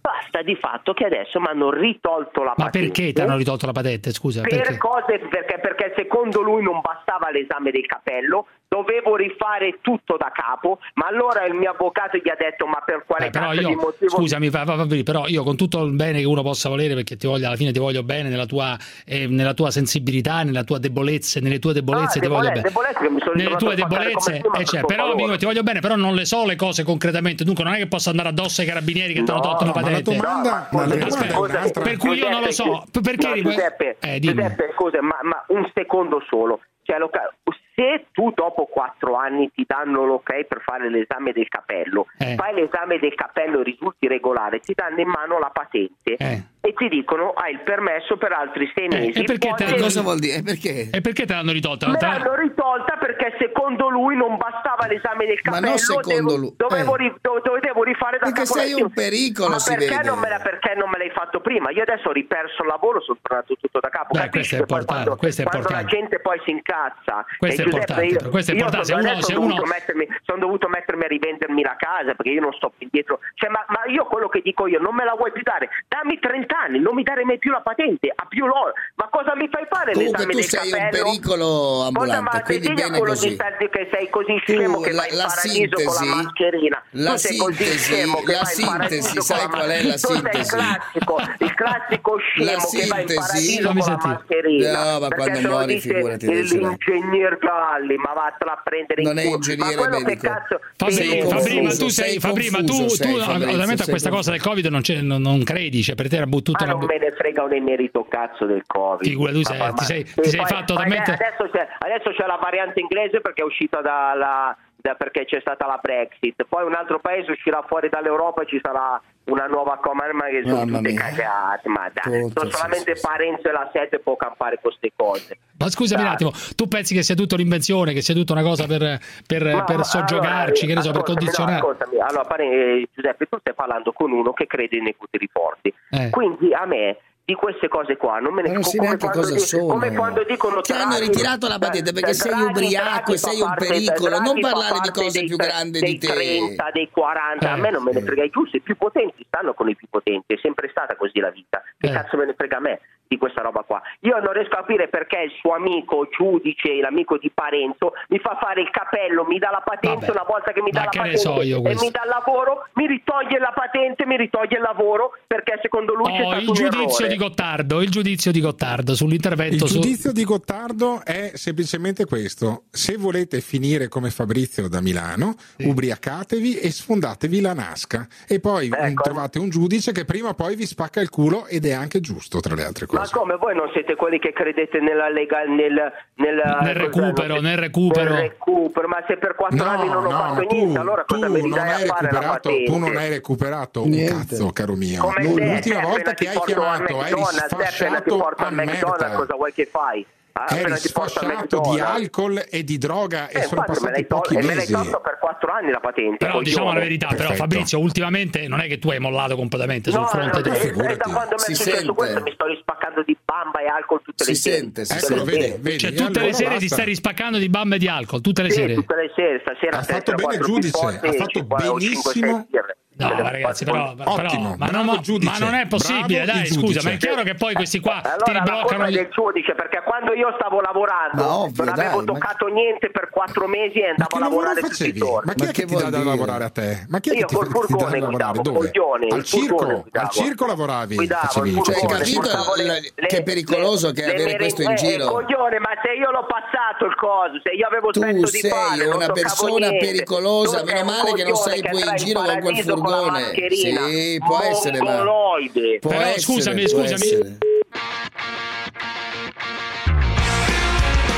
[SPEAKER 17] Basta di fatto che adesso mi hanno ritolto la
[SPEAKER 2] Ma
[SPEAKER 17] patente.
[SPEAKER 2] perché ti hanno ritolto la patente? Scusa,
[SPEAKER 17] Per
[SPEAKER 2] perché?
[SPEAKER 17] cose perché, perché secondo lui non bastava l'esame del capello, dovevo rifare tutto da capo, ma allora il mio avvocato gli ha detto ma per quale
[SPEAKER 2] Beh, però
[SPEAKER 17] cazzo di
[SPEAKER 2] io,
[SPEAKER 17] motivo...
[SPEAKER 2] scusami, fa- fa- Fabri, però io con tutto il bene che uno possa volere, perché ti voglio, alla fine ti voglio bene nella tua, eh, nella tua sensibilità, nella tua debolezza, nelle tue debolezze,
[SPEAKER 17] Ah,
[SPEAKER 2] ti voglio
[SPEAKER 17] debole-
[SPEAKER 2] bene.
[SPEAKER 17] debolezze che mi sono
[SPEAKER 2] nelle tue
[SPEAKER 17] ritrovato a pagare
[SPEAKER 2] debolezze,
[SPEAKER 17] come prima
[SPEAKER 2] eh,
[SPEAKER 17] per
[SPEAKER 2] cioè,
[SPEAKER 17] tuo
[SPEAKER 2] però
[SPEAKER 17] valore.
[SPEAKER 2] amico, ti voglio bene, però non le so le cose concretamente, dunque non è che posso andare addosso ai carabinieri che ti hanno
[SPEAKER 17] No,
[SPEAKER 2] tolto la
[SPEAKER 17] ma
[SPEAKER 4] la
[SPEAKER 2] patente.
[SPEAKER 4] domanda- ma
[SPEAKER 17] ma
[SPEAKER 4] la
[SPEAKER 17] scusa,
[SPEAKER 2] domanda è
[SPEAKER 17] scusa,
[SPEAKER 4] un'altra.
[SPEAKER 2] Per cui io non lo so.
[SPEAKER 17] Giuseppe,
[SPEAKER 2] Perché
[SPEAKER 17] no,
[SPEAKER 2] ri-
[SPEAKER 17] Giuseppe,
[SPEAKER 2] Eh, dimmi.
[SPEAKER 17] Giuseppe, scusa, ma, ma un secondo solo. Cioè, lo ca- se tu dopo quattro anni ti danno l'ok per fare l'esame del capello,
[SPEAKER 2] Eh.
[SPEAKER 17] fai l'esame del capello e risulti regolare, ti danno in mano la patente
[SPEAKER 2] Eh.
[SPEAKER 17] e ti dicono hai il permesso per altri sei
[SPEAKER 2] Eh,
[SPEAKER 17] mesi.
[SPEAKER 2] e perché te-
[SPEAKER 17] Poi-
[SPEAKER 9] Cosa vuol dire? Perché?
[SPEAKER 2] E perché te l'hanno ritolta?
[SPEAKER 17] Me
[SPEAKER 2] Te la-
[SPEAKER 17] l'hanno ritolta perché secondo lui non bastava l'esame del
[SPEAKER 9] Ma
[SPEAKER 17] capello.
[SPEAKER 9] non secondo
[SPEAKER 17] devo-
[SPEAKER 9] lui,
[SPEAKER 17] Dovevo,
[SPEAKER 9] eh.
[SPEAKER 17] ri- do- dovevo rifare da
[SPEAKER 9] Perché
[SPEAKER 17] capo
[SPEAKER 9] sei
[SPEAKER 17] l'azione.
[SPEAKER 9] un pericolo,
[SPEAKER 17] Ma
[SPEAKER 9] si
[SPEAKER 17] perché
[SPEAKER 9] vede.
[SPEAKER 17] non, me la- perché non me l'hai fatto prima? Io adesso ho riperso il lavoro, sono tornato tutto da capo.
[SPEAKER 2] Beh,
[SPEAKER 17] Capisci
[SPEAKER 2] questo è
[SPEAKER 17] che poi
[SPEAKER 2] importante,
[SPEAKER 17] Quando,
[SPEAKER 2] questo è
[SPEAKER 17] quando
[SPEAKER 2] importante.
[SPEAKER 17] la gente poi si incazza,
[SPEAKER 2] Questo
[SPEAKER 17] e
[SPEAKER 2] è
[SPEAKER 17] Giuseppe,
[SPEAKER 2] importante,
[SPEAKER 17] Io,
[SPEAKER 2] questo è
[SPEAKER 17] io
[SPEAKER 2] importante.
[SPEAKER 17] Sono,
[SPEAKER 2] Se uno-
[SPEAKER 17] adesso
[SPEAKER 2] se
[SPEAKER 17] ho dovuto
[SPEAKER 2] uno-
[SPEAKER 17] mettermi, sono dovuto mettermi a rivendermi la casa perché io non sto più dietro. Cioè, ma, ma io quello che dico io, non me la vuoi più dare? Dammi 30 anni, non mi dare mai più la patente, a più loro. Ma cosa mi fai fare?
[SPEAKER 9] Comunque
[SPEAKER 17] l'esame
[SPEAKER 9] tu
[SPEAKER 17] del
[SPEAKER 9] sei un
[SPEAKER 17] capello?
[SPEAKER 9] pericolo
[SPEAKER 17] Guarda,
[SPEAKER 9] ambulante,
[SPEAKER 17] ma
[SPEAKER 9] quindi
[SPEAKER 17] vedi
[SPEAKER 9] bene
[SPEAKER 17] quello
[SPEAKER 9] così.
[SPEAKER 17] di tardi che sei così scemo
[SPEAKER 9] Tu,
[SPEAKER 17] che
[SPEAKER 9] la-
[SPEAKER 17] vai in
[SPEAKER 9] la
[SPEAKER 17] paradiso con la
[SPEAKER 9] sintesi-
[SPEAKER 17] mascherina.
[SPEAKER 9] la
[SPEAKER 17] tu sei così
[SPEAKER 9] sintesi-
[SPEAKER 17] scemo che
[SPEAKER 9] la
[SPEAKER 17] vai in paradiso
[SPEAKER 9] sintesi,
[SPEAKER 17] con
[SPEAKER 9] sai
[SPEAKER 17] la
[SPEAKER 9] qual è la
[SPEAKER 17] mascherina. Tu
[SPEAKER 9] sintesi?
[SPEAKER 17] sei il classico, il classico scemo che va in
[SPEAKER 9] sintesi-
[SPEAKER 17] paradiso
[SPEAKER 2] Fammi
[SPEAKER 17] con la
[SPEAKER 2] sentire.
[SPEAKER 17] mascherina.
[SPEAKER 9] No, ma
[SPEAKER 17] Perché
[SPEAKER 9] quando
[SPEAKER 17] te lo
[SPEAKER 9] muori,
[SPEAKER 17] dice
[SPEAKER 9] figurati, non ce l'hai.
[SPEAKER 17] l'ingegner Galli, ma vattela a prendere
[SPEAKER 9] Non è
[SPEAKER 17] in culo.
[SPEAKER 9] ingegnere
[SPEAKER 17] ma quello
[SPEAKER 9] medico.
[SPEAKER 17] che cazzo
[SPEAKER 2] Fabri,
[SPEAKER 17] Sì,
[SPEAKER 9] Sei
[SPEAKER 2] Fabri, ma
[SPEAKER 9] confuso,
[SPEAKER 2] tu sei,
[SPEAKER 9] sei
[SPEAKER 2] Fabri, ma tu,
[SPEAKER 9] confuso,
[SPEAKER 2] tu
[SPEAKER 9] sei, Fabrizio,
[SPEAKER 2] ovviamente a
[SPEAKER 9] sei
[SPEAKER 2] questa cosa
[SPEAKER 9] confuso.
[SPEAKER 2] del Covid non, c'è- non- non credi, cioè per te era bu- tutta
[SPEAKER 17] Ma
[SPEAKER 2] una
[SPEAKER 17] non
[SPEAKER 2] bu-
[SPEAKER 17] me ne frega un emerito cazzo del Covid.
[SPEAKER 2] Figura, tu sei-
[SPEAKER 17] Ma- ma-
[SPEAKER 2] ti sei-
[SPEAKER 17] sì,
[SPEAKER 2] ti sei
[SPEAKER 17] poi-
[SPEAKER 2] fatto
[SPEAKER 17] poi
[SPEAKER 2] talmente-
[SPEAKER 17] Adesso c'è, adesso c'è la variante inglese perché è uscita dalla da- perché c'è stata la Brexit, poi un altro paese uscirà fuori dall'Europa e ci sarà una nuova comanda ma che sono
[SPEAKER 9] Mamma
[SPEAKER 17] tutte
[SPEAKER 9] mia.
[SPEAKER 17] cagate, ma dai,
[SPEAKER 9] Tutto,
[SPEAKER 17] sono
[SPEAKER 9] sì,
[SPEAKER 17] solamente
[SPEAKER 9] sì, sì.
[SPEAKER 17] Parenzo e la 7 può campare con queste cose.
[SPEAKER 2] Ma scusami un
[SPEAKER 17] Dai.
[SPEAKER 2] attimo, tu pensi che sia tutta un'invenzione, che sia tutta una cosa per, per-
[SPEAKER 17] Ma-
[SPEAKER 2] per
[SPEAKER 17] ma-
[SPEAKER 2] soggiogarci, che ne so, per
[SPEAKER 17] ascoltami, no,
[SPEAKER 2] condizionare?
[SPEAKER 17] ascoltami. allora, pare- eh, Giuseppe, tu stai parlando con uno che crede nei futuri porti.
[SPEAKER 2] Eh.
[SPEAKER 17] Quindi a me di queste cose qua. Non me ne
[SPEAKER 9] Non
[SPEAKER 17] co-
[SPEAKER 9] si
[SPEAKER 17] come
[SPEAKER 9] neanche
[SPEAKER 17] quando
[SPEAKER 9] cosa
[SPEAKER 17] di-
[SPEAKER 9] sono.
[SPEAKER 17] Come quando dicono
[SPEAKER 9] Ti hanno
[SPEAKER 17] Draghi-
[SPEAKER 9] ritirato la patente perché
[SPEAKER 17] eh,
[SPEAKER 9] sei
[SPEAKER 17] Draghi-
[SPEAKER 9] ubriaco e
[SPEAKER 17] Draghi fa
[SPEAKER 9] sei un
[SPEAKER 17] parte-
[SPEAKER 9] pericolo.
[SPEAKER 17] Draghi
[SPEAKER 9] Non
[SPEAKER 17] fa
[SPEAKER 9] parlare di
[SPEAKER 17] parte
[SPEAKER 9] cose
[SPEAKER 17] dei
[SPEAKER 9] più
[SPEAKER 17] tre-
[SPEAKER 9] grandi
[SPEAKER 17] dei
[SPEAKER 9] di te.
[SPEAKER 2] Eh.
[SPEAKER 17] 30, dei 40, a me non me ne frega di giusto, i più potenti stanno con i più potenti, è sempre stata così la vita. Che
[SPEAKER 2] Eh.
[SPEAKER 17] cazzo me ne frega a me di questa roba qua? Io non riesco a capire perché il suo amico giudice, l'amico di Parenzo, mi fa fare il capello, mi dà la patente una volta che mi dà
[SPEAKER 2] ma
[SPEAKER 17] la
[SPEAKER 2] che ne
[SPEAKER 17] patente
[SPEAKER 2] so io
[SPEAKER 17] e
[SPEAKER 2] questo?
[SPEAKER 17] mi dà il lavoro, mi ritoglie la patente, mi ritoglie il lavoro perché secondo lui c'è
[SPEAKER 2] Oh,
[SPEAKER 17] stato
[SPEAKER 2] il
[SPEAKER 17] un
[SPEAKER 2] giudizio
[SPEAKER 17] errore.
[SPEAKER 2] di Gottardo, il giudizio di Gottardo sull'intervento
[SPEAKER 4] Il
[SPEAKER 2] su-
[SPEAKER 4] giudizio di Gottardo è semplicemente questo: se volete finire come Fabrizio da Milano, ubriacatevi e sfondatevi la nasca. E poi mm, trovate un giudice che prima o poi vi spacca il culo ed è anche giusto, tra le altre cose.
[SPEAKER 17] Ma come voi non siete quelli che credete nella lega nel, nel,
[SPEAKER 4] Nel recupero,
[SPEAKER 17] non-
[SPEAKER 4] nel recupero.
[SPEAKER 17] nel recupero, ma se per quattro anni non ho fatto niente, allora cosa mi
[SPEAKER 4] tu non,
[SPEAKER 17] ridai a
[SPEAKER 4] hai
[SPEAKER 17] fare la
[SPEAKER 4] recuperato,
[SPEAKER 17] patente?
[SPEAKER 4] tu non hai recuperato un cazzo, caro mio.
[SPEAKER 17] Come
[SPEAKER 4] Non-
[SPEAKER 17] te,
[SPEAKER 4] L'ultima
[SPEAKER 17] se
[SPEAKER 4] volta
[SPEAKER 17] appena
[SPEAKER 4] che
[SPEAKER 17] ti
[SPEAKER 4] hai
[SPEAKER 17] porto
[SPEAKER 4] chiamato
[SPEAKER 17] a
[SPEAKER 4] eri
[SPEAKER 17] McDonald's, se appena ti
[SPEAKER 4] sfasciato
[SPEAKER 17] porto
[SPEAKER 4] a
[SPEAKER 17] al McDonald's,
[SPEAKER 4] merda.
[SPEAKER 17] cosa vuoi che fai? Ah, Appena
[SPEAKER 4] Eri
[SPEAKER 17] ti porto al
[SPEAKER 4] sfasciato di
[SPEAKER 17] McDonald's.
[SPEAKER 4] alcol e di droga e sono
[SPEAKER 17] Eh, infatti me
[SPEAKER 4] passati
[SPEAKER 17] l'hai tol-
[SPEAKER 4] pochi
[SPEAKER 17] e me l'hai
[SPEAKER 4] mesi.
[SPEAKER 17] tolto per quattro anni la patente.
[SPEAKER 2] Però
[SPEAKER 17] coglione.
[SPEAKER 2] diciamo la verità, però
[SPEAKER 4] Perfetto.
[SPEAKER 2] Fabrizio, ultimamente non è che tu hai mollato completamente sul
[SPEAKER 17] No,
[SPEAKER 2] fronte
[SPEAKER 17] no,
[SPEAKER 2] del
[SPEAKER 17] eh, eh, da quando mi è successo questo mi sto rispaccando di bamba e alcol tutte le
[SPEAKER 2] Si
[SPEAKER 17] sere.
[SPEAKER 2] sente,
[SPEAKER 4] si
[SPEAKER 17] Tutte
[SPEAKER 4] sente.
[SPEAKER 17] le
[SPEAKER 4] Vedi,
[SPEAKER 17] sere.
[SPEAKER 4] vedi, eh,
[SPEAKER 2] Cioè, tutte le sere ti stai rispaccando di bamba e di alcol, tutte le
[SPEAKER 17] Sì,
[SPEAKER 2] sere.
[SPEAKER 17] tutte le sere, stasera
[SPEAKER 4] Ha
[SPEAKER 17] sette,
[SPEAKER 4] fatto bene il
[SPEAKER 17] quattro
[SPEAKER 4] giudice,
[SPEAKER 17] pipote,
[SPEAKER 4] ha fatto
[SPEAKER 17] cinque o cinque, sei
[SPEAKER 4] benissimo.
[SPEAKER 17] birre.
[SPEAKER 2] No,
[SPEAKER 17] Cioè,
[SPEAKER 2] ma ragazzi, però, però-
[SPEAKER 4] Ottimo,
[SPEAKER 2] ma,
[SPEAKER 4] bravo
[SPEAKER 2] non, ma-
[SPEAKER 4] giudice,
[SPEAKER 2] ma non è possibile,
[SPEAKER 4] bravo
[SPEAKER 2] dai,
[SPEAKER 4] il giudice.
[SPEAKER 2] scusa, ma è chiaro che poi questi qua ti
[SPEAKER 17] Allora la
[SPEAKER 2] ribloccano
[SPEAKER 17] colpa è
[SPEAKER 2] gli-
[SPEAKER 17] del giudice perché quando io stavo lavorando
[SPEAKER 8] Ma ovvio,
[SPEAKER 17] non avevo
[SPEAKER 8] dai, ma-
[SPEAKER 17] toccato niente per quattro mesi e andavo a lavorare tutti i giorni.
[SPEAKER 4] Ma chi è che ti dà da lavorare a te? Ma chi è
[SPEAKER 17] Io
[SPEAKER 4] che ti,
[SPEAKER 17] col
[SPEAKER 4] ti dà da
[SPEAKER 17] furgone
[SPEAKER 4] lavorare?
[SPEAKER 17] guidavo,
[SPEAKER 4] Dove?
[SPEAKER 17] coglione,
[SPEAKER 4] Al
[SPEAKER 17] il furgone
[SPEAKER 4] circo, al
[SPEAKER 17] guidavo.
[SPEAKER 4] circo lavoravi.
[SPEAKER 17] Guidavo,
[SPEAKER 4] facevi
[SPEAKER 17] il
[SPEAKER 4] il
[SPEAKER 8] Cioè, hai
[SPEAKER 4] circo.
[SPEAKER 8] capito la- che pericoloso che è
[SPEAKER 17] Le
[SPEAKER 8] avere questo in
[SPEAKER 17] merende- eh,
[SPEAKER 8] giro?
[SPEAKER 17] coglione, ma se io l'ho passato il coso, se io avevo
[SPEAKER 8] Tu
[SPEAKER 17] smesso di
[SPEAKER 8] sei
[SPEAKER 17] fare, non
[SPEAKER 8] una
[SPEAKER 17] toccavo
[SPEAKER 8] persona
[SPEAKER 17] niente.
[SPEAKER 8] pericolosa,
[SPEAKER 17] Tu sei
[SPEAKER 8] meno
[SPEAKER 17] un
[SPEAKER 8] male che non
[SPEAKER 17] coglione
[SPEAKER 8] stai
[SPEAKER 17] che
[SPEAKER 8] poi in
[SPEAKER 17] andrai
[SPEAKER 8] giro con quel
[SPEAKER 17] paradiso con
[SPEAKER 8] furgone.
[SPEAKER 17] la mascherina.
[SPEAKER 8] Sì, può essere, ma-
[SPEAKER 17] Mongoloide.
[SPEAKER 8] Può
[SPEAKER 2] Però
[SPEAKER 8] essere,
[SPEAKER 2] scusami,
[SPEAKER 8] può
[SPEAKER 2] scusami.
[SPEAKER 8] essere.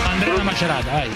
[SPEAKER 2] Andrea la macerata, vai.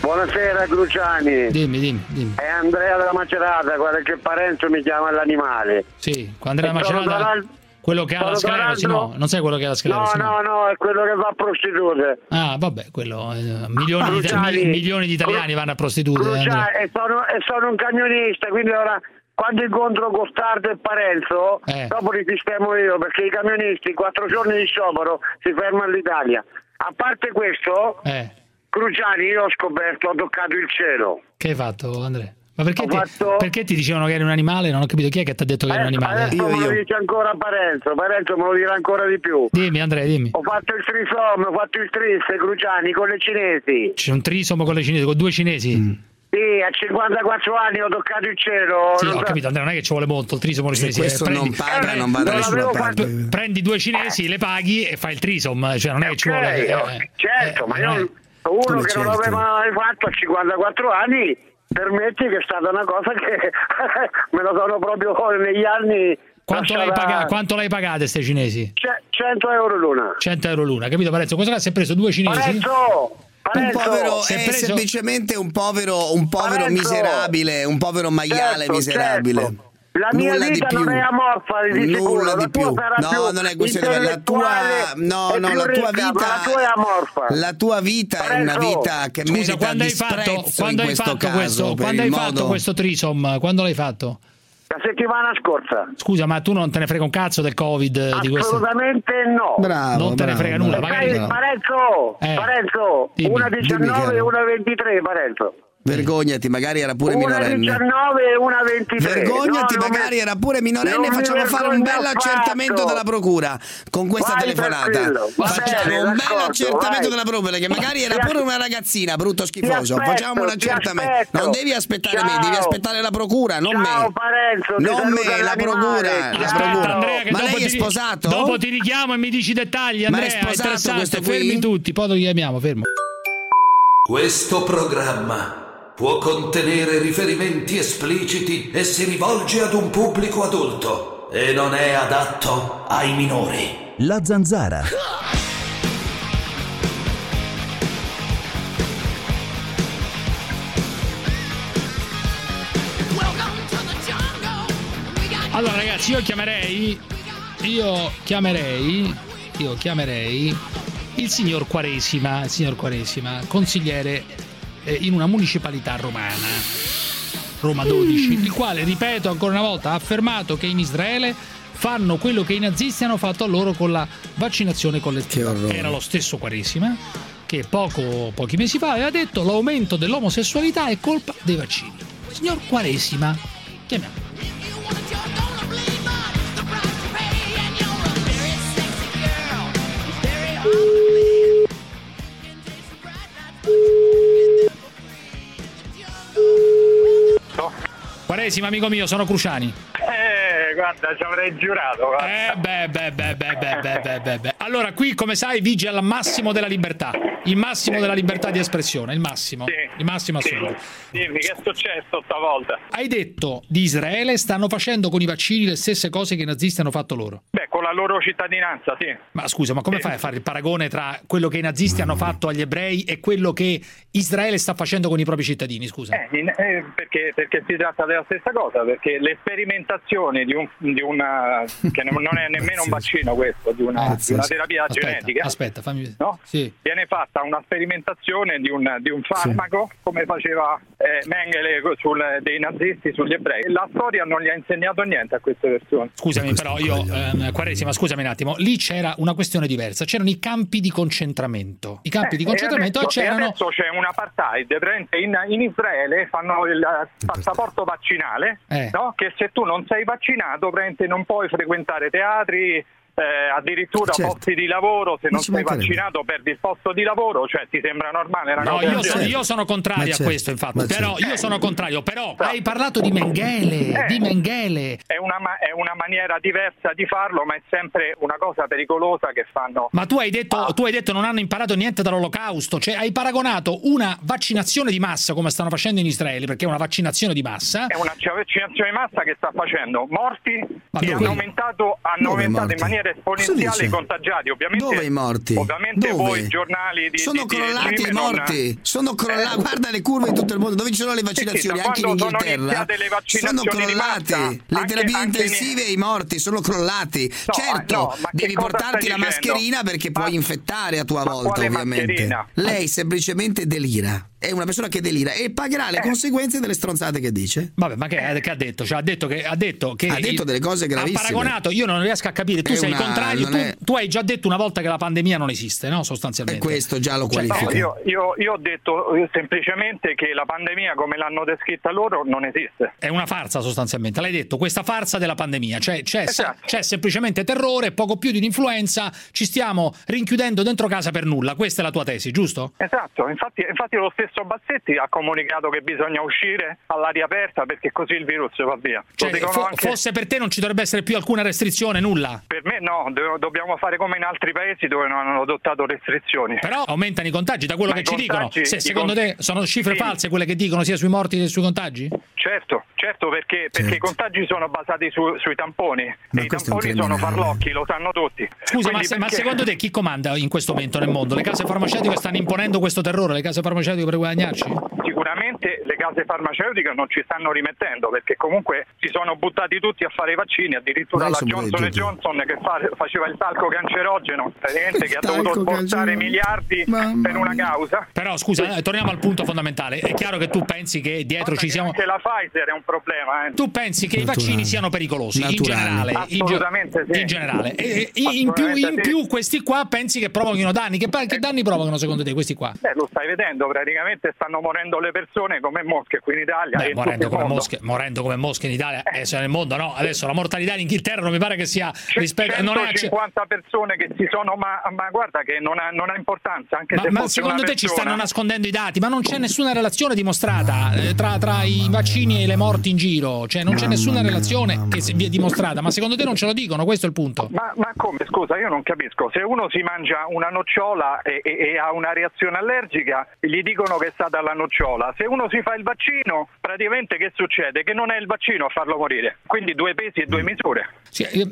[SPEAKER 18] Buonasera Cruciani.
[SPEAKER 2] Dimmi, dimmi, dimmi.
[SPEAKER 18] È Andrea della Macerata, guarda che Parenzo mi chiama l'animale.
[SPEAKER 2] Sì, Quando
[SPEAKER 4] Eh,
[SPEAKER 2] Andrea
[SPEAKER 18] E sono
[SPEAKER 2] Macerata,
[SPEAKER 18] dall'al-
[SPEAKER 2] quello che ha la
[SPEAKER 18] sono
[SPEAKER 2] sclerosi, no,
[SPEAKER 18] dall'altro-
[SPEAKER 2] non sai quello che ha la
[SPEAKER 18] No,
[SPEAKER 2] sclerosi.
[SPEAKER 18] no, no, è quello che fa prostitute.
[SPEAKER 2] Ah, vabbè, quello. eh, milioni, di,
[SPEAKER 18] Cruciani.
[SPEAKER 2] mi- milioni di italiani vanno a prostitute. eh, Andrea.
[SPEAKER 18] Cioè, e, sono, e sono un camionista, quindi ora quando incontro Costardo e Parenzo,
[SPEAKER 2] Eh.
[SPEAKER 18] dopo li sistemo io, perché i camionisti quattro giorni di sciopero si fermano l'Italia. A parte questo,
[SPEAKER 2] Eh,
[SPEAKER 18] Cruciani, io ho scoperto, ho toccato il cielo.
[SPEAKER 2] che hai fatto, Andrea? Ma perché
[SPEAKER 18] Ho
[SPEAKER 2] ti,
[SPEAKER 18] fatto-
[SPEAKER 2] perché ti dicevano che eri un animale? Non ho capito chi è che ti ha detto che eri un animale.
[SPEAKER 18] Adesso me lo dice ancora Parenzo, Parenzo me lo dirà ancora di più.
[SPEAKER 2] Dimmi, Andrea, dimmi.
[SPEAKER 18] Ho fatto il trisom, ho fatto il triste, Cruciani, con le cinesi.
[SPEAKER 2] C'è un trisomo con le cinesi, con due cinesi.
[SPEAKER 8] Mm.
[SPEAKER 18] Sì, a 54 anni ho toccato il cielo.
[SPEAKER 2] Sì,
[SPEAKER 18] non
[SPEAKER 2] ho
[SPEAKER 18] so-
[SPEAKER 2] capito, Andrea, non è che ci vuole molto il trisomo con le
[SPEAKER 18] Se
[SPEAKER 2] cinesi.
[SPEAKER 18] questo non paga, non va da
[SPEAKER 2] prendi-
[SPEAKER 18] nessuna
[SPEAKER 2] prendi-
[SPEAKER 18] parte.
[SPEAKER 2] pre- Prendi due cinesi, le paghi e fai il trisom. Cioè, non è che ci
[SPEAKER 18] Ok,
[SPEAKER 2] vuole. eh,
[SPEAKER 18] oh, certo, ma io,
[SPEAKER 2] Come
[SPEAKER 18] uno che
[SPEAKER 2] certo?
[SPEAKER 18] non l'aveva mai fatto a 54 anni, permetti che è stata una cosa che me lo sono proprio negli anni.
[SPEAKER 2] Quanto l'hai,
[SPEAKER 18] lasciata-
[SPEAKER 2] pagato, quanto l'hai pagate ste cinesi?
[SPEAKER 18] Ce- 100 euro l'una.
[SPEAKER 2] 100 euro l'una, capito Parenzo? Questo qua si è preso due cinesi.
[SPEAKER 18] Parenzo!
[SPEAKER 8] Un povero,
[SPEAKER 2] Si
[SPEAKER 8] è
[SPEAKER 2] è preso-
[SPEAKER 8] semplicemente un povero, un povero
[SPEAKER 18] Parenzo!
[SPEAKER 8] miserabile, un povero maiale
[SPEAKER 18] Certo,
[SPEAKER 8] miserabile.
[SPEAKER 18] certo. La mia
[SPEAKER 8] Nulla
[SPEAKER 18] vita
[SPEAKER 8] di più.
[SPEAKER 18] non è amorfa, di sicuro,
[SPEAKER 8] Nulla
[SPEAKER 18] la
[SPEAKER 8] di
[SPEAKER 18] tua
[SPEAKER 8] più.
[SPEAKER 18] sarà
[SPEAKER 8] No,
[SPEAKER 18] più
[SPEAKER 8] non è questione di la tua
[SPEAKER 18] intellettuale
[SPEAKER 8] no,
[SPEAKER 18] e
[SPEAKER 8] no,
[SPEAKER 18] più
[SPEAKER 8] la tua
[SPEAKER 18] ricca, ma
[SPEAKER 8] vita
[SPEAKER 18] la tua è amorfa.
[SPEAKER 8] La tua vita è una
[SPEAKER 18] Parenzo!
[SPEAKER 8] vita che
[SPEAKER 2] Scusa,
[SPEAKER 8] merita
[SPEAKER 2] quando hai fatto,
[SPEAKER 8] disprezzo
[SPEAKER 2] quando
[SPEAKER 8] in
[SPEAKER 2] hai
[SPEAKER 8] questo
[SPEAKER 2] fatto
[SPEAKER 8] caso
[SPEAKER 2] questo,
[SPEAKER 8] per
[SPEAKER 2] quando
[SPEAKER 8] il
[SPEAKER 2] hai
[SPEAKER 8] modo...
[SPEAKER 2] fatto questo trisom? Quando l'hai fatto?
[SPEAKER 18] La settimana scorsa.
[SPEAKER 2] Scusa, ma tu non te ne frega un cazzo del Covid eh, di questo?
[SPEAKER 18] Assolutamente no.
[SPEAKER 2] Bravo, Non te ne bravo, frega nulla, bravo. magari-
[SPEAKER 18] Sai, Parenzo,
[SPEAKER 8] Eh.
[SPEAKER 18] Parenzo,
[SPEAKER 8] Dimmi,
[SPEAKER 18] una
[SPEAKER 8] dimmi,
[SPEAKER 18] 19 e
[SPEAKER 8] caro.
[SPEAKER 18] una 23, Parenzo.
[SPEAKER 8] Vergognati, magari era pure
[SPEAKER 18] una
[SPEAKER 8] minorenne.
[SPEAKER 18] 19 e una 23.
[SPEAKER 8] Vergognati,
[SPEAKER 18] No, non
[SPEAKER 8] magari
[SPEAKER 18] mi-
[SPEAKER 8] era pure
[SPEAKER 18] non
[SPEAKER 8] minorenne.
[SPEAKER 18] mi
[SPEAKER 8] Facciamo fare un bel
[SPEAKER 18] vergogno
[SPEAKER 8] accertamento
[SPEAKER 18] affatto.
[SPEAKER 8] della procura con questa
[SPEAKER 18] Vai
[SPEAKER 8] telefonata.
[SPEAKER 18] tranquillo, va
[SPEAKER 8] Facciamo
[SPEAKER 18] bene,
[SPEAKER 8] un bel
[SPEAKER 18] d'accordo,
[SPEAKER 8] accertamento
[SPEAKER 18] vai.
[SPEAKER 8] della procura perché magari era
[SPEAKER 18] Ti
[SPEAKER 8] pure
[SPEAKER 18] as-
[SPEAKER 8] una ragazzina, brutto
[SPEAKER 18] ti
[SPEAKER 8] schifoso.
[SPEAKER 18] aspetto,
[SPEAKER 8] Facciamo un
[SPEAKER 18] ti
[SPEAKER 8] accertamento.
[SPEAKER 18] aspetto.
[SPEAKER 8] Non devi aspettare me,
[SPEAKER 18] Ciao.
[SPEAKER 8] devi aspettare la procura, non
[SPEAKER 18] Ciao,
[SPEAKER 8] me.
[SPEAKER 18] Parenzo, ti
[SPEAKER 8] Non
[SPEAKER 18] saluta
[SPEAKER 8] me, la
[SPEAKER 18] l'animale.
[SPEAKER 8] procura, la
[SPEAKER 18] Ciao.
[SPEAKER 8] procura.
[SPEAKER 2] Andrea, che
[SPEAKER 8] Ma
[SPEAKER 2] dopo
[SPEAKER 8] lei è
[SPEAKER 2] ti-
[SPEAKER 8] sposato?
[SPEAKER 2] Dopo ti richiamo e mi dici i dettagli,
[SPEAKER 8] Ma è
[SPEAKER 2] Andrea.
[SPEAKER 8] sposato
[SPEAKER 2] interessante,
[SPEAKER 8] questo qui?
[SPEAKER 2] fermi tutti, poi lo chiamiamo, fermo.
[SPEAKER 1] Questo programma può contenere riferimenti espliciti e si rivolge ad un pubblico adulto e non è adatto ai minori.
[SPEAKER 14] La zanzara.
[SPEAKER 2] Allora, ragazzi, io chiamerei. Io chiamerei. Io chiamerei il signor Quaresima, il signor Quaresima, consigliere eh, in una municipalità romana. Roma 12, il quale, ripeto ancora una volta, ha affermato che in Israele fanno quello che i nazisti hanno fatto a loro con la vaccinazione collettiva. Era lo stesso Quaresima che poco- pochi mesi fa aveva detto l'aumento dell'omosessualità è colpa dei vaccini. Signor Quaresima, chiamiamo. Quaresima, amico mio, sono Cruciani.
[SPEAKER 14] Eh, guarda, ci avrei giurato.
[SPEAKER 2] Eh, beh, beh, beh, beh, beh, beh, beh, beh, beh. Allora, qui, come sai, vige al massimo della libertà. Il massimo della libertà di espressione, il massimo. Il massimo assoluto.
[SPEAKER 14] Dimmi, che è successo stavolta?
[SPEAKER 2] Hai detto di Israele stanno facendo con i vaccini le stesse cose che i nazisti hanno fatto loro.
[SPEAKER 14] Beh, con la loro cittadinanza, sì.
[SPEAKER 2] Ma scusa, ma come fai a fare il paragone tra quello che i nazisti hanno fatto agli ebrei e quello che Israele sta facendo con i propri cittadini? Scusa.
[SPEAKER 14] Eh, in- eh, perché, perché si tratta della stessa cosa, perché le sperimentazioni di, un, di una... che non non è nemmeno un vaccino questo, di una, di una terapia
[SPEAKER 2] Eh, aspetta,
[SPEAKER 14] genetica.
[SPEAKER 2] Aspetta, fammi
[SPEAKER 14] No?
[SPEAKER 2] Sì.
[SPEAKER 14] Viene fatta una sperimentazione di un, di un farmaco, come faceva eh, Mengele sul- dei nazisti sugli ebrei. La storia non gli ha insegnato niente a queste persone.
[SPEAKER 2] Scusami, però io, ehm, Quaresima, scusami un attimo, lì c'era una questione diversa, c'erano i campi di concentramento. I campi
[SPEAKER 14] Eh,
[SPEAKER 2] di concentramento
[SPEAKER 14] e adesso, e
[SPEAKER 2] c'erano...
[SPEAKER 14] adesso c'è un apartheid praticamente in, in Israele fanno il passaporto vaccinale
[SPEAKER 2] Eh.
[SPEAKER 14] no? che se tu non sei vaccinato praticamente non puoi frequentare teatri eh, addirittura
[SPEAKER 2] Certo.
[SPEAKER 14] posti di lavoro se
[SPEAKER 2] Ma
[SPEAKER 14] non
[SPEAKER 2] ci
[SPEAKER 14] sei
[SPEAKER 2] mancherebbe.
[SPEAKER 14] vaccinato perdi il posto di lavoro cioè ti sembra normale una
[SPEAKER 2] No,
[SPEAKER 14] cosa
[SPEAKER 2] io
[SPEAKER 14] del
[SPEAKER 2] sono,
[SPEAKER 14] genere?
[SPEAKER 2] io sono contrario
[SPEAKER 14] Ma
[SPEAKER 2] a
[SPEAKER 14] certo,
[SPEAKER 2] questo, infatti.
[SPEAKER 14] ma
[SPEAKER 2] Però
[SPEAKER 14] certo.
[SPEAKER 2] io sono contrario. Però hai parlato di Mengele,
[SPEAKER 14] Eh.
[SPEAKER 2] di Mengele.
[SPEAKER 14] è una, ma- è una maniera diversa di farlo ma è sempre una cosa pericolosa che fanno
[SPEAKER 2] Ma tu hai detto,
[SPEAKER 14] Ah.
[SPEAKER 2] tu hai detto non hanno imparato niente dall'olocausto, cioè hai paragonato una vaccinazione di massa come stanno facendo in Israele, perché è una vaccinazione di massa,
[SPEAKER 14] È una vaccinazione di massa che sta facendo morti
[SPEAKER 2] Ma
[SPEAKER 14] e
[SPEAKER 2] dove?
[SPEAKER 14] hanno aumentato, hanno
[SPEAKER 2] Dove
[SPEAKER 14] aumentato
[SPEAKER 2] morti?
[SPEAKER 14] in maniera
[SPEAKER 2] Cosa
[SPEAKER 14] esponenziale
[SPEAKER 2] dice?
[SPEAKER 14] i contagiati. Ovviamente,
[SPEAKER 9] Dove i morti?
[SPEAKER 14] Ovviamente
[SPEAKER 9] Dove?
[SPEAKER 14] voi i giornali di
[SPEAKER 9] Sono
[SPEAKER 14] di- di
[SPEAKER 9] crollati
[SPEAKER 14] regime
[SPEAKER 9] i
[SPEAKER 14] non- Eh.
[SPEAKER 9] morti, sono crollati. Guarda le curve in tutto il mondo, dove ci sono le vaccinazioni,
[SPEAKER 14] da
[SPEAKER 9] anche in
[SPEAKER 14] quando sono
[SPEAKER 9] Inghilterra.
[SPEAKER 14] iniziate le
[SPEAKER 9] Sono
[SPEAKER 14] vaccinazioni di
[SPEAKER 9] crollati.
[SPEAKER 14] massa,
[SPEAKER 9] le
[SPEAKER 14] anche-
[SPEAKER 9] terapie
[SPEAKER 14] anche in-
[SPEAKER 9] intensive e i morti sono crollati.
[SPEAKER 14] No,
[SPEAKER 9] certo,
[SPEAKER 14] no, ma che
[SPEAKER 9] devi
[SPEAKER 14] cosa
[SPEAKER 9] portarti
[SPEAKER 14] stai dicendo?
[SPEAKER 9] la mascherina perché puoi infettare a tua
[SPEAKER 14] ma
[SPEAKER 9] volta,
[SPEAKER 14] quale
[SPEAKER 9] ovviamente.
[SPEAKER 14] mascherina?
[SPEAKER 9] Lei semplicemente delira. È una persona che delira e pagherà
[SPEAKER 14] Eh.
[SPEAKER 9] le conseguenze delle stronzate che dice.
[SPEAKER 2] Vabbè, ma che, che ha detto? Cioè, ha detto che ha detto che
[SPEAKER 9] Ha detto delle cose gravissime.
[SPEAKER 2] Ha paragonato, io non riesco a capire. Tu
[SPEAKER 9] È
[SPEAKER 2] sei
[SPEAKER 9] una-
[SPEAKER 2] contrario,
[SPEAKER 9] non
[SPEAKER 2] tu,
[SPEAKER 9] è-
[SPEAKER 2] tu hai già detto una volta che la pandemia non esiste, no? Sostanzialmente. Cioè, E questo
[SPEAKER 9] già lo
[SPEAKER 14] Cioè, No, io, io- io ho detto eh, semplicemente che la pandemia, come l'hanno descritta loro, non esiste.
[SPEAKER 2] È una farsa sostanzialmente, l'hai detto, questa farsa della pandemia, cioè c'è,
[SPEAKER 14] Esatto.
[SPEAKER 2] c'è semplicemente terrore, poco più di un'influenza, ci stiamo rinchiudendo dentro casa per nulla, questa è la tua tesi, giusto?
[SPEAKER 14] Esatto, infatti, infatti lo stesso Bassetti ha comunicato che bisogna uscire all'aria aperta perché così il virus va via. Lo
[SPEAKER 2] Cioè,
[SPEAKER 14] dicono
[SPEAKER 2] fo-
[SPEAKER 14] anche-
[SPEAKER 2] Forse per te non ci dovrebbe essere più alcuna restrizione, nulla,
[SPEAKER 14] Per me no, do- dobbiamo fare come in altri paesi dove non hanno adottato restrizioni.
[SPEAKER 2] però aumentano i contagi, da quello
[SPEAKER 14] Ma
[SPEAKER 2] che
[SPEAKER 14] i
[SPEAKER 2] ci dicono,
[SPEAKER 14] contagi-
[SPEAKER 2] se
[SPEAKER 14] i
[SPEAKER 2] secondo
[SPEAKER 14] con-
[SPEAKER 2] te sono cifre
[SPEAKER 14] Sì.
[SPEAKER 2] false quelle che dicono sia sui morti che sui contagi?
[SPEAKER 14] Certo, certo perché, perché i contagi sono basati su- sui tamponi e i
[SPEAKER 2] questo è un
[SPEAKER 14] tamponi sono
[SPEAKER 2] criminale.
[SPEAKER 14] farlocchi, lo sanno tutti.
[SPEAKER 2] Scusa, ma,
[SPEAKER 14] Quindi
[SPEAKER 2] se- ma
[SPEAKER 14] perché-
[SPEAKER 2] secondo te chi comanda in questo momento nel mondo? Le case farmaceutiche stanno imponendo questo terrore, le case farmaceutiche per guadagnarci?
[SPEAKER 14] Sicuramente le case farmaceutiche non ci stanno rimettendo perché comunque si sono buttati tutti a fare i vaccini, addirittura
[SPEAKER 2] Dai,
[SPEAKER 14] la
[SPEAKER 2] sono
[SPEAKER 14] Johnson
[SPEAKER 2] buttati
[SPEAKER 14] Johnson che fa- faceva il talco cancerogeno, praticamente che ha dovuto
[SPEAKER 2] talco
[SPEAKER 14] sborsare
[SPEAKER 2] cancerogeno.
[SPEAKER 14] miliardi per una causa.
[SPEAKER 2] Però scusa, eh, torniamo al punto fondamentale. È chiaro che tu pensi che dietro ci siamo
[SPEAKER 14] Anche la Pfizer è un problema. eh.
[SPEAKER 2] tu pensi che i vaccini siano pericolosi in
[SPEAKER 14] Naturali.
[SPEAKER 2] generale, in, ge-
[SPEAKER 14] Assolutamente sì.
[SPEAKER 2] in generale. E- e- in, più, in
[SPEAKER 14] Assolutamente sì. Eh.
[SPEAKER 2] più questi qua pensi che provochino danni, che, pa- che danni provocano secondo te questi qua?
[SPEAKER 14] Beh, Eh, lo stai vedendo, praticamente stanno morendo le persone come mosche qui in Italia. e
[SPEAKER 2] Beh,
[SPEAKER 14] in
[SPEAKER 2] morendo,
[SPEAKER 14] tutto il
[SPEAKER 2] come
[SPEAKER 14] mondo.
[SPEAKER 2] mosche, morendo come mosche in Italia e se nel mondo no, adesso la mortalità in Inghilterra non mi pare che sia rispetto non è acce-
[SPEAKER 14] 150 persone che si sono, ma, ma guarda che non ha, non ha importanza. Anche
[SPEAKER 2] Ma,
[SPEAKER 14] se
[SPEAKER 2] ma
[SPEAKER 14] fosse
[SPEAKER 2] secondo
[SPEAKER 14] una
[SPEAKER 2] te ci stanno
[SPEAKER 14] persona.
[SPEAKER 2] nascondendo i dati? Ma non c'è nessuna relazione dimostrata eh, tra, tra i vaccini e le morti in giro? Cioè, non c'è nessuna relazione che si- vi è dimostrata. Ma secondo te non ce lo dicono? Questo è il punto.
[SPEAKER 14] Ma, ma come? Scusa, io non capisco. Se uno si mangia una nocciola e, e- e ha una reazione allergica, gli dicono che è stata la nocciola. Se uno si fa il vaccino, praticamente che succede? Che non è il vaccino a farlo morire. Quindi due pesi e
[SPEAKER 9] Mm.
[SPEAKER 14] due misure.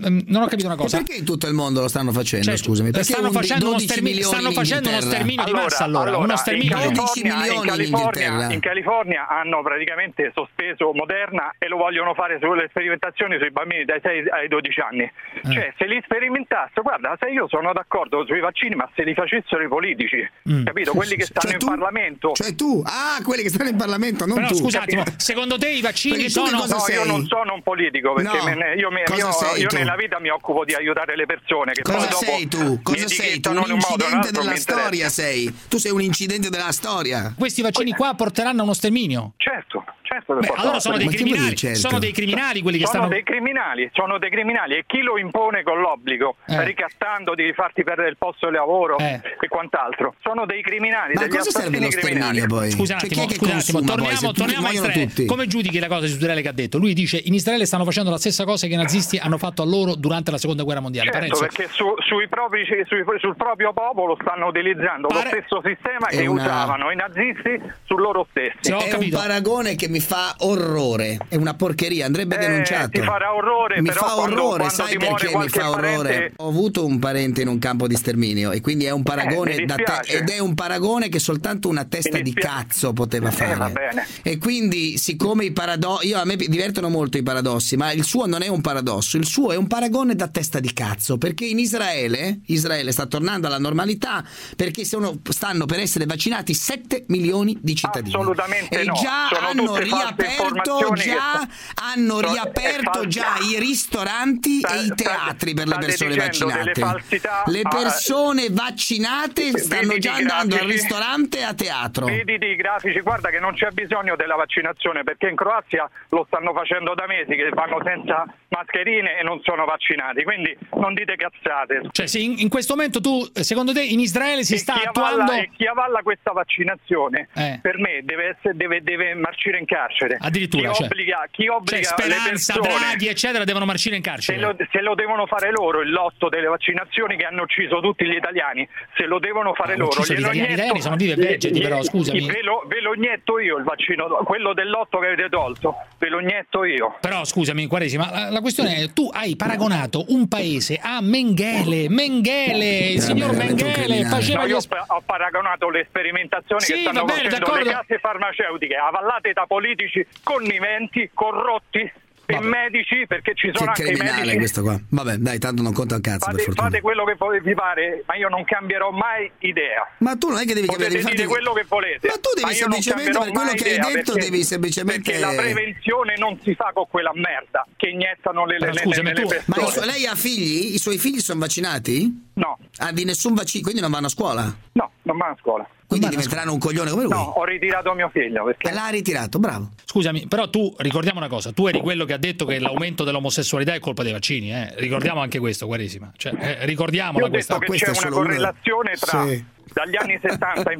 [SPEAKER 2] mm, non ho capito una Certo,
[SPEAKER 9] cosa. Perché in tutto il mondo lo stanno facendo?
[SPEAKER 14] Cioè,
[SPEAKER 9] scusami, perché
[SPEAKER 2] stanno
[SPEAKER 9] undi-
[SPEAKER 2] facendo uno
[SPEAKER 9] 12
[SPEAKER 2] stermi-
[SPEAKER 9] milioni
[SPEAKER 2] stanno
[SPEAKER 9] in
[SPEAKER 2] facendo uno
[SPEAKER 9] Inghilterra?
[SPEAKER 2] sterminio di massa, allora, uno sterminio.
[SPEAKER 14] in
[SPEAKER 9] 12
[SPEAKER 14] California, in
[SPEAKER 9] milioni in
[SPEAKER 14] California,
[SPEAKER 9] Inghilterra.
[SPEAKER 14] in California hanno praticamente sospeso Moderna e lo vogliono fare sulle sperimentazioni sui bambini dai 6 ai 12 anni.
[SPEAKER 2] Ah.
[SPEAKER 14] Cioè, se li sperimentassero, guarda, se io sono d'accordo sui vaccini, ma se li facessero i politici,
[SPEAKER 9] Mm.
[SPEAKER 14] capito? Quelli che stanno in Parlamento.
[SPEAKER 9] Cioè tu, ah, quelli quelli che stanno in Parlamento, non
[SPEAKER 2] Però
[SPEAKER 9] tu.
[SPEAKER 2] scusa un attimo, secondo te i vaccini
[SPEAKER 9] Perché
[SPEAKER 2] sono
[SPEAKER 9] tu che cosa
[SPEAKER 14] no, io
[SPEAKER 9] sei?
[SPEAKER 14] non sono un politico perché
[SPEAKER 9] No.
[SPEAKER 14] me ne- io, me-
[SPEAKER 9] Cosa
[SPEAKER 14] io-
[SPEAKER 9] sei
[SPEAKER 14] io
[SPEAKER 9] tu?
[SPEAKER 14] nella vita mi occupo di aiutare le persone. Che
[SPEAKER 9] Cosa
[SPEAKER 14] poi dopo
[SPEAKER 9] sei tu? Cosa
[SPEAKER 14] mi
[SPEAKER 9] sei tu?
[SPEAKER 14] etichettano
[SPEAKER 9] Un
[SPEAKER 14] in un modo o in un
[SPEAKER 9] incidente
[SPEAKER 14] altro,
[SPEAKER 9] della
[SPEAKER 14] mi interessa.
[SPEAKER 9] storia sei. Tu sei un incidente della storia.
[SPEAKER 2] Questi vaccini qua porteranno a uno sterminio.
[SPEAKER 14] Certo, certo. che
[SPEAKER 2] Beh,
[SPEAKER 14] portano
[SPEAKER 2] allora
[SPEAKER 14] la
[SPEAKER 2] sono dei
[SPEAKER 14] politica.
[SPEAKER 2] criminali, sono dei criminali quelli che
[SPEAKER 14] sono
[SPEAKER 2] stanno
[SPEAKER 14] dei criminali, sono dei criminali e chi lo impone con l'obbligo,
[SPEAKER 2] Eh.
[SPEAKER 14] ricattando di farti perdere il posto di lavoro e quant'altro, sono dei criminali,
[SPEAKER 9] Ma a
[SPEAKER 14] degli
[SPEAKER 9] cosa serve
[SPEAKER 14] assassini
[SPEAKER 9] lo
[SPEAKER 14] criminali.
[SPEAKER 9] sterminio poi?
[SPEAKER 2] Scusa un
[SPEAKER 9] Cioè, chi
[SPEAKER 2] attimo,
[SPEAKER 9] è che
[SPEAKER 2] scusa un attimo,
[SPEAKER 9] consuma poi,
[SPEAKER 2] torniamo,
[SPEAKER 9] se tutti
[SPEAKER 2] torniamo a
[SPEAKER 9] muoiono
[SPEAKER 2] Israele.
[SPEAKER 9] tutti?
[SPEAKER 2] Come giudichi la cosa di Israele che ha detto? Lui dice in Israele stanno facendo la stessa cosa che i nazisti hanno fatto a loro durante la seconda guerra mondiale.
[SPEAKER 14] Certo,
[SPEAKER 2] Parenzo.
[SPEAKER 14] perché su- sui propri- sui- sul proprio popolo stanno utilizzando lo stesso sistema
[SPEAKER 9] È
[SPEAKER 14] che
[SPEAKER 9] una-
[SPEAKER 14] usavano i nazisti su loro stessi.
[SPEAKER 9] è un paragone che mi fa orrore. È una porcheria, andrebbe
[SPEAKER 14] Eh,
[SPEAKER 9] denunciato.
[SPEAKER 14] ti farà orrore,
[SPEAKER 9] mi
[SPEAKER 14] però
[SPEAKER 9] fa
[SPEAKER 14] quando-
[SPEAKER 9] orrore,
[SPEAKER 14] quando
[SPEAKER 9] sai
[SPEAKER 14] ti muore
[SPEAKER 9] perché mi
[SPEAKER 14] qualche
[SPEAKER 9] fa orrore?
[SPEAKER 14] parente- Eh,
[SPEAKER 9] Ho avuto un parente in un campo di sterminio e quindi è un paragone
[SPEAKER 14] mi
[SPEAKER 9] da te-
[SPEAKER 14] dispiace.
[SPEAKER 9] ed è un paragone che soltanto una testa di cazzo poteva fare.
[SPEAKER 14] Eh, va bene.
[SPEAKER 9] E quindi, siccome i paradossi, io a me pi- divertono molto i paradossi, ma il suo non è un paradosso, il suo è un paragone da testa di cazzo. Perché in Israele, Israele sta tornando alla normalità perché sono- stanno per essere vaccinati 7 milioni di cittadini.
[SPEAKER 14] Assolutamente
[SPEAKER 9] e
[SPEAKER 14] no,
[SPEAKER 9] già
[SPEAKER 14] sono
[SPEAKER 9] hanno
[SPEAKER 14] tutte false
[SPEAKER 9] riaperto,
[SPEAKER 14] informazioni che
[SPEAKER 9] già
[SPEAKER 14] sono-
[SPEAKER 9] hanno
[SPEAKER 14] sono- è
[SPEAKER 9] riaperto
[SPEAKER 14] falsa.
[SPEAKER 9] già i ristoranti e i teatri per le
[SPEAKER 14] state
[SPEAKER 9] persone
[SPEAKER 14] dicendo delle
[SPEAKER 9] vaccinate.
[SPEAKER 14] falsità
[SPEAKER 9] Le
[SPEAKER 14] a-
[SPEAKER 9] persone vaccinate stanno
[SPEAKER 14] vedi
[SPEAKER 9] già
[SPEAKER 14] i
[SPEAKER 9] andando al
[SPEAKER 14] grafici?
[SPEAKER 9] ristorante e a teatro.
[SPEAKER 14] Vediti i grafici, guarda che non c'è bisogno della vaccinazione perché in Croazia lo stanno facendo da mesi che vanno senza mascherine e non sono vaccinati, quindi non dite cazzate.
[SPEAKER 2] Cioè, se in, in questo momento tu, secondo te, in Israele si sta
[SPEAKER 14] chi
[SPEAKER 2] attuando.
[SPEAKER 14] avalla, e chi avalla questa vaccinazione
[SPEAKER 2] Eh.
[SPEAKER 14] per me deve, essere- deve- deve marcire in carcere.
[SPEAKER 2] Addirittura,
[SPEAKER 14] chi
[SPEAKER 2] cioè.
[SPEAKER 14] obbliga, chi obbliga
[SPEAKER 2] Cioè,
[SPEAKER 14] le
[SPEAKER 2] Speranza,
[SPEAKER 14] persone
[SPEAKER 2] Draghi, eccetera, devono marcire in
[SPEAKER 14] Se
[SPEAKER 2] carcere.
[SPEAKER 14] lo, se lo devono fare loro il lotto delle vaccinazioni che hanno ucciso tutti gli italiani, se lo devono fare
[SPEAKER 2] hanno
[SPEAKER 14] loro.
[SPEAKER 2] ucciso gli italiani,
[SPEAKER 14] gliel'ognetto-
[SPEAKER 2] italiani sono vivi e vegeti,
[SPEAKER 14] gli-
[SPEAKER 2] però, scusami.
[SPEAKER 14] Ve lo, ve lo inietto io il vaccino, quello del lotto che avete tolto, ve lo inietto io.
[SPEAKER 2] Però scusami, Quaresi, ma Eh, la, la questione è: tu hai paragonato un paese a Mengele, Mengele, il signor Mengele faceva
[SPEAKER 14] No,
[SPEAKER 2] gli
[SPEAKER 14] io
[SPEAKER 2] es-
[SPEAKER 14] ho paragonato le sperimentazioni
[SPEAKER 2] Sì,
[SPEAKER 14] che stanno
[SPEAKER 2] va bene,
[SPEAKER 14] facendo
[SPEAKER 2] d'accordo.
[SPEAKER 14] le case farmaceutiche avallate da politici conniventi, corrotti e medici, perché ci
[SPEAKER 9] Che
[SPEAKER 14] sono anche i
[SPEAKER 9] criminale
[SPEAKER 14] medici
[SPEAKER 9] questo qua. Vabbè, dai, tanto non conta un cazzo per
[SPEAKER 14] Fate,
[SPEAKER 9] fortuna.
[SPEAKER 14] fate quello che vo- vi pare, ma io non cambierò mai idea.
[SPEAKER 9] Ma tu non è che devi
[SPEAKER 14] Potete
[SPEAKER 9] cambiare,
[SPEAKER 14] dire
[SPEAKER 9] infatti-
[SPEAKER 14] quello che volete.
[SPEAKER 9] Ma tu devi
[SPEAKER 14] io non
[SPEAKER 9] semplicemente,
[SPEAKER 14] cambierò
[SPEAKER 9] per quello
[SPEAKER 14] mai
[SPEAKER 9] che hai
[SPEAKER 14] idea,
[SPEAKER 9] detto,
[SPEAKER 14] perché-
[SPEAKER 9] devi semplicemente-
[SPEAKER 14] Perché la prevenzione non si fa con quella merda che iniettano le, le,
[SPEAKER 9] Però
[SPEAKER 14] le-
[SPEAKER 9] scusami,
[SPEAKER 14] le
[SPEAKER 9] tu-
[SPEAKER 14] persone.
[SPEAKER 9] ma i su- lei ha figli? I suoi figli sono vaccinati?
[SPEAKER 14] No.
[SPEAKER 9] Ah, di nessun vaccino, quindi non vanno a scuola.
[SPEAKER 14] No, non vanno a scuola.
[SPEAKER 9] Quindi diventeranno un coglione come lui.
[SPEAKER 14] No, ho ritirato mio figlio perché...
[SPEAKER 9] E l'ha ritirato, bravo.
[SPEAKER 2] Scusami, però tu ricordiamo una cosa: tu eri quello che ha detto che l'aumento dell'omosessualità è colpa dei vaccini. Eh? Ricordiamo anche questo, Quaresima. Cioè, eh,
[SPEAKER 14] Io
[SPEAKER 2] ricordiamola
[SPEAKER 14] ho detto
[SPEAKER 2] questa.
[SPEAKER 14] che c'è una correlazione tra dagli anni 70 in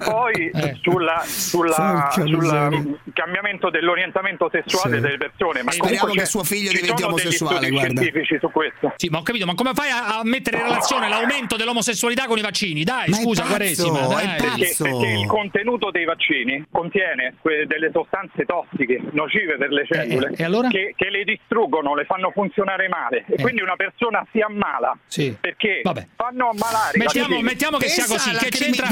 [SPEAKER 14] poi
[SPEAKER 2] Eh.
[SPEAKER 14] sulla- sulla-
[SPEAKER 2] Porca
[SPEAKER 14] sul
[SPEAKER 2] miseria.
[SPEAKER 14] mm, cambiamento dell'orientamento sessuale
[SPEAKER 2] Sì.
[SPEAKER 14] delle persone. Ma
[SPEAKER 2] E
[SPEAKER 14] comunque
[SPEAKER 2] speriamo
[SPEAKER 14] c'è-
[SPEAKER 2] che suo figlio
[SPEAKER 14] ci
[SPEAKER 2] diventi
[SPEAKER 14] sono degli
[SPEAKER 2] omosessuale,
[SPEAKER 14] studi
[SPEAKER 2] guarda.
[SPEAKER 14] scientifici su questo.
[SPEAKER 2] Sì, ma ho capito, ma come fai a, a mettere in relazione l'aumento dell'omosessualità con i vaccini? Dai,
[SPEAKER 14] Ma è
[SPEAKER 2] Eh, scusa,
[SPEAKER 14] pazzo,
[SPEAKER 2] Quaresima.
[SPEAKER 14] è
[SPEAKER 2] Dai.
[SPEAKER 14] perché, perché il contenuto dei vaccini contiene que- delle sostanze tossiche, nocive per le cellule, che, che le distruggono, le fanno funzionare male. E
[SPEAKER 2] Eh.
[SPEAKER 14] quindi una persona si ammala
[SPEAKER 2] Sì.
[SPEAKER 14] perché
[SPEAKER 2] Vabbè.
[SPEAKER 14] fanno ammalare. i
[SPEAKER 2] Mettiamo,
[SPEAKER 14] vaccini.
[SPEAKER 2] mettiamo che sia così. Che c'entra, che c'entra-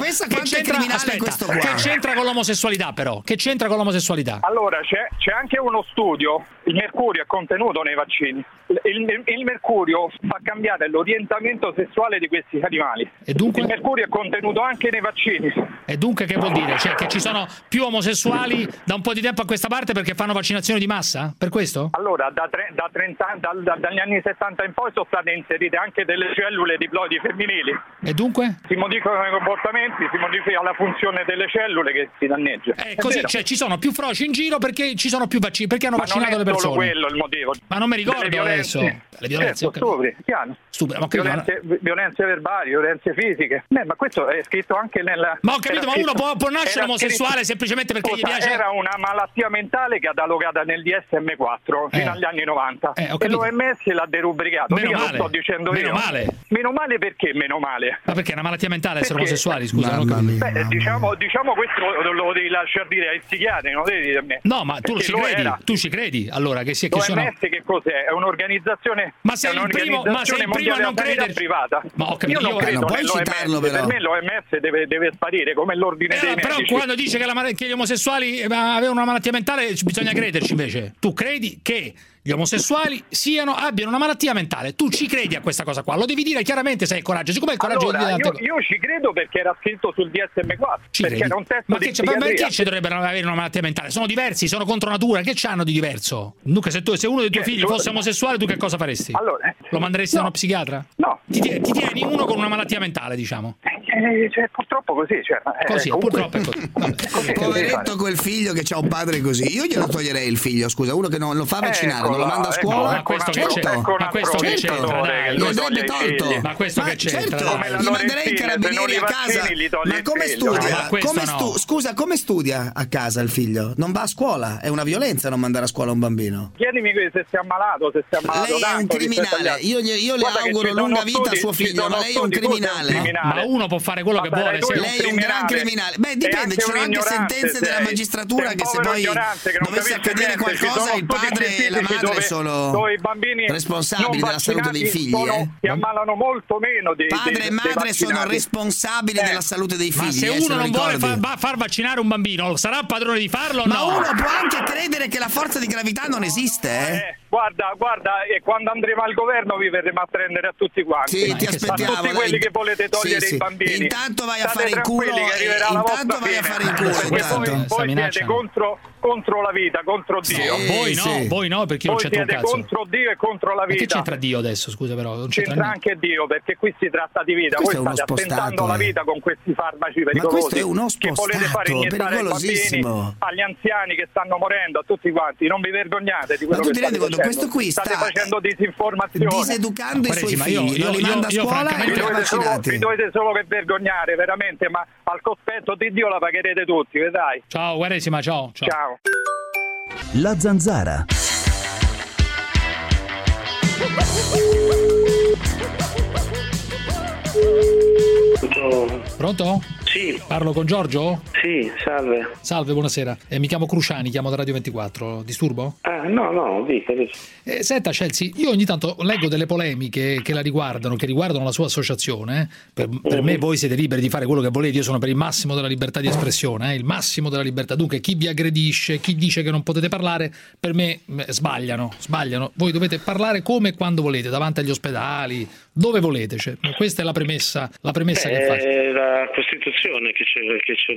[SPEAKER 2] aspetta, che c'entra con l'omosessualità, però? Che c'entra con l'omosessualità?
[SPEAKER 14] Allora, c'è, c'è anche uno studio, il mercurio è contenuto nei vaccini. Il, il- il mercurio fa cambiare l'orientamento sessuale di questi animali. Il mercurio è contenuto anche nei vaccini.
[SPEAKER 2] E dunque che vuol dire? Cioè che ci sono più omosessuali da un po' di tempo a questa parte perché fanno vaccinazioni di massa? Per questo?
[SPEAKER 14] Allora, da tre- da 30 an- dal- dal- dagli anni 70 in poi sono state inserite anche delle cellule diploidi femminili.
[SPEAKER 2] E dunque?
[SPEAKER 14] Si modificano i comportamenti, si modifica la funzione delle cellule che si danneggia.
[SPEAKER 2] È così,
[SPEAKER 14] vero.
[SPEAKER 2] cioè ci sono più froci in giro perché ci sono più vaccini, perché hanno
[SPEAKER 14] Ma non è
[SPEAKER 2] vaccinato le
[SPEAKER 14] solo
[SPEAKER 2] persone.
[SPEAKER 14] quello il motivo.
[SPEAKER 2] Ma non mi ricordo
[SPEAKER 14] Delle violenze.
[SPEAKER 2] adesso. Le violenze,
[SPEAKER 14] Certo,
[SPEAKER 2] ho capito.
[SPEAKER 14] stupri, chiaro.
[SPEAKER 2] Stupri, ma ho capito,
[SPEAKER 14] violenze, vi- violenze verbali, violenze fisiche. Eh, ma questo è scritto anche nella.
[SPEAKER 2] Ma ho capito,
[SPEAKER 14] era
[SPEAKER 2] ma
[SPEAKER 14] scritto-
[SPEAKER 2] uno può- può nascere
[SPEAKER 14] era
[SPEAKER 2] omosessuale
[SPEAKER 14] scritto-
[SPEAKER 2] semplicemente perché gli
[SPEAKER 14] Scusa,
[SPEAKER 2] piace-
[SPEAKER 14] Era una malattia mentale che è catalogata nel DSM-4 fino agli anni 90
[SPEAKER 2] Eh, ho
[SPEAKER 14] e
[SPEAKER 2] capito.
[SPEAKER 14] l'OMS l'ha derubricato.
[SPEAKER 2] Meno
[SPEAKER 14] mica
[SPEAKER 2] male.
[SPEAKER 14] lo sto dicendo
[SPEAKER 2] Meno
[SPEAKER 14] io.
[SPEAKER 2] male.
[SPEAKER 14] Meno male perché meno male?
[SPEAKER 2] Ma perché è una malattia mentale essere
[SPEAKER 14] Perché-
[SPEAKER 2] omosessuali, scusa, non ho
[SPEAKER 14] Mamma
[SPEAKER 2] capito.
[SPEAKER 14] Beh, diciamo, diciamo questo lo- lo devi lasciare dire ai psichiatri, non lo devi dire a me.
[SPEAKER 2] No, ma tu
[SPEAKER 14] Perché
[SPEAKER 2] ci
[SPEAKER 14] lo
[SPEAKER 2] credi?
[SPEAKER 14] era.
[SPEAKER 2] Tu ci credi? Allora che sia che
[SPEAKER 14] L'OMS
[SPEAKER 2] sono
[SPEAKER 14] che cos'è? È un'organizzazione,
[SPEAKER 2] Ma sei
[SPEAKER 14] è
[SPEAKER 2] il primo-
[SPEAKER 14] un'organizzazione
[SPEAKER 2] ma sei il primo a
[SPEAKER 14] mondiale
[SPEAKER 2] non
[SPEAKER 14] della sanità
[SPEAKER 2] crederci.
[SPEAKER 14] privata.
[SPEAKER 2] Ma ho capito,
[SPEAKER 14] io non
[SPEAKER 2] io-
[SPEAKER 14] credo
[SPEAKER 2] Eh, non puoi
[SPEAKER 14] nell'OMS,
[SPEAKER 2] citarlo,
[SPEAKER 14] Per
[SPEAKER 2] però.
[SPEAKER 14] me l'OMS deve, deve sparire come l'ordine dei
[SPEAKER 2] Eh, però
[SPEAKER 14] medici.
[SPEAKER 2] quando dice che, la ma- che gli omosessuali eh, ma- avevano una malattia mentale ci- bisogna crederci invece. Tu credi che gli omosessuali siano, abbiano una malattia mentale. Tu ci credi a questa cosa qua? Lo devi dire chiaramente se hai il coraggio. Siccome il coraggio
[SPEAKER 14] Allora,
[SPEAKER 2] è
[SPEAKER 14] io, io ci credo perché era scritto sul DSM-4, perché era un testo
[SPEAKER 2] ma
[SPEAKER 14] di
[SPEAKER 2] che c'è- ma perché
[SPEAKER 14] psichiatria.
[SPEAKER 2] ci dovrebbero avere una malattia mentale? Sono diversi, sono contro natura, che c'hanno di diverso? Dunque, se, tu- se uno dei tuoi
[SPEAKER 14] Cioè,
[SPEAKER 2] figli
[SPEAKER 14] tu-
[SPEAKER 2] fosse omosessuale, tu che cosa faresti?
[SPEAKER 14] Allora, eh,
[SPEAKER 2] Lo manderesti da uno psichiatra?
[SPEAKER 14] No.
[SPEAKER 2] Ti, tie- ti tieni uno con una malattia mentale, diciamo.
[SPEAKER 14] Eh, cioè, purtroppo così, cioè, eh,
[SPEAKER 2] Così,
[SPEAKER 14] comunque-
[SPEAKER 2] purtroppo è così.
[SPEAKER 9] Poveretto quel figlio che ha un padre così. Io glielo toglierei il figlio, scusa, uno che non lo fa vaccinare, non
[SPEAKER 2] Eccola,
[SPEAKER 9] lo manda a
[SPEAKER 2] ecco,
[SPEAKER 9] scuola.
[SPEAKER 2] ma questo che
[SPEAKER 9] certo,
[SPEAKER 2] c'entra? Ma questo che
[SPEAKER 9] certo.
[SPEAKER 2] c'entra? Dai,
[SPEAKER 9] Glielo
[SPEAKER 2] lui toglie
[SPEAKER 9] avrebbe
[SPEAKER 2] i
[SPEAKER 9] tolto.
[SPEAKER 2] figli. Ma questo che c'entra,
[SPEAKER 9] Certo,
[SPEAKER 2] dai.
[SPEAKER 9] gli manderei i
[SPEAKER 2] Se non
[SPEAKER 9] carabinieri
[SPEAKER 2] li
[SPEAKER 9] a
[SPEAKER 2] vaccini,
[SPEAKER 9] casa.
[SPEAKER 2] li toglie
[SPEAKER 9] Ma
[SPEAKER 2] il
[SPEAKER 9] come
[SPEAKER 2] figlio.
[SPEAKER 9] studia?
[SPEAKER 2] No, ma questo
[SPEAKER 9] Come
[SPEAKER 2] no.
[SPEAKER 9] stu- scusa, come studia a casa il figlio? Non va a scuola, è una violenza non mandare a scuola un bambino.
[SPEAKER 14] Chiedimi que- se sei ammalato, se sei ammalato.
[SPEAKER 9] Lei è un
[SPEAKER 14] tanto, chi sei
[SPEAKER 9] criminale.
[SPEAKER 14] tagliato.
[SPEAKER 9] Io gli- io le
[SPEAKER 14] Guarda che
[SPEAKER 9] auguro
[SPEAKER 14] ci sono
[SPEAKER 9] lunga vita a
[SPEAKER 14] studi-
[SPEAKER 9] suo
[SPEAKER 14] ci
[SPEAKER 9] figlio,
[SPEAKER 14] sono
[SPEAKER 9] ma lei è un
[SPEAKER 14] studi, tu sei
[SPEAKER 9] criminale.
[SPEAKER 2] Ma uno può fare quello che
[SPEAKER 14] Vabbè,
[SPEAKER 2] vuole.
[SPEAKER 14] tu
[SPEAKER 2] se-
[SPEAKER 14] sei
[SPEAKER 9] Lei è un gran criminale. Beh,
[SPEAKER 14] Sei
[SPEAKER 9] dipende, ci sono
[SPEAKER 14] un
[SPEAKER 9] anche
[SPEAKER 14] ignorante,
[SPEAKER 9] sentenze della
[SPEAKER 14] sei.
[SPEAKER 9] magistratura
[SPEAKER 14] Sei
[SPEAKER 9] che
[SPEAKER 14] un
[SPEAKER 9] se
[SPEAKER 14] povero
[SPEAKER 9] poi
[SPEAKER 14] ignorante che non
[SPEAKER 9] dovesse
[SPEAKER 14] capisce
[SPEAKER 9] accadere
[SPEAKER 14] niente. Ci
[SPEAKER 9] qualcosa,
[SPEAKER 14] sono studi
[SPEAKER 9] il padre e la
[SPEAKER 14] scientifici
[SPEAKER 9] madre
[SPEAKER 14] dove-
[SPEAKER 9] sono
[SPEAKER 14] dove i bambini non
[SPEAKER 9] responsabili della salute dei
[SPEAKER 14] vaccinati
[SPEAKER 9] figli,
[SPEAKER 14] sono-
[SPEAKER 9] eh.
[SPEAKER 14] Si ammalano molto meno dei
[SPEAKER 9] Padre
[SPEAKER 14] dei-
[SPEAKER 9] e
[SPEAKER 14] dei
[SPEAKER 9] madre sono
[SPEAKER 14] vaccinati.
[SPEAKER 9] responsabili
[SPEAKER 14] Eh.
[SPEAKER 9] della salute dei figli.
[SPEAKER 2] Ma se
[SPEAKER 9] eh,
[SPEAKER 2] uno
[SPEAKER 9] lo
[SPEAKER 2] non vuole far,
[SPEAKER 9] ricordi.
[SPEAKER 2] va- far vaccinare un bambino, sarà padrone di farlo o
[SPEAKER 9] Ma
[SPEAKER 2] no?
[SPEAKER 9] uno può anche credere che la forza di gravità non esiste, eh?
[SPEAKER 14] Eh, Guarda, guarda, e quando andremo al governo vi verremo a prendere a tutti quanti.
[SPEAKER 9] Sì, ti aspettiamo.
[SPEAKER 14] A tutti
[SPEAKER 9] dai.
[SPEAKER 14] quelli che volete togliere
[SPEAKER 9] Sì, sì.
[SPEAKER 14] i bambini.
[SPEAKER 9] Intanto vai a
[SPEAKER 14] State
[SPEAKER 9] fare il culo.
[SPEAKER 14] tranquilli che
[SPEAKER 9] e-
[SPEAKER 14] arriverà la
[SPEAKER 9] Intanto
[SPEAKER 14] vostra
[SPEAKER 9] vai a
[SPEAKER 14] fine.
[SPEAKER 9] fare il culo.
[SPEAKER 14] Perché
[SPEAKER 9] intanto.
[SPEAKER 14] Voi, voi siete contro, contro la vita, contro Dio.
[SPEAKER 2] No, voi no, voi no, perché non
[SPEAKER 14] Voi
[SPEAKER 2] c'entra un
[SPEAKER 14] siete
[SPEAKER 2] cazzo.
[SPEAKER 14] contro Dio e contro
[SPEAKER 2] Ma
[SPEAKER 14] la
[SPEAKER 2] che
[SPEAKER 14] vita.
[SPEAKER 2] c'entra Dio adesso? Scusa, però non c'entra
[SPEAKER 14] C'entra
[SPEAKER 2] niente.
[SPEAKER 14] anche Dio, perché qui si tratta di vita.
[SPEAKER 2] Questo è
[SPEAKER 14] Voi
[SPEAKER 2] uno
[SPEAKER 14] state
[SPEAKER 2] spostato,
[SPEAKER 14] attentando la
[SPEAKER 2] eh.
[SPEAKER 14] vita con questi farmaci
[SPEAKER 2] Ma
[SPEAKER 14] pericolosi
[SPEAKER 2] questo è uno
[SPEAKER 14] che volete fare
[SPEAKER 9] spostato,
[SPEAKER 14] iniettare ai
[SPEAKER 9] pericolosissimo.
[SPEAKER 14] bambini, agli anziani che stanno morendo, a tutti quanti. Non vi vergognate di quello
[SPEAKER 9] tu
[SPEAKER 14] che state
[SPEAKER 9] ti rendi conto?
[SPEAKER 14] facendo.
[SPEAKER 9] Questo qui
[SPEAKER 14] state
[SPEAKER 9] sta
[SPEAKER 14] facendo disinformazione.
[SPEAKER 9] diseducando i suoi
[SPEAKER 2] Quaresima, io-
[SPEAKER 9] figli.
[SPEAKER 2] io-
[SPEAKER 9] Non li
[SPEAKER 2] io-
[SPEAKER 9] manda a
[SPEAKER 2] io
[SPEAKER 9] scuola e
[SPEAKER 2] francamente-
[SPEAKER 9] li
[SPEAKER 14] Vi
[SPEAKER 9] ha
[SPEAKER 14] dovete, solo, vi
[SPEAKER 9] vaccinati.
[SPEAKER 14] dovete solo che vergognare, veramente, ma al cospetto di Dio la pagherete tutti, vedrai.
[SPEAKER 2] Ciao, Quaresima, ciao. Ciao.
[SPEAKER 14] Ciao.
[SPEAKER 19] La zanzara.
[SPEAKER 2] Pronto?
[SPEAKER 20] Sì.
[SPEAKER 2] Parlo con Giorgio?
[SPEAKER 20] Sì, salve.
[SPEAKER 2] Salve, buonasera. Eh, mi chiamo Cruciani, chiamo da Radio 24. Disturbo?
[SPEAKER 20] Ah, no, no, dica, dica.
[SPEAKER 2] Eh, senta, Chelsea, io ogni tanto leggo delle polemiche che la riguardano, che riguardano la sua associazione. Per, per me voi siete liberi di fare quello che volete, io sono per il massimo della libertà di espressione, eh, il massimo della libertà. Dunque, chi vi aggredisce, chi dice che non potete parlare, per me mh, sbagliano, sbagliano. Voi dovete parlare come e quando volete, davanti agli ospedali, dove volete. cioè, questa è la premessa, la premessa
[SPEAKER 10] Eh,
[SPEAKER 2] che faccio.
[SPEAKER 20] È la Costituzione che ce, che ce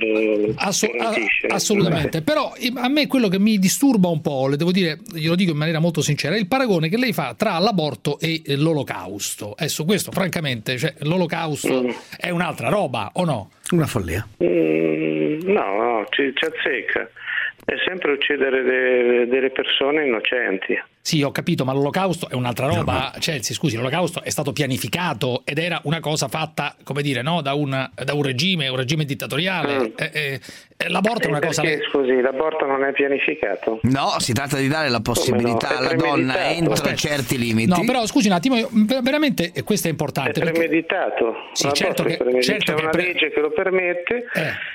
[SPEAKER 20] lo
[SPEAKER 2] Assu- a-
[SPEAKER 20] garantisce.
[SPEAKER 2] assolutamente, però eh, a me quello che mi disturba un po', le devo dire, glielo dico in maniera molto sincera, è il paragone che lei fa tra l'aborto e eh, l'olocausto. Adesso questo, francamente, cioè, l'olocausto è un'altra roba, o no?
[SPEAKER 9] Una follia.
[SPEAKER 20] Mm, no, no, ci, ci azzecca. È sempre uccidere de- delle persone innocenti.
[SPEAKER 2] Sì, ho capito, ma l'olocausto è un'altra roba. Chelsea, scusi, l'olocausto è stato pianificato ed era una cosa fatta, come dire, no, da, una- da un regime, un regime dittatoriale. Eh, eh, eh, l'aborto è una
[SPEAKER 20] Mm. Eh,
[SPEAKER 2] cosa...
[SPEAKER 20] perché, Scusi, l'aborto non è pianificato.
[SPEAKER 9] No, si tratta di dare la possibilità
[SPEAKER 20] Come no? È
[SPEAKER 9] alla donna
[SPEAKER 20] premeditato.
[SPEAKER 9] entro
[SPEAKER 20] Aspetta.
[SPEAKER 2] certo
[SPEAKER 9] certi limiti.
[SPEAKER 2] No, però scusi un attimo, io- ver- veramente eh, questo è importante.
[SPEAKER 20] È
[SPEAKER 2] perché-
[SPEAKER 20] premeditato.
[SPEAKER 2] Sì,
[SPEAKER 20] L'aborto
[SPEAKER 2] certo
[SPEAKER 20] è
[SPEAKER 2] che-
[SPEAKER 20] premeditato.
[SPEAKER 2] certo
[SPEAKER 20] C'è
[SPEAKER 2] che è
[SPEAKER 20] una
[SPEAKER 2] pre-
[SPEAKER 20] legge che lo permette.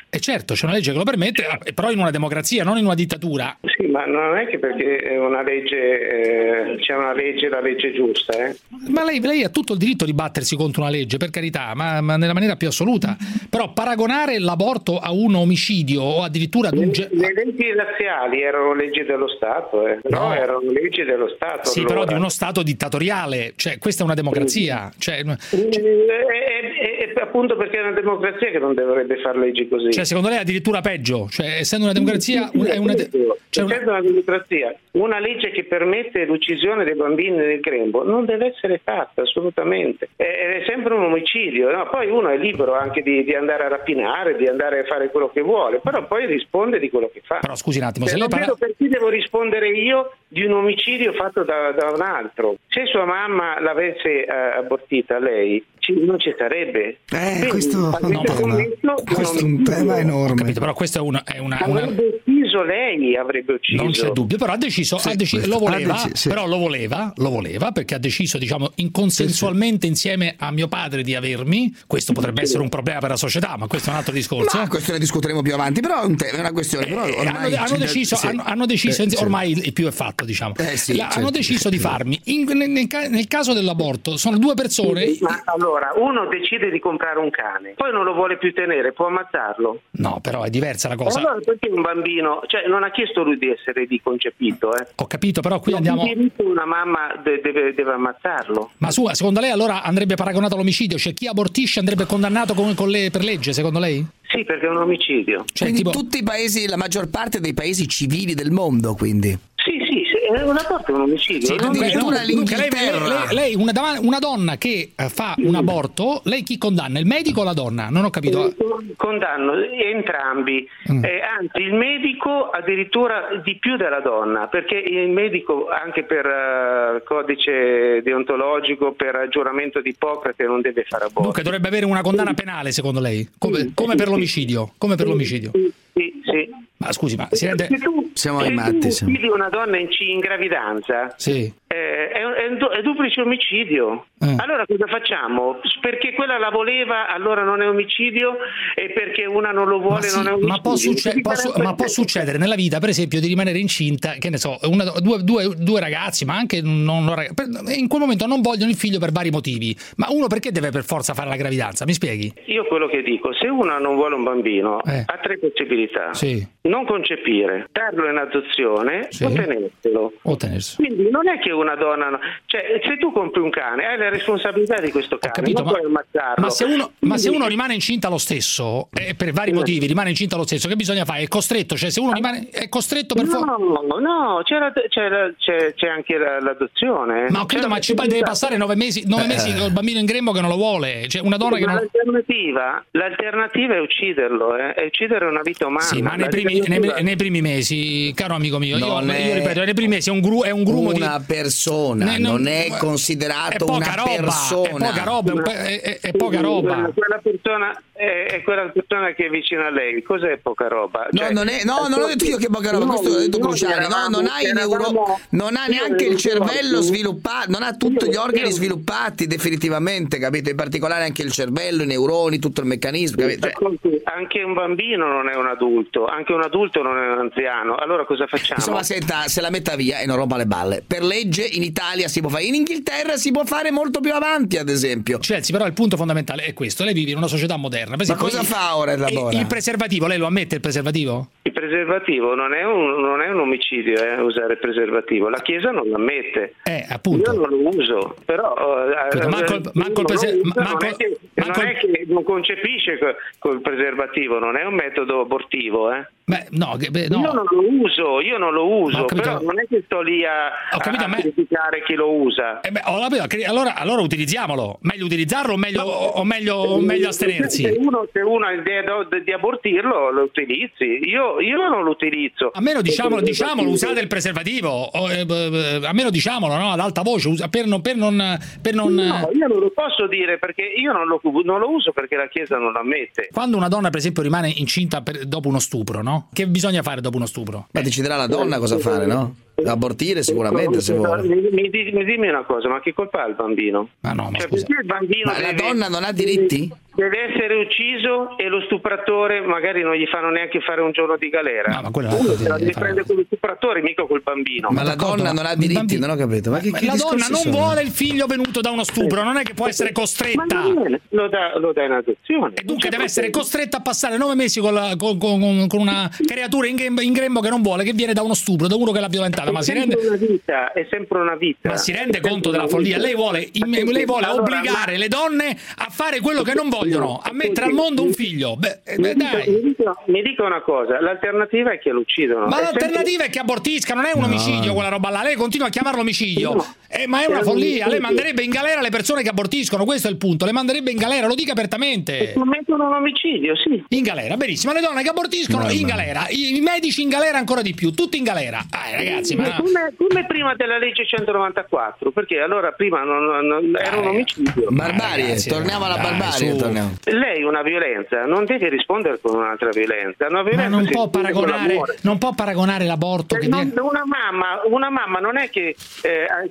[SPEAKER 2] E certo, c'è una legge che lo permette, eh, però in una democrazia, non in una dittatura.
[SPEAKER 20] Sì, ma non è che perché è una legge, eh, c'è una legge, la legge giusta, eh?
[SPEAKER 2] Ma lei, lei ha tutto il diritto di battersi contro una legge, per carità, ma, ma nella maniera più assoluta. Però paragonare l'aborto a un omicidio o addirittura ad un... ge-
[SPEAKER 20] Le leggi razziali erano leggi dello Stato, eh. no,
[SPEAKER 2] No.
[SPEAKER 20] erano leggi dello Stato.
[SPEAKER 2] Sì, però di
[SPEAKER 20] allora.
[SPEAKER 2] uno Stato dittatoriale, cioè questa è una democrazia. Cioè,
[SPEAKER 20] Eh, eh, eh, appunto perché è una democrazia che non dovrebbe fare leggi così.
[SPEAKER 2] cioè, secondo lei è addirittura peggio, cioè, essendo una democrazia... un- è una de- c'è una-
[SPEAKER 20] Essendo una Certo, democrazia, una legge che permette l'uccisione dei bambini nel grembo non deve essere fatta assolutamente. È, è sempre un omicidio. no? Poi uno è libero anche di, di andare a rapinare, di andare a fare quello che vuole, però poi risponde di quello che fa.
[SPEAKER 2] Però scusi un attimo, se
[SPEAKER 20] Cioè,
[SPEAKER 2] lei
[SPEAKER 20] non
[SPEAKER 2] parla...
[SPEAKER 20] vedo perché devo rispondere io di un omicidio fatto da, da un altro. Se sua mamma l'avesse eh, abortita, lei ci- non ci sarebbe. Quindi,
[SPEAKER 9] Eh, questo-
[SPEAKER 20] avete
[SPEAKER 9] no, ma-
[SPEAKER 20] commesso un
[SPEAKER 9] questo è un
[SPEAKER 20] omicidio.
[SPEAKER 9] tema enorme.
[SPEAKER 2] Capito, però questa è una... È una, una-
[SPEAKER 20] Avrebbe ucciso lei, avrebbe ucciso.
[SPEAKER 2] Non c'è dubbio, però ha deciso, ha deciso-
[SPEAKER 20] questo,
[SPEAKER 2] lo
[SPEAKER 20] ha
[SPEAKER 2] voleva,
[SPEAKER 20] deciso, sì.
[SPEAKER 2] però lo voleva, lo voleva perché ha deciso, diciamo, inconsensualmente insieme a mio padre di avermi. Questo potrebbe essere un problema per la società, ma questo è un altro discorso.
[SPEAKER 9] Ma questo ne discuteremo più avanti, però è, un te- è una questione. però
[SPEAKER 2] Cioè? Eh,
[SPEAKER 9] ormai
[SPEAKER 2] hanno, hanno
[SPEAKER 9] ci-
[SPEAKER 2] deciso,
[SPEAKER 9] sì.
[SPEAKER 2] hanno, hanno deciso
[SPEAKER 9] Eh, sì.
[SPEAKER 2] ormai il- il più è fatto, diciamo.
[SPEAKER 9] Eh, sì,
[SPEAKER 2] La- Hanno
[SPEAKER 9] certo.
[SPEAKER 2] deciso di farmi. In- nel, nel ca- nel caso dell'aborto, sono due persone.
[SPEAKER 20] Ma allora, uno decide di comprare un cane, poi non lo vuole più tenere, può ammazzarlo.
[SPEAKER 2] No, però è diversa la
[SPEAKER 20] E
[SPEAKER 2] cosa.
[SPEAKER 20] allora perché un bambino cioè, non ha chiesto lui di essere riconcepito. Eh.
[SPEAKER 2] Ho capito, però qui
[SPEAKER 20] Ma
[SPEAKER 2] andiamo.
[SPEAKER 20] di diritto Una mamma de- deve, deve ammazzarlo.
[SPEAKER 2] Ma sua, secondo lei allora andrebbe paragonato all'omicidio? Cioè chi abortisce andrebbe condannato con- con le- per legge, secondo lei?
[SPEAKER 20] Sì, perché è un omicidio.
[SPEAKER 2] Cioè,
[SPEAKER 9] quindi tutti i paesi, la maggior parte dei paesi civili del mondo, quindi.
[SPEAKER 20] Sì, sì, sì, è un aborto è un omicidio.
[SPEAKER 2] Sì,
[SPEAKER 20] Non
[SPEAKER 2] dunque,
[SPEAKER 20] è-
[SPEAKER 2] dunque, dunque, lei, lei- lei- una, dava- una donna che eh, fa un aborto, lei chi condanna? Il medico o la donna? Non ho
[SPEAKER 20] Eh,
[SPEAKER 2] capito.
[SPEAKER 20] Condanno entrambi,
[SPEAKER 2] Mm.
[SPEAKER 20] Eh, anzi il medico addirittura di più della donna, perché il medico anche per eh, codice deontologico, per giuramento di Ippocrate non deve fare aborto.
[SPEAKER 2] Dunque dovrebbe avere una condanna penale, secondo lei? Come, come per l'omicidio? Come per l'omicidio?
[SPEAKER 20] Sì, sì.
[SPEAKER 2] Ma scusi, ma si rende.
[SPEAKER 20] Se tu- se tu uccidi una donna in, in gravidanza,
[SPEAKER 2] Sì.
[SPEAKER 20] eh, è, un- è un du- è duplice omicidio.
[SPEAKER 2] Eh.
[SPEAKER 20] Allora cosa facciamo? Perché quella la voleva, allora non è omicidio, e perché una non lo vuole,
[SPEAKER 2] Ma, sì,
[SPEAKER 20] non è omicidio.
[SPEAKER 2] ma può, succe-
[SPEAKER 20] Che
[SPEAKER 2] può su-
[SPEAKER 20] differenza
[SPEAKER 2] ma può succedere nella vita, per esempio, di rimanere incinta, che ne so, una- due, due- due ragazzi, ma anche non- non rag- per- in quel momento non vogliono il figlio per vari motivi. Ma uno perché deve per forza fare la gravidanza? Mi spieghi?
[SPEAKER 20] Io quello che dico, se una non vuole un bambino, ha tre possibilità.
[SPEAKER 2] Eh. Sì.
[SPEAKER 20] Non concepire, darlo in adozione
[SPEAKER 2] Sì.
[SPEAKER 20] o tenerselo.
[SPEAKER 2] O tenersi.
[SPEAKER 20] Quindi non è che una donna... no- Cioè, se tu compri un cane, hai la responsabilità di questo cane,
[SPEAKER 2] capito,
[SPEAKER 20] non puoi ammazzarlo.
[SPEAKER 2] Ma se, uno, ma se
[SPEAKER 20] Quindi-
[SPEAKER 2] uno rimane incinta lo stesso, eh, per vari motivi, rimane incinta lo stesso, che bisogna fare? È costretto, cioè se uno rimane, è costretto per forza.
[SPEAKER 20] No, no, c'è, la- c'è la- c'è- c'è anche la- l'adozione.
[SPEAKER 2] Ma ho
[SPEAKER 20] C'è
[SPEAKER 2] capito, ma ci pa- deve
[SPEAKER 20] possibilità.
[SPEAKER 2] passare nove mesi, nove
[SPEAKER 20] Eh.
[SPEAKER 2] mesi col bambino in grembo che non lo vuole. Cioè, una donna che
[SPEAKER 20] Ma
[SPEAKER 2] non.
[SPEAKER 20] l'alternativa, l'alternativa è ucciderlo, eh, è uccidere una vita umana.
[SPEAKER 2] Sì, ma nei primi, nei-
[SPEAKER 20] L'alternativa-
[SPEAKER 2] nei primi mesi, caro amico mio, io,
[SPEAKER 9] Non
[SPEAKER 2] io
[SPEAKER 9] è-
[SPEAKER 2] Eh, ripeto, nei primi mesi è un, gru- è un grumo di.
[SPEAKER 9] Una persona,
[SPEAKER 2] Ne-
[SPEAKER 9] non è considerato
[SPEAKER 2] è poca
[SPEAKER 9] una
[SPEAKER 2] roba,
[SPEAKER 9] persona.
[SPEAKER 2] È poca roba, è un pe- è- è- è poca roba.
[SPEAKER 20] Quella persona è, è quella persona che è vicino a lei. Cos'è poca roba? Cioè,
[SPEAKER 9] No, non è- no, non l'ho detto io che è poca roba, questo l'ho detto Cruciani. No, non ha i neuro- non ha neanche il cervello sviluppato, non ha tutti gli organi sviluppati definitivamente, capito? In particolare anche il cervello, i neuroni, tutto il meccanismo, capito? Cioè,
[SPEAKER 20] Ascolti, Anche un bambino non è un adulto, anche un adulto non è un anziano. Allora cosa facciamo?
[SPEAKER 9] Insomma, senta, se la metta via e non rompa le balle. Per legge in Italia si può fare, in Inghilterra si può fare molto più avanti, ad esempio.
[SPEAKER 20] Cioè,
[SPEAKER 2] Chelsea, però il punto fondamentale è questo: lei vive in una società moderna. Per
[SPEAKER 9] Ma
[SPEAKER 2] esempio,
[SPEAKER 9] cosa
[SPEAKER 2] il-
[SPEAKER 9] fa ora il lavoro?
[SPEAKER 2] il- Il preservativo, lei lo ammette il preservativo?
[SPEAKER 20] Il preservativo non è un, non è un omicidio, eh, usare il preservativo. La Chiesa non lo ammette.
[SPEAKER 2] Eh, appunto.
[SPEAKER 20] Io non lo uso, però... eh,
[SPEAKER 2] Scusa,
[SPEAKER 20] eh,
[SPEAKER 2] manco-
[SPEAKER 20] eh,
[SPEAKER 2] manco
[SPEAKER 20] non
[SPEAKER 2] il prese-
[SPEAKER 20] lo uso,
[SPEAKER 2] manco-
[SPEAKER 20] non è che-
[SPEAKER 2] manco-
[SPEAKER 20] non è che non concepisce co- col preservativo, non è un metodo abortivo, eh.
[SPEAKER 2] Beh, no, che- beh,
[SPEAKER 20] Io
[SPEAKER 2] no.
[SPEAKER 20] non lo uso, io non lo uso,
[SPEAKER 2] capito.
[SPEAKER 20] però non è che sto lì a, a criticare chi lo usa.
[SPEAKER 2] Eh beh, ho capito, che- allora, allora utilizziamolo. Meglio utilizzarlo o meglio, o meglio, o meglio astenersi?
[SPEAKER 20] Se uno, se uno ha idea do- di abortirlo, lo utilizzi. Io, io non lo utilizzo.
[SPEAKER 2] Almeno diciamolo, diciamo, diciamolo, usate il preservativo. o, eh, b- b- almeno diciamolo, no? Ad alta voce, usa- per non. Per non, per non-
[SPEAKER 20] No, io non lo posso dire perché io non lo, non lo uso perché la Chiesa non lo ammette.
[SPEAKER 2] Quando una donna, per esempio, rimane incinta per- dopo uno stupro, no? Che bisogna fare dopo uno stupro?
[SPEAKER 9] Ma deciderà la donna cosa fare, no? Abortire sicuramente se vuole.
[SPEAKER 20] Mi, mi di- mi dimmi una cosa, ma che colpa ha il bambino? Cioè, perché il bambino
[SPEAKER 9] Ma la
[SPEAKER 20] deve-
[SPEAKER 9] donna non ha diritti?
[SPEAKER 20] Deve essere ucciso e lo stupratore magari non gli fanno neanche fare un giorno di galera.
[SPEAKER 2] ma
[SPEAKER 9] quella è una
[SPEAKER 20] Uno
[SPEAKER 9] cosa
[SPEAKER 20] se la
[SPEAKER 9] di-
[SPEAKER 20] deve prendere con lo stupratore, mica col bambino.
[SPEAKER 9] Ma la donna non ha diritti, non ho capito. Ma che, che
[SPEAKER 2] La donna
[SPEAKER 9] discorsi
[SPEAKER 2] non
[SPEAKER 9] sono?
[SPEAKER 2] vuole il figlio venuto da uno stupro, non è che può essere costretta.
[SPEAKER 20] Lo dà, lo dà in adozione.
[SPEAKER 2] E dunque deve essere costretta a passare nove mesi con, la- con- con- con una creatura in grembo, in grembo che non vuole, che viene da uno stupro, da uno che l'ha violentata. Ma
[SPEAKER 20] è
[SPEAKER 2] si
[SPEAKER 20] sempre
[SPEAKER 2] rende,
[SPEAKER 20] una vita, è sempre una vita.
[SPEAKER 2] ma si
[SPEAKER 20] È
[SPEAKER 2] rende
[SPEAKER 20] sempre
[SPEAKER 2] conto
[SPEAKER 20] una
[SPEAKER 2] della follia?
[SPEAKER 20] vita.
[SPEAKER 2] Lei vuole, im- lei vuole
[SPEAKER 20] Allora,
[SPEAKER 2] obbligare le donne a fare quello che non vogliono, a mettere al mondo un figlio. Beh, eh,
[SPEAKER 20] Mi
[SPEAKER 2] beh,
[SPEAKER 20] dica,
[SPEAKER 2] dai.
[SPEAKER 20] mi dica- mi dica una cosa, l'alternativa è che lo uccidono.
[SPEAKER 2] Ma
[SPEAKER 20] È
[SPEAKER 2] l'alternativa è che abortisca, non è un omicidio quella roba là. Lei continua a chiamarlo omicidio.
[SPEAKER 20] No.
[SPEAKER 2] Eh, ma è
[SPEAKER 20] È
[SPEAKER 2] una
[SPEAKER 20] un
[SPEAKER 2] follia. Lei
[SPEAKER 20] omicidio.
[SPEAKER 2] manderebbe in galera le persone che abortiscono, questo è il punto. Le manderebbe in galera, lo dica apertamente.
[SPEAKER 20] Commettono un omicidio, sì.
[SPEAKER 2] In galera, benissimo. Le donne che abortiscono in galera, i, i medici in galera ancora di più, tutti in galera. Ah, ragazzi, ma.
[SPEAKER 20] Come, come prima della legge 194, perché allora prima non, non- era un omicidio.
[SPEAKER 2] eh,
[SPEAKER 9] Barbarie, torniamo alla barbarie. Ah, torniamo.
[SPEAKER 20] Lei una violenza non deve rispondere con un'altra violenza. Una
[SPEAKER 2] Ma
[SPEAKER 20] violenza
[SPEAKER 2] non
[SPEAKER 20] si
[SPEAKER 2] può,
[SPEAKER 20] risponde Eh, con
[SPEAKER 2] paragonare,
[SPEAKER 20] l'amore. Eh,
[SPEAKER 2] non può paragonare l'aborto che viene-
[SPEAKER 20] Non- una, mamma, una mamma non è che eh,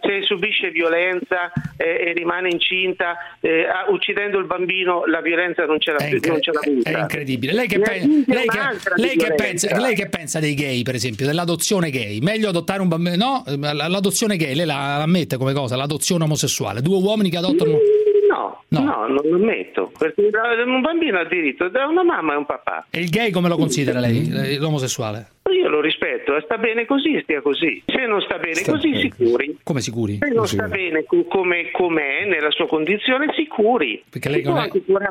[SPEAKER 20] se subisce violenza eh, e rimane incinta, eh, ah, uccidendo il bambino la violenza non ce l'ha più. non ce l'ha avuta.
[SPEAKER 2] È incredibile. Lei che,
[SPEAKER 20] Ne
[SPEAKER 2] pe-
[SPEAKER 20] aggiunge
[SPEAKER 2] lei che-
[SPEAKER 20] un'altra
[SPEAKER 2] lei
[SPEAKER 20] di
[SPEAKER 2] che
[SPEAKER 20] violenza.
[SPEAKER 2] pensa, lei che pensa dei gay, per esempio, dell'adozione gay? Meglio adottare un bambino. No, l- l'adozione gay, lei la, la ammette come cosa? L'adozione omosessuale. Due uomini che adottano.
[SPEAKER 20] No,
[SPEAKER 2] No,
[SPEAKER 20] non lo metto. Perché da- un bambino ha diritto da una mamma e un papà.
[SPEAKER 2] E il gay come lo considera lei,
[SPEAKER 20] Mm.
[SPEAKER 2] eh, l'omosessuale?
[SPEAKER 20] Io lo rispetto, sta bene così, stia così. Se non sta bene così, si curi.
[SPEAKER 2] Come sicuri?
[SPEAKER 20] Se non sta bene co- come com'è nella sua condizione, si curi.
[SPEAKER 2] Perché lei
[SPEAKER 20] si può
[SPEAKER 2] non è-
[SPEAKER 20] anche curare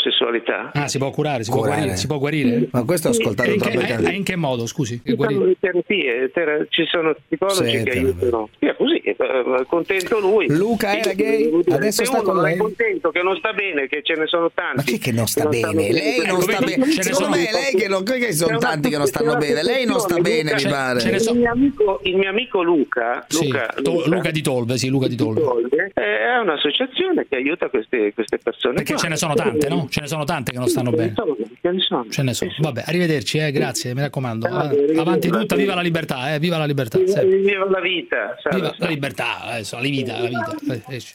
[SPEAKER 20] dell'omosessualità.
[SPEAKER 2] Ah, si può curare, si
[SPEAKER 20] Curare.
[SPEAKER 2] può guarire, si può guarire?
[SPEAKER 20] Ma questo ho ascoltato
[SPEAKER 2] E in
[SPEAKER 20] proprio
[SPEAKER 2] che,
[SPEAKER 20] da lì.
[SPEAKER 2] e in che modo, scusi?
[SPEAKER 20] Ci sono le terapie, ter- eh, ci sono psicologi
[SPEAKER 2] Sì,
[SPEAKER 20] che
[SPEAKER 2] terapia.
[SPEAKER 20] aiutano. Sì, è così, eh, eh, contento lui.
[SPEAKER 9] Luca
[SPEAKER 20] Io
[SPEAKER 9] era
[SPEAKER 20] devo
[SPEAKER 9] gay,
[SPEAKER 20] dire,
[SPEAKER 9] adesso
[SPEAKER 20] se
[SPEAKER 9] sta
[SPEAKER 20] uno
[SPEAKER 9] con
[SPEAKER 20] non è
[SPEAKER 9] lei.
[SPEAKER 20] contento, che non sta bene, che ce ne sono tanti.
[SPEAKER 9] Ma chi che non sta
[SPEAKER 20] Che
[SPEAKER 9] bene?
[SPEAKER 20] stanno
[SPEAKER 9] Lei non
[SPEAKER 20] Eh,
[SPEAKER 9] sta
[SPEAKER 20] vedi,
[SPEAKER 9] bene.
[SPEAKER 20] ce ne
[SPEAKER 9] Secondo
[SPEAKER 20] sono
[SPEAKER 9] me lei che non- che sono
[SPEAKER 20] C'è una
[SPEAKER 9] tanti che non stanno
[SPEAKER 20] situazione,
[SPEAKER 9] bene. Lei non sta
[SPEAKER 20] Luca,
[SPEAKER 9] bene, mi
[SPEAKER 20] ce-
[SPEAKER 9] pare.
[SPEAKER 20] ce ne sono- Il mio amico- il mio amico Luca,
[SPEAKER 2] Sì,
[SPEAKER 20] Luca,
[SPEAKER 2] To- Luca di Tolve, sì, Luca di Tolve.
[SPEAKER 20] Tolve, eh, è un'associazione che aiuta queste, queste persone.
[SPEAKER 2] Perché
[SPEAKER 20] qua.
[SPEAKER 2] ce ne sono tante, no? Ce ne sono tante che non stanno
[SPEAKER 20] Ce ne
[SPEAKER 2] bene.
[SPEAKER 20] eh, sono, Ce ne sono.
[SPEAKER 2] Ce ne sono. Vabbè, arrivederci, eh, grazie, mi raccomando.
[SPEAKER 20] Ciao,
[SPEAKER 2] Av-
[SPEAKER 20] arrivederci.
[SPEAKER 2] Ah, Avanti tutta, viva la libertà, eh, viva la libertà.
[SPEAKER 20] Viva-
[SPEAKER 2] sempre.
[SPEAKER 20] Viva la vita, sa-
[SPEAKER 2] Viva la libertà, eh, so, la vita, la vita. eh, esci.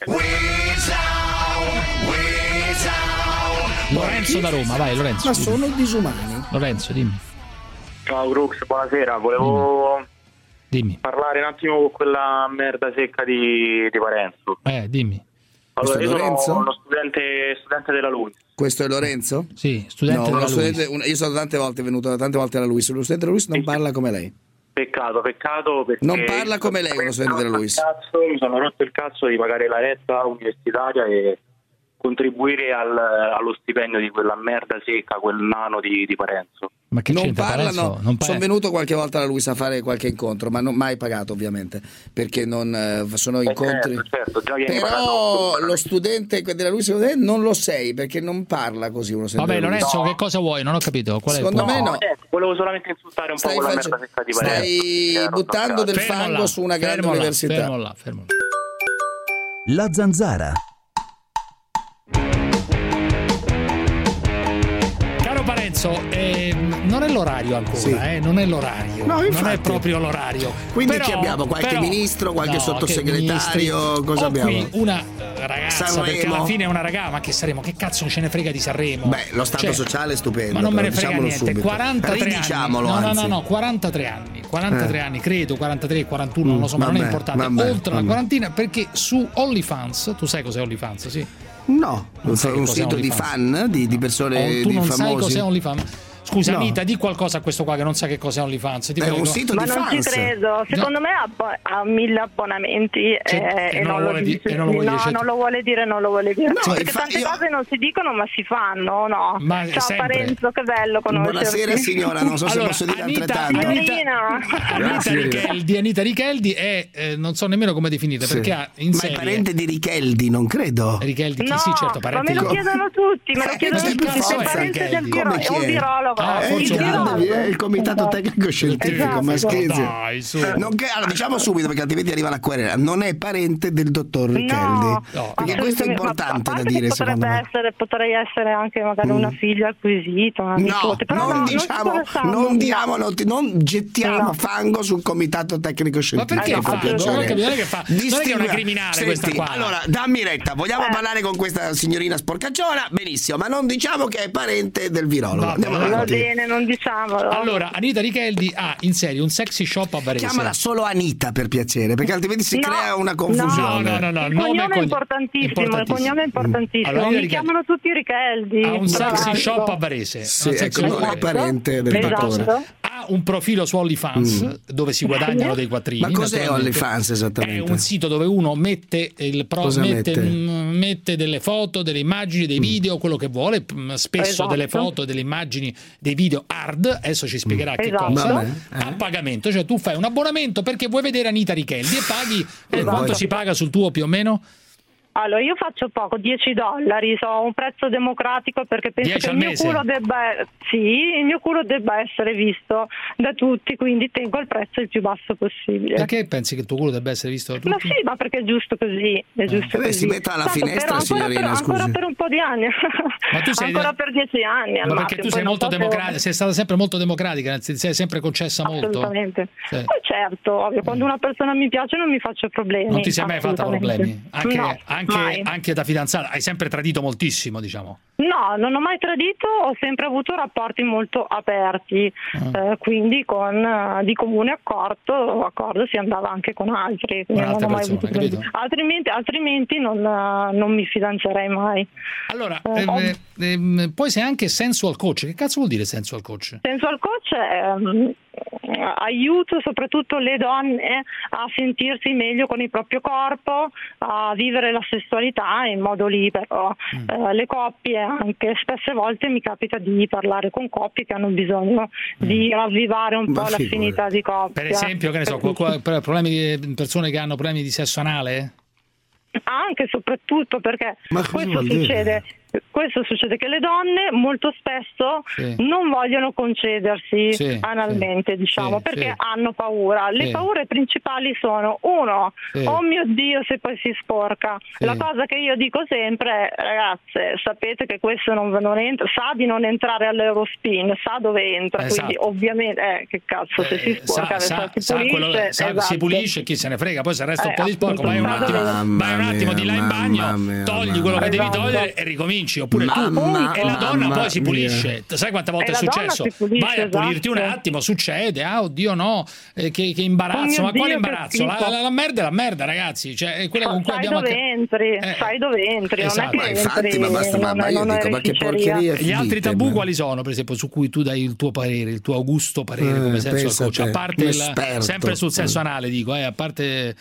[SPEAKER 2] Lorenzo da Roma, vai Lorenzo.
[SPEAKER 8] Ma
[SPEAKER 2] dimmi.
[SPEAKER 8] sono disumani.
[SPEAKER 2] Lorenzo, dimmi.
[SPEAKER 10] Ciao Grux, buonasera. Volevo
[SPEAKER 2] Dimmi.
[SPEAKER 10] parlare un attimo con quella merda secca di, di Parenzo.
[SPEAKER 2] Eh, dimmi.
[SPEAKER 10] Allora,
[SPEAKER 9] Questo
[SPEAKER 10] io
[SPEAKER 9] Lorenzo?
[SPEAKER 10] sono uno studente, studente della LUNS.
[SPEAKER 9] Questo è Lorenzo?
[SPEAKER 2] Sì,
[SPEAKER 10] studente
[SPEAKER 9] no,
[SPEAKER 10] della
[SPEAKER 9] uno studente-
[SPEAKER 10] Luis.
[SPEAKER 9] un- io sono tante volte venuto tante volte alla Luis. Uno studente della Luis non parla come lei.
[SPEAKER 10] Peccato, peccato perché...
[SPEAKER 9] Non parla come lei uno studente della Luis.
[SPEAKER 10] Cazzo, mi sono rotto il cazzo di pagare la retta universitaria e contribuire al- allo stipendio di quella merda secca, quel nano di, di Parenzo.
[SPEAKER 2] Ma che
[SPEAKER 9] non
[SPEAKER 2] c'entra,
[SPEAKER 9] parlano,
[SPEAKER 2] Parenzo? Non pa-
[SPEAKER 9] sono venuto qualche volta alla Luis a fare qualche incontro, ma non mai pagato ovviamente, perché non eh, sono incontri.
[SPEAKER 10] Certo, certo, già viene
[SPEAKER 9] Però lo studente della Luis secondo te non lo sei perché non parla così uno studente.
[SPEAKER 2] Vabbè,
[SPEAKER 9] della Luis.
[SPEAKER 2] Lorenzo, che cosa vuoi? Non ho capito. Qual
[SPEAKER 9] Secondo
[SPEAKER 2] è il
[SPEAKER 9] me
[SPEAKER 2] punto? eh,
[SPEAKER 9] no.
[SPEAKER 10] Ecco, volevo solamente insultare un po' quella merda secca di Parenzo.
[SPEAKER 9] Stai buttando del
[SPEAKER 10] Fermo
[SPEAKER 9] fango
[SPEAKER 10] là,
[SPEAKER 9] su una grande
[SPEAKER 2] fermo là,
[SPEAKER 9] università.
[SPEAKER 2] fermo là, fermo là.
[SPEAKER 19] La zanzara.
[SPEAKER 2] Caro Parenzo, ehm, non è l'orario ancora, eh, non è l'orario.
[SPEAKER 9] No,
[SPEAKER 2] non
[SPEAKER 9] infatti.
[SPEAKER 2] è proprio l'orario.
[SPEAKER 9] Quindi
[SPEAKER 2] Però-
[SPEAKER 9] chi abbiamo? Qualche
[SPEAKER 2] però-
[SPEAKER 9] ministro, qualche
[SPEAKER 2] No, che
[SPEAKER 9] sottosegretario?
[SPEAKER 2] ministri.
[SPEAKER 9] Cosa
[SPEAKER 2] Ho
[SPEAKER 9] abbiamo?
[SPEAKER 2] qui una eh, ragazza,
[SPEAKER 9] Sanremo.
[SPEAKER 2] perché alla fine è una ragazza, ma che saremo? Che cazzo ce ne frega di Sanremo?
[SPEAKER 9] Beh, lo stato
[SPEAKER 2] Cioè,
[SPEAKER 9] sociale è stupendo.
[SPEAKER 2] Ma non me
[SPEAKER 9] però,
[SPEAKER 2] ne frega
[SPEAKER 9] diciamolo
[SPEAKER 2] niente,
[SPEAKER 9] subito.
[SPEAKER 2] 43
[SPEAKER 9] Ridiciamolo,
[SPEAKER 2] anni. No,
[SPEAKER 9] anzi.
[SPEAKER 2] no, no, no, 43 anni, 43
[SPEAKER 9] Eh.
[SPEAKER 2] anni, credo, 43, 41, non lo so, ma non è
[SPEAKER 9] vabbè,
[SPEAKER 2] importante.
[SPEAKER 9] vabbè,
[SPEAKER 2] Oltre la
[SPEAKER 9] vabbè.
[SPEAKER 2] quarantina, perché su OnlyFans, tu sai cos'è OnlyFans, sì?
[SPEAKER 9] No,
[SPEAKER 2] Non
[SPEAKER 9] un,
[SPEAKER 2] sai
[SPEAKER 9] un
[SPEAKER 2] cos'è
[SPEAKER 9] sito di
[SPEAKER 2] OnlyFans.
[SPEAKER 9] fan, di, di
[SPEAKER 2] Oh,
[SPEAKER 9] persone
[SPEAKER 2] tu
[SPEAKER 9] di
[SPEAKER 2] non sai
[SPEAKER 9] famosi.
[SPEAKER 2] cos'è OnlyFans? Scusa,
[SPEAKER 9] No.
[SPEAKER 2] Anita, di qualcosa a questo qua che non sa che cos'è OnlyFans. Ti
[SPEAKER 9] È
[SPEAKER 2] prego.
[SPEAKER 9] un sito
[SPEAKER 21] Ma non ci credo, secondo me ha, abbo- ha mille abbonamenti
[SPEAKER 2] Cioè,
[SPEAKER 21] eh,
[SPEAKER 2] e
[SPEAKER 21] e,
[SPEAKER 2] non
[SPEAKER 21] non
[SPEAKER 2] lo
[SPEAKER 21] lo
[SPEAKER 2] vuole di-
[SPEAKER 21] dice.
[SPEAKER 2] e non lo vuole
[SPEAKER 21] no,
[SPEAKER 2] dire, certo.
[SPEAKER 21] non lo vuole dire, non lo vuole dire.
[SPEAKER 2] No,
[SPEAKER 21] Perché
[SPEAKER 2] infa-
[SPEAKER 21] tante
[SPEAKER 2] io-
[SPEAKER 21] cose non si dicono ma si fanno, no?
[SPEAKER 2] Ma
[SPEAKER 21] Ciao
[SPEAKER 2] sempre.
[SPEAKER 21] Parenzo, che bello conoscerti.
[SPEAKER 9] Buonasera, signora, non so se posso dire altrettanto.
[SPEAKER 21] Signorina.
[SPEAKER 2] Anita
[SPEAKER 9] Grazie.
[SPEAKER 2] Richeldi, Anita Richeldi è, eh, non so nemmeno come definita,
[SPEAKER 9] Sì.
[SPEAKER 2] perché ha in
[SPEAKER 9] Ma
[SPEAKER 2] serie-
[SPEAKER 9] è parente di Richeldi, non credo.
[SPEAKER 2] Richeldi,
[SPEAKER 21] No,
[SPEAKER 2] sì, certo,
[SPEAKER 21] ma me
[SPEAKER 2] parente
[SPEAKER 21] lo
[SPEAKER 2] di-
[SPEAKER 21] chiedono tutti, me lo
[SPEAKER 2] Eh,
[SPEAKER 21] chiedono
[SPEAKER 2] cos'è
[SPEAKER 21] tutti.
[SPEAKER 2] per
[SPEAKER 21] Se
[SPEAKER 2] forza,
[SPEAKER 21] Parenzo è un
[SPEAKER 2] Anche
[SPEAKER 21] viro-
[SPEAKER 2] Andy.
[SPEAKER 21] è un
[SPEAKER 2] Come chi è?
[SPEAKER 21] virologo.
[SPEAKER 2] Ah,
[SPEAKER 21] è
[SPEAKER 9] Eh,
[SPEAKER 21] un
[SPEAKER 9] il,
[SPEAKER 21] virologo.
[SPEAKER 9] grande, eh, il comitato tecnico scientifico,
[SPEAKER 21] Esatto.
[SPEAKER 9] ma scherzi.
[SPEAKER 2] Dai, su.
[SPEAKER 9] Non che- allora, diciamo subito perché altrimenti arriva la querela. Non è parente del dottor Richeldi.
[SPEAKER 2] No.
[SPEAKER 9] Perché questo
[SPEAKER 21] assolutamente,
[SPEAKER 9] è
[SPEAKER 21] ma
[SPEAKER 9] importante
[SPEAKER 21] a
[SPEAKER 9] da
[SPEAKER 21] parte
[SPEAKER 9] dire,
[SPEAKER 21] che
[SPEAKER 9] secondo
[SPEAKER 21] potrebbe
[SPEAKER 9] me. Mm.
[SPEAKER 21] essere, potrei essere anche magari una figlia acquisita, una
[SPEAKER 9] No,
[SPEAKER 21] nipote, però
[SPEAKER 9] non
[SPEAKER 21] no,
[SPEAKER 9] diciamo,
[SPEAKER 21] non, si sa,
[SPEAKER 9] non
[SPEAKER 21] si
[SPEAKER 9] diamo
[SPEAKER 21] sa.
[SPEAKER 9] noti- non gettiamo
[SPEAKER 21] No.
[SPEAKER 9] fango sul comitato tecnico scientifico.
[SPEAKER 2] perché fa?
[SPEAKER 9] per piacere.
[SPEAKER 2] Non ho capito, non è che fa- non è che è una
[SPEAKER 9] Distingue-
[SPEAKER 2] criminale
[SPEAKER 9] Senti,
[SPEAKER 2] questa qua.
[SPEAKER 9] Allora, dammi retta, vogliamo
[SPEAKER 21] Eh.
[SPEAKER 9] parlare con questa signorina sporcacciona? Benissimo, ma non diciamo che è parente del virologo.
[SPEAKER 2] Vabbè,
[SPEAKER 9] Andiamo
[SPEAKER 2] vabbè.
[SPEAKER 9] avanti.
[SPEAKER 21] Va bene, non diciamolo.
[SPEAKER 2] Allora, Anita Richeldi ha in serie un sexy shop a Varese.
[SPEAKER 9] Chiamala solo Anita per piacere, perché altrimenti si
[SPEAKER 21] No.
[SPEAKER 9] crea una confusione.
[SPEAKER 2] No, no, no, no,
[SPEAKER 21] Il
[SPEAKER 2] nome e
[SPEAKER 21] cognome è
[SPEAKER 2] cogn-
[SPEAKER 21] importantissimo, il
[SPEAKER 2] importantissimo. Mm.
[SPEAKER 21] cognome è importantissimo.
[SPEAKER 2] Allora, io
[SPEAKER 21] Mi
[SPEAKER 2] ricordo-
[SPEAKER 21] chiamano tutti Richeldi.
[SPEAKER 2] ha un sexy
[SPEAKER 21] bravo.
[SPEAKER 2] shop a Varese.
[SPEAKER 9] Ecco. Sì,
[SPEAKER 2] Un sexy
[SPEAKER 9] ecco,
[SPEAKER 2] shop
[SPEAKER 9] non
[SPEAKER 2] a
[SPEAKER 9] è
[SPEAKER 2] Varese.
[SPEAKER 9] parente del
[SPEAKER 2] Esatto.
[SPEAKER 9] dottore.
[SPEAKER 2] Ha un profilo su OnlyFans dove si guadagnano dei quattrini.
[SPEAKER 9] Ma cos'è
[SPEAKER 2] naturalmente.
[SPEAKER 9] OnlyFans
[SPEAKER 2] È
[SPEAKER 9] esattamente?
[SPEAKER 2] un sito dove uno mette, il pro-
[SPEAKER 9] Cosa
[SPEAKER 2] mette,
[SPEAKER 9] mette? Mm.
[SPEAKER 2] mh, mette delle foto, delle immagini, dei video, quello che vuole. mh, Spesso
[SPEAKER 21] Esatto.
[SPEAKER 2] delle foto, delle immagini, dei video hard. Adesso ci spiegherà che
[SPEAKER 21] Esatto.
[SPEAKER 2] cosa.
[SPEAKER 21] Vabbè,
[SPEAKER 9] eh.
[SPEAKER 2] A pagamento, cioè tu fai un abbonamento perché vuoi vedere Anita Richeldi e paghi eh,
[SPEAKER 21] Esatto.
[SPEAKER 2] quanto si paga sul tuo più o meno?
[SPEAKER 21] Allora, io faccio poco, 10 dollari, so un prezzo democratico perché penso
[SPEAKER 2] 10
[SPEAKER 21] che
[SPEAKER 2] al
[SPEAKER 21] il mio,
[SPEAKER 2] mese?
[SPEAKER 21] culo debba, sì, il mio culo debba essere visto da tutti, quindi tengo il prezzo il più basso possibile.
[SPEAKER 2] Perché pensi che il tuo culo debba essere visto da Eh, tutti?
[SPEAKER 21] Ma sì, ma perché è giusto così, è giusto
[SPEAKER 2] Eh beh,
[SPEAKER 21] così.
[SPEAKER 2] si metta alla
[SPEAKER 21] Tanto
[SPEAKER 2] finestra,
[SPEAKER 21] però
[SPEAKER 2] signorina,
[SPEAKER 21] ancora per, ancora
[SPEAKER 2] scusi.
[SPEAKER 21] per un po' di anni.
[SPEAKER 2] Ma tu sei-
[SPEAKER 21] ancora per 10 anni. al
[SPEAKER 2] Ma perché
[SPEAKER 21] massimo,
[SPEAKER 2] tu
[SPEAKER 21] poi
[SPEAKER 2] sei
[SPEAKER 21] non
[SPEAKER 2] molto
[SPEAKER 21] so se-
[SPEAKER 2] democratica, sei stata sempre molto democratica, anzi, ti sei sempre concessa molto. Cioè,
[SPEAKER 21] Assolutamente.
[SPEAKER 2] Sì.
[SPEAKER 21] Poi certo, ovvio, quando una persona mi piace non mi faccio problemi.
[SPEAKER 2] Non ti sei mai fatta
[SPEAKER 21] assolutamente.
[SPEAKER 2] problemi, anche,
[SPEAKER 21] No,
[SPEAKER 2] anche-
[SPEAKER 21] mai.
[SPEAKER 2] anche da fidanzata, hai sempre tradito moltissimo, diciamo.
[SPEAKER 21] No, non ho mai tradito, ho sempre avuto rapporti molto aperti,
[SPEAKER 2] Ah.
[SPEAKER 21] eh, quindi con, eh, di comune accordo, accordo si andava anche con altri. quindi
[SPEAKER 2] Con altre
[SPEAKER 21] non ho mai
[SPEAKER 2] persone,
[SPEAKER 21] avuto problemi.
[SPEAKER 2] capito?
[SPEAKER 21] Altrimenti, altrimenti non, eh, non mi fidanzerei mai.
[SPEAKER 2] Allora,
[SPEAKER 21] Eh, ho-
[SPEAKER 2] ehm, ehm, poi sei anche sensual coach. Che cazzo vuol dire sensual coach?
[SPEAKER 21] Sensual coach ehm, aiuto soprattutto le donne a sentirsi meglio con il proprio corpo, a vivere la sessualità in modo libero.
[SPEAKER 2] Mm.
[SPEAKER 21] Eh, le coppie anche spesse volte mi capita di parlare con coppie che hanno bisogno di ravvivare un
[SPEAKER 2] Ma
[SPEAKER 21] po'
[SPEAKER 2] figurati.
[SPEAKER 21] l'affinità di coppia.
[SPEAKER 2] Mm. Per esempio, che ne so, qualcuno- per- problemi di persone che hanno problemi di sesso anale?
[SPEAKER 21] anche e soprattutto perché
[SPEAKER 2] Ma cosa
[SPEAKER 21] questo
[SPEAKER 2] vuol dire?
[SPEAKER 21] succede, questo succede che le donne molto spesso
[SPEAKER 2] Sì.
[SPEAKER 21] non vogliono concedersi
[SPEAKER 2] Sì,
[SPEAKER 21] analmente, diciamo, perché
[SPEAKER 2] sì.
[SPEAKER 21] hanno paura. Le
[SPEAKER 2] Sì.
[SPEAKER 21] paure principali sono uno,
[SPEAKER 2] Sì.
[SPEAKER 21] oh mio Dio se poi si sporca.
[SPEAKER 2] Sì.
[SPEAKER 21] La cosa che io dico sempre è, ragazze, sapete che questo non, non entra, sa di non entrare all'Eurospin, sa dove entra,
[SPEAKER 2] Esatto.
[SPEAKER 21] quindi ovviamente, eh, che cazzo, se si sporca,
[SPEAKER 2] Sa, Ah, sa-
[SPEAKER 21] Cioè, si
[SPEAKER 2] sa
[SPEAKER 21] pulisce,
[SPEAKER 2] quello- sa- si
[SPEAKER 21] esatto.
[SPEAKER 2] pulisce chi se ne frega, poi se resta un
[SPEAKER 21] Eh,
[SPEAKER 2] po' di sporco, vai un
[SPEAKER 21] appunto,
[SPEAKER 2] attimo,
[SPEAKER 21] mamma
[SPEAKER 2] vai un attimo di là in bagno, togli quello che devi
[SPEAKER 21] Esatto.
[SPEAKER 2] togliere e ricominci. Oppure
[SPEAKER 21] Mamma-
[SPEAKER 2] tu e la donna
[SPEAKER 21] mamma
[SPEAKER 2] poi si
[SPEAKER 21] mia.
[SPEAKER 2] pulisce. Sai quante volte
[SPEAKER 21] E la
[SPEAKER 2] è
[SPEAKER 21] donna
[SPEAKER 2] successo?
[SPEAKER 21] si pulisce,
[SPEAKER 2] vai a pulirti un
[SPEAKER 21] esatto.
[SPEAKER 2] attimo, succede, ah oddio no, eh, che, che
[SPEAKER 21] Oh mio
[SPEAKER 2] imbarazzo, ma quale
[SPEAKER 21] Dio, che
[SPEAKER 2] imbarazzo? La,
[SPEAKER 21] schifo. Oh,
[SPEAKER 2] la- la merda è la merda, ragazzi. Cioè, è quella con cui
[SPEAKER 21] sai
[SPEAKER 2] abbiamo a
[SPEAKER 21] dove
[SPEAKER 2] che-
[SPEAKER 21] entri, sai dove entri,
[SPEAKER 2] Esatto.
[SPEAKER 21] non è che entri, non è- non è reticeria.
[SPEAKER 2] Gli altri tabù quali sono, per esempio, su cui tu dai il tuo parere, il tuo augusto parere
[SPEAKER 8] Eh,
[SPEAKER 2] come senso al
[SPEAKER 8] pensa
[SPEAKER 2] coach?
[SPEAKER 8] te,
[SPEAKER 2] A parte
[SPEAKER 8] un
[SPEAKER 2] il-
[SPEAKER 8] esperto. Mm.
[SPEAKER 2] sempre sul sesso anale, dico, eh, a parte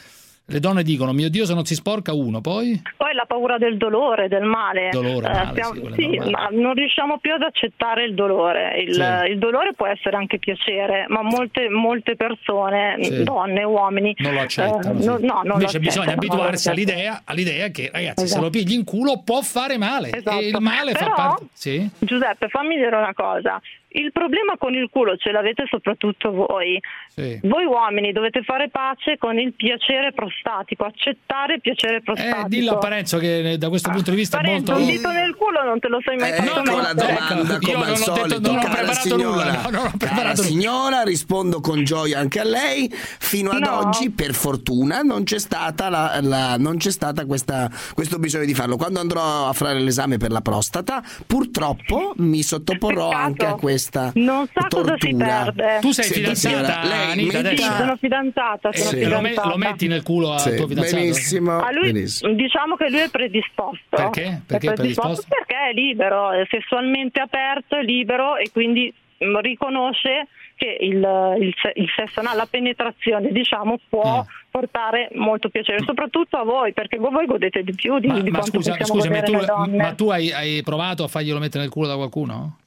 [SPEAKER 2] le donne dicono: Mio Dio, se non si sporca uno, poi.
[SPEAKER 21] Poi la paura del dolore, del male. Eh,
[SPEAKER 2] Dolore, male, sì, quello è
[SPEAKER 21] sì,
[SPEAKER 2] normale.
[SPEAKER 21] ma non riusciamo più ad accettare il dolore. Il,
[SPEAKER 2] Sì.
[SPEAKER 21] il dolore può essere anche piacere, ma molte, molte persone,
[SPEAKER 2] Sì.
[SPEAKER 21] donne, uomini,
[SPEAKER 2] Non lo accettano.
[SPEAKER 21] eh,
[SPEAKER 2] sì.
[SPEAKER 21] no- no, non lo
[SPEAKER 2] Invece bisogna
[SPEAKER 21] accettano,
[SPEAKER 2] abituarsi
[SPEAKER 21] non lo accettano.
[SPEAKER 2] all'idea, all'idea che, ragazzi, se
[SPEAKER 21] Esatto.
[SPEAKER 2] lo pigli in culo può fare male.
[SPEAKER 21] Esatto.
[SPEAKER 2] E il male fa
[SPEAKER 21] Però-
[SPEAKER 2] parte. Sì?
[SPEAKER 21] Giuseppe, fammi dire una cosa. Il problema con il culo ce l'avete soprattutto voi.
[SPEAKER 2] Sì.
[SPEAKER 21] Voi uomini dovete fare pace con il piacere prostatico, accettare il piacere prostatico.
[SPEAKER 2] Eh, dillo a Parenzo che eh, da questo punto di vista è
[SPEAKER 21] Ah, Parenzo,
[SPEAKER 2] molto.
[SPEAKER 21] un dito nel culo non te lo sei mai fatto
[SPEAKER 9] Ecco la
[SPEAKER 21] mettere.
[SPEAKER 9] domanda
[SPEAKER 2] Ecco, io
[SPEAKER 9] come
[SPEAKER 2] non
[SPEAKER 9] al
[SPEAKER 2] ho detto-
[SPEAKER 9] solito,
[SPEAKER 2] non ho
[SPEAKER 9] cara
[SPEAKER 2] preparato
[SPEAKER 9] signora.
[SPEAKER 2] nulla, no, non ho
[SPEAKER 9] Cara
[SPEAKER 2] preparato nulla.
[SPEAKER 9] signora, rispondo con gioia anche a lei. Fino ad
[SPEAKER 21] No.
[SPEAKER 9] oggi, per fortuna, non c'è stata, la- la- non c'è stata questa- questo bisogno di farlo. Quando andrò a fare l'esame per la prostata, purtroppo mi sottoporrò anche a questa
[SPEAKER 21] Non sa
[SPEAKER 9] tortura.
[SPEAKER 21] cosa si perde. Ah,
[SPEAKER 2] Tu sei
[SPEAKER 9] Senta,
[SPEAKER 2] fidanzata,
[SPEAKER 9] signora, lei
[SPEAKER 2] Anita,
[SPEAKER 9] metta-
[SPEAKER 2] adesso?
[SPEAKER 21] Sì, sono fidanzata,
[SPEAKER 2] Eh,
[SPEAKER 21] sono
[SPEAKER 2] sì. lo, me-
[SPEAKER 21] fidanzata.
[SPEAKER 2] lo metti nel culo al
[SPEAKER 9] Sì,
[SPEAKER 2] tuo fidanzato?
[SPEAKER 9] benissimo,
[SPEAKER 21] A lui
[SPEAKER 9] benissimo.
[SPEAKER 21] diciamo che lui è predisposto.
[SPEAKER 2] Perché? Perché
[SPEAKER 21] è
[SPEAKER 2] è predisposto?
[SPEAKER 21] Perché è libero, è sessualmente aperto, è libero e quindi mm, riconosce che il, il se- il sesso anale, la penetrazione, diciamo, può
[SPEAKER 2] Mm.
[SPEAKER 21] portare molto piacere, soprattutto a voi, perché voi godete di più di,
[SPEAKER 2] Ma,
[SPEAKER 21] di
[SPEAKER 2] ma
[SPEAKER 21] quanto
[SPEAKER 2] scusa,
[SPEAKER 21] possiamo
[SPEAKER 2] scusami,
[SPEAKER 21] godere
[SPEAKER 2] tu,
[SPEAKER 21] le donne.
[SPEAKER 2] ma tu hai, hai provato a farglielo mettere nel culo da qualcuno?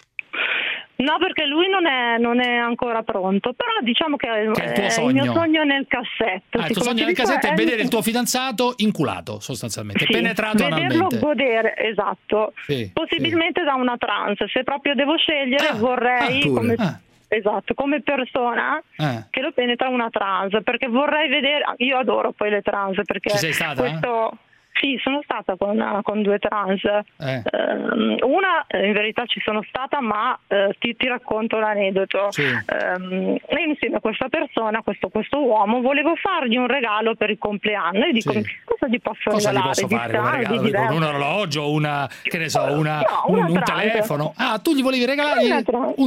[SPEAKER 21] No, perché lui non è, non è ancora pronto, però diciamo che,
[SPEAKER 2] Che è il tuo
[SPEAKER 21] eh,
[SPEAKER 2] sogno.
[SPEAKER 21] mio sogno è nel cassetto.
[SPEAKER 2] Ah,
[SPEAKER 21] sì,
[SPEAKER 2] il tuo
[SPEAKER 21] come
[SPEAKER 2] sogno
[SPEAKER 21] ti
[SPEAKER 2] nel
[SPEAKER 21] dico,
[SPEAKER 2] cassetto è
[SPEAKER 21] Cioè, è-
[SPEAKER 2] vedere il tuo fidanzato inculato, sostanzialmente,
[SPEAKER 21] Sì,
[SPEAKER 2] penetrato
[SPEAKER 21] vederlo boh,
[SPEAKER 2] analmente.
[SPEAKER 21] godere, esatto.
[SPEAKER 2] Sì,
[SPEAKER 21] Possibilmente da una trans, se proprio devo scegliere vorrei
[SPEAKER 2] ah, pure.
[SPEAKER 21] come,
[SPEAKER 2] Ah.
[SPEAKER 21] esatto, come persona
[SPEAKER 2] Eh.
[SPEAKER 21] che lo penetra una trans, perché vorrei vedere, ah, io adoro poi le trans perché
[SPEAKER 2] Ci sei stata?
[SPEAKER 21] questo sì, sono stata con, con due trans.
[SPEAKER 2] Eh.
[SPEAKER 21] Ehm, una eh, in verità ci sono stata, ma eh, ti, ti racconto l'aneddoto.
[SPEAKER 2] Sì.
[SPEAKER 21] Ehm, io insieme a questa persona, questo, questo uomo, volevo fargli un regalo per il compleanno e dico:
[SPEAKER 2] Sì.
[SPEAKER 21] Cosa gli posso
[SPEAKER 2] Cosa gli
[SPEAKER 21] regalare?
[SPEAKER 2] posso
[SPEAKER 21] Di
[SPEAKER 2] fare come
[SPEAKER 21] scarpe,
[SPEAKER 2] regalo?
[SPEAKER 21] di
[SPEAKER 2] Dico, un
[SPEAKER 21] diverse-
[SPEAKER 2] orologio, una, che ne so, una-
[SPEAKER 21] No,
[SPEAKER 2] un,
[SPEAKER 21] una
[SPEAKER 2] un
[SPEAKER 21] trans.
[SPEAKER 2] telefono. Ah, tu gli volevi regalare
[SPEAKER 21] Una
[SPEAKER 2] un,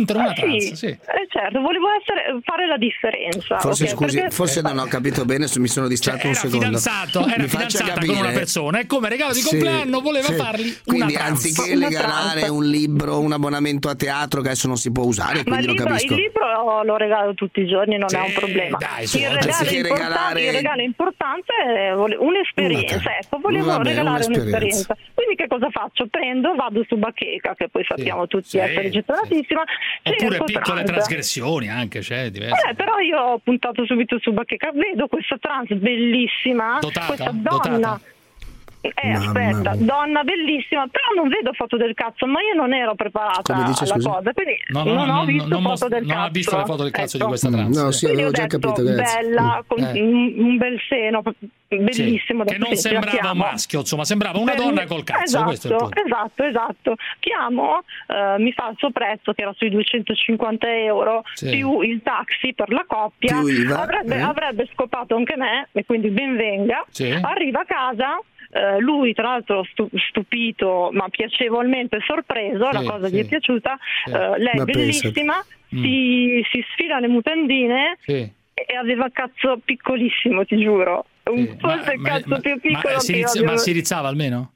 [SPEAKER 21] trans.
[SPEAKER 2] una
[SPEAKER 21] Ah,
[SPEAKER 2] trans,
[SPEAKER 21] sì.
[SPEAKER 2] sì.
[SPEAKER 21] Eh, certo, volevo essere- fare la differenza.
[SPEAKER 9] Forse,
[SPEAKER 21] ok?
[SPEAKER 9] scusi,
[SPEAKER 21] Perché- Eh,
[SPEAKER 9] forse non ho capito bene, mi sono distratto un
[SPEAKER 2] Cioè, Era
[SPEAKER 9] secondo.
[SPEAKER 2] fidanzato,
[SPEAKER 9] Mi
[SPEAKER 2] era
[SPEAKER 9] faccia
[SPEAKER 2] fidanzata con
[SPEAKER 9] capire.
[SPEAKER 2] una persona e come regalo di
[SPEAKER 9] Sì,
[SPEAKER 2] compleanno voleva
[SPEAKER 9] sì.
[SPEAKER 2] fargli una
[SPEAKER 9] Quindi
[SPEAKER 2] trans.
[SPEAKER 9] anziché
[SPEAKER 21] Una
[SPEAKER 9] regalare
[SPEAKER 21] trans.
[SPEAKER 9] un libro, un abbonamento a teatro che adesso non si può usare,
[SPEAKER 21] Ma
[SPEAKER 9] quindi
[SPEAKER 21] il
[SPEAKER 9] lo
[SPEAKER 21] libro,
[SPEAKER 9] capisco.
[SPEAKER 21] il libro lo regalo tutti i giorni, non
[SPEAKER 9] Sì,
[SPEAKER 21] è un problema.
[SPEAKER 9] dai, su,
[SPEAKER 21] il,
[SPEAKER 9] oltre-
[SPEAKER 21] regalo
[SPEAKER 9] Anziché
[SPEAKER 21] importante,
[SPEAKER 9] regalare-
[SPEAKER 21] il regalo importante è vole-
[SPEAKER 9] Una
[SPEAKER 21] un'esperienza.
[SPEAKER 9] ca-
[SPEAKER 21] Ecco, volevo
[SPEAKER 9] Vabbè,
[SPEAKER 21] regalare
[SPEAKER 9] un'esperienza.
[SPEAKER 21] un'esperienza. Quindi che cosa faccio? Prendo, vado su Bacheca, che poi sappiamo tutti
[SPEAKER 2] sì,
[SPEAKER 21] essere gettonatissima.
[SPEAKER 2] Oppure
[SPEAKER 21] cerco
[SPEAKER 2] piccole
[SPEAKER 21] trans.
[SPEAKER 2] trasgressioni anche, cioè, diverse.
[SPEAKER 21] Eh, però io ho puntato subito su Bacheca, vedo questa trans bellissima,
[SPEAKER 2] Dotata?
[SPEAKER 21] questa
[SPEAKER 2] Dotata?
[SPEAKER 21] donna. Eh,
[SPEAKER 2] Mamma
[SPEAKER 21] aspetta,
[SPEAKER 2] mia.
[SPEAKER 21] donna bellissima, però non vedo foto del cazzo, ma io non ero preparata
[SPEAKER 9] Come dice,
[SPEAKER 21] alla
[SPEAKER 9] scusi?
[SPEAKER 21] Ah, cosa, quindi
[SPEAKER 2] No, no,
[SPEAKER 21] non
[SPEAKER 2] no,
[SPEAKER 21] ho
[SPEAKER 2] no,
[SPEAKER 21] visto
[SPEAKER 2] non
[SPEAKER 21] foto
[SPEAKER 2] mos-
[SPEAKER 21] del
[SPEAKER 2] non
[SPEAKER 21] cazzo. ecco.
[SPEAKER 2] ha visto le foto del cazzo di questa
[SPEAKER 9] Mm,
[SPEAKER 2] trans.
[SPEAKER 9] no, sì,
[SPEAKER 21] Quindi
[SPEAKER 9] avevo
[SPEAKER 21] ho
[SPEAKER 9] già
[SPEAKER 21] detto,
[SPEAKER 9] capito. grazie.
[SPEAKER 21] bella,
[SPEAKER 9] Mm.
[SPEAKER 21] con
[SPEAKER 2] Eh.
[SPEAKER 21] un un bel seno, bellissimo.
[SPEAKER 2] Sì, che
[SPEAKER 21] adesso sì,
[SPEAKER 2] non sembrava un
[SPEAKER 21] chiamo.
[SPEAKER 2] maschio, insomma, sembrava una
[SPEAKER 21] Per-
[SPEAKER 2] donna col cazzo,
[SPEAKER 21] Esatto,
[SPEAKER 2] questo è il punto.
[SPEAKER 21] esatto, esatto. Chiamo, eh, mi fa il suo prezzo che era sui 250 euro
[SPEAKER 2] Sì.
[SPEAKER 21] più il taxi per la coppia,
[SPEAKER 9] Più IVA,
[SPEAKER 21] avrebbe,
[SPEAKER 9] eh.
[SPEAKER 21] avrebbe scopato anche me e quindi ben venga.
[SPEAKER 9] Sì.
[SPEAKER 21] Arriva a casa. eh, Eh, lui, tra l'altro, stu- stupito ma piacevolmente sorpreso, la
[SPEAKER 22] Sì,
[SPEAKER 21] cosa
[SPEAKER 22] sì.
[SPEAKER 21] gli è piaciuta.
[SPEAKER 22] Sì.
[SPEAKER 21] Eh, lei
[SPEAKER 22] Ma
[SPEAKER 21] è
[SPEAKER 22] pensa.
[SPEAKER 21] bellissima,
[SPEAKER 22] Mm.
[SPEAKER 21] si, si sfila le mutandine
[SPEAKER 22] Sì.
[SPEAKER 21] e aveva il cazzo piccolissimo, ti giuro. Un- Forse il cazzo esatto, più piccolo
[SPEAKER 2] Eh, Ma, si
[SPEAKER 21] che io
[SPEAKER 2] rizz-
[SPEAKER 21] abbia-
[SPEAKER 2] ma si rizzava almeno?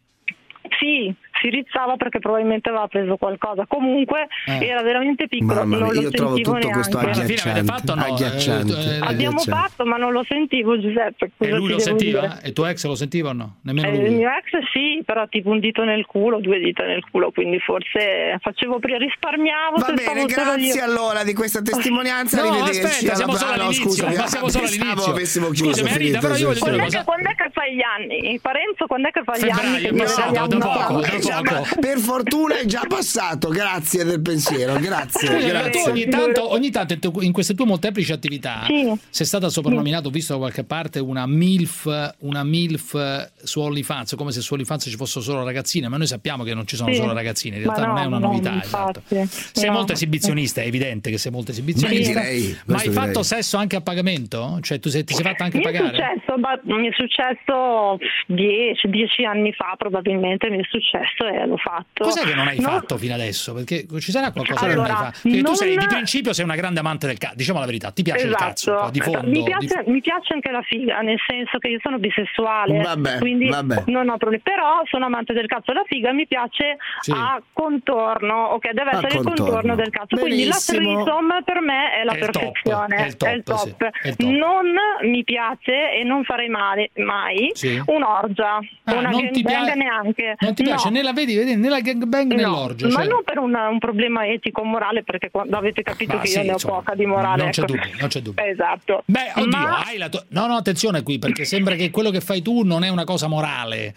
[SPEAKER 21] Sì, si rizzava perché probabilmente aveva preso qualcosa. Comunque
[SPEAKER 2] Eh.
[SPEAKER 21] era veramente piccolo.
[SPEAKER 9] Mamma
[SPEAKER 21] non
[SPEAKER 9] mia,
[SPEAKER 21] lo
[SPEAKER 9] io trovo
[SPEAKER 21] sentivo
[SPEAKER 9] tutto questo
[SPEAKER 21] neanche.
[SPEAKER 9] Alla fine avete fatto o no? agghiacciante, Eh, eh,
[SPEAKER 21] Abbiamo
[SPEAKER 9] agghiacciante.
[SPEAKER 21] fatto, ma non lo sentivo, Giuseppe.
[SPEAKER 2] E
[SPEAKER 21] cosa
[SPEAKER 2] lui
[SPEAKER 21] ti
[SPEAKER 2] lo
[SPEAKER 21] devo
[SPEAKER 2] sentiva?
[SPEAKER 21] dire?
[SPEAKER 2] E tuo ex lo sentiva o no? Nemmeno
[SPEAKER 21] Eh, il
[SPEAKER 2] lui.
[SPEAKER 21] mio ex sì, però tipo un dito nel culo, due dita nel culo, quindi forse facevo prima, risparmiavo.
[SPEAKER 9] Va
[SPEAKER 21] se
[SPEAKER 9] bene,
[SPEAKER 21] stavo solo
[SPEAKER 9] grazie
[SPEAKER 21] io.
[SPEAKER 9] allora di questa testimonianza.
[SPEAKER 21] No,
[SPEAKER 9] Arrivederci
[SPEAKER 21] aspetta,
[SPEAKER 9] alla-
[SPEAKER 21] siamo
[SPEAKER 2] solo
[SPEAKER 9] ah, no,
[SPEAKER 2] all'inizio,
[SPEAKER 9] scusami,
[SPEAKER 2] ma siamo solo
[SPEAKER 9] pensavo
[SPEAKER 2] all'inizio.
[SPEAKER 9] avessimo
[SPEAKER 2] Scusami,
[SPEAKER 9] chiuso,
[SPEAKER 2] Anita,
[SPEAKER 9] finito,
[SPEAKER 2] però io
[SPEAKER 9] sì,
[SPEAKER 2] voglio
[SPEAKER 9] sì.
[SPEAKER 2] dire
[SPEAKER 21] Quando
[SPEAKER 2] una
[SPEAKER 21] è,
[SPEAKER 2] cosa.
[SPEAKER 21] che, quando è che fa gli anni? Parenzo, quando è che fa gli anni?
[SPEAKER 2] Febbraio,
[SPEAKER 21] Che mi
[SPEAKER 2] passato,
[SPEAKER 21] regaliamo
[SPEAKER 2] da
[SPEAKER 21] una
[SPEAKER 2] poco,
[SPEAKER 21] pausa?
[SPEAKER 2] da
[SPEAKER 9] Eh, già, ma per fortuna è già passato, grazie del pensiero, grazie.
[SPEAKER 2] Scusa, ma tu
[SPEAKER 9] grazie.
[SPEAKER 2] ogni tanto, ogni tanto in tu- in queste tue molteplici attività sei stata soprannominata, ho visto da qualche parte una MILF, una MILF eh, su OnlyFans, come se su OnlyFans ci fossero solo ragazzine, ma noi sappiamo che non ci sono
[SPEAKER 21] Sì.
[SPEAKER 2] solo ragazzine, in
[SPEAKER 21] Ma
[SPEAKER 2] realtà non
[SPEAKER 21] no,
[SPEAKER 2] è una
[SPEAKER 21] no,
[SPEAKER 2] novità. esatto.
[SPEAKER 21] infatti. Cioè,
[SPEAKER 2] Sei
[SPEAKER 21] No.
[SPEAKER 2] molto esibizionista, è evidente che sei molto esibizionista.
[SPEAKER 21] Ma direi,
[SPEAKER 2] ma hai
[SPEAKER 21] questo
[SPEAKER 2] fatto
[SPEAKER 21] direi.
[SPEAKER 2] sesso anche a pagamento? Cioè tu sei- ti sei fatta anche
[SPEAKER 21] mi
[SPEAKER 2] pagare?
[SPEAKER 21] È successo, ma- mi è successo 10, 10 anni fa probabilmente, mi è successo e l'ho fatto.
[SPEAKER 2] Cos'è che non hai
[SPEAKER 21] No,
[SPEAKER 2] fatto fino adesso? Perché ci sarà qualcosa
[SPEAKER 21] Allora,
[SPEAKER 2] che non hai fatto? Perché tu
[SPEAKER 21] non-
[SPEAKER 2] sei di principio sei una grande amante del cazzo, diciamo la verità, ti piace il cazzo, un po' di fondo.
[SPEAKER 21] Esatto. Mi
[SPEAKER 2] di-
[SPEAKER 21] piace, mi piace anche la figa, nel senso che io sono bisessuale,
[SPEAKER 2] Vabbè,
[SPEAKER 21] quindi
[SPEAKER 2] vabbè.
[SPEAKER 21] non ho problemi. Però sono amante del cazzo. La figa mi piace
[SPEAKER 2] Sì.
[SPEAKER 21] a contorno, ok? Deve
[SPEAKER 2] A
[SPEAKER 21] essere il
[SPEAKER 2] contorno.
[SPEAKER 21] contorno del cazzo. Quindi la
[SPEAKER 2] Benissimo.
[SPEAKER 21] threesome per me è la
[SPEAKER 2] È il top,
[SPEAKER 21] perfezione.
[SPEAKER 2] è il top, sì, è il top.
[SPEAKER 21] Non mi piace e non farei male mai
[SPEAKER 2] Sì.
[SPEAKER 21] un'orgia,
[SPEAKER 2] Ah,
[SPEAKER 21] una
[SPEAKER 2] non ti
[SPEAKER 21] gangbang
[SPEAKER 2] pia-
[SPEAKER 21] neanche.
[SPEAKER 2] Non ti piace
[SPEAKER 21] No.
[SPEAKER 2] né la vedi, vedi né la gangbang né
[SPEAKER 21] No,
[SPEAKER 2] l'orgia.
[SPEAKER 21] ma
[SPEAKER 2] cioè-
[SPEAKER 21] non per una- un problema etico morale, perché quando avete capito
[SPEAKER 2] Ma
[SPEAKER 21] che
[SPEAKER 2] sì,
[SPEAKER 21] io ne ho
[SPEAKER 2] insomma,
[SPEAKER 21] poca di morale.
[SPEAKER 2] non c'è
[SPEAKER 21] ecco.
[SPEAKER 2] dubbio, non c'è dubbio.
[SPEAKER 21] Esatto.
[SPEAKER 2] Beh, oddio,
[SPEAKER 21] Ma-
[SPEAKER 2] hai la tua- No, no, attenzione qui, perché sembra che quello che fai tu non è una cosa morale.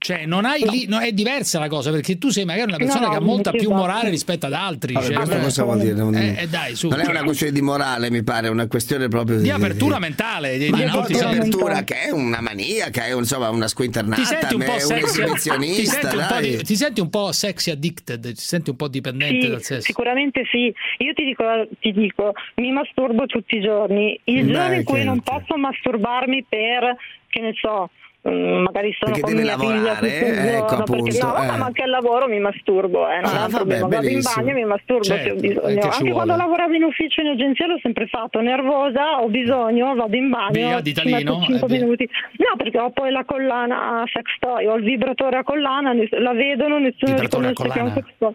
[SPEAKER 2] Cioè, non hai lì, no, è diversa la cosa, perché tu sei magari una
[SPEAKER 9] No,
[SPEAKER 2] persona
[SPEAKER 9] no,
[SPEAKER 2] che ha molta
[SPEAKER 9] esatto.
[SPEAKER 2] più morale rispetto ad altri.
[SPEAKER 9] Vabbè,
[SPEAKER 2] cioè,
[SPEAKER 9] questo
[SPEAKER 2] eh,
[SPEAKER 9] cosa vuol dire? Non,
[SPEAKER 2] eh, eh, dai, su.
[SPEAKER 9] non è una questione di morale, mi pare, è una questione proprio di,
[SPEAKER 2] Di apertura mentale, di-
[SPEAKER 9] Ma
[SPEAKER 2] di
[SPEAKER 9] no,
[SPEAKER 2] tutti
[SPEAKER 9] di
[SPEAKER 2] i sensi.
[SPEAKER 9] apertura che è una mania, che è insomma una squinternata,
[SPEAKER 2] Ti senti un
[SPEAKER 9] ma
[SPEAKER 2] po'
[SPEAKER 9] è
[SPEAKER 2] sexy, ti
[SPEAKER 9] esibizionista,
[SPEAKER 2] senti un po'
[SPEAKER 9] dai.
[SPEAKER 2] di- ti senti un po' sexy addicted, ti senti un po' dipendente
[SPEAKER 21] Sì,
[SPEAKER 2] dal sesso.
[SPEAKER 21] sicuramente sì. Io ti dico, ti dico, mi masturbo tutti i giorni. Il
[SPEAKER 2] Beh,
[SPEAKER 21] giorno in cui
[SPEAKER 2] che-
[SPEAKER 21] non posso masturbarmi per, che ne so, mm, magari sono
[SPEAKER 9] Perché
[SPEAKER 21] con
[SPEAKER 9] deve
[SPEAKER 21] mia figlia tutto
[SPEAKER 9] lavorare,
[SPEAKER 21] il giorno,
[SPEAKER 9] ecco,
[SPEAKER 21] perché
[SPEAKER 9] appunto,
[SPEAKER 21] no, vabbè,
[SPEAKER 9] eh.
[SPEAKER 21] ma anche al lavoro mi masturbo, eh, non
[SPEAKER 9] Ah,
[SPEAKER 21] è un
[SPEAKER 9] vabbè,
[SPEAKER 21] problema. Vado in
[SPEAKER 9] benissimo.
[SPEAKER 21] bagno e mi masturbo se
[SPEAKER 9] Certo,
[SPEAKER 21] ho
[SPEAKER 9] eh, che
[SPEAKER 21] bisogno.
[SPEAKER 9] ci
[SPEAKER 21] Anche
[SPEAKER 9] vuole.
[SPEAKER 21] quando lavoravo in ufficio in agenzia l'ho sempre fatto, nervosa, ho bisogno, vado in bagno,
[SPEAKER 2] Via, di Talino,
[SPEAKER 21] ci metto cinque
[SPEAKER 2] eh, via.
[SPEAKER 21] minuti. No, perché ho poi la collana a sex toy, ho il vibratore a collana, ness- la vedono, nessuno
[SPEAKER 2] Vibratore a
[SPEAKER 21] riconosce che è un
[SPEAKER 2] collana?
[SPEAKER 21] sex toy.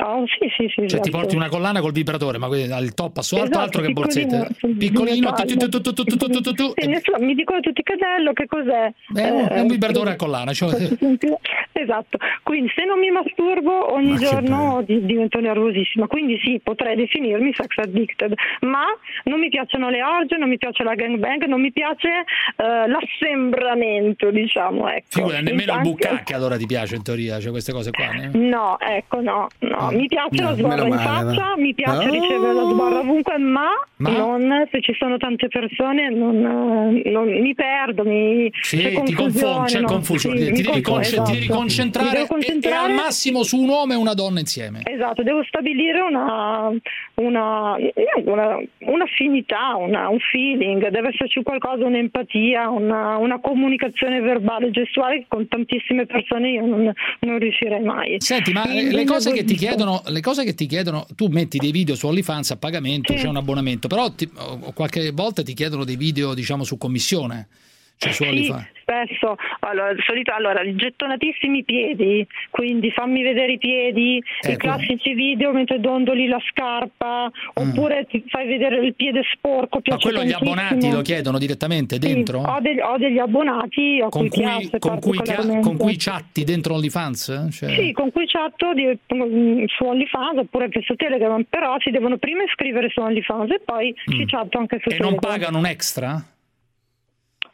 [SPEAKER 21] Ah, sì, sì, sì,
[SPEAKER 2] Cioè, ti
[SPEAKER 21] esatto.
[SPEAKER 2] porti una collana col vibratore, ma que- al top a su alto,
[SPEAKER 21] Esatto,
[SPEAKER 2] altro che
[SPEAKER 21] piccolino,
[SPEAKER 2] borsette.
[SPEAKER 21] sul
[SPEAKER 2] Piccolino,
[SPEAKER 21] vibratore.
[SPEAKER 2] tu- tu- tu- tu- tu- tu- tu- tu- tu- tu-
[SPEAKER 21] Sì, nessuno- mi dicono tutti casello che cos'è
[SPEAKER 2] Beh, è un- è un
[SPEAKER 21] Eh,
[SPEAKER 2] vibratore a collana, cioè-
[SPEAKER 21] faccio sentire- esatto quindi se non mi masturbo ogni giorno di- divento nervosissima quindi sì potrei definirmi sex addicted ma non mi piacciono le orge non mi piace la gangbang non mi piace eh, l'assembramento diciamo ecco
[SPEAKER 2] Figura, nemmeno il
[SPEAKER 21] Anche-
[SPEAKER 2] bucacche allora ti piace in teoria, cioè queste cose qua. eh?
[SPEAKER 21] No, ecco, no, no. Mi piace
[SPEAKER 2] Ah, No,
[SPEAKER 21] la sbarra
[SPEAKER 2] meno
[SPEAKER 21] in
[SPEAKER 2] male,
[SPEAKER 21] faccia,
[SPEAKER 2] va.
[SPEAKER 21] mi piace
[SPEAKER 2] Oh.
[SPEAKER 21] ricevere la sbarra ovunque, ma,
[SPEAKER 2] Ma?
[SPEAKER 21] non- se ci sono tante persone non, non- mi perdo, mi,
[SPEAKER 2] Sì,
[SPEAKER 21] c'è
[SPEAKER 2] ti confon- c'è
[SPEAKER 21] no?
[SPEAKER 2] confusione,
[SPEAKER 21] Sì,
[SPEAKER 2] ti,
[SPEAKER 21] mi
[SPEAKER 2] devi
[SPEAKER 21] confondo,
[SPEAKER 2] conce- ti
[SPEAKER 21] esatto.
[SPEAKER 2] devi
[SPEAKER 21] Mi
[SPEAKER 2] concentrare,
[SPEAKER 21] devo
[SPEAKER 2] e- e al
[SPEAKER 21] concentrare-
[SPEAKER 2] massimo su un uomo e una donna insieme.
[SPEAKER 21] Esatto, devo stabilire una, una- una- un'affinità, una- un feeling, deve esserci qualcosa, un'empatia, una, una comunicazione verbale, e gestuale che con tantissime persone io non, non riuscirei mai.
[SPEAKER 2] Senti, ma le, le cose che ti chiedono, le cose che ti chiedono, tu metti dei video su OnlyFans a pagamento, c'è un abbonamento, però ti- o- o qualche volta ti chiedono dei video, diciamo, su commissione, cioè su
[SPEAKER 21] Sì,
[SPEAKER 2] OnlyFans.
[SPEAKER 21] spesso, allora, di solito, allora, gettonatissimi piedi, quindi fammi vedere i piedi, i
[SPEAKER 2] Ecco.
[SPEAKER 21] classici video mentre dondoli la scarpa, oppure ti fai vedere il piede sporco,
[SPEAKER 2] Mm. Ma
[SPEAKER 21] piace
[SPEAKER 2] quello gli
[SPEAKER 21] tantissimo.
[SPEAKER 2] abbonati lo chiedono direttamente
[SPEAKER 21] Sì,
[SPEAKER 2] dentro?
[SPEAKER 21] ho, degli- ho degli abbonati a
[SPEAKER 2] con,
[SPEAKER 21] cui
[SPEAKER 2] cui,
[SPEAKER 21] piace
[SPEAKER 2] con, cui chia-
[SPEAKER 21] particolarmente.
[SPEAKER 2] con cui chatti dentro OnlyFans? Cioè,
[SPEAKER 21] Sì, con cui chatto di, mm, su OnlyFans oppure anche su Telegram, però si devono prima iscrivere su OnlyFans e poi ci chatto anche su
[SPEAKER 2] Mm. e
[SPEAKER 21] Telegram.
[SPEAKER 2] non pagano un extra?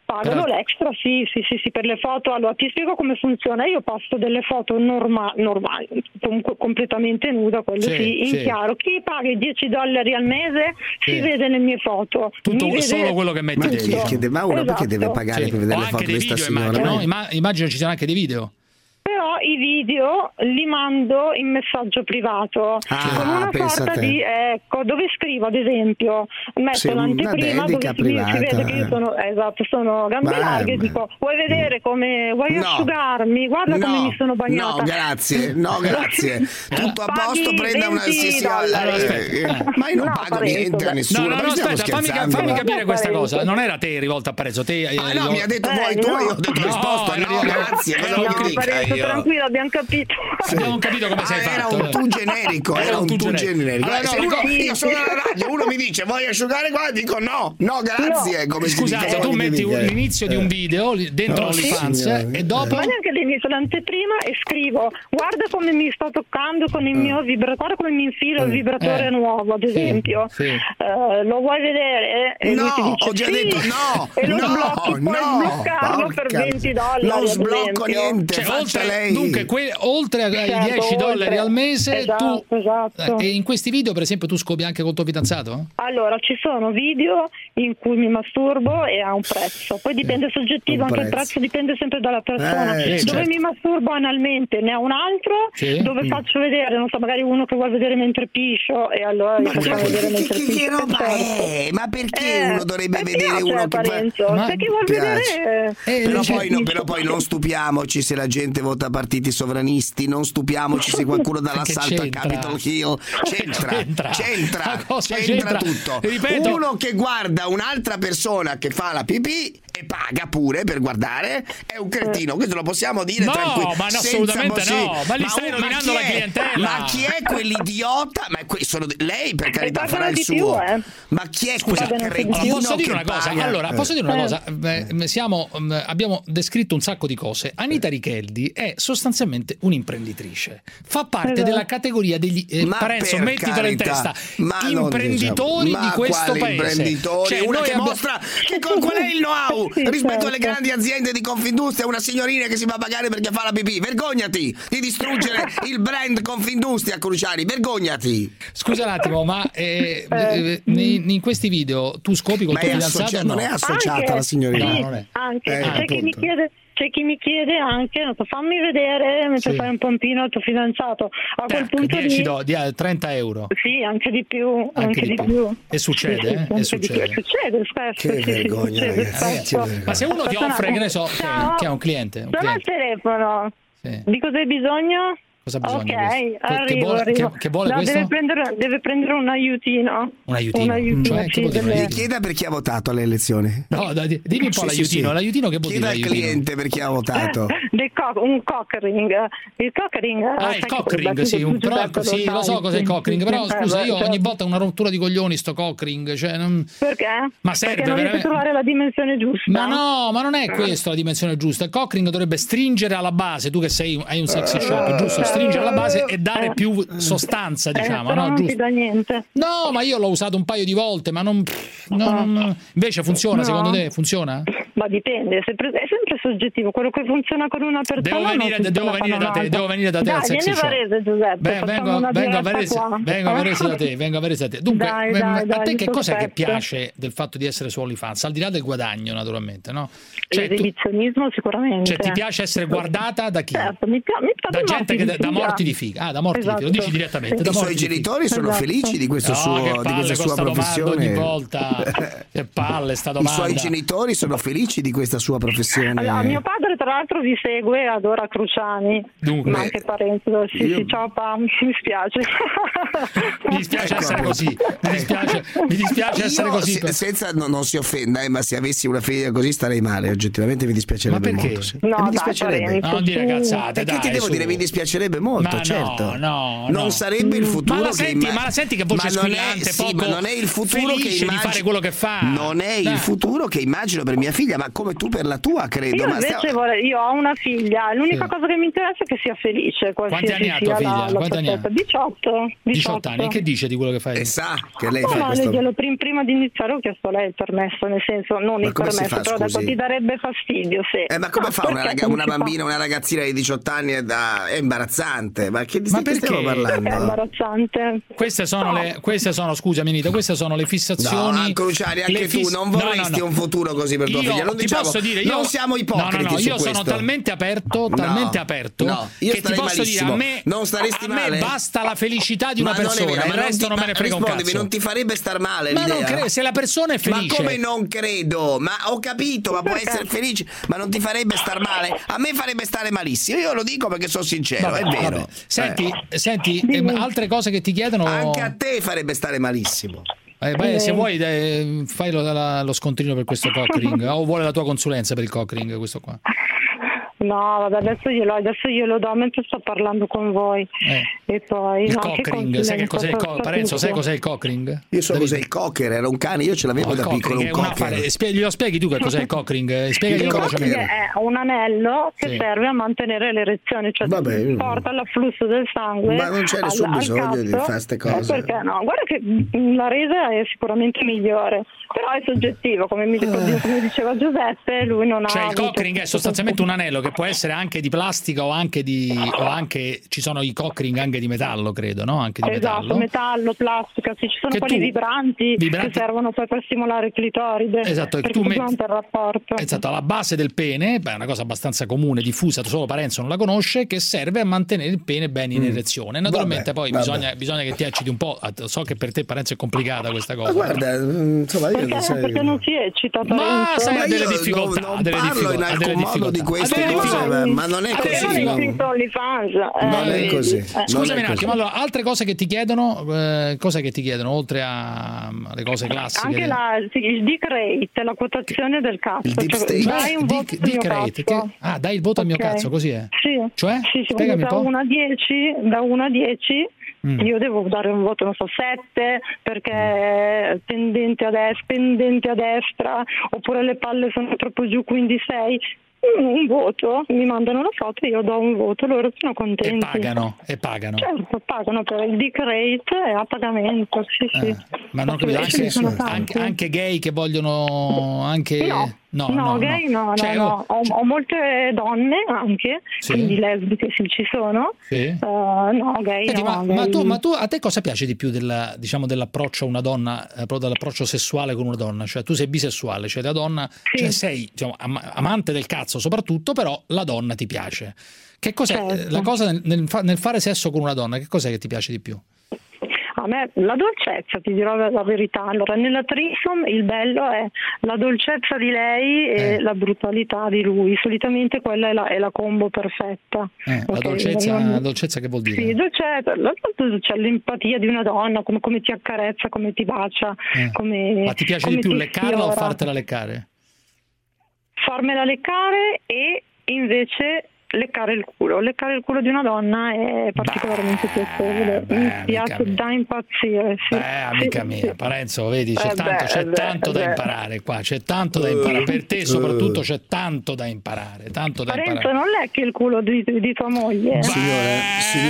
[SPEAKER 21] Pagano
[SPEAKER 2] Però-
[SPEAKER 21] l'extra, sì, sì, sì, sì, per le foto. Allora, ti spiego come funziona. Io posto delle foto norma- normali, comunque completamente nuda, quello
[SPEAKER 2] Sì,
[SPEAKER 21] sì, in
[SPEAKER 2] sì.
[SPEAKER 21] chiaro. Chi paga i 10 dollari al mese
[SPEAKER 2] Sì.
[SPEAKER 21] si vede le mie foto.
[SPEAKER 2] Tutto-
[SPEAKER 21] Mi vede- Esatto.
[SPEAKER 2] solo quello che metti
[SPEAKER 9] Ma chi
[SPEAKER 2] dentro.
[SPEAKER 9] chiede- ma uno perché deve pagare
[SPEAKER 2] Sì.
[SPEAKER 9] per vedere
[SPEAKER 2] O
[SPEAKER 9] le
[SPEAKER 2] anche
[SPEAKER 9] foto di
[SPEAKER 2] dei
[SPEAKER 9] questa
[SPEAKER 2] video,
[SPEAKER 9] signora?
[SPEAKER 2] immagino, no? Imma- immagino ci siano anche dei video.
[SPEAKER 21] Però i video li mando in messaggio privato
[SPEAKER 9] Ah,
[SPEAKER 21] con una
[SPEAKER 9] pensa
[SPEAKER 21] sorta
[SPEAKER 9] te.
[SPEAKER 21] di ecco dove scrivo, ad esempio, metto
[SPEAKER 9] Sì, una
[SPEAKER 21] l'anteprima dove
[SPEAKER 9] dedica
[SPEAKER 21] si, vede- si vede
[SPEAKER 9] privata,
[SPEAKER 21] che io
[SPEAKER 9] eh.
[SPEAKER 21] sono esatto, sono gambe
[SPEAKER 9] Ma-
[SPEAKER 21] larghe e dico vuoi vedere come vuoi
[SPEAKER 9] No.
[SPEAKER 21] asciugarmi, guarda come
[SPEAKER 9] No.
[SPEAKER 21] mi sono bagnata.
[SPEAKER 9] No, grazie, no, grazie. Tutto a posto, prenda una sì, sì, alla- eh, Ma io non pago niente a
[SPEAKER 2] No,
[SPEAKER 9] nessuno.
[SPEAKER 2] no,
[SPEAKER 9] ma
[SPEAKER 2] no,
[SPEAKER 9] stiamo
[SPEAKER 2] aspetta, fammi,
[SPEAKER 9] scherzando,
[SPEAKER 2] fammi
[SPEAKER 9] ma-
[SPEAKER 2] capire questa cosa. Non era te rivolta a Parenzo, te eh,
[SPEAKER 9] Ah, no, mi ha
[SPEAKER 21] Eh,
[SPEAKER 9] detto vuoi tu, io ho detto risposto, no, grazie, cosa vuoi che
[SPEAKER 21] no,
[SPEAKER 9] dica
[SPEAKER 21] Parenzo,
[SPEAKER 9] io?
[SPEAKER 21] tranquillo, abbiamo capito.
[SPEAKER 2] Abbiamo capito come sei
[SPEAKER 9] Ah, Era
[SPEAKER 2] fatto.
[SPEAKER 9] un tu generico, era un tu generico.
[SPEAKER 2] Allora,
[SPEAKER 9] Eh,
[SPEAKER 2] no,
[SPEAKER 9] se uno-
[SPEAKER 2] ricordi-
[SPEAKER 9] Io sono alla radio, uno mi dice vuoi asciugare qua? Dico no, no, grazie. Come si dice,
[SPEAKER 2] Scusate, tu
[SPEAKER 9] come si
[SPEAKER 2] metti
[SPEAKER 9] dice. eh.
[SPEAKER 2] un- l'inizio di un video li- dentro
[SPEAKER 9] No,
[SPEAKER 2] OnlyFans
[SPEAKER 9] signore. eh.
[SPEAKER 2] e dopo
[SPEAKER 21] Ma neanche lì metto l'anteprima e scrivo guarda come mi sto toccando con
[SPEAKER 2] Ah.
[SPEAKER 21] il mio vibratore, come mi infilo il vibratore
[SPEAKER 9] Eh.
[SPEAKER 21] nuovo, ad esempio. Eh, lo vuoi vedere? E lui
[SPEAKER 9] No,
[SPEAKER 21] ti dice,
[SPEAKER 9] ho già
[SPEAKER 21] "Sì."
[SPEAKER 9] detto no,
[SPEAKER 21] E lo
[SPEAKER 9] no,
[SPEAKER 21] sblocchi, puoi
[SPEAKER 9] no,
[SPEAKER 21] sbloccarlo per
[SPEAKER 9] porca-
[SPEAKER 21] 20 dollari.
[SPEAKER 9] non
[SPEAKER 21] ad
[SPEAKER 9] sblocco
[SPEAKER 21] esempio.
[SPEAKER 9] niente,
[SPEAKER 2] Cioè,
[SPEAKER 9] faccia
[SPEAKER 2] oltre,
[SPEAKER 9] lei.
[SPEAKER 2] dunque, que- oltre ai
[SPEAKER 21] Certo,
[SPEAKER 2] 10 dollari
[SPEAKER 21] oltre.
[SPEAKER 2] al mese,
[SPEAKER 21] Esatto,
[SPEAKER 2] tu
[SPEAKER 21] esatto.
[SPEAKER 2] Eh, e in questi video, per esempio, tu scopi anche col tuo fidanzato?
[SPEAKER 21] Allora, ci sono video in cui mi masturbo e ha un prezzo, poi dipende soggettivo,
[SPEAKER 2] un
[SPEAKER 21] anche il
[SPEAKER 2] prezzo.
[SPEAKER 21] prezzo dipende sempre dalla persona.
[SPEAKER 2] Eh,
[SPEAKER 21] dove
[SPEAKER 2] sì, certo.
[SPEAKER 21] mi masturbo analmente ne ha un altro,
[SPEAKER 2] Sì.
[SPEAKER 21] dove
[SPEAKER 2] Mm.
[SPEAKER 21] faccio vedere, non so, magari uno che vuole vedere mentre piscio e allora io faccio vedere mentre
[SPEAKER 9] che-
[SPEAKER 21] piscio.
[SPEAKER 9] che roba
[SPEAKER 21] certo.
[SPEAKER 9] è? Ma perché
[SPEAKER 21] Eh,
[SPEAKER 9] uno dovrebbe
[SPEAKER 21] eh,
[SPEAKER 9] vedere
[SPEAKER 21] piace
[SPEAKER 9] uno che fa-
[SPEAKER 21] Parenzo,
[SPEAKER 9] Ma-
[SPEAKER 21] perché vuol
[SPEAKER 9] piace.
[SPEAKER 21] vedere
[SPEAKER 2] Eh,
[SPEAKER 9] Però poi, no- però poi non stupiamoci se la gente vota partiti sovranisti, non stupiamoci se qualcuno dà
[SPEAKER 2] Che
[SPEAKER 9] l'assalto a
[SPEAKER 2] c'entra?
[SPEAKER 9] Capitol Hill.
[SPEAKER 2] C'entra?
[SPEAKER 9] C'entra, c'entra,
[SPEAKER 2] Ma
[SPEAKER 9] c'entra,
[SPEAKER 2] cosa c'entra?
[SPEAKER 9] tutto.
[SPEAKER 2] Ripeto-
[SPEAKER 9] Uno che guarda un'altra persona che fa la pipì e paga pure per guardare è un
[SPEAKER 2] Eh.
[SPEAKER 9] cretino. Questo lo possiamo dire
[SPEAKER 2] No,
[SPEAKER 9] tranquillo.
[SPEAKER 2] ma no,
[SPEAKER 9] senza
[SPEAKER 2] assolutamente
[SPEAKER 9] bossi.
[SPEAKER 2] no. Ma li stai
[SPEAKER 9] un-
[SPEAKER 2] rovinando
[SPEAKER 9] chi
[SPEAKER 2] la
[SPEAKER 9] è?
[SPEAKER 2] clientela.
[SPEAKER 9] Ma chi è quell'idiota? Ma que- sono- lei per carità
[SPEAKER 2] pagano
[SPEAKER 9] farà il
[SPEAKER 2] di più,
[SPEAKER 9] suo.
[SPEAKER 2] eh.
[SPEAKER 9] Ma chi è
[SPEAKER 2] Scusa,
[SPEAKER 9] quel cretino?
[SPEAKER 2] allora, posso dire
[SPEAKER 9] che
[SPEAKER 2] una cosa?
[SPEAKER 9] paga?
[SPEAKER 2] Allora, posso dire una
[SPEAKER 9] Eh.
[SPEAKER 2] cosa? Eh, siamo, mm, abbiamo descritto un sacco di cose. Anita Richeldi è sostanzialmente un'imprenditrice. Fa parte
[SPEAKER 9] Esatto.
[SPEAKER 2] della categoria degli eh,
[SPEAKER 9] Ma
[SPEAKER 2] Parenzo,
[SPEAKER 9] per
[SPEAKER 2] mettitelo in
[SPEAKER 9] carità,
[SPEAKER 2] testa.
[SPEAKER 9] ma non
[SPEAKER 2] imprenditori
[SPEAKER 9] diciamo-
[SPEAKER 2] di
[SPEAKER 9] ma
[SPEAKER 2] questo
[SPEAKER 9] quali
[SPEAKER 2] paese. Cioè,
[SPEAKER 9] imprenditori? Una che
[SPEAKER 2] abbiamo-
[SPEAKER 9] mostra che co- qual è il know-how
[SPEAKER 2] Sì,
[SPEAKER 9] rispetto
[SPEAKER 2] certo.
[SPEAKER 9] alle grandi aziende di Confindustria, una signorina che si fa pagare perché fa la pipì. Vergognati di distruggere il brand Confindustria, Cruciani, vergognati.
[SPEAKER 2] Scusa un attimo, ma eh, eh, in, in questi video tu scopi col
[SPEAKER 9] Ma
[SPEAKER 2] tuo
[SPEAKER 9] è
[SPEAKER 2] fidanzato?
[SPEAKER 9] associa-
[SPEAKER 2] o no?
[SPEAKER 9] non è
[SPEAKER 21] Anche, sì,
[SPEAKER 2] No, non è.
[SPEAKER 21] anche.
[SPEAKER 2] Eh,
[SPEAKER 21] c'è, chi mi
[SPEAKER 2] appunto.
[SPEAKER 21] chiede, c'è chi mi chiede anche, non so, fammi vedere mentre fai un pompino al tuo fidanzato. A quel
[SPEAKER 2] Ecco,
[SPEAKER 21] punto
[SPEAKER 2] 10
[SPEAKER 21] lì,
[SPEAKER 2] do- di- 30 euro.
[SPEAKER 21] sì, anche di più, anche,
[SPEAKER 2] di
[SPEAKER 21] di,
[SPEAKER 2] più.
[SPEAKER 21] più.
[SPEAKER 2] E succede,
[SPEAKER 21] Sì, sì,
[SPEAKER 2] eh? E
[SPEAKER 21] anche di
[SPEAKER 2] succede.
[SPEAKER 21] più. Succede spesso.
[SPEAKER 2] Che
[SPEAKER 21] sì, sì,
[SPEAKER 2] vergogna,
[SPEAKER 21] succede
[SPEAKER 2] ragazzi,
[SPEAKER 21] spesso.
[SPEAKER 2] che vergogna. Ma se uno ti
[SPEAKER 21] Aspetta un
[SPEAKER 2] offre,
[SPEAKER 21] attimo.
[SPEAKER 2] che ne so, ok,
[SPEAKER 21] Ciao.
[SPEAKER 2] che è un cliente, un
[SPEAKER 21] Sono al
[SPEAKER 2] cliente.
[SPEAKER 21] telefono. Di cosa hai bisogno?
[SPEAKER 2] Cosa ha bisogno
[SPEAKER 21] Ok,
[SPEAKER 2] questo? Che- che
[SPEAKER 21] arrivo,
[SPEAKER 2] vuole-
[SPEAKER 21] arrivo.
[SPEAKER 2] che- che vuole
[SPEAKER 21] No,
[SPEAKER 2] questo?
[SPEAKER 21] Deve prendere, deve prendere un aiutino.
[SPEAKER 2] Un aiutino? Cioè, che
[SPEAKER 21] sì,
[SPEAKER 2] vuol dire un
[SPEAKER 21] delle-
[SPEAKER 2] aiutino?
[SPEAKER 9] Chieda per chi ha votato alle elezioni.
[SPEAKER 2] No, dai, dimmi un po'
[SPEAKER 9] Sì, sì,
[SPEAKER 2] l'aiutino.
[SPEAKER 9] sì.
[SPEAKER 2] L'aiutino che vuol
[SPEAKER 9] Chieda
[SPEAKER 2] dire?
[SPEAKER 9] al
[SPEAKER 2] l'aiutino?
[SPEAKER 9] cliente per chi ha votato.
[SPEAKER 21] Del co- un cockring. Il cockring.
[SPEAKER 2] Ah, il cockring, sì, un pro- sì, lo so cos'è il cockring,
[SPEAKER 21] Eh,
[SPEAKER 2] però scusa,
[SPEAKER 21] certo.
[SPEAKER 2] io
[SPEAKER 21] cioè,
[SPEAKER 2] ogni volta una rottura di coglioni sto cockring, cioè non-
[SPEAKER 21] Perché?
[SPEAKER 2] Ma serve
[SPEAKER 21] Perché non riesco a
[SPEAKER 2] veramente-
[SPEAKER 21] trovare la dimensione giusta.
[SPEAKER 2] Ma no, ma non è questa la dimensione giusta. Il cockring dovrebbe stringere alla base, tu che sei hai un sexy shop, giusto? Stringere alla base e dare più sostanza,
[SPEAKER 21] Eh, Eh,
[SPEAKER 2] diciamo,
[SPEAKER 21] però
[SPEAKER 2] no,
[SPEAKER 21] non ti
[SPEAKER 2] giusto?
[SPEAKER 21] dà niente. Ah.
[SPEAKER 2] No, ma io l'ho usato un paio di volte, ma non. non- invece funziona,
[SPEAKER 21] No.
[SPEAKER 2] secondo te? Funziona?
[SPEAKER 21] Ma dipende, è sempre, è sempre soggettivo. Quello che funziona con una persona.
[SPEAKER 2] Devo
[SPEAKER 21] non
[SPEAKER 2] venire-
[SPEAKER 21] funziona
[SPEAKER 2] devo
[SPEAKER 21] con
[SPEAKER 2] venire da te,
[SPEAKER 21] un'altra.
[SPEAKER 2] devo venire da te
[SPEAKER 21] Dai,
[SPEAKER 2] al sexy
[SPEAKER 21] vieni a
[SPEAKER 2] shop.
[SPEAKER 21] Varese, Giuseppe.
[SPEAKER 2] Beh,
[SPEAKER 21] Certo, facciamo
[SPEAKER 2] vengo,
[SPEAKER 21] una
[SPEAKER 2] vengo a
[SPEAKER 21] diretta
[SPEAKER 2] Varese,
[SPEAKER 21] qua.
[SPEAKER 2] vengo a
[SPEAKER 21] Eh?
[SPEAKER 2] Varese da te, vengo a Varese da te. Dunque,
[SPEAKER 21] Dai,
[SPEAKER 2] mm,
[SPEAKER 21] dai,
[SPEAKER 2] a
[SPEAKER 21] dai,
[SPEAKER 2] te che
[SPEAKER 21] mi
[SPEAKER 2] cos'è che
[SPEAKER 21] sospetto.
[SPEAKER 2] piace del fatto di essere su OnlyFans? Al di là del guadagno, naturalmente, no? Cioè, tu-
[SPEAKER 21] L'esibizionismo sicuramente.
[SPEAKER 2] cioè, ti piaace essere guardata da chi?
[SPEAKER 21] Certo, mi pia- mi piace
[SPEAKER 2] Da gente
[SPEAKER 21] morti
[SPEAKER 2] che
[SPEAKER 21] di
[SPEAKER 2] da, da
[SPEAKER 21] figa.
[SPEAKER 2] morti di figa. Ah, da morti di figa, lo
[SPEAKER 21] Esatto.
[SPEAKER 2] dici direttamente.
[SPEAKER 21] Sì.
[SPEAKER 2] da
[SPEAKER 21] I
[SPEAKER 9] I
[SPEAKER 2] morti
[SPEAKER 9] suoi
[SPEAKER 2] di figa.
[SPEAKER 9] genitori sono
[SPEAKER 21] Esatto.
[SPEAKER 9] felici di, questo
[SPEAKER 2] No,
[SPEAKER 9] suo-
[SPEAKER 2] che
[SPEAKER 9] di
[SPEAKER 2] palle
[SPEAKER 9] questa
[SPEAKER 2] con
[SPEAKER 9] sua
[SPEAKER 2] sta domanda
[SPEAKER 9] professione.
[SPEAKER 2] ogni volta. Che palle sta
[SPEAKER 9] I
[SPEAKER 2] domanda.
[SPEAKER 9] suoi genitori sono felici di questa sua professione.
[SPEAKER 21] Allora,
[SPEAKER 2] Eh.
[SPEAKER 21] mio padre, tra l'altro, vi segue, adora Cruciani,
[SPEAKER 2] Uh,
[SPEAKER 9] Dunque.
[SPEAKER 21] ma anche Parenzo. Sì, sì, ciao, pa, mi dispiace.
[SPEAKER 2] Mi dispiace Cioè, essere così. Mi dispiace, mi dispiace essere
[SPEAKER 9] Ecco, Io,
[SPEAKER 2] così.
[SPEAKER 9] se- senza, no- non si offenda, eh, ma se avessi una figlia così starei male. Oggettivamente mi dispiacerebbe
[SPEAKER 2] Ma perché?
[SPEAKER 9] molto. sì.
[SPEAKER 2] No,
[SPEAKER 9] mi
[SPEAKER 2] dai,
[SPEAKER 9] dispiacerebbe.
[SPEAKER 2] Lorenzo, Non dire su. cazzate,
[SPEAKER 9] Perché
[SPEAKER 2] dai,
[SPEAKER 9] ti devo
[SPEAKER 2] su.
[SPEAKER 9] dire, mi dispiacerebbe molto,
[SPEAKER 2] Ma no,
[SPEAKER 9] certo.
[SPEAKER 2] no, no.
[SPEAKER 9] Non sarebbe il futuro.
[SPEAKER 2] Ma la
[SPEAKER 9] che
[SPEAKER 2] senti-
[SPEAKER 9] immag-
[SPEAKER 2] ma la senti che voce
[SPEAKER 9] Ma non è-
[SPEAKER 2] squillante,
[SPEAKER 9] sì,
[SPEAKER 2] poco
[SPEAKER 9] ma non è il futuro che
[SPEAKER 2] felice di
[SPEAKER 9] immagino-
[SPEAKER 2] fare quello che fa.
[SPEAKER 9] Non è
[SPEAKER 2] Dai.
[SPEAKER 9] il futuro che immagino per mia figlia, ma come tu per la tua, credo.
[SPEAKER 21] Io
[SPEAKER 9] ma
[SPEAKER 21] invece
[SPEAKER 9] stiamo-
[SPEAKER 21] vorrei- io ho una figlia, l'unica
[SPEAKER 9] Sì.
[SPEAKER 21] cosa che mi interessa è che sia felice. qualsiasi
[SPEAKER 2] anni ha
[SPEAKER 21] sia
[SPEAKER 2] tua
[SPEAKER 21] la-
[SPEAKER 2] figlia?
[SPEAKER 21] la
[SPEAKER 2] Quanti anni ha?
[SPEAKER 21] persona. 18,
[SPEAKER 2] 18 anni, e che dice di quello che fai? E
[SPEAKER 9] sa Esatto, che lei
[SPEAKER 21] No, ma glielo prim- prima di iniziare ho chiesto a lei il permesso, nel senso non
[SPEAKER 9] Ma
[SPEAKER 21] il
[SPEAKER 9] come si
[SPEAKER 21] permesso,
[SPEAKER 9] fa,
[SPEAKER 21] però ho detto
[SPEAKER 9] scusi?
[SPEAKER 21] ti darebbe fastidio se...
[SPEAKER 9] Eh, ma come
[SPEAKER 21] No,
[SPEAKER 9] fa una,
[SPEAKER 21] perché
[SPEAKER 9] raga-
[SPEAKER 21] non
[SPEAKER 9] una
[SPEAKER 21] si fa?
[SPEAKER 9] bambina, una ragazzina di 18 anni? È, da- è imbarazzante. Ma che di
[SPEAKER 2] Ma
[SPEAKER 9] che stiamo
[SPEAKER 2] perché?
[SPEAKER 9] parlando?
[SPEAKER 21] È imbarazzante.
[SPEAKER 2] Queste sono le, queste sono, scusami Anita, queste sono le fissazioni.
[SPEAKER 9] No, Ancruciani,
[SPEAKER 2] Cioè, le
[SPEAKER 9] anche tu
[SPEAKER 2] fiss-
[SPEAKER 9] non
[SPEAKER 2] no, no,
[SPEAKER 9] vorresti
[SPEAKER 2] no.
[SPEAKER 9] un futuro così per tua
[SPEAKER 2] Io
[SPEAKER 9] figlia. Non,
[SPEAKER 2] ti
[SPEAKER 9] diciamo-
[SPEAKER 2] posso dire, io-
[SPEAKER 9] non siamo ipocriti
[SPEAKER 2] No, no, no,
[SPEAKER 9] su
[SPEAKER 2] io sono
[SPEAKER 9] questo.
[SPEAKER 2] talmente aperto,
[SPEAKER 9] No.
[SPEAKER 2] talmente aperto,
[SPEAKER 9] No, io
[SPEAKER 2] che ti
[SPEAKER 9] starei
[SPEAKER 2] posso dire, a
[SPEAKER 9] malissimo.
[SPEAKER 2] me,
[SPEAKER 9] Non staresti
[SPEAKER 2] a me
[SPEAKER 9] male?
[SPEAKER 2] basta la felicità di una
[SPEAKER 9] Ma non è
[SPEAKER 2] persona,
[SPEAKER 9] vero,
[SPEAKER 2] ma il
[SPEAKER 9] non
[SPEAKER 2] resto
[SPEAKER 9] ti-
[SPEAKER 2] non me
[SPEAKER 9] ma
[SPEAKER 2] ne frega un
[SPEAKER 9] rispondimi,
[SPEAKER 2] cazzo.
[SPEAKER 9] non ti farebbe star male
[SPEAKER 2] Ma non
[SPEAKER 9] l'idea?
[SPEAKER 2] credo, se la persona è felice.
[SPEAKER 9] Ma come non credo? Ma ho capito, ma può essere felice, ma non ti farebbe star male? A me farebbe stare malissimo. Io lo dico perché sono sincero,
[SPEAKER 2] Vabbè,
[SPEAKER 9] è vero.
[SPEAKER 2] vabbè. Senti,
[SPEAKER 9] Eh.
[SPEAKER 2] senti, ehm, altre cose che ti chiedono
[SPEAKER 9] Anche a te farebbe stare malissimo.
[SPEAKER 2] Eh, beh, se vuoi eh, fai lo, la- lo scontrino per questo cockring o vuole la tua consulenza per il cockring questo qua.
[SPEAKER 21] No, vabbè, adesso glielo, adesso glielo do mentre sto parlando con voi. E poi
[SPEAKER 2] Eh. Il
[SPEAKER 21] no, che
[SPEAKER 2] cockring, sai
[SPEAKER 21] consulenza,
[SPEAKER 2] che cos'è il
[SPEAKER 21] sto-
[SPEAKER 2] co-
[SPEAKER 21] sto
[SPEAKER 2] Parenzo, sai
[SPEAKER 21] tutto.
[SPEAKER 2] cos'è il cockring?
[SPEAKER 9] Io so cos'è il cocker, era un cane, io ce l'avevo
[SPEAKER 2] No, il
[SPEAKER 9] da
[SPEAKER 2] cockring
[SPEAKER 9] piccolo un
[SPEAKER 2] è un
[SPEAKER 9] cocker.
[SPEAKER 2] affare- spie- glielo spieghi tu che cos'è il cockring? Eh, Spiegaglielo
[SPEAKER 21] Il cockring
[SPEAKER 2] velocemente.
[SPEAKER 21] è un anello che
[SPEAKER 2] Sì.
[SPEAKER 21] serve a mantenere l'erezione, cioè
[SPEAKER 9] Vabbè, io-
[SPEAKER 21] porta all'afflusso del sangue.
[SPEAKER 9] Ma non c'è
[SPEAKER 21] al-
[SPEAKER 9] nessun
[SPEAKER 21] al
[SPEAKER 9] bisogno
[SPEAKER 21] cazzo.
[SPEAKER 9] di fare queste cose.
[SPEAKER 21] Eh, perché no? Guarda che mm, la resa è sicuramente migliore, però è soggettivo, come, mi-
[SPEAKER 9] Eh.
[SPEAKER 21] come diceva Giuseppe, lui non
[SPEAKER 2] Cioè
[SPEAKER 21] ha
[SPEAKER 2] il
[SPEAKER 21] avuto-
[SPEAKER 2] cockring è sostanzialmente un anello che può essere anche di plastica o anche di o anche ci sono i cockring anche di metallo, credo, no? Anche di
[SPEAKER 21] Esatto,
[SPEAKER 2] metallo.
[SPEAKER 21] metallo, plastica, sì, ci sono
[SPEAKER 2] Che
[SPEAKER 21] quelli
[SPEAKER 2] tu-
[SPEAKER 21] vibranti,
[SPEAKER 2] vibranti-
[SPEAKER 21] che servono poi per stimolare il clitoride.
[SPEAKER 2] Esatto, e
[SPEAKER 21] perché
[SPEAKER 2] tu metti-
[SPEAKER 21] durante il rapporto.
[SPEAKER 2] Esatto, alla base del pene, beh, è una cosa abbastanza comune, diffusa, solo Parenzo non la conosce, che serve a mantenere il pene bene in erezione. Naturalmente
[SPEAKER 9] Mm.
[SPEAKER 2] poi
[SPEAKER 9] Vabbè, vabbè.
[SPEAKER 2] bisogna, bisogna che ti ecciti un po', a- so che per te Parenzo è complicata questa cosa.
[SPEAKER 9] Ma guarda, mm, insomma, io
[SPEAKER 21] Perché,
[SPEAKER 9] non so-
[SPEAKER 21] perché non si eccita
[SPEAKER 2] Ma
[SPEAKER 21] Lorenzo?
[SPEAKER 2] sai, ha delle
[SPEAKER 9] io non-
[SPEAKER 2] difficoltà,
[SPEAKER 9] non
[SPEAKER 2] ha delle
[SPEAKER 9] parlo
[SPEAKER 2] difficoltà,
[SPEAKER 9] in
[SPEAKER 2] ha delle
[SPEAKER 9] alcun modo di
[SPEAKER 2] difficoltà.
[SPEAKER 9] queste
[SPEAKER 2] Ha delle
[SPEAKER 9] cose,
[SPEAKER 2] difficoltà.
[SPEAKER 9] ma non è
[SPEAKER 21] Ah,
[SPEAKER 2] Ha delle
[SPEAKER 9] così,
[SPEAKER 2] difficoltà.
[SPEAKER 9] no.
[SPEAKER 21] Iscritto OnlyFans, eh,
[SPEAKER 9] Non è così.
[SPEAKER 21] eh.
[SPEAKER 2] Scusami un
[SPEAKER 9] così.
[SPEAKER 2] attimo, allora, altre cose che ti chiedono, eh, cosa che ti chiedono oltre a- alle cose classiche?
[SPEAKER 21] Anche la, sì, il dick rate, la quotazione del cazzo. Cioè, dai un voto
[SPEAKER 2] Dick,
[SPEAKER 21] al mio
[SPEAKER 2] Dick Rate,
[SPEAKER 21] cazzo.
[SPEAKER 2] che- ah, dai il voto al mio
[SPEAKER 21] Ok.
[SPEAKER 2] cazzo, così è.
[SPEAKER 21] Sì.
[SPEAKER 2] Cioè,
[SPEAKER 21] Sì, sì,
[SPEAKER 2] spiegami un
[SPEAKER 21] da
[SPEAKER 2] po'.
[SPEAKER 21] 1 a 10, da 1 a 10
[SPEAKER 2] Mm.
[SPEAKER 21] io devo dare un voto, non so, 7 perché
[SPEAKER 2] Mm.
[SPEAKER 21] è tendente a destra, pendente a destra, oppure le palle sono troppo giù, quindi 6. Un voto, mi mandano la foto, io do un voto, loro sono contenti.
[SPEAKER 2] Pagano e pagano.
[SPEAKER 21] Certo, pagano per il dick rate e a pagamento, sì, sì.
[SPEAKER 2] Ma non ho capito,
[SPEAKER 21] Sì, ce ne
[SPEAKER 2] anche,
[SPEAKER 21] sono tanti.
[SPEAKER 2] anche- anche gay che vogliono anche...
[SPEAKER 21] No, no, gay no, no,
[SPEAKER 2] Cioè,
[SPEAKER 21] no.
[SPEAKER 2] oh,
[SPEAKER 21] Ho, ho molte donne anche,
[SPEAKER 2] Sì.
[SPEAKER 21] quindi lesbiche sì, ci sono.
[SPEAKER 2] Sì.
[SPEAKER 21] Eh, no, gay
[SPEAKER 2] Senti, ma,
[SPEAKER 21] no.
[SPEAKER 2] ma
[SPEAKER 21] gay-
[SPEAKER 2] tu, ma tu- a te cosa piace di più della- diciamo, dell'approccio a una donna, eh, proprio dell'approccio sessuale con una donna? Cioè, tu sei bisessuale, cioè la donna, cioè, sei diciamo, am- amante del cazzo soprattutto, però la donna ti piace. Che cos'è eh,
[SPEAKER 21] Certo.
[SPEAKER 2] la cosa nel, nel fa- nel fare sesso con una donna? Che cos'è che ti piace di più?
[SPEAKER 21] A me la dolcezza, ti dirò la, la verità. Allora, nella threesome il bello è la dolcezza di lei e
[SPEAKER 2] Eh.
[SPEAKER 21] la brutalità di lui. Solitamente quella è la, è la combo perfetta.
[SPEAKER 2] Eh, la,
[SPEAKER 21] Ok,
[SPEAKER 2] dolcezza,
[SPEAKER 21] non-
[SPEAKER 2] la dolcezza che vuol dire?
[SPEAKER 21] Sì, dove c'è, la- tanto c'è l'empatia di una donna, come, come ti accarezza, come ti bacia,
[SPEAKER 2] Eh.
[SPEAKER 21] come...
[SPEAKER 2] Ma ti piace
[SPEAKER 21] come
[SPEAKER 2] di più
[SPEAKER 21] ti
[SPEAKER 2] leccarla o
[SPEAKER 21] sfiora.
[SPEAKER 2] fartela leccare?
[SPEAKER 21] Farmela leccare e invece leccare il culo. Leccare il culo di una donna è particolarmente piacevole, mi piace da impazzire. Sì.
[SPEAKER 2] Eh, amica mia, Parenzo, vedi, c'è
[SPEAKER 21] Eh
[SPEAKER 2] tanto,
[SPEAKER 21] beh,
[SPEAKER 2] c'è
[SPEAKER 21] eh beh,
[SPEAKER 2] tanto
[SPEAKER 21] eh
[SPEAKER 2] da
[SPEAKER 21] beh.
[SPEAKER 2] imparare qua, c'è tanto da
[SPEAKER 21] Eh,
[SPEAKER 2] imparare, per te
[SPEAKER 21] eh.
[SPEAKER 2] soprattutto c'è tanto da imparare, tanto da
[SPEAKER 21] Parenzo,
[SPEAKER 2] imparare.
[SPEAKER 21] non lecchi il culo di, di tua moglie.
[SPEAKER 2] Signore,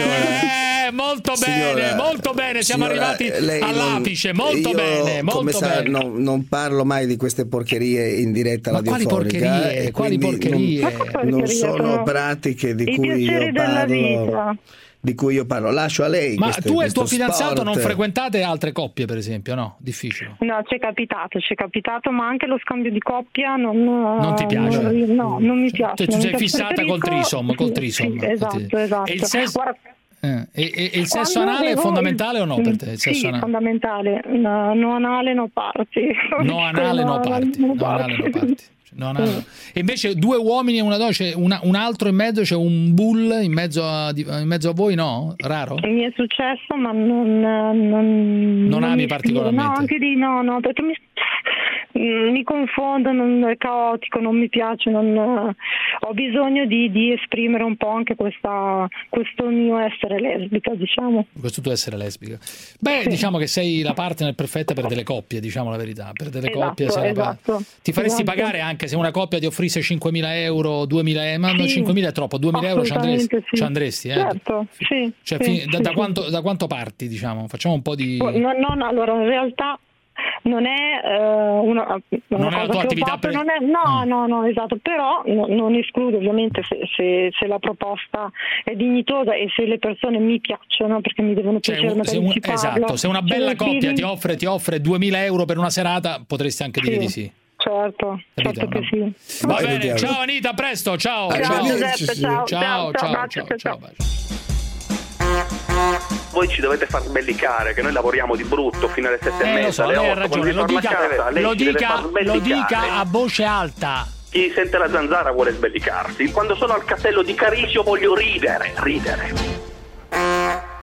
[SPEAKER 2] Eh, molto bene,
[SPEAKER 9] Signora-
[SPEAKER 2] molto bene, siamo
[SPEAKER 9] signora,
[SPEAKER 2] arrivati
[SPEAKER 9] eh, lei non-
[SPEAKER 2] all'apice, molto
[SPEAKER 9] io,
[SPEAKER 2] bene,
[SPEAKER 9] come
[SPEAKER 2] molto
[SPEAKER 9] sa,
[SPEAKER 2] bene.
[SPEAKER 9] non, non parlo mai di queste porcherie in diretta
[SPEAKER 2] Ma quali
[SPEAKER 9] radiofonica. eh,
[SPEAKER 2] porcherie?
[SPEAKER 9] e
[SPEAKER 2] Quali
[SPEAKER 9] quindi
[SPEAKER 2] porcherie? Ma che
[SPEAKER 9] Non,
[SPEAKER 2] porcherie?
[SPEAKER 9] non sono
[SPEAKER 2] Sono
[SPEAKER 9] pratiche di
[SPEAKER 2] i
[SPEAKER 9] cui
[SPEAKER 2] piaceri
[SPEAKER 9] io
[SPEAKER 2] della
[SPEAKER 9] parlo.
[SPEAKER 2] vita.
[SPEAKER 9] Di cui io parlo, lascio a lei.
[SPEAKER 2] Ma
[SPEAKER 9] questo-
[SPEAKER 2] tu e il tuo
[SPEAKER 9] questo
[SPEAKER 2] fidanzato non
[SPEAKER 9] sport.
[SPEAKER 2] frequentate altre coppie, per esempio, no? Difficile.
[SPEAKER 21] No, c'è capitato, c'è capitato, ma anche lo scambio di coppia non, eh,
[SPEAKER 2] Non ti piace?
[SPEAKER 21] non- no, non mi piace.
[SPEAKER 2] Cioè, tu
[SPEAKER 21] non mi
[SPEAKER 2] sei
[SPEAKER 21] piace.
[SPEAKER 2] fissata col
[SPEAKER 21] Preferisco-
[SPEAKER 2] trisom, col
[SPEAKER 21] sì,
[SPEAKER 2] trisom.
[SPEAKER 21] sì, esatto, esatto.
[SPEAKER 2] E il sesso-
[SPEAKER 21] Guarda,
[SPEAKER 2] Eh, e, e- e il sesso
[SPEAKER 21] quando
[SPEAKER 2] anale è
[SPEAKER 21] avevo
[SPEAKER 2] fondamentale
[SPEAKER 21] il-
[SPEAKER 2] o no per te? Il
[SPEAKER 21] sì,
[SPEAKER 2] sesso anale?
[SPEAKER 21] fondamentale. No, no anale, no parti.
[SPEAKER 2] No anale, no parti. No anale, no parti. Cioè, No
[SPEAKER 21] Eh.
[SPEAKER 2] anale. E invece due uomini e una donna, c'è una- un altro in mezzo, c'è un bull in mezzo, a, di- in mezzo a voi, no? Raro?
[SPEAKER 21] Mi è successo, ma non. Non, non,
[SPEAKER 2] ami
[SPEAKER 21] mi-
[SPEAKER 2] particolarmente.
[SPEAKER 21] No, anche di no, no, perché mi, mm, mi confondo, non è caotico, non mi piace, non, ho bisogno di, di esprimere un po' anche questa, questo mio essere lesbica, diciamo.
[SPEAKER 2] Questo tu essere lesbica. Beh, diciamo che sei la partner perfetta per delle coppie, diciamo la verità. Per delle
[SPEAKER 21] Esatto,
[SPEAKER 2] coppie sei la pa-
[SPEAKER 21] esatto.
[SPEAKER 2] Ti faresti
[SPEAKER 21] Esatto.
[SPEAKER 2] pagare anche se una coppia ti offrisse 5.000 euro, 2.000 euro, ma no,
[SPEAKER 21] Sì,
[SPEAKER 2] 5.000 è troppo, 2.000 euro ci andresti,
[SPEAKER 21] assolutamente sì.
[SPEAKER 2] ci andresti, eh?
[SPEAKER 21] Certo, sì.
[SPEAKER 2] Cioè,
[SPEAKER 21] sì,
[SPEAKER 2] fin- da,
[SPEAKER 21] sì, Boh,
[SPEAKER 2] da
[SPEAKER 21] sì.
[SPEAKER 2] quanto, da quanto parti, diciamo? Facciamo un po' di...
[SPEAKER 21] Oh, No, no, no, allora in realtà non è eh, una, una
[SPEAKER 2] Non è la
[SPEAKER 21] cosa
[SPEAKER 2] tua
[SPEAKER 21] che ho
[SPEAKER 2] attività
[SPEAKER 21] fatto,
[SPEAKER 2] pre- Mm.
[SPEAKER 21] non è- no, no, no, esatto, però no- non escludo ovviamente se, se- se la proposta è dignitosa e se le persone mi piacciono perché mi devono
[SPEAKER 2] Cioè,
[SPEAKER 21] piacere
[SPEAKER 2] un-
[SPEAKER 21] magari
[SPEAKER 2] se un-
[SPEAKER 21] ci parlo.
[SPEAKER 2] esatto, se una
[SPEAKER 21] Cioè,
[SPEAKER 2] bella
[SPEAKER 21] nel
[SPEAKER 2] coppia
[SPEAKER 21] feeling-
[SPEAKER 2] ti offre, ti offre 2.000 euro per una serata, potresti anche dire
[SPEAKER 21] Sì.
[SPEAKER 2] di sì.
[SPEAKER 21] certo, certo che sì.
[SPEAKER 2] Va
[SPEAKER 21] Vai,
[SPEAKER 2] bene,
[SPEAKER 21] vediamo.
[SPEAKER 2] ciao Anita, a presto, ciao.
[SPEAKER 21] Ciao,
[SPEAKER 2] ciao.
[SPEAKER 21] Giuseppe, ciao,
[SPEAKER 2] ciao,
[SPEAKER 21] ciao, ciao,
[SPEAKER 2] ciao, ciao,
[SPEAKER 21] bacio,
[SPEAKER 2] ciao, bacio.
[SPEAKER 22] Voi ci dovete far sbellicare, che noi lavoriamo di brutto fino alle sette e
[SPEAKER 2] Eh, lo
[SPEAKER 22] mezza,
[SPEAKER 2] so,
[SPEAKER 22] alle
[SPEAKER 2] lei ha
[SPEAKER 22] otto, quando
[SPEAKER 2] ragione,
[SPEAKER 22] vi
[SPEAKER 2] lo
[SPEAKER 22] torna a
[SPEAKER 2] dica,
[SPEAKER 22] casa, lei
[SPEAKER 2] lo
[SPEAKER 22] ci deve
[SPEAKER 2] dica,
[SPEAKER 22] far
[SPEAKER 2] lo
[SPEAKER 22] sbellicare.
[SPEAKER 2] dica a voce alta.
[SPEAKER 22] Chi sente la zanzara vuole sbellicarsi. Quando sono al castello di Carisio voglio ridere, ridere.